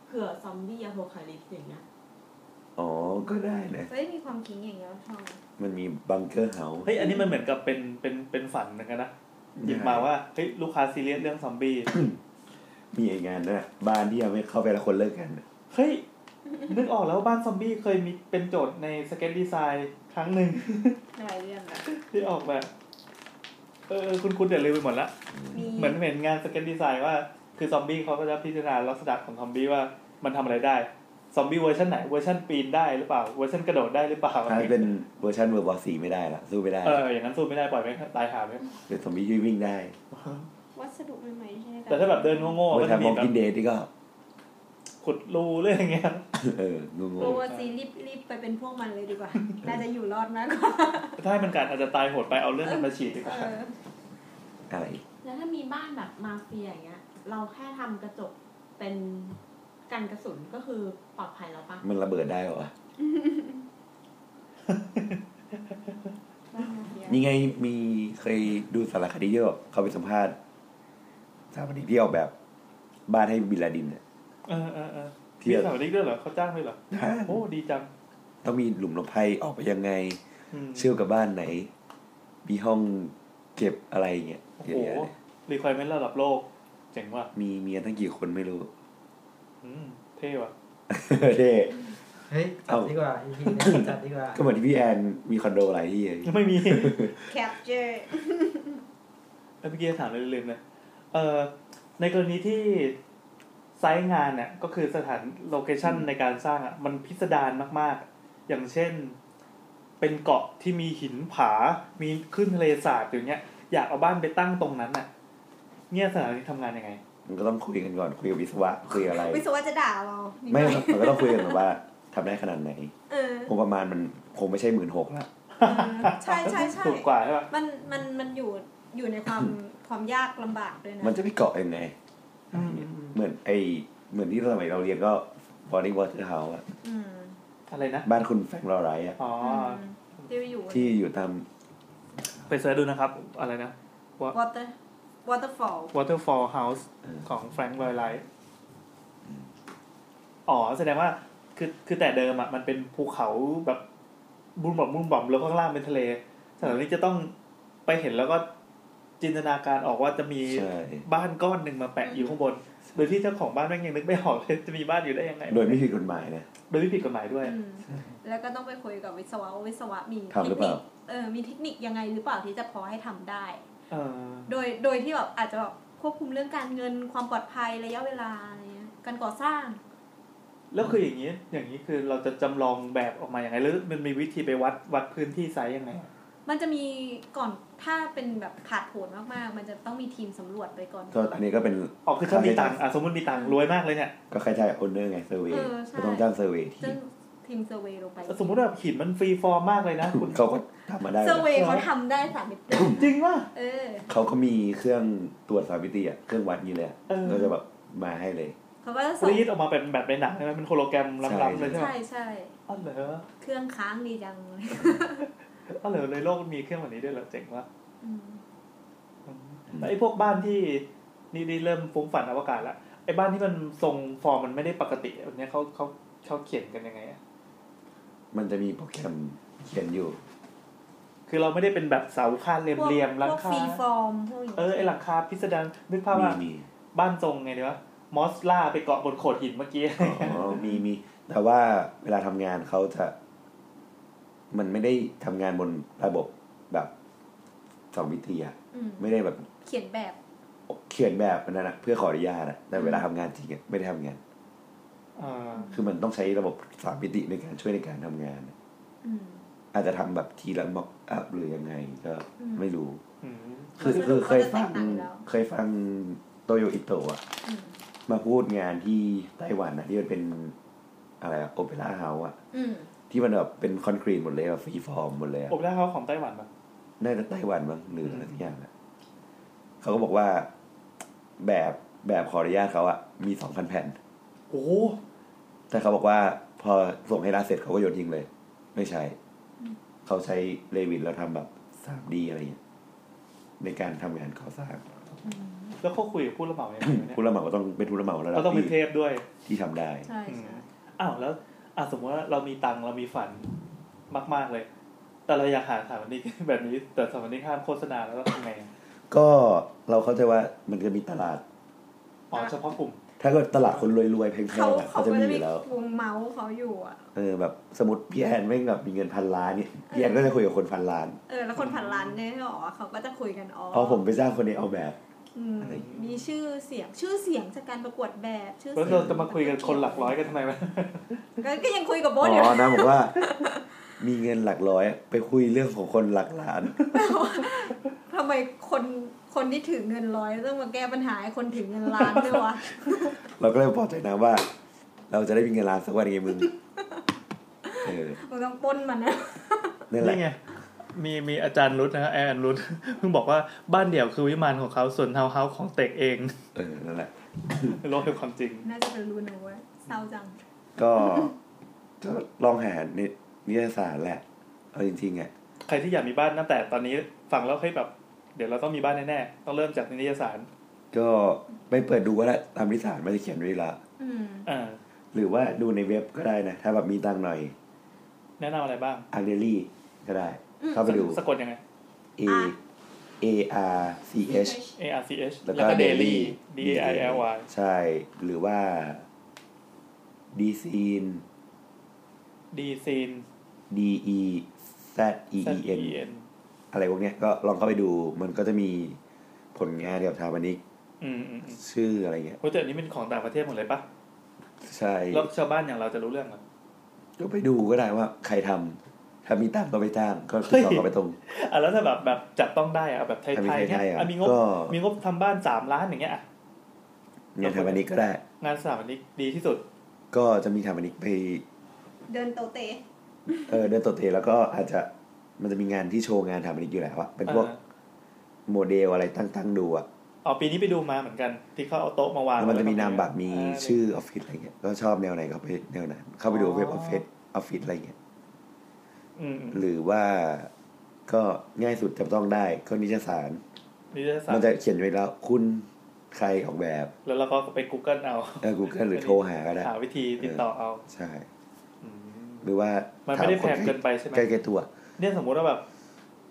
[SPEAKER 5] เผื่อซอมบี้อโพคาลิปส์อย่างเงี้ย
[SPEAKER 2] อ๋อ ก็ได้นะ
[SPEAKER 4] เฮ้ยมีความคิดอย่างเงี้ยชอบ
[SPEAKER 2] มันมีบังเกอร์เฮาส์
[SPEAKER 3] เฮ้ยอันนี้มันเหมือนกับเป็นเป็นเป็นฝันเหมือนกันนะหยิบมาว่าเฮ้ยลูกค้าซีเรียสเรื่องซอมบี้
[SPEAKER 2] มีไอ้งานนนอะบ้านที่ยังไม่เข้าไปแล้วคนเลิกกันน่ะ
[SPEAKER 3] เฮ้ยนึกออกแล้วบ้านซอมบี้เคยมีเป็นโจทย์ในสเก็ตดีไซน์ครั้งห นึ่ง
[SPEAKER 4] หลายเรื่องอะ
[SPEAKER 3] ที่ออกแบบเออคุณคุณเดี๋ยวลืมไปหมดละ
[SPEAKER 4] มี
[SPEAKER 3] เหมือนเห็นงานสเก็ตดีไซน์ว่าคือซอมบี้เขาก็จะพิจารณาลักษณะของซอมบี้ว่ามันทำอะไรได้ ซอมบี้เวอร์ชันไหนเวอร์ชันปีนได้หรือเปล่า เวอร์ชันกระโดดได้หรือเปล่า
[SPEAKER 2] ถ้าเป็นเวอร์ชันเวอร์บอสสีไม่ได้ละสู้ไม่ได้
[SPEAKER 3] เอออย่างนั้นสู้ไม่ได้ปล่อยแม่งตายหาไป
[SPEAKER 2] เป็นสมบี้ยุ้ยวิ่งได้
[SPEAKER 4] วัสดุใหม่ๆใช่ไหม
[SPEAKER 3] แต่ถ้าแบบเดินโง่ๆ
[SPEAKER 2] เวอ
[SPEAKER 3] ก็
[SPEAKER 2] ร์ชั
[SPEAKER 3] จะ
[SPEAKER 2] น
[SPEAKER 3] มี
[SPEAKER 2] มอง
[SPEAKER 3] แบ
[SPEAKER 2] กิ
[SPEAKER 3] บ
[SPEAKER 2] นเดทนี่ก็
[SPEAKER 3] ขุดรูเรื่องอย่างเงี้ย
[SPEAKER 2] เอองง
[SPEAKER 4] กลัวซีรีบรีบไปเป็นพวกมันเลย ดีกว่า น่าจะอยู่รอดมากกว่า
[SPEAKER 3] ถ้าให้มันกัดอาจจะตายโหดไปเอาเรื่องมันมาฉีดดีก
[SPEAKER 4] เอ
[SPEAKER 3] ว่า
[SPEAKER 4] อ
[SPEAKER 2] ๆอะไร
[SPEAKER 5] แล้วถ้ามีบ้านแบบมาเฟียอย่างเงี้ย เราแค่ทำกระจกเป็นกันกระสุนก็คือปลอดภัยแล้วปะ
[SPEAKER 2] มันระเบิดได้เหรอวะ
[SPEAKER 4] บ้านมาเฟีย
[SPEAKER 2] นี่ไงมีเคยดูสารคดีที่แบบเขาไปสัมภาษณ์สถาปนิกที่ออกแบบ บ้านให้บินลาดินเนี่ย
[SPEAKER 3] เออเออเออ
[SPEAKER 2] เที
[SPEAKER 3] มี
[SPEAKER 2] ยบ
[SPEAKER 3] สถาปนิกด้วยเหรอเขาจ้างด้วยเหรอโอ้ดีจัง
[SPEAKER 2] ต้องมีหลุมหลบภัยออกไปยังไง
[SPEAKER 3] อืม
[SPEAKER 2] เชื่อมกับบ้านไหน มีห้องเก็บอะไรเงี้ย
[SPEAKER 3] โอ้
[SPEAKER 2] เย
[SPEAKER 3] โห
[SPEAKER 2] อะแยะเลย
[SPEAKER 3] รีควอรเมนต์ระดับโลกเจ๋งว่ะ
[SPEAKER 2] มีเมียทั้งกี่คนไม่รู้
[SPEAKER 3] อืมเท่ว่ะ
[SPEAKER 2] เท่
[SPEAKER 1] เฮ้ยจัด
[SPEAKER 2] เอ้า
[SPEAKER 1] ดีกว่า EP เนี้ยจัดดีกว่า
[SPEAKER 2] ก็เหมือนที่พี่แอนมีคอนโดหลายที่อะพี่
[SPEAKER 3] ไม่มี
[SPEAKER 6] capture
[SPEAKER 3] แล้วเมื่อกี้ถามเลยลืมเลยเอ่อในกรณีที่ไซต์งานเนี่ยก็คือสถานโลเคชันในการสร้างอ่ะมันพิสดารมากๆ อย่างเช่น เป็นเกาะที่มีหินผา มีขึ้นทะเลสาบอย่างเงี้ย อยากเอาบ้านไปตั้งตรงนั้นอ่ะเนี่ยสถานที่ทำงานยังไง
[SPEAKER 2] มันก็ต้องคุยกันก่อนคุยกับวิศวะคุยอะไร
[SPEAKER 4] วิศวะจะด่าเรานิดห
[SPEAKER 2] ไม่
[SPEAKER 4] น่อย
[SPEAKER 2] มันก็ต้องคุยกันแบบว่าทำได้ขนาดไหน
[SPEAKER 4] เออง
[SPEAKER 2] บประมาณมันคงไม่ใช่หมื่นหกละ
[SPEAKER 4] เออใช่ใช่ใช่
[SPEAKER 3] ถูกกว่าใช่ปะ
[SPEAKER 4] มันมันมันอยู่อยู่ในความความยากลำบากด้วยนะ
[SPEAKER 2] มันจะไปเกาะยังไง
[SPEAKER 3] อืมอืมอืม
[SPEAKER 2] เหมือนไอเหมือนที่สมัยเราเรียนก็บอ r ี i วอเตอร์เฮาส์
[SPEAKER 4] อืม
[SPEAKER 3] อะไรนะ
[SPEAKER 2] บ้านคุณแฟรงค์ลอไรต์อะ
[SPEAKER 3] อ๋อ
[SPEAKER 4] ที่อยู่
[SPEAKER 2] ที่อยู่ตาม
[SPEAKER 3] ไปเสิร์ชดูนะครับ อะไรนะ
[SPEAKER 4] water waterfall
[SPEAKER 3] Waterfall House
[SPEAKER 2] เออ
[SPEAKER 3] ของแฟรงค์ไวไลท์อ๋อ แสดงว่า คือ คือแต่เดิมอ่ะ มันเป็นภูเขาแบบบุ้มบอมบุ้มบอมแล้วข้างล่างเป็นทะเลสถานที่จะต้องไปเห็นแล้วก็จินตนาการออกว่าจะมี
[SPEAKER 2] ใช่
[SPEAKER 3] บ้านก้อนหนึ่งมาแปะอยู่ข้างบน โดยที่เจ้าของบ้านแม่งยังนึกไม่ออกเลยจะมีบ้านอยู่ได้ยังไง
[SPEAKER 2] โดยไม่ผิดกฎหมายนะ
[SPEAKER 3] โดยไม่ผิดกฎหมายด้วย
[SPEAKER 4] อืมแล้วก็ต้องไปคุยกับวิศวะว่าวิศวะมี
[SPEAKER 2] ทำหรือเปล่า
[SPEAKER 4] คนิคเออมีเทคนิคยังไงหรือเปล่าที่จะพอให้ทำได้
[SPEAKER 3] เออ
[SPEAKER 4] โดยโดยที่แบบอาจจะแบบควบคุมเรื่องการเงินความปลอดภัยระยะเวลาอะไรเงี้ยการก่อสร้าง
[SPEAKER 3] แล้วคืออย่างนี้ อย่างนี้คือเราจะจำลองแบบออกมาอย่างไรหรือมันมีวิธีไปวัดวัดพื้นที่ไซส์ยังไง
[SPEAKER 4] มันจะมีก่อนถ้าเป็นแบบขาดผลมากๆ มันจะต้องมีทีมสำรวจไปก่อน
[SPEAKER 2] ก็อันนี้ก็เป็น
[SPEAKER 3] ออกคือถ้ามีตังค์อ่ะสมมติมีตังค์รวยมากเลยเนี่ย
[SPEAKER 2] ก็ค่าใช้จ่ายโอนเนอร์ไงเซอร์เวย์
[SPEAKER 4] เออใช่
[SPEAKER 2] ก็ต้องจ้างเซอร์เวย์ที่
[SPEAKER 4] ซึ่งทีมเซอร์เวย์ลงไป
[SPEAKER 3] สมมติว่าหินมันฟรีฟอร์มมาก เลยนะคุณ
[SPEAKER 2] เขาก็ทำมาได้
[SPEAKER 4] เซอร์
[SPEAKER 2] นะ
[SPEAKER 4] เวย์เขาทำได้สามมิติ
[SPEAKER 3] จริงป่ะ
[SPEAKER 4] เออ
[SPEAKER 2] เขาก็มีเครื่องตรวจสามมิติอะเครื่องวัดนี้เลยอะ
[SPEAKER 3] เออ
[SPEAKER 2] ก็จะแบบมาให้เลย
[SPEAKER 4] เขาก็จะส่ง
[SPEAKER 3] รีดออกมาเป็นแบบในหนังใช่ไหมเป็นโฮโลแกรมล้ำๆเลยใช่ไหม
[SPEAKER 4] ใช่ใช่
[SPEAKER 3] อ๋อเหรอ
[SPEAKER 4] เครื่องค้างดีจังเลย
[SPEAKER 3] อ๋อเหรอเลยโลกมีเครื่องแบบนี้ด้วยเหรอเจ๋งว่ะ
[SPEAKER 4] อืม
[SPEAKER 3] แต่ไอ้พวกบ้านที่นี่นี่เริ่มฟุ้งฝันอวกาศละไอ้บ้านที่มันทรงฟอร์มมันไม่ได้ปกติแบบเนี้ยเขาเขาเขาเขียนกันยังไงอะ
[SPEAKER 2] มันจะมีโปรแกรมเขียนอยู่
[SPEAKER 3] คือเราไม่ได้เป็นแบบเสาคานเหลี่ยมๆหลั
[SPEAKER 4] พ
[SPEAKER 3] ง
[SPEAKER 4] วก
[SPEAKER 3] คา
[SPEAKER 4] ฟรีฟอร์มพวกอย่าง
[SPEAKER 3] เอ
[SPEAKER 4] เงี้ย
[SPEAKER 3] อไอหลังคาพิสดารนึกภาพ
[SPEAKER 2] มี
[SPEAKER 3] ว่า
[SPEAKER 2] มี
[SPEAKER 3] บ้านทรงไงดีวะมอสล่าไปเกาะบนโขดหินเมื่อกี้
[SPEAKER 2] อ๋อมีมี แต่ว่าเวลาทำงานเขาจะ มันไม่ได้ทำงานบนระบบแบบสองมิติอะ
[SPEAKER 4] อืม
[SPEAKER 2] ไม่ได้แบบ
[SPEAKER 4] เขียนแบบ
[SPEAKER 2] เขียนแบบนั้นนะเพื่อขออนุญาตอะแต่เวลาทำงานจริงอะไม่ได้ทำงาน
[SPEAKER 3] เออ
[SPEAKER 2] คือมันต้องใช้ระบบสามมิติในการช่วยในการทำงาน
[SPEAKER 4] อืม
[SPEAKER 2] อาจจะทำแบบทีละม็อกอัพหรือยังไงก็
[SPEAKER 4] อืม
[SPEAKER 2] ไม่รู้
[SPEAKER 3] อืม
[SPEAKER 2] คือ
[SPEAKER 4] มันสนุก
[SPEAKER 2] คือเคยฟัง
[SPEAKER 4] มันจะแตกต่างอยู่แล้ว
[SPEAKER 2] เคยฟังโตโยอิโตะอะ
[SPEAKER 4] อืม
[SPEAKER 2] มาพูดงานที่ไต้หวันนะที่มันเป็นอะไรอะโอเปร่าเฮาส์อะ
[SPEAKER 4] อืม
[SPEAKER 2] ที่มันแบบเป็นคอนกรีตหมดเลยแบบฟรีฟอร์มหมดเลยอะ
[SPEAKER 3] ผมได้เขาของไต้หวันปะ
[SPEAKER 2] น่าจะไต้หวันมั้งหรืออะไร
[SPEAKER 3] อืม
[SPEAKER 2] สักอย่างอะเขาก็บอกว่าแบบแบบขออนุญาตเขาอะมีสองพันแผ่น
[SPEAKER 3] โอ้โห
[SPEAKER 2] แต่เขาบอกว่าพอส่งให้ร้านเสร็จเขาก็โยนทิ้งเลย ไม่ใช่ เขาใช้เลวินแล้วทำแบบสามดีอะไรอย่างเงี้ยในการทำงานก่อสร้าง
[SPEAKER 3] แล้วเขาคุยกับผู้รับเหมายังไงวะเนี่ย
[SPEAKER 2] ผู้รับเหมาก็ต้องเป็นผู้รับเหมาระดับ
[SPEAKER 3] เราต้องเป็นเท
[SPEAKER 2] ที่
[SPEAKER 3] พด้วย
[SPEAKER 2] ที่ทำได้
[SPEAKER 4] ใช่
[SPEAKER 3] อืม
[SPEAKER 4] ใช่
[SPEAKER 3] อ้าวแล้วอ่ะสมมติว่าเรามีตังค์เรามีฝันมากๆเลย แต่เราอยากหาสถาปนิก แบบนี้ แต่สถาปนิกห้ามโฆษณาแล้วเราทำไงอ่ะ
[SPEAKER 2] ก็เราเข้าใจว่ามันจะมีตลาด
[SPEAKER 3] อ๋อเฉพาะกลุ่ม
[SPEAKER 2] ถ้าเกิดตลาดคนรวยๆแพง
[SPEAKER 4] เขา
[SPEAKER 2] ๆอะ
[SPEAKER 4] เขา
[SPEAKER 2] เขาจะ
[SPEAKER 4] ก็
[SPEAKER 2] มี
[SPEAKER 4] จะ
[SPEAKER 2] อ
[SPEAKER 4] มี
[SPEAKER 2] ยู่แล้ว
[SPEAKER 4] วงเมาส์เขาอยู่อ่ะ
[SPEAKER 2] เออแบบสมมติพี่แอนแม่งแบบมีเงินพันล้านเนี่ยพี่แอนก็จะคุยกับคนพันล้าน
[SPEAKER 4] เออ แล้วคนผ่านร้านเนี่ยหรอเขาก็จะคุยกันอ๋อ
[SPEAKER 2] พอผมไปจ้างคนในเอาแบบ
[SPEAKER 4] อืมมีชื่อเสียงชื่อเสียงจากการประกวดแบบชื่อ
[SPEAKER 3] แล้ว
[SPEAKER 4] เสีย
[SPEAKER 3] เรา
[SPEAKER 4] ง
[SPEAKER 3] จะมาคุยกับคนหลักร้อยกันทำไมวะ
[SPEAKER 4] ก็ก็ยังคุยกับโบ
[SPEAKER 2] อ๋
[SPEAKER 4] สอยู่
[SPEAKER 2] อนะบอกว่า มีเงินหลักร้อย ไปคุยเรื่องของคนหลักล้าน
[SPEAKER 4] ทำไมคนคนที่ถือเงินร้อยต้องมาแก้ปัญหาให้คนถือเงินล้านด้วยวะ
[SPEAKER 2] เราก็เลยปลอบใจนะว่า เราจะได้มีเงินล้านสักวันไงมึง เออ
[SPEAKER 4] มันต้องปล้นมันนะ
[SPEAKER 2] นั่นแหละ
[SPEAKER 3] นี่ไง มีมีอาจารย์รุดนะฮะแอนรุด เพิ่งบอกว่าบ้านเดี่ยวคือวิมานของเขาส่วนทาวน์เฮาส์ของเตกเอง
[SPEAKER 2] เออนั่นแหละ
[SPEAKER 3] โลกแห่งความจริง
[SPEAKER 4] น่าจะเป็นรูนูว่าเศร้าจัง
[SPEAKER 2] ก็ก็ลองหานินิตยสารแหละเอาจริงๆอ่ะ
[SPEAKER 3] ใครที่อยากมีบ้านตั้งแต่ตอนนี้ฟังแล้วเฮ้ยแบบ เดี๋ยวเราต้องมีบ้านแน่ๆต้องเริ่มจากนิตยสาร
[SPEAKER 2] ก็ไปเปิดดูก็ได้ตามนิตยสารมันจะเขียนไว้ละ
[SPEAKER 4] อืม
[SPEAKER 3] อ่า
[SPEAKER 2] หรือว่าดูในเว็บก็ได้นะ ถ้าแบบมีตังค์หน่อย
[SPEAKER 3] แนะนำอะไรบ้าง
[SPEAKER 2] อังเดลี่ก็ได้ เข้าไปดู
[SPEAKER 3] สะกดยังไง
[SPEAKER 2] A A R C H
[SPEAKER 3] A R C H
[SPEAKER 2] แล้วก็
[SPEAKER 3] Daily
[SPEAKER 2] Daily
[SPEAKER 3] D A I L Y
[SPEAKER 2] ใช่ หรือว่า D C N
[SPEAKER 3] ดีซีน
[SPEAKER 2] D E Z E E N
[SPEAKER 3] N
[SPEAKER 2] อะไรพวกเนี้ยก็ลองเข้าไปดูมันก็จะมีผลงานเกี่ยวกับทาปนิก
[SPEAKER 3] อืมอืมอืม
[SPEAKER 2] ชื่ออะไรเงี้ย
[SPEAKER 3] โอ้แต่อันนี้เป็นของต่างประเทศหมดเลยปะ
[SPEAKER 2] ใช่
[SPEAKER 3] แล้วชาวบ้านอย่างเราจะรู้เรื่องเหรอ
[SPEAKER 2] ก็ไปดูก็ได้ว่าใครทำถ้ามีตั้งก็ไปตั้งก็ติดต่อ
[SPEAKER 3] เฮ้ย
[SPEAKER 2] เขาไปตรง
[SPEAKER 3] อ่ะแล้วถ้าแบบแบบจับต้องได้อ่ะแบบไทย
[SPEAKER 2] ถ้ามี
[SPEAKER 3] ไทยเนี่ย
[SPEAKER 2] ไทยๆอ่ะ
[SPEAKER 3] อ่ะมีงบ
[SPEAKER 2] ก็
[SPEAKER 3] มีงบทำบ้านสามล้านอย่างเงี้ยอ่ะ
[SPEAKER 2] งานทาปนิกก็ได้
[SPEAKER 3] งานสถาปนิกดีที่สุด
[SPEAKER 2] ก็จะมีทาปนิกไป
[SPEAKER 6] เดินโตเตะ
[SPEAKER 2] เออเดินตดเตะแล้วก็อาจจะมันจะมีงานที่โชว์งานทาปนิกอยู่แล้วอะเป็นพวก
[SPEAKER 3] อ่า
[SPEAKER 2] โมเดลอะไรตั้งๆดูอะ
[SPEAKER 3] อ๋อปีนี้ไปดูมาเหมือนกัน ที่เขาเอาโต๊ะมาวาง
[SPEAKER 2] แล้วมันจะมี
[SPEAKER 3] ไว้
[SPEAKER 2] นามบัตรมี
[SPEAKER 3] เ
[SPEAKER 2] ชื่อออฟฟิศอะไรเงี้ยก็ชอบแนวไหนเขาไปแนวไหนนเข้าไปดูเว็บออฟฟิศออฟฟิศอะไรเงี้ย
[SPEAKER 3] มอืม
[SPEAKER 2] หรือว่าก็ง่ายสุดจับต้องได้ก็นิตยสาร
[SPEAKER 3] นิตยสาร
[SPEAKER 2] มันจะเขียนไว้แล้วคุณใครออกแบบ
[SPEAKER 3] แล้วเราก็ไป Google เอา
[SPEAKER 2] เออ Google หรือโทรหาก็ได้
[SPEAKER 3] หาวิธีติดต่อเอา
[SPEAKER 2] ใช่
[SPEAKER 3] อืม
[SPEAKER 2] หรือว่า
[SPEAKER 3] มั
[SPEAKER 2] มัน
[SPEAKER 3] ไม่ได้แพงเกินไปใช่ไหม
[SPEAKER 2] ใกล้ๆตัว
[SPEAKER 3] เนี่ยสมมุติว่าแบบ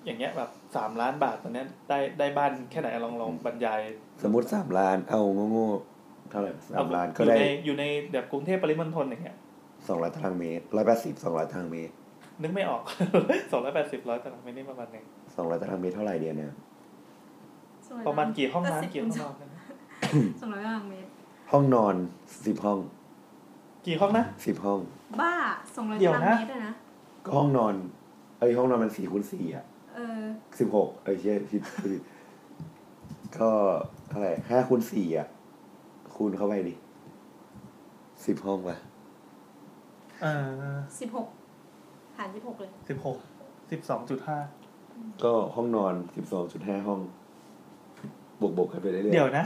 [SPEAKER 3] อย่างเงี้ยแบบสามล้านบาทตอนเนี้ยได้ได้บ้านแค่ไหนลองลองบรรยาย
[SPEAKER 2] สมมติสามล้านเอาโง่ๆเท่าไหร่สามล้านก็
[SPEAKER 3] อยู่
[SPEAKER 2] ได้
[SPEAKER 3] ในอยู่ในแบบกรุงเทพปริมณฑลอย่างเงี้ย
[SPEAKER 2] สองร้อยตารางเมตรร้อยแปดสิบสองร้อยตารางเมตร
[SPEAKER 3] นึกไม่ออก สองร้อยแปดสิบร้อยตารางเมตรนี่ประมาณไหน
[SPEAKER 2] สองร้อยตารางเมตรเท่าไหร่เดียวเนี่ย
[SPEAKER 6] สวยน
[SPEAKER 3] ประมาณกี่ห้องน้ำกี่ห้องนอน
[SPEAKER 4] สองร้อยตารางเมตร
[SPEAKER 2] ห้องนอนสิบห้อง
[SPEAKER 3] กี่ห้องนะ
[SPEAKER 2] สิบห้อง
[SPEAKER 4] บ้าสองร้อย
[SPEAKER 3] เดี๋ยว
[SPEAKER 4] ตาราง
[SPEAKER 3] นะ
[SPEAKER 4] เมตรอะนะ
[SPEAKER 2] ก็ห้องนอนเอ้ยห้องนอนมันสี่คูณสี่อ่ะ
[SPEAKER 4] เออ
[SPEAKER 2] สิบหกเอ้ยเชี่ยผิดผิดก็เท่าไหร่ห้าคูณสี่อ่ะคูณเข้าไปดิสิบห้องปะ
[SPEAKER 3] อ่า
[SPEAKER 4] สิบหกหารสิบหกเลย
[SPEAKER 3] สิบหกสิบสองจุดห้า
[SPEAKER 2] ก็ห้องนอนสิบสองจุดห้าห้อง บวกๆกันไปเรื่อยๆ
[SPEAKER 3] เดี๋ยวนะ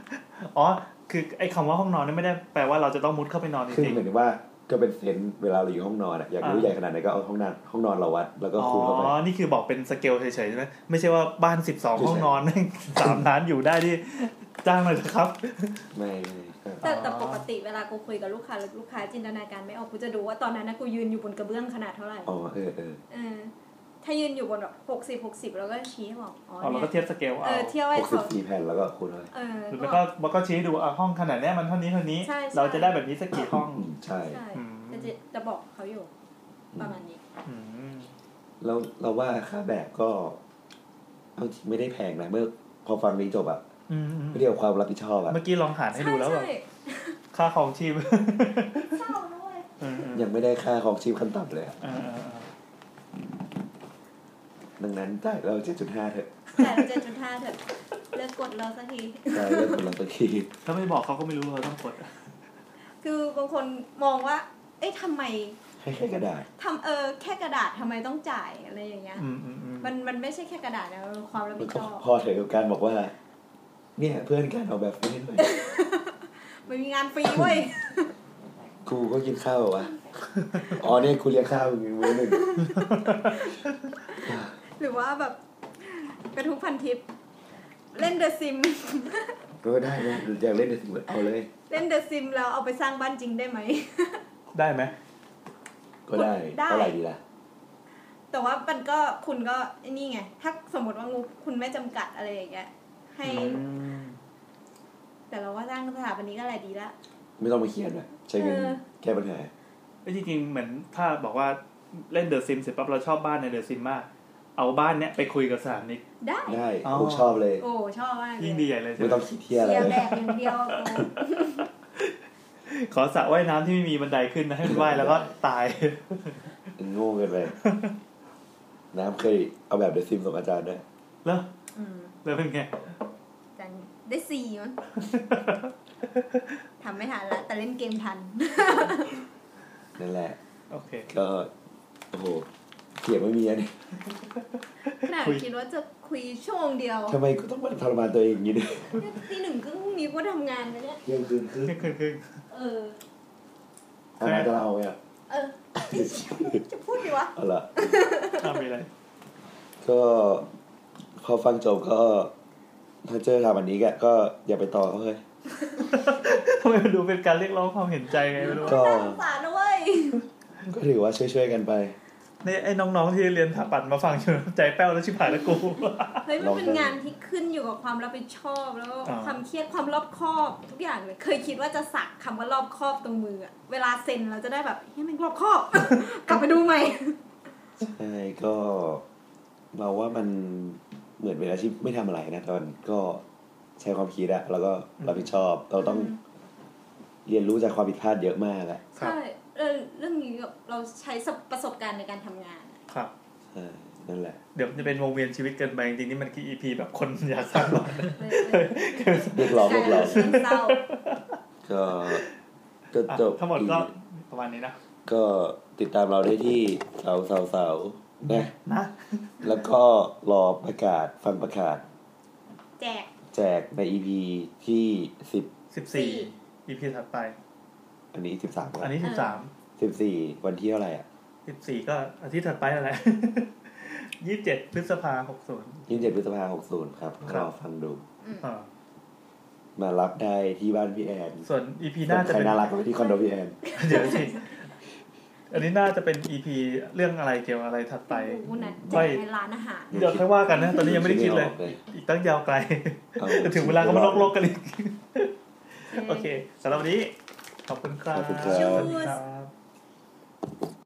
[SPEAKER 3] อ๋อ คือไอ้คำว่าห้องนอนนี่ไม่ได้แปลว่าเราจะต้องมุดเข้าไปนอนจ
[SPEAKER 2] คือ
[SPEAKER 3] ริง
[SPEAKER 2] เหมือนว่าก็เป็นเซนส์เวลาเราอยู่ห้องนอนอะอยากรู้ใหญ่ขนาดไหนก็เอาห้องนอนห้องนอนเราวัด แล้ว
[SPEAKER 3] ๆ
[SPEAKER 2] ก็
[SPEAKER 3] อ๋
[SPEAKER 2] คูณเข้าไป
[SPEAKER 3] อ นี่คือบอกเป็นสเกลเฉยๆใช่ไหมไม่ใช่ว่าบ้านสิบสอง
[SPEAKER 2] ไม่ใช่
[SPEAKER 3] ห้องนอน สามล้านอยู่ได้ที่จ้างเลยเถอะครับ
[SPEAKER 2] ไม่ไม่ครับ
[SPEAKER 4] แต่
[SPEAKER 3] อ๋อ
[SPEAKER 4] แต่ปกติเวลากูคุยกับลูกค้าแล้วลูกค้าจินตนาการไม่ออกกูจะดูว่าตอนนั้นนะกูยืนอยู่บนกระเบื้องขนาดเท่าไหร่
[SPEAKER 2] อ๋อเออเออ
[SPEAKER 4] เออถ้ายืนอยู่บนแบบหกสิบหกสิบแล้วก็ชี้บอกอ๋อ
[SPEAKER 3] เอาเราก็
[SPEAKER 4] เนี่ย
[SPEAKER 3] เทียบสเกล
[SPEAKER 4] เอ
[SPEAKER 3] เอา
[SPEAKER 4] อเที่ยวไอ้
[SPEAKER 2] หกสิบ
[SPEAKER 4] เขา
[SPEAKER 2] สี่แผ่นแล้วก็คูณเข้าไป
[SPEAKER 4] เออ
[SPEAKER 3] หรือไม่ก็มันก็ชี้ให้ดูอ่ะห้องขนาดเนี้ยมันเท่านี้เท่านี้
[SPEAKER 4] ใช่ใช่
[SPEAKER 3] เราจะได้แบบนี้สักกี่ห้อง
[SPEAKER 2] อืมใช่
[SPEAKER 4] ใช่
[SPEAKER 3] อืม
[SPEAKER 4] จะจะจะบอกเขาอยู่ประมาณนี้
[SPEAKER 3] อืม
[SPEAKER 2] แล้วเราว่าค่าแบบก็เอาจริงไม่ได้แพงนะเมื่อพอฟังนี้จบอะ
[SPEAKER 3] อืมอืม
[SPEAKER 2] ไม่เดียวความรับผิดชอบอะ
[SPEAKER 3] เมื่อกี้ลองหารให้
[SPEAKER 4] ใช่
[SPEAKER 3] ดูแล้วแบบ
[SPEAKER 4] ใช่
[SPEAKER 3] ค่าของชีพ
[SPEAKER 4] เศร้าด้วย
[SPEAKER 3] อืมอืม
[SPEAKER 2] ยังไม่ได้ค่าของชีพขั้นต่ำเลยอะ
[SPEAKER 3] เออเออ
[SPEAKER 2] ดังนั้นได้เราเจ็ดจุดห้าเถอะ
[SPEAKER 4] แต่เจ็ดจุดห้าเถอะเลิกกดเราสักที
[SPEAKER 2] ได้เลิกกดเราสักที
[SPEAKER 3] เออถ้าไม่บอกเขาก็ไม่รู้เราต้องกด
[SPEAKER 4] คือบางคนมองว่า เอ๊ะทำไม
[SPEAKER 2] ให้แค่กระดาษ
[SPEAKER 4] ทำเออแค่กระดาษทำไมต้องจ่ายอะไรอย่างเงี้ย
[SPEAKER 3] อืมอืมอืม
[SPEAKER 4] มันมันไม่ใช่แค่กระดาษนะมันเป็นความรับ
[SPEAKER 2] มั
[SPEAKER 4] ผิ
[SPEAKER 2] น
[SPEAKER 4] ด
[SPEAKER 2] ก็
[SPEAKER 4] ชอบ
[SPEAKER 2] พอเถอะกับการบอกว่า เนี่ยเพื่อนการออกแบบนี้ด้วย
[SPEAKER 4] มันมีงานฟรีเว้ย
[SPEAKER 2] กูก็กินข้าวเหรอวะ อ๋อเนี่ยกูเลี้ยงข้าวอยู่มื้อหนึ่ง
[SPEAKER 4] หรือว่าแบบกระทุกพันทิป เล่นเดอะซิม
[SPEAKER 2] ก็ได้นะอยากเล่นเดยวสิบเอาเลย
[SPEAKER 4] เล่นเดอะซิมแล้วเอาไปสร้างบ้านจริงได้ไหม
[SPEAKER 3] ได้ไหม
[SPEAKER 2] ก็ได้
[SPEAKER 4] ได้
[SPEAKER 2] เท่าไหร่ดีล่ะ
[SPEAKER 4] แต่ว่ามันก็คุณก็นี่ไง ถ้าสมมติว่างบคุณไม่จำกัดอะไรอย่างเงี้ยให้ แต่เราว่าสร้างสถาปนิกอะไรดีละ
[SPEAKER 2] ไม่ต้องมาเครียดนะใช้เงิน
[SPEAKER 4] เออ
[SPEAKER 2] แก้ปัญหา
[SPEAKER 3] ไอ้ยจริงๆเหมือนถ้าบอกว่าเล่นเดอะซิมเสร็จปั๊บเราชอบบ้านในเดอะซิมมาก เอาบ้านเนี้ยไปคุยกับสถานิก
[SPEAKER 4] ได้
[SPEAKER 2] ได้
[SPEAKER 3] อ๋อ
[SPEAKER 2] กูชอบเลย
[SPEAKER 4] โอ้ชอบมากเล
[SPEAKER 3] ยิ่งดีใหญ่เลยใช่
[SPEAKER 2] ไม่
[SPEAKER 3] ไหม
[SPEAKER 2] ต้องคิดเที่ยอะไร
[SPEAKER 4] เชีย
[SPEAKER 2] เล
[SPEAKER 4] ร์
[SPEAKER 2] ย
[SPEAKER 4] แบกอย่างเดียวกู
[SPEAKER 3] ขอสระว่ายน้ำที่ไม่มีบันไดขึ้นนะให้มันว่ายแล้วก็ตาย
[SPEAKER 2] โง่เกินไป น้ำเคยเอาแบบเดยวซิมส่งอาจารย์ด้วย
[SPEAKER 3] แล้ว
[SPEAKER 4] อืม
[SPEAKER 3] แล้วเป็นไง
[SPEAKER 4] จันได้สี่มั้ งทำไม่ทันละ แต่เล่นเกมทัน
[SPEAKER 2] นั่นแหละ
[SPEAKER 3] โอเค
[SPEAKER 2] ก็โอ้โหเขียนไม่มีอันนี้
[SPEAKER 4] หนัก
[SPEAKER 3] คุย
[SPEAKER 4] คิดว่าจะคุยชั่วโมงเดียว
[SPEAKER 2] ทำไมกูต้องมาทรมานตัวเองอย่างนี้ด้วย
[SPEAKER 4] ทีหนึ่งก็พรุ่งนี้ก็ทำงานนะเนี่ย
[SPEAKER 2] เที่ยงคืนคือ
[SPEAKER 3] เที่ยงคืนครึ่ง
[SPEAKER 4] เออ
[SPEAKER 2] อะไรจะเอาเนี่ย
[SPEAKER 4] เอ อ จะพูดดีวะ
[SPEAKER 2] เอาล่ะ
[SPEAKER 3] อ่ะมีอะไร
[SPEAKER 2] ก็พอฟังจบก็ถ้าเจอถามอันนี้ก็ก็อย่าไปต่อเขาเลย
[SPEAKER 3] ทำไมมันดูเป็นการเรียกร้องความเห็นใจไงไม่รู้
[SPEAKER 2] ก็
[SPEAKER 4] สงสารนะเว้ย
[SPEAKER 2] ก็ถือว่าช่วยๆกันไป
[SPEAKER 3] นี่ไอ้น้องๆที่เรียนสถาปัตย์มาฟังอยู่ใจแป้วแล้วชิบหายแล้วกู
[SPEAKER 4] เฮ้ย มันเป็น
[SPEAKER 2] ลองได้
[SPEAKER 4] งานที่ขึ้นอยู่กับความรับผิดชอบแล้วก็
[SPEAKER 3] อ่า
[SPEAKER 4] ความเครียดความรอบคอบ ทุกอย่างเลย เคยคิดว่าจะสักคำว่ารอบคอบตรงมืออะเวลาเซ็นเราจะได้แบบเฮ้ยมันรอบคอบ กลับไปดูใหม่
[SPEAKER 2] ใช่ก็เราว่ามันเหมือนเป็นอาชีพไม่ทำอะไรนะตอนก็ใช้ความคิดอะแล้วก็รับผิดชอบ เราต้อง
[SPEAKER 4] อืม
[SPEAKER 2] เรียนรู้จากความผิดพลาดเยอะมากอะ
[SPEAKER 3] ครับ
[SPEAKER 4] ใช่เออเรื่องนี้แบบเราใช้ประสบการณ์ในการทำงาน อะ
[SPEAKER 3] ครับ
[SPEAKER 2] ใช่นั่นแหละ
[SPEAKER 3] เดี๋ยวมันจะเป็นวงเวียนชีวิตเกินไปจริงๆนี่มันคือ EP แบบคนอยากสร้างหรอก
[SPEAKER 4] เลยเลย
[SPEAKER 2] เรียกร้องเรียกร้อง
[SPEAKER 4] ใช่เศร้า
[SPEAKER 2] ก็ก็
[SPEAKER 3] อ่ะ
[SPEAKER 2] จบ
[SPEAKER 3] ทั้งหมดก็ประมาณนี้นะ
[SPEAKER 2] ก็ติดตามเราได้ที่เสาเสาเสานะ
[SPEAKER 3] นะ
[SPEAKER 2] แล้วก็รอประกาศฟังประกาศ
[SPEAKER 4] แจก
[SPEAKER 2] แจกใน EP ที่สิบ
[SPEAKER 3] สิบสี่ EP ถัดไป
[SPEAKER 2] อันนี้สิบสาม
[SPEAKER 3] อันนี้
[SPEAKER 4] เอ
[SPEAKER 3] สิ
[SPEAKER 4] อ
[SPEAKER 3] บสาม
[SPEAKER 2] สิบสี่วันที่เท่าไหร่อ่ะ
[SPEAKER 3] สิบสี่ก็อาทิตย์ถัดไปนั่นแหละ ยี่สิบเจ็ดพฤษภาหกศูนย์
[SPEAKER 2] ยี่สิบเจ็ดพฤษภาหกศูนย์ครับ
[SPEAKER 3] ค
[SPEAKER 2] ร
[SPEAKER 3] รับ
[SPEAKER 2] อฟังดู
[SPEAKER 3] อ่า
[SPEAKER 2] มารับได้ที่บ้านพี่แอน
[SPEAKER 3] ส่วน EP หน้าจะ
[SPEAKER 2] ใคร
[SPEAKER 3] เป็น
[SPEAKER 2] น่ารักก็ไปที่คอนโดพี่แอน
[SPEAKER 3] เดี๋ยวสิอันนี้น่าจะเป็น EP เรื่องอะไรเกี่ยวอะไรถัดไป
[SPEAKER 4] ไปอู้นัดแจ
[SPEAKER 3] ค่อย
[SPEAKER 4] กในร้านอาหาร
[SPEAKER 3] เดี๋ยวค่อยว่ากันนะ ตอนนี้ยังไม่ได้คิดเลย
[SPEAKER 2] คิดไม่ออกเลย
[SPEAKER 3] อีกตั้งยาวไกล
[SPEAKER 2] อ
[SPEAKER 3] ถึงเวลาก็มาลกๆกันอีก โอเคสำหรับวันนี้ ขอบคุณครับ
[SPEAKER 2] ขอบคุณครั
[SPEAKER 4] ชู
[SPEAKER 2] บ
[SPEAKER 3] สวัสดีครับ